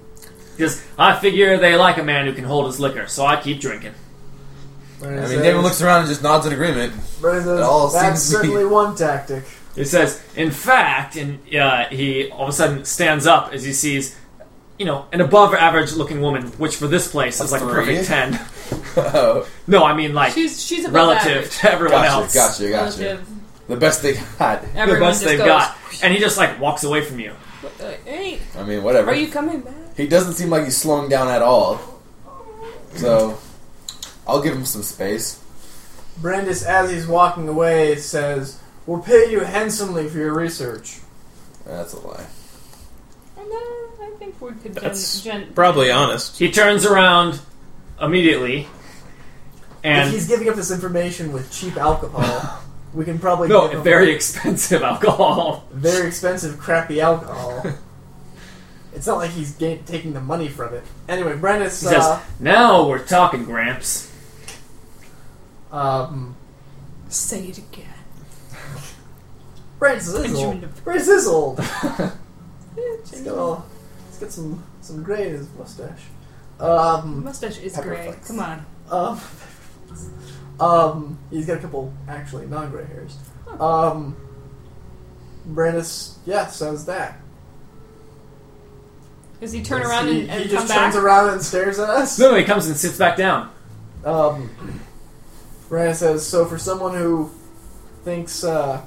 Speaker 2: Because I figure they like a man who can hold his liquor, so I keep drinking.
Speaker 6: Brenna
Speaker 30: I mean,
Speaker 6: says,
Speaker 30: David looks around and just nods in agreement.
Speaker 6: Brenna says,
Speaker 30: It all
Speaker 6: That's
Speaker 30: seems to be-
Speaker 6: certainly one tactic.
Speaker 2: It says, in fact, and uh, he all of a sudden stands up as he sees, you know, an above average looking woman, which for this place is like a perfect 10.
Speaker 30: Oh,
Speaker 2: No, I mean like
Speaker 5: she's she's above
Speaker 2: relative
Speaker 5: average.
Speaker 2: to everyone else.
Speaker 30: gotcha, gotcha, gotcha.
Speaker 5: Relative.
Speaker 30: The best they got.
Speaker 2: The
Speaker 5: Everyone
Speaker 2: best
Speaker 5: just
Speaker 2: they've
Speaker 5: goes, uh,
Speaker 2: got. And he just like walks away from you.
Speaker 5: Hey,
Speaker 30: I mean, whatever.
Speaker 5: are you coming back?
Speaker 30: He doesn't seem like he's slowing down at all. So, I'll give him some space.
Speaker 6: Brandis, as he's walking away, says, "We'll pay you handsomely for your research."
Speaker 30: That's a lie.
Speaker 5: And then Uh, I think we could gen-
Speaker 4: That's
Speaker 5: gen-
Speaker 4: Probably honest.
Speaker 2: He turns around immediately
Speaker 6: If
Speaker 2: and.
Speaker 6: he's giving up this information with cheap alcohol, we can probably
Speaker 2: No,
Speaker 6: give him
Speaker 2: very expensive alcohol.
Speaker 6: very expensive, crappy alcohol. it's not like he's ga- taking the money from it. Anyway, Brandis
Speaker 2: He says,
Speaker 6: uh,
Speaker 2: now we're talking, Gramps.
Speaker 6: um,
Speaker 31: Say it again.
Speaker 6: Brandis is old. Brandis is old.
Speaker 5: It's
Speaker 6: He's got, all, he's got some some gray in his mustache. Um,
Speaker 31: Mustache is
Speaker 30: Pepper
Speaker 31: gray.
Speaker 30: flakes.
Speaker 31: Come on.
Speaker 6: um, um, he's got a couple actually non-gray hairs. Um, Brandis, yeah, says that.
Speaker 5: Does he turn around
Speaker 6: he,
Speaker 5: and, and
Speaker 6: he
Speaker 5: come
Speaker 6: just
Speaker 5: back?
Speaker 6: turns around and stares at us.
Speaker 2: No, he comes and sits back down.
Speaker 6: Um, Ryan says, so for someone who thinks uh,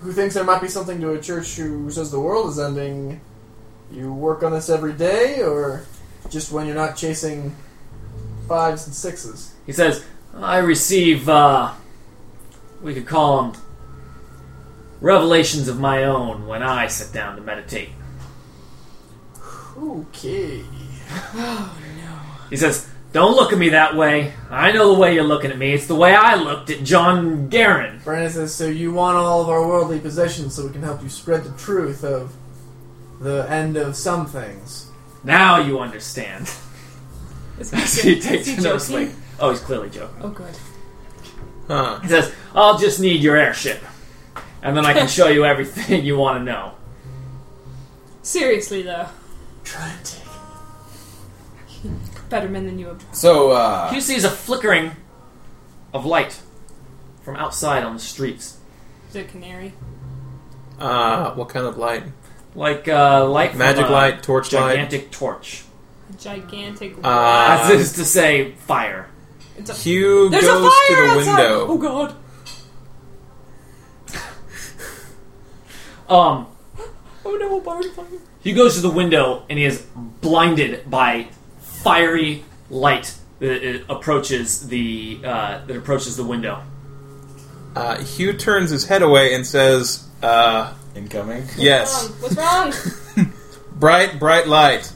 Speaker 6: who thinks there might be something to a church who says the world is ending, you work on this every day, or just when you're not chasing fives and sixes.
Speaker 2: He says, I receive, uh, we could call them revelations of my own when I sit down to meditate.
Speaker 6: Okay.
Speaker 2: He says, Don't look at me that way. I know the way you're looking at me. It's the way I looked at John Guerin.
Speaker 6: Brandon says, so you want all of our worldly possessions so we can help you spread the truth of the end of some things.
Speaker 2: Now you understand.
Speaker 31: Is
Speaker 2: As he
Speaker 31: is
Speaker 2: takes
Speaker 31: he joking?
Speaker 2: another swig. Oh, he's clearly joking.
Speaker 31: Oh, good.
Speaker 4: Huh.
Speaker 2: He says, I'll just need your airship. And then I can show you everything you want to know.
Speaker 5: Seriously though,
Speaker 6: Try and take it.
Speaker 5: better men than you have.
Speaker 32: So, uh,
Speaker 2: Q sees a flickering of light from outside on the streets.
Speaker 5: Is it a canary?
Speaker 4: Uh, what kind of light?
Speaker 2: Like uh, light from
Speaker 4: Magic
Speaker 2: a
Speaker 4: light, torch light.
Speaker 2: gigantic torch.
Speaker 5: A gigantic.
Speaker 4: Uh,
Speaker 2: As is to say, fire.
Speaker 5: it's a,
Speaker 4: Hugh
Speaker 5: there's a
Speaker 4: goes to
Speaker 5: fire
Speaker 4: the
Speaker 5: outside.
Speaker 4: window.
Speaker 5: Oh god.
Speaker 2: Um,
Speaker 5: Oh no, a barn fire.
Speaker 2: he goes to the window and he is blinded by fiery light that uh, approaches the uh, that approaches the window.
Speaker 4: Uh, Hugh turns his head away and says, uh,
Speaker 32: incoming.
Speaker 4: "Yes,
Speaker 5: What's wrong? What's wrong?
Speaker 4: bright, bright light."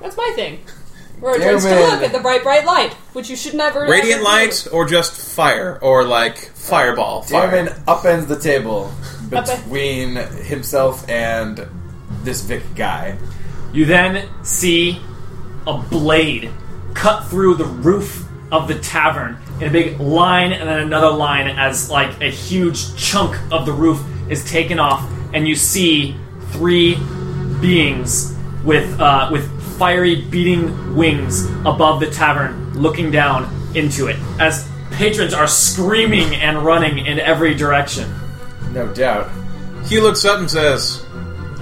Speaker 5: That's my thing. Where it
Speaker 8: Damn
Speaker 5: turns to
Speaker 8: it.
Speaker 5: look at the bright, bright light, which you should never.
Speaker 4: Radiant
Speaker 5: ever do.
Speaker 4: light or just fire or like fireball. Fire.
Speaker 3: Darwin upends the table
Speaker 5: Upe-
Speaker 3: between himself and this Vic guy.
Speaker 2: You then see a blade cut through the roof of the tavern in a big line and then another line as like a huge chunk of the roof is taken off and you see three beings with uh, with fiery beating wings above the tavern looking down into it as patrons are screaming and running in every direction.
Speaker 3: No doubt.
Speaker 4: Hugh looks up and says,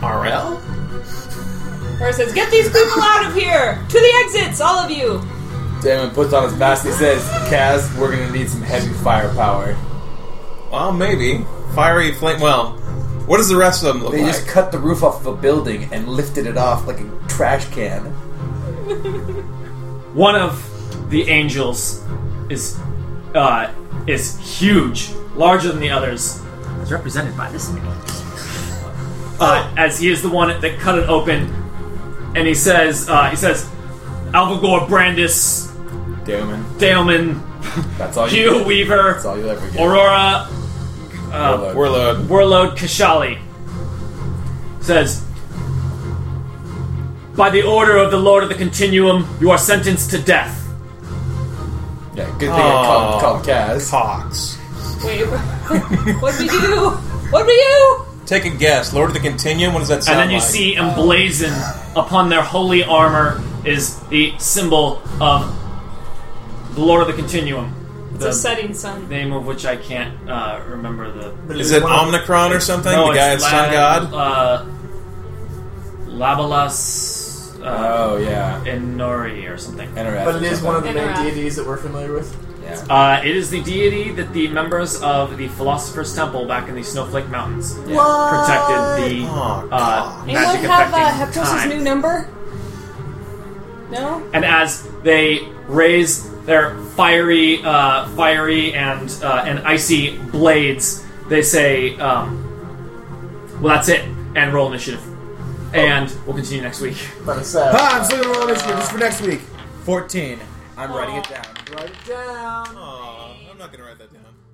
Speaker 4: "RL."
Speaker 5: Where it says, "Get these people out of here! To the exits, all of you!"
Speaker 3: Damon puts on his mask and says, Kaz, we're gonna need some heavy firepower.
Speaker 4: Well, maybe fiery flame. Well, what does the rest of them look
Speaker 3: They
Speaker 4: like?
Speaker 3: just cut the roof off of a building and lifted it off like a trash can.
Speaker 2: One of the angels is uh, is huge, larger than the others,
Speaker 9: It's represented by this name.
Speaker 2: uh, as he is the one that cut it open. And he says, uh, he says, Alvagor Brandis,
Speaker 3: Damon,
Speaker 2: Daemon,
Speaker 3: that's all you.
Speaker 2: Hugh Weaver,
Speaker 3: That's all you'll ever get.
Speaker 2: Aurora, uh,
Speaker 3: Warlord.
Speaker 4: Warlord.
Speaker 2: Warlord Kashali. Says, by the order of the Lord of the Continuum, you are sentenced to death.
Speaker 3: Yeah, good thing I called, called Kaz.
Speaker 4: Cox.
Speaker 5: Wait, what do we do? What do we do?
Speaker 4: Take a guess. Lord of the Continuum. What does that sound
Speaker 2: and then you
Speaker 4: like?
Speaker 2: see emblazoned upon their holy armor is the symbol of the Lord of the Continuum.
Speaker 5: It's
Speaker 2: the
Speaker 5: a setting sun.
Speaker 2: name of which I can't uh, remember the.
Speaker 4: Is it Omnicron or something?
Speaker 2: No,
Speaker 4: the guy
Speaker 2: it's
Speaker 4: that's sun god.
Speaker 2: Uh, Labalas uh,
Speaker 3: Oh, yeah.
Speaker 2: Enori or something.
Speaker 3: Interactive.
Speaker 6: But it is one of the main
Speaker 5: Interact.
Speaker 6: deities that we're familiar with.
Speaker 3: Yeah.
Speaker 2: Uh, it is the deity that the members of the Philosopher's Temple back in the Snowflake Mountains protected the
Speaker 4: Oh,
Speaker 2: uh,
Speaker 4: God.
Speaker 5: Anyone
Speaker 2: magic
Speaker 5: have uh,
Speaker 2: affecting
Speaker 5: Heptos'
Speaker 2: time.
Speaker 5: new number? No.
Speaker 2: and as they raise their fiery, uh, fiery and uh, and icy blades, they say, um, "Well, that's it," and roll initiative. And we'll continue next week.
Speaker 6: But it's sad.
Speaker 8: Ah, I'm still gonna roll this year just for next week. 14. I'm writing it down.
Speaker 6: Write it down.
Speaker 4: Aw, I'm not gonna write that down.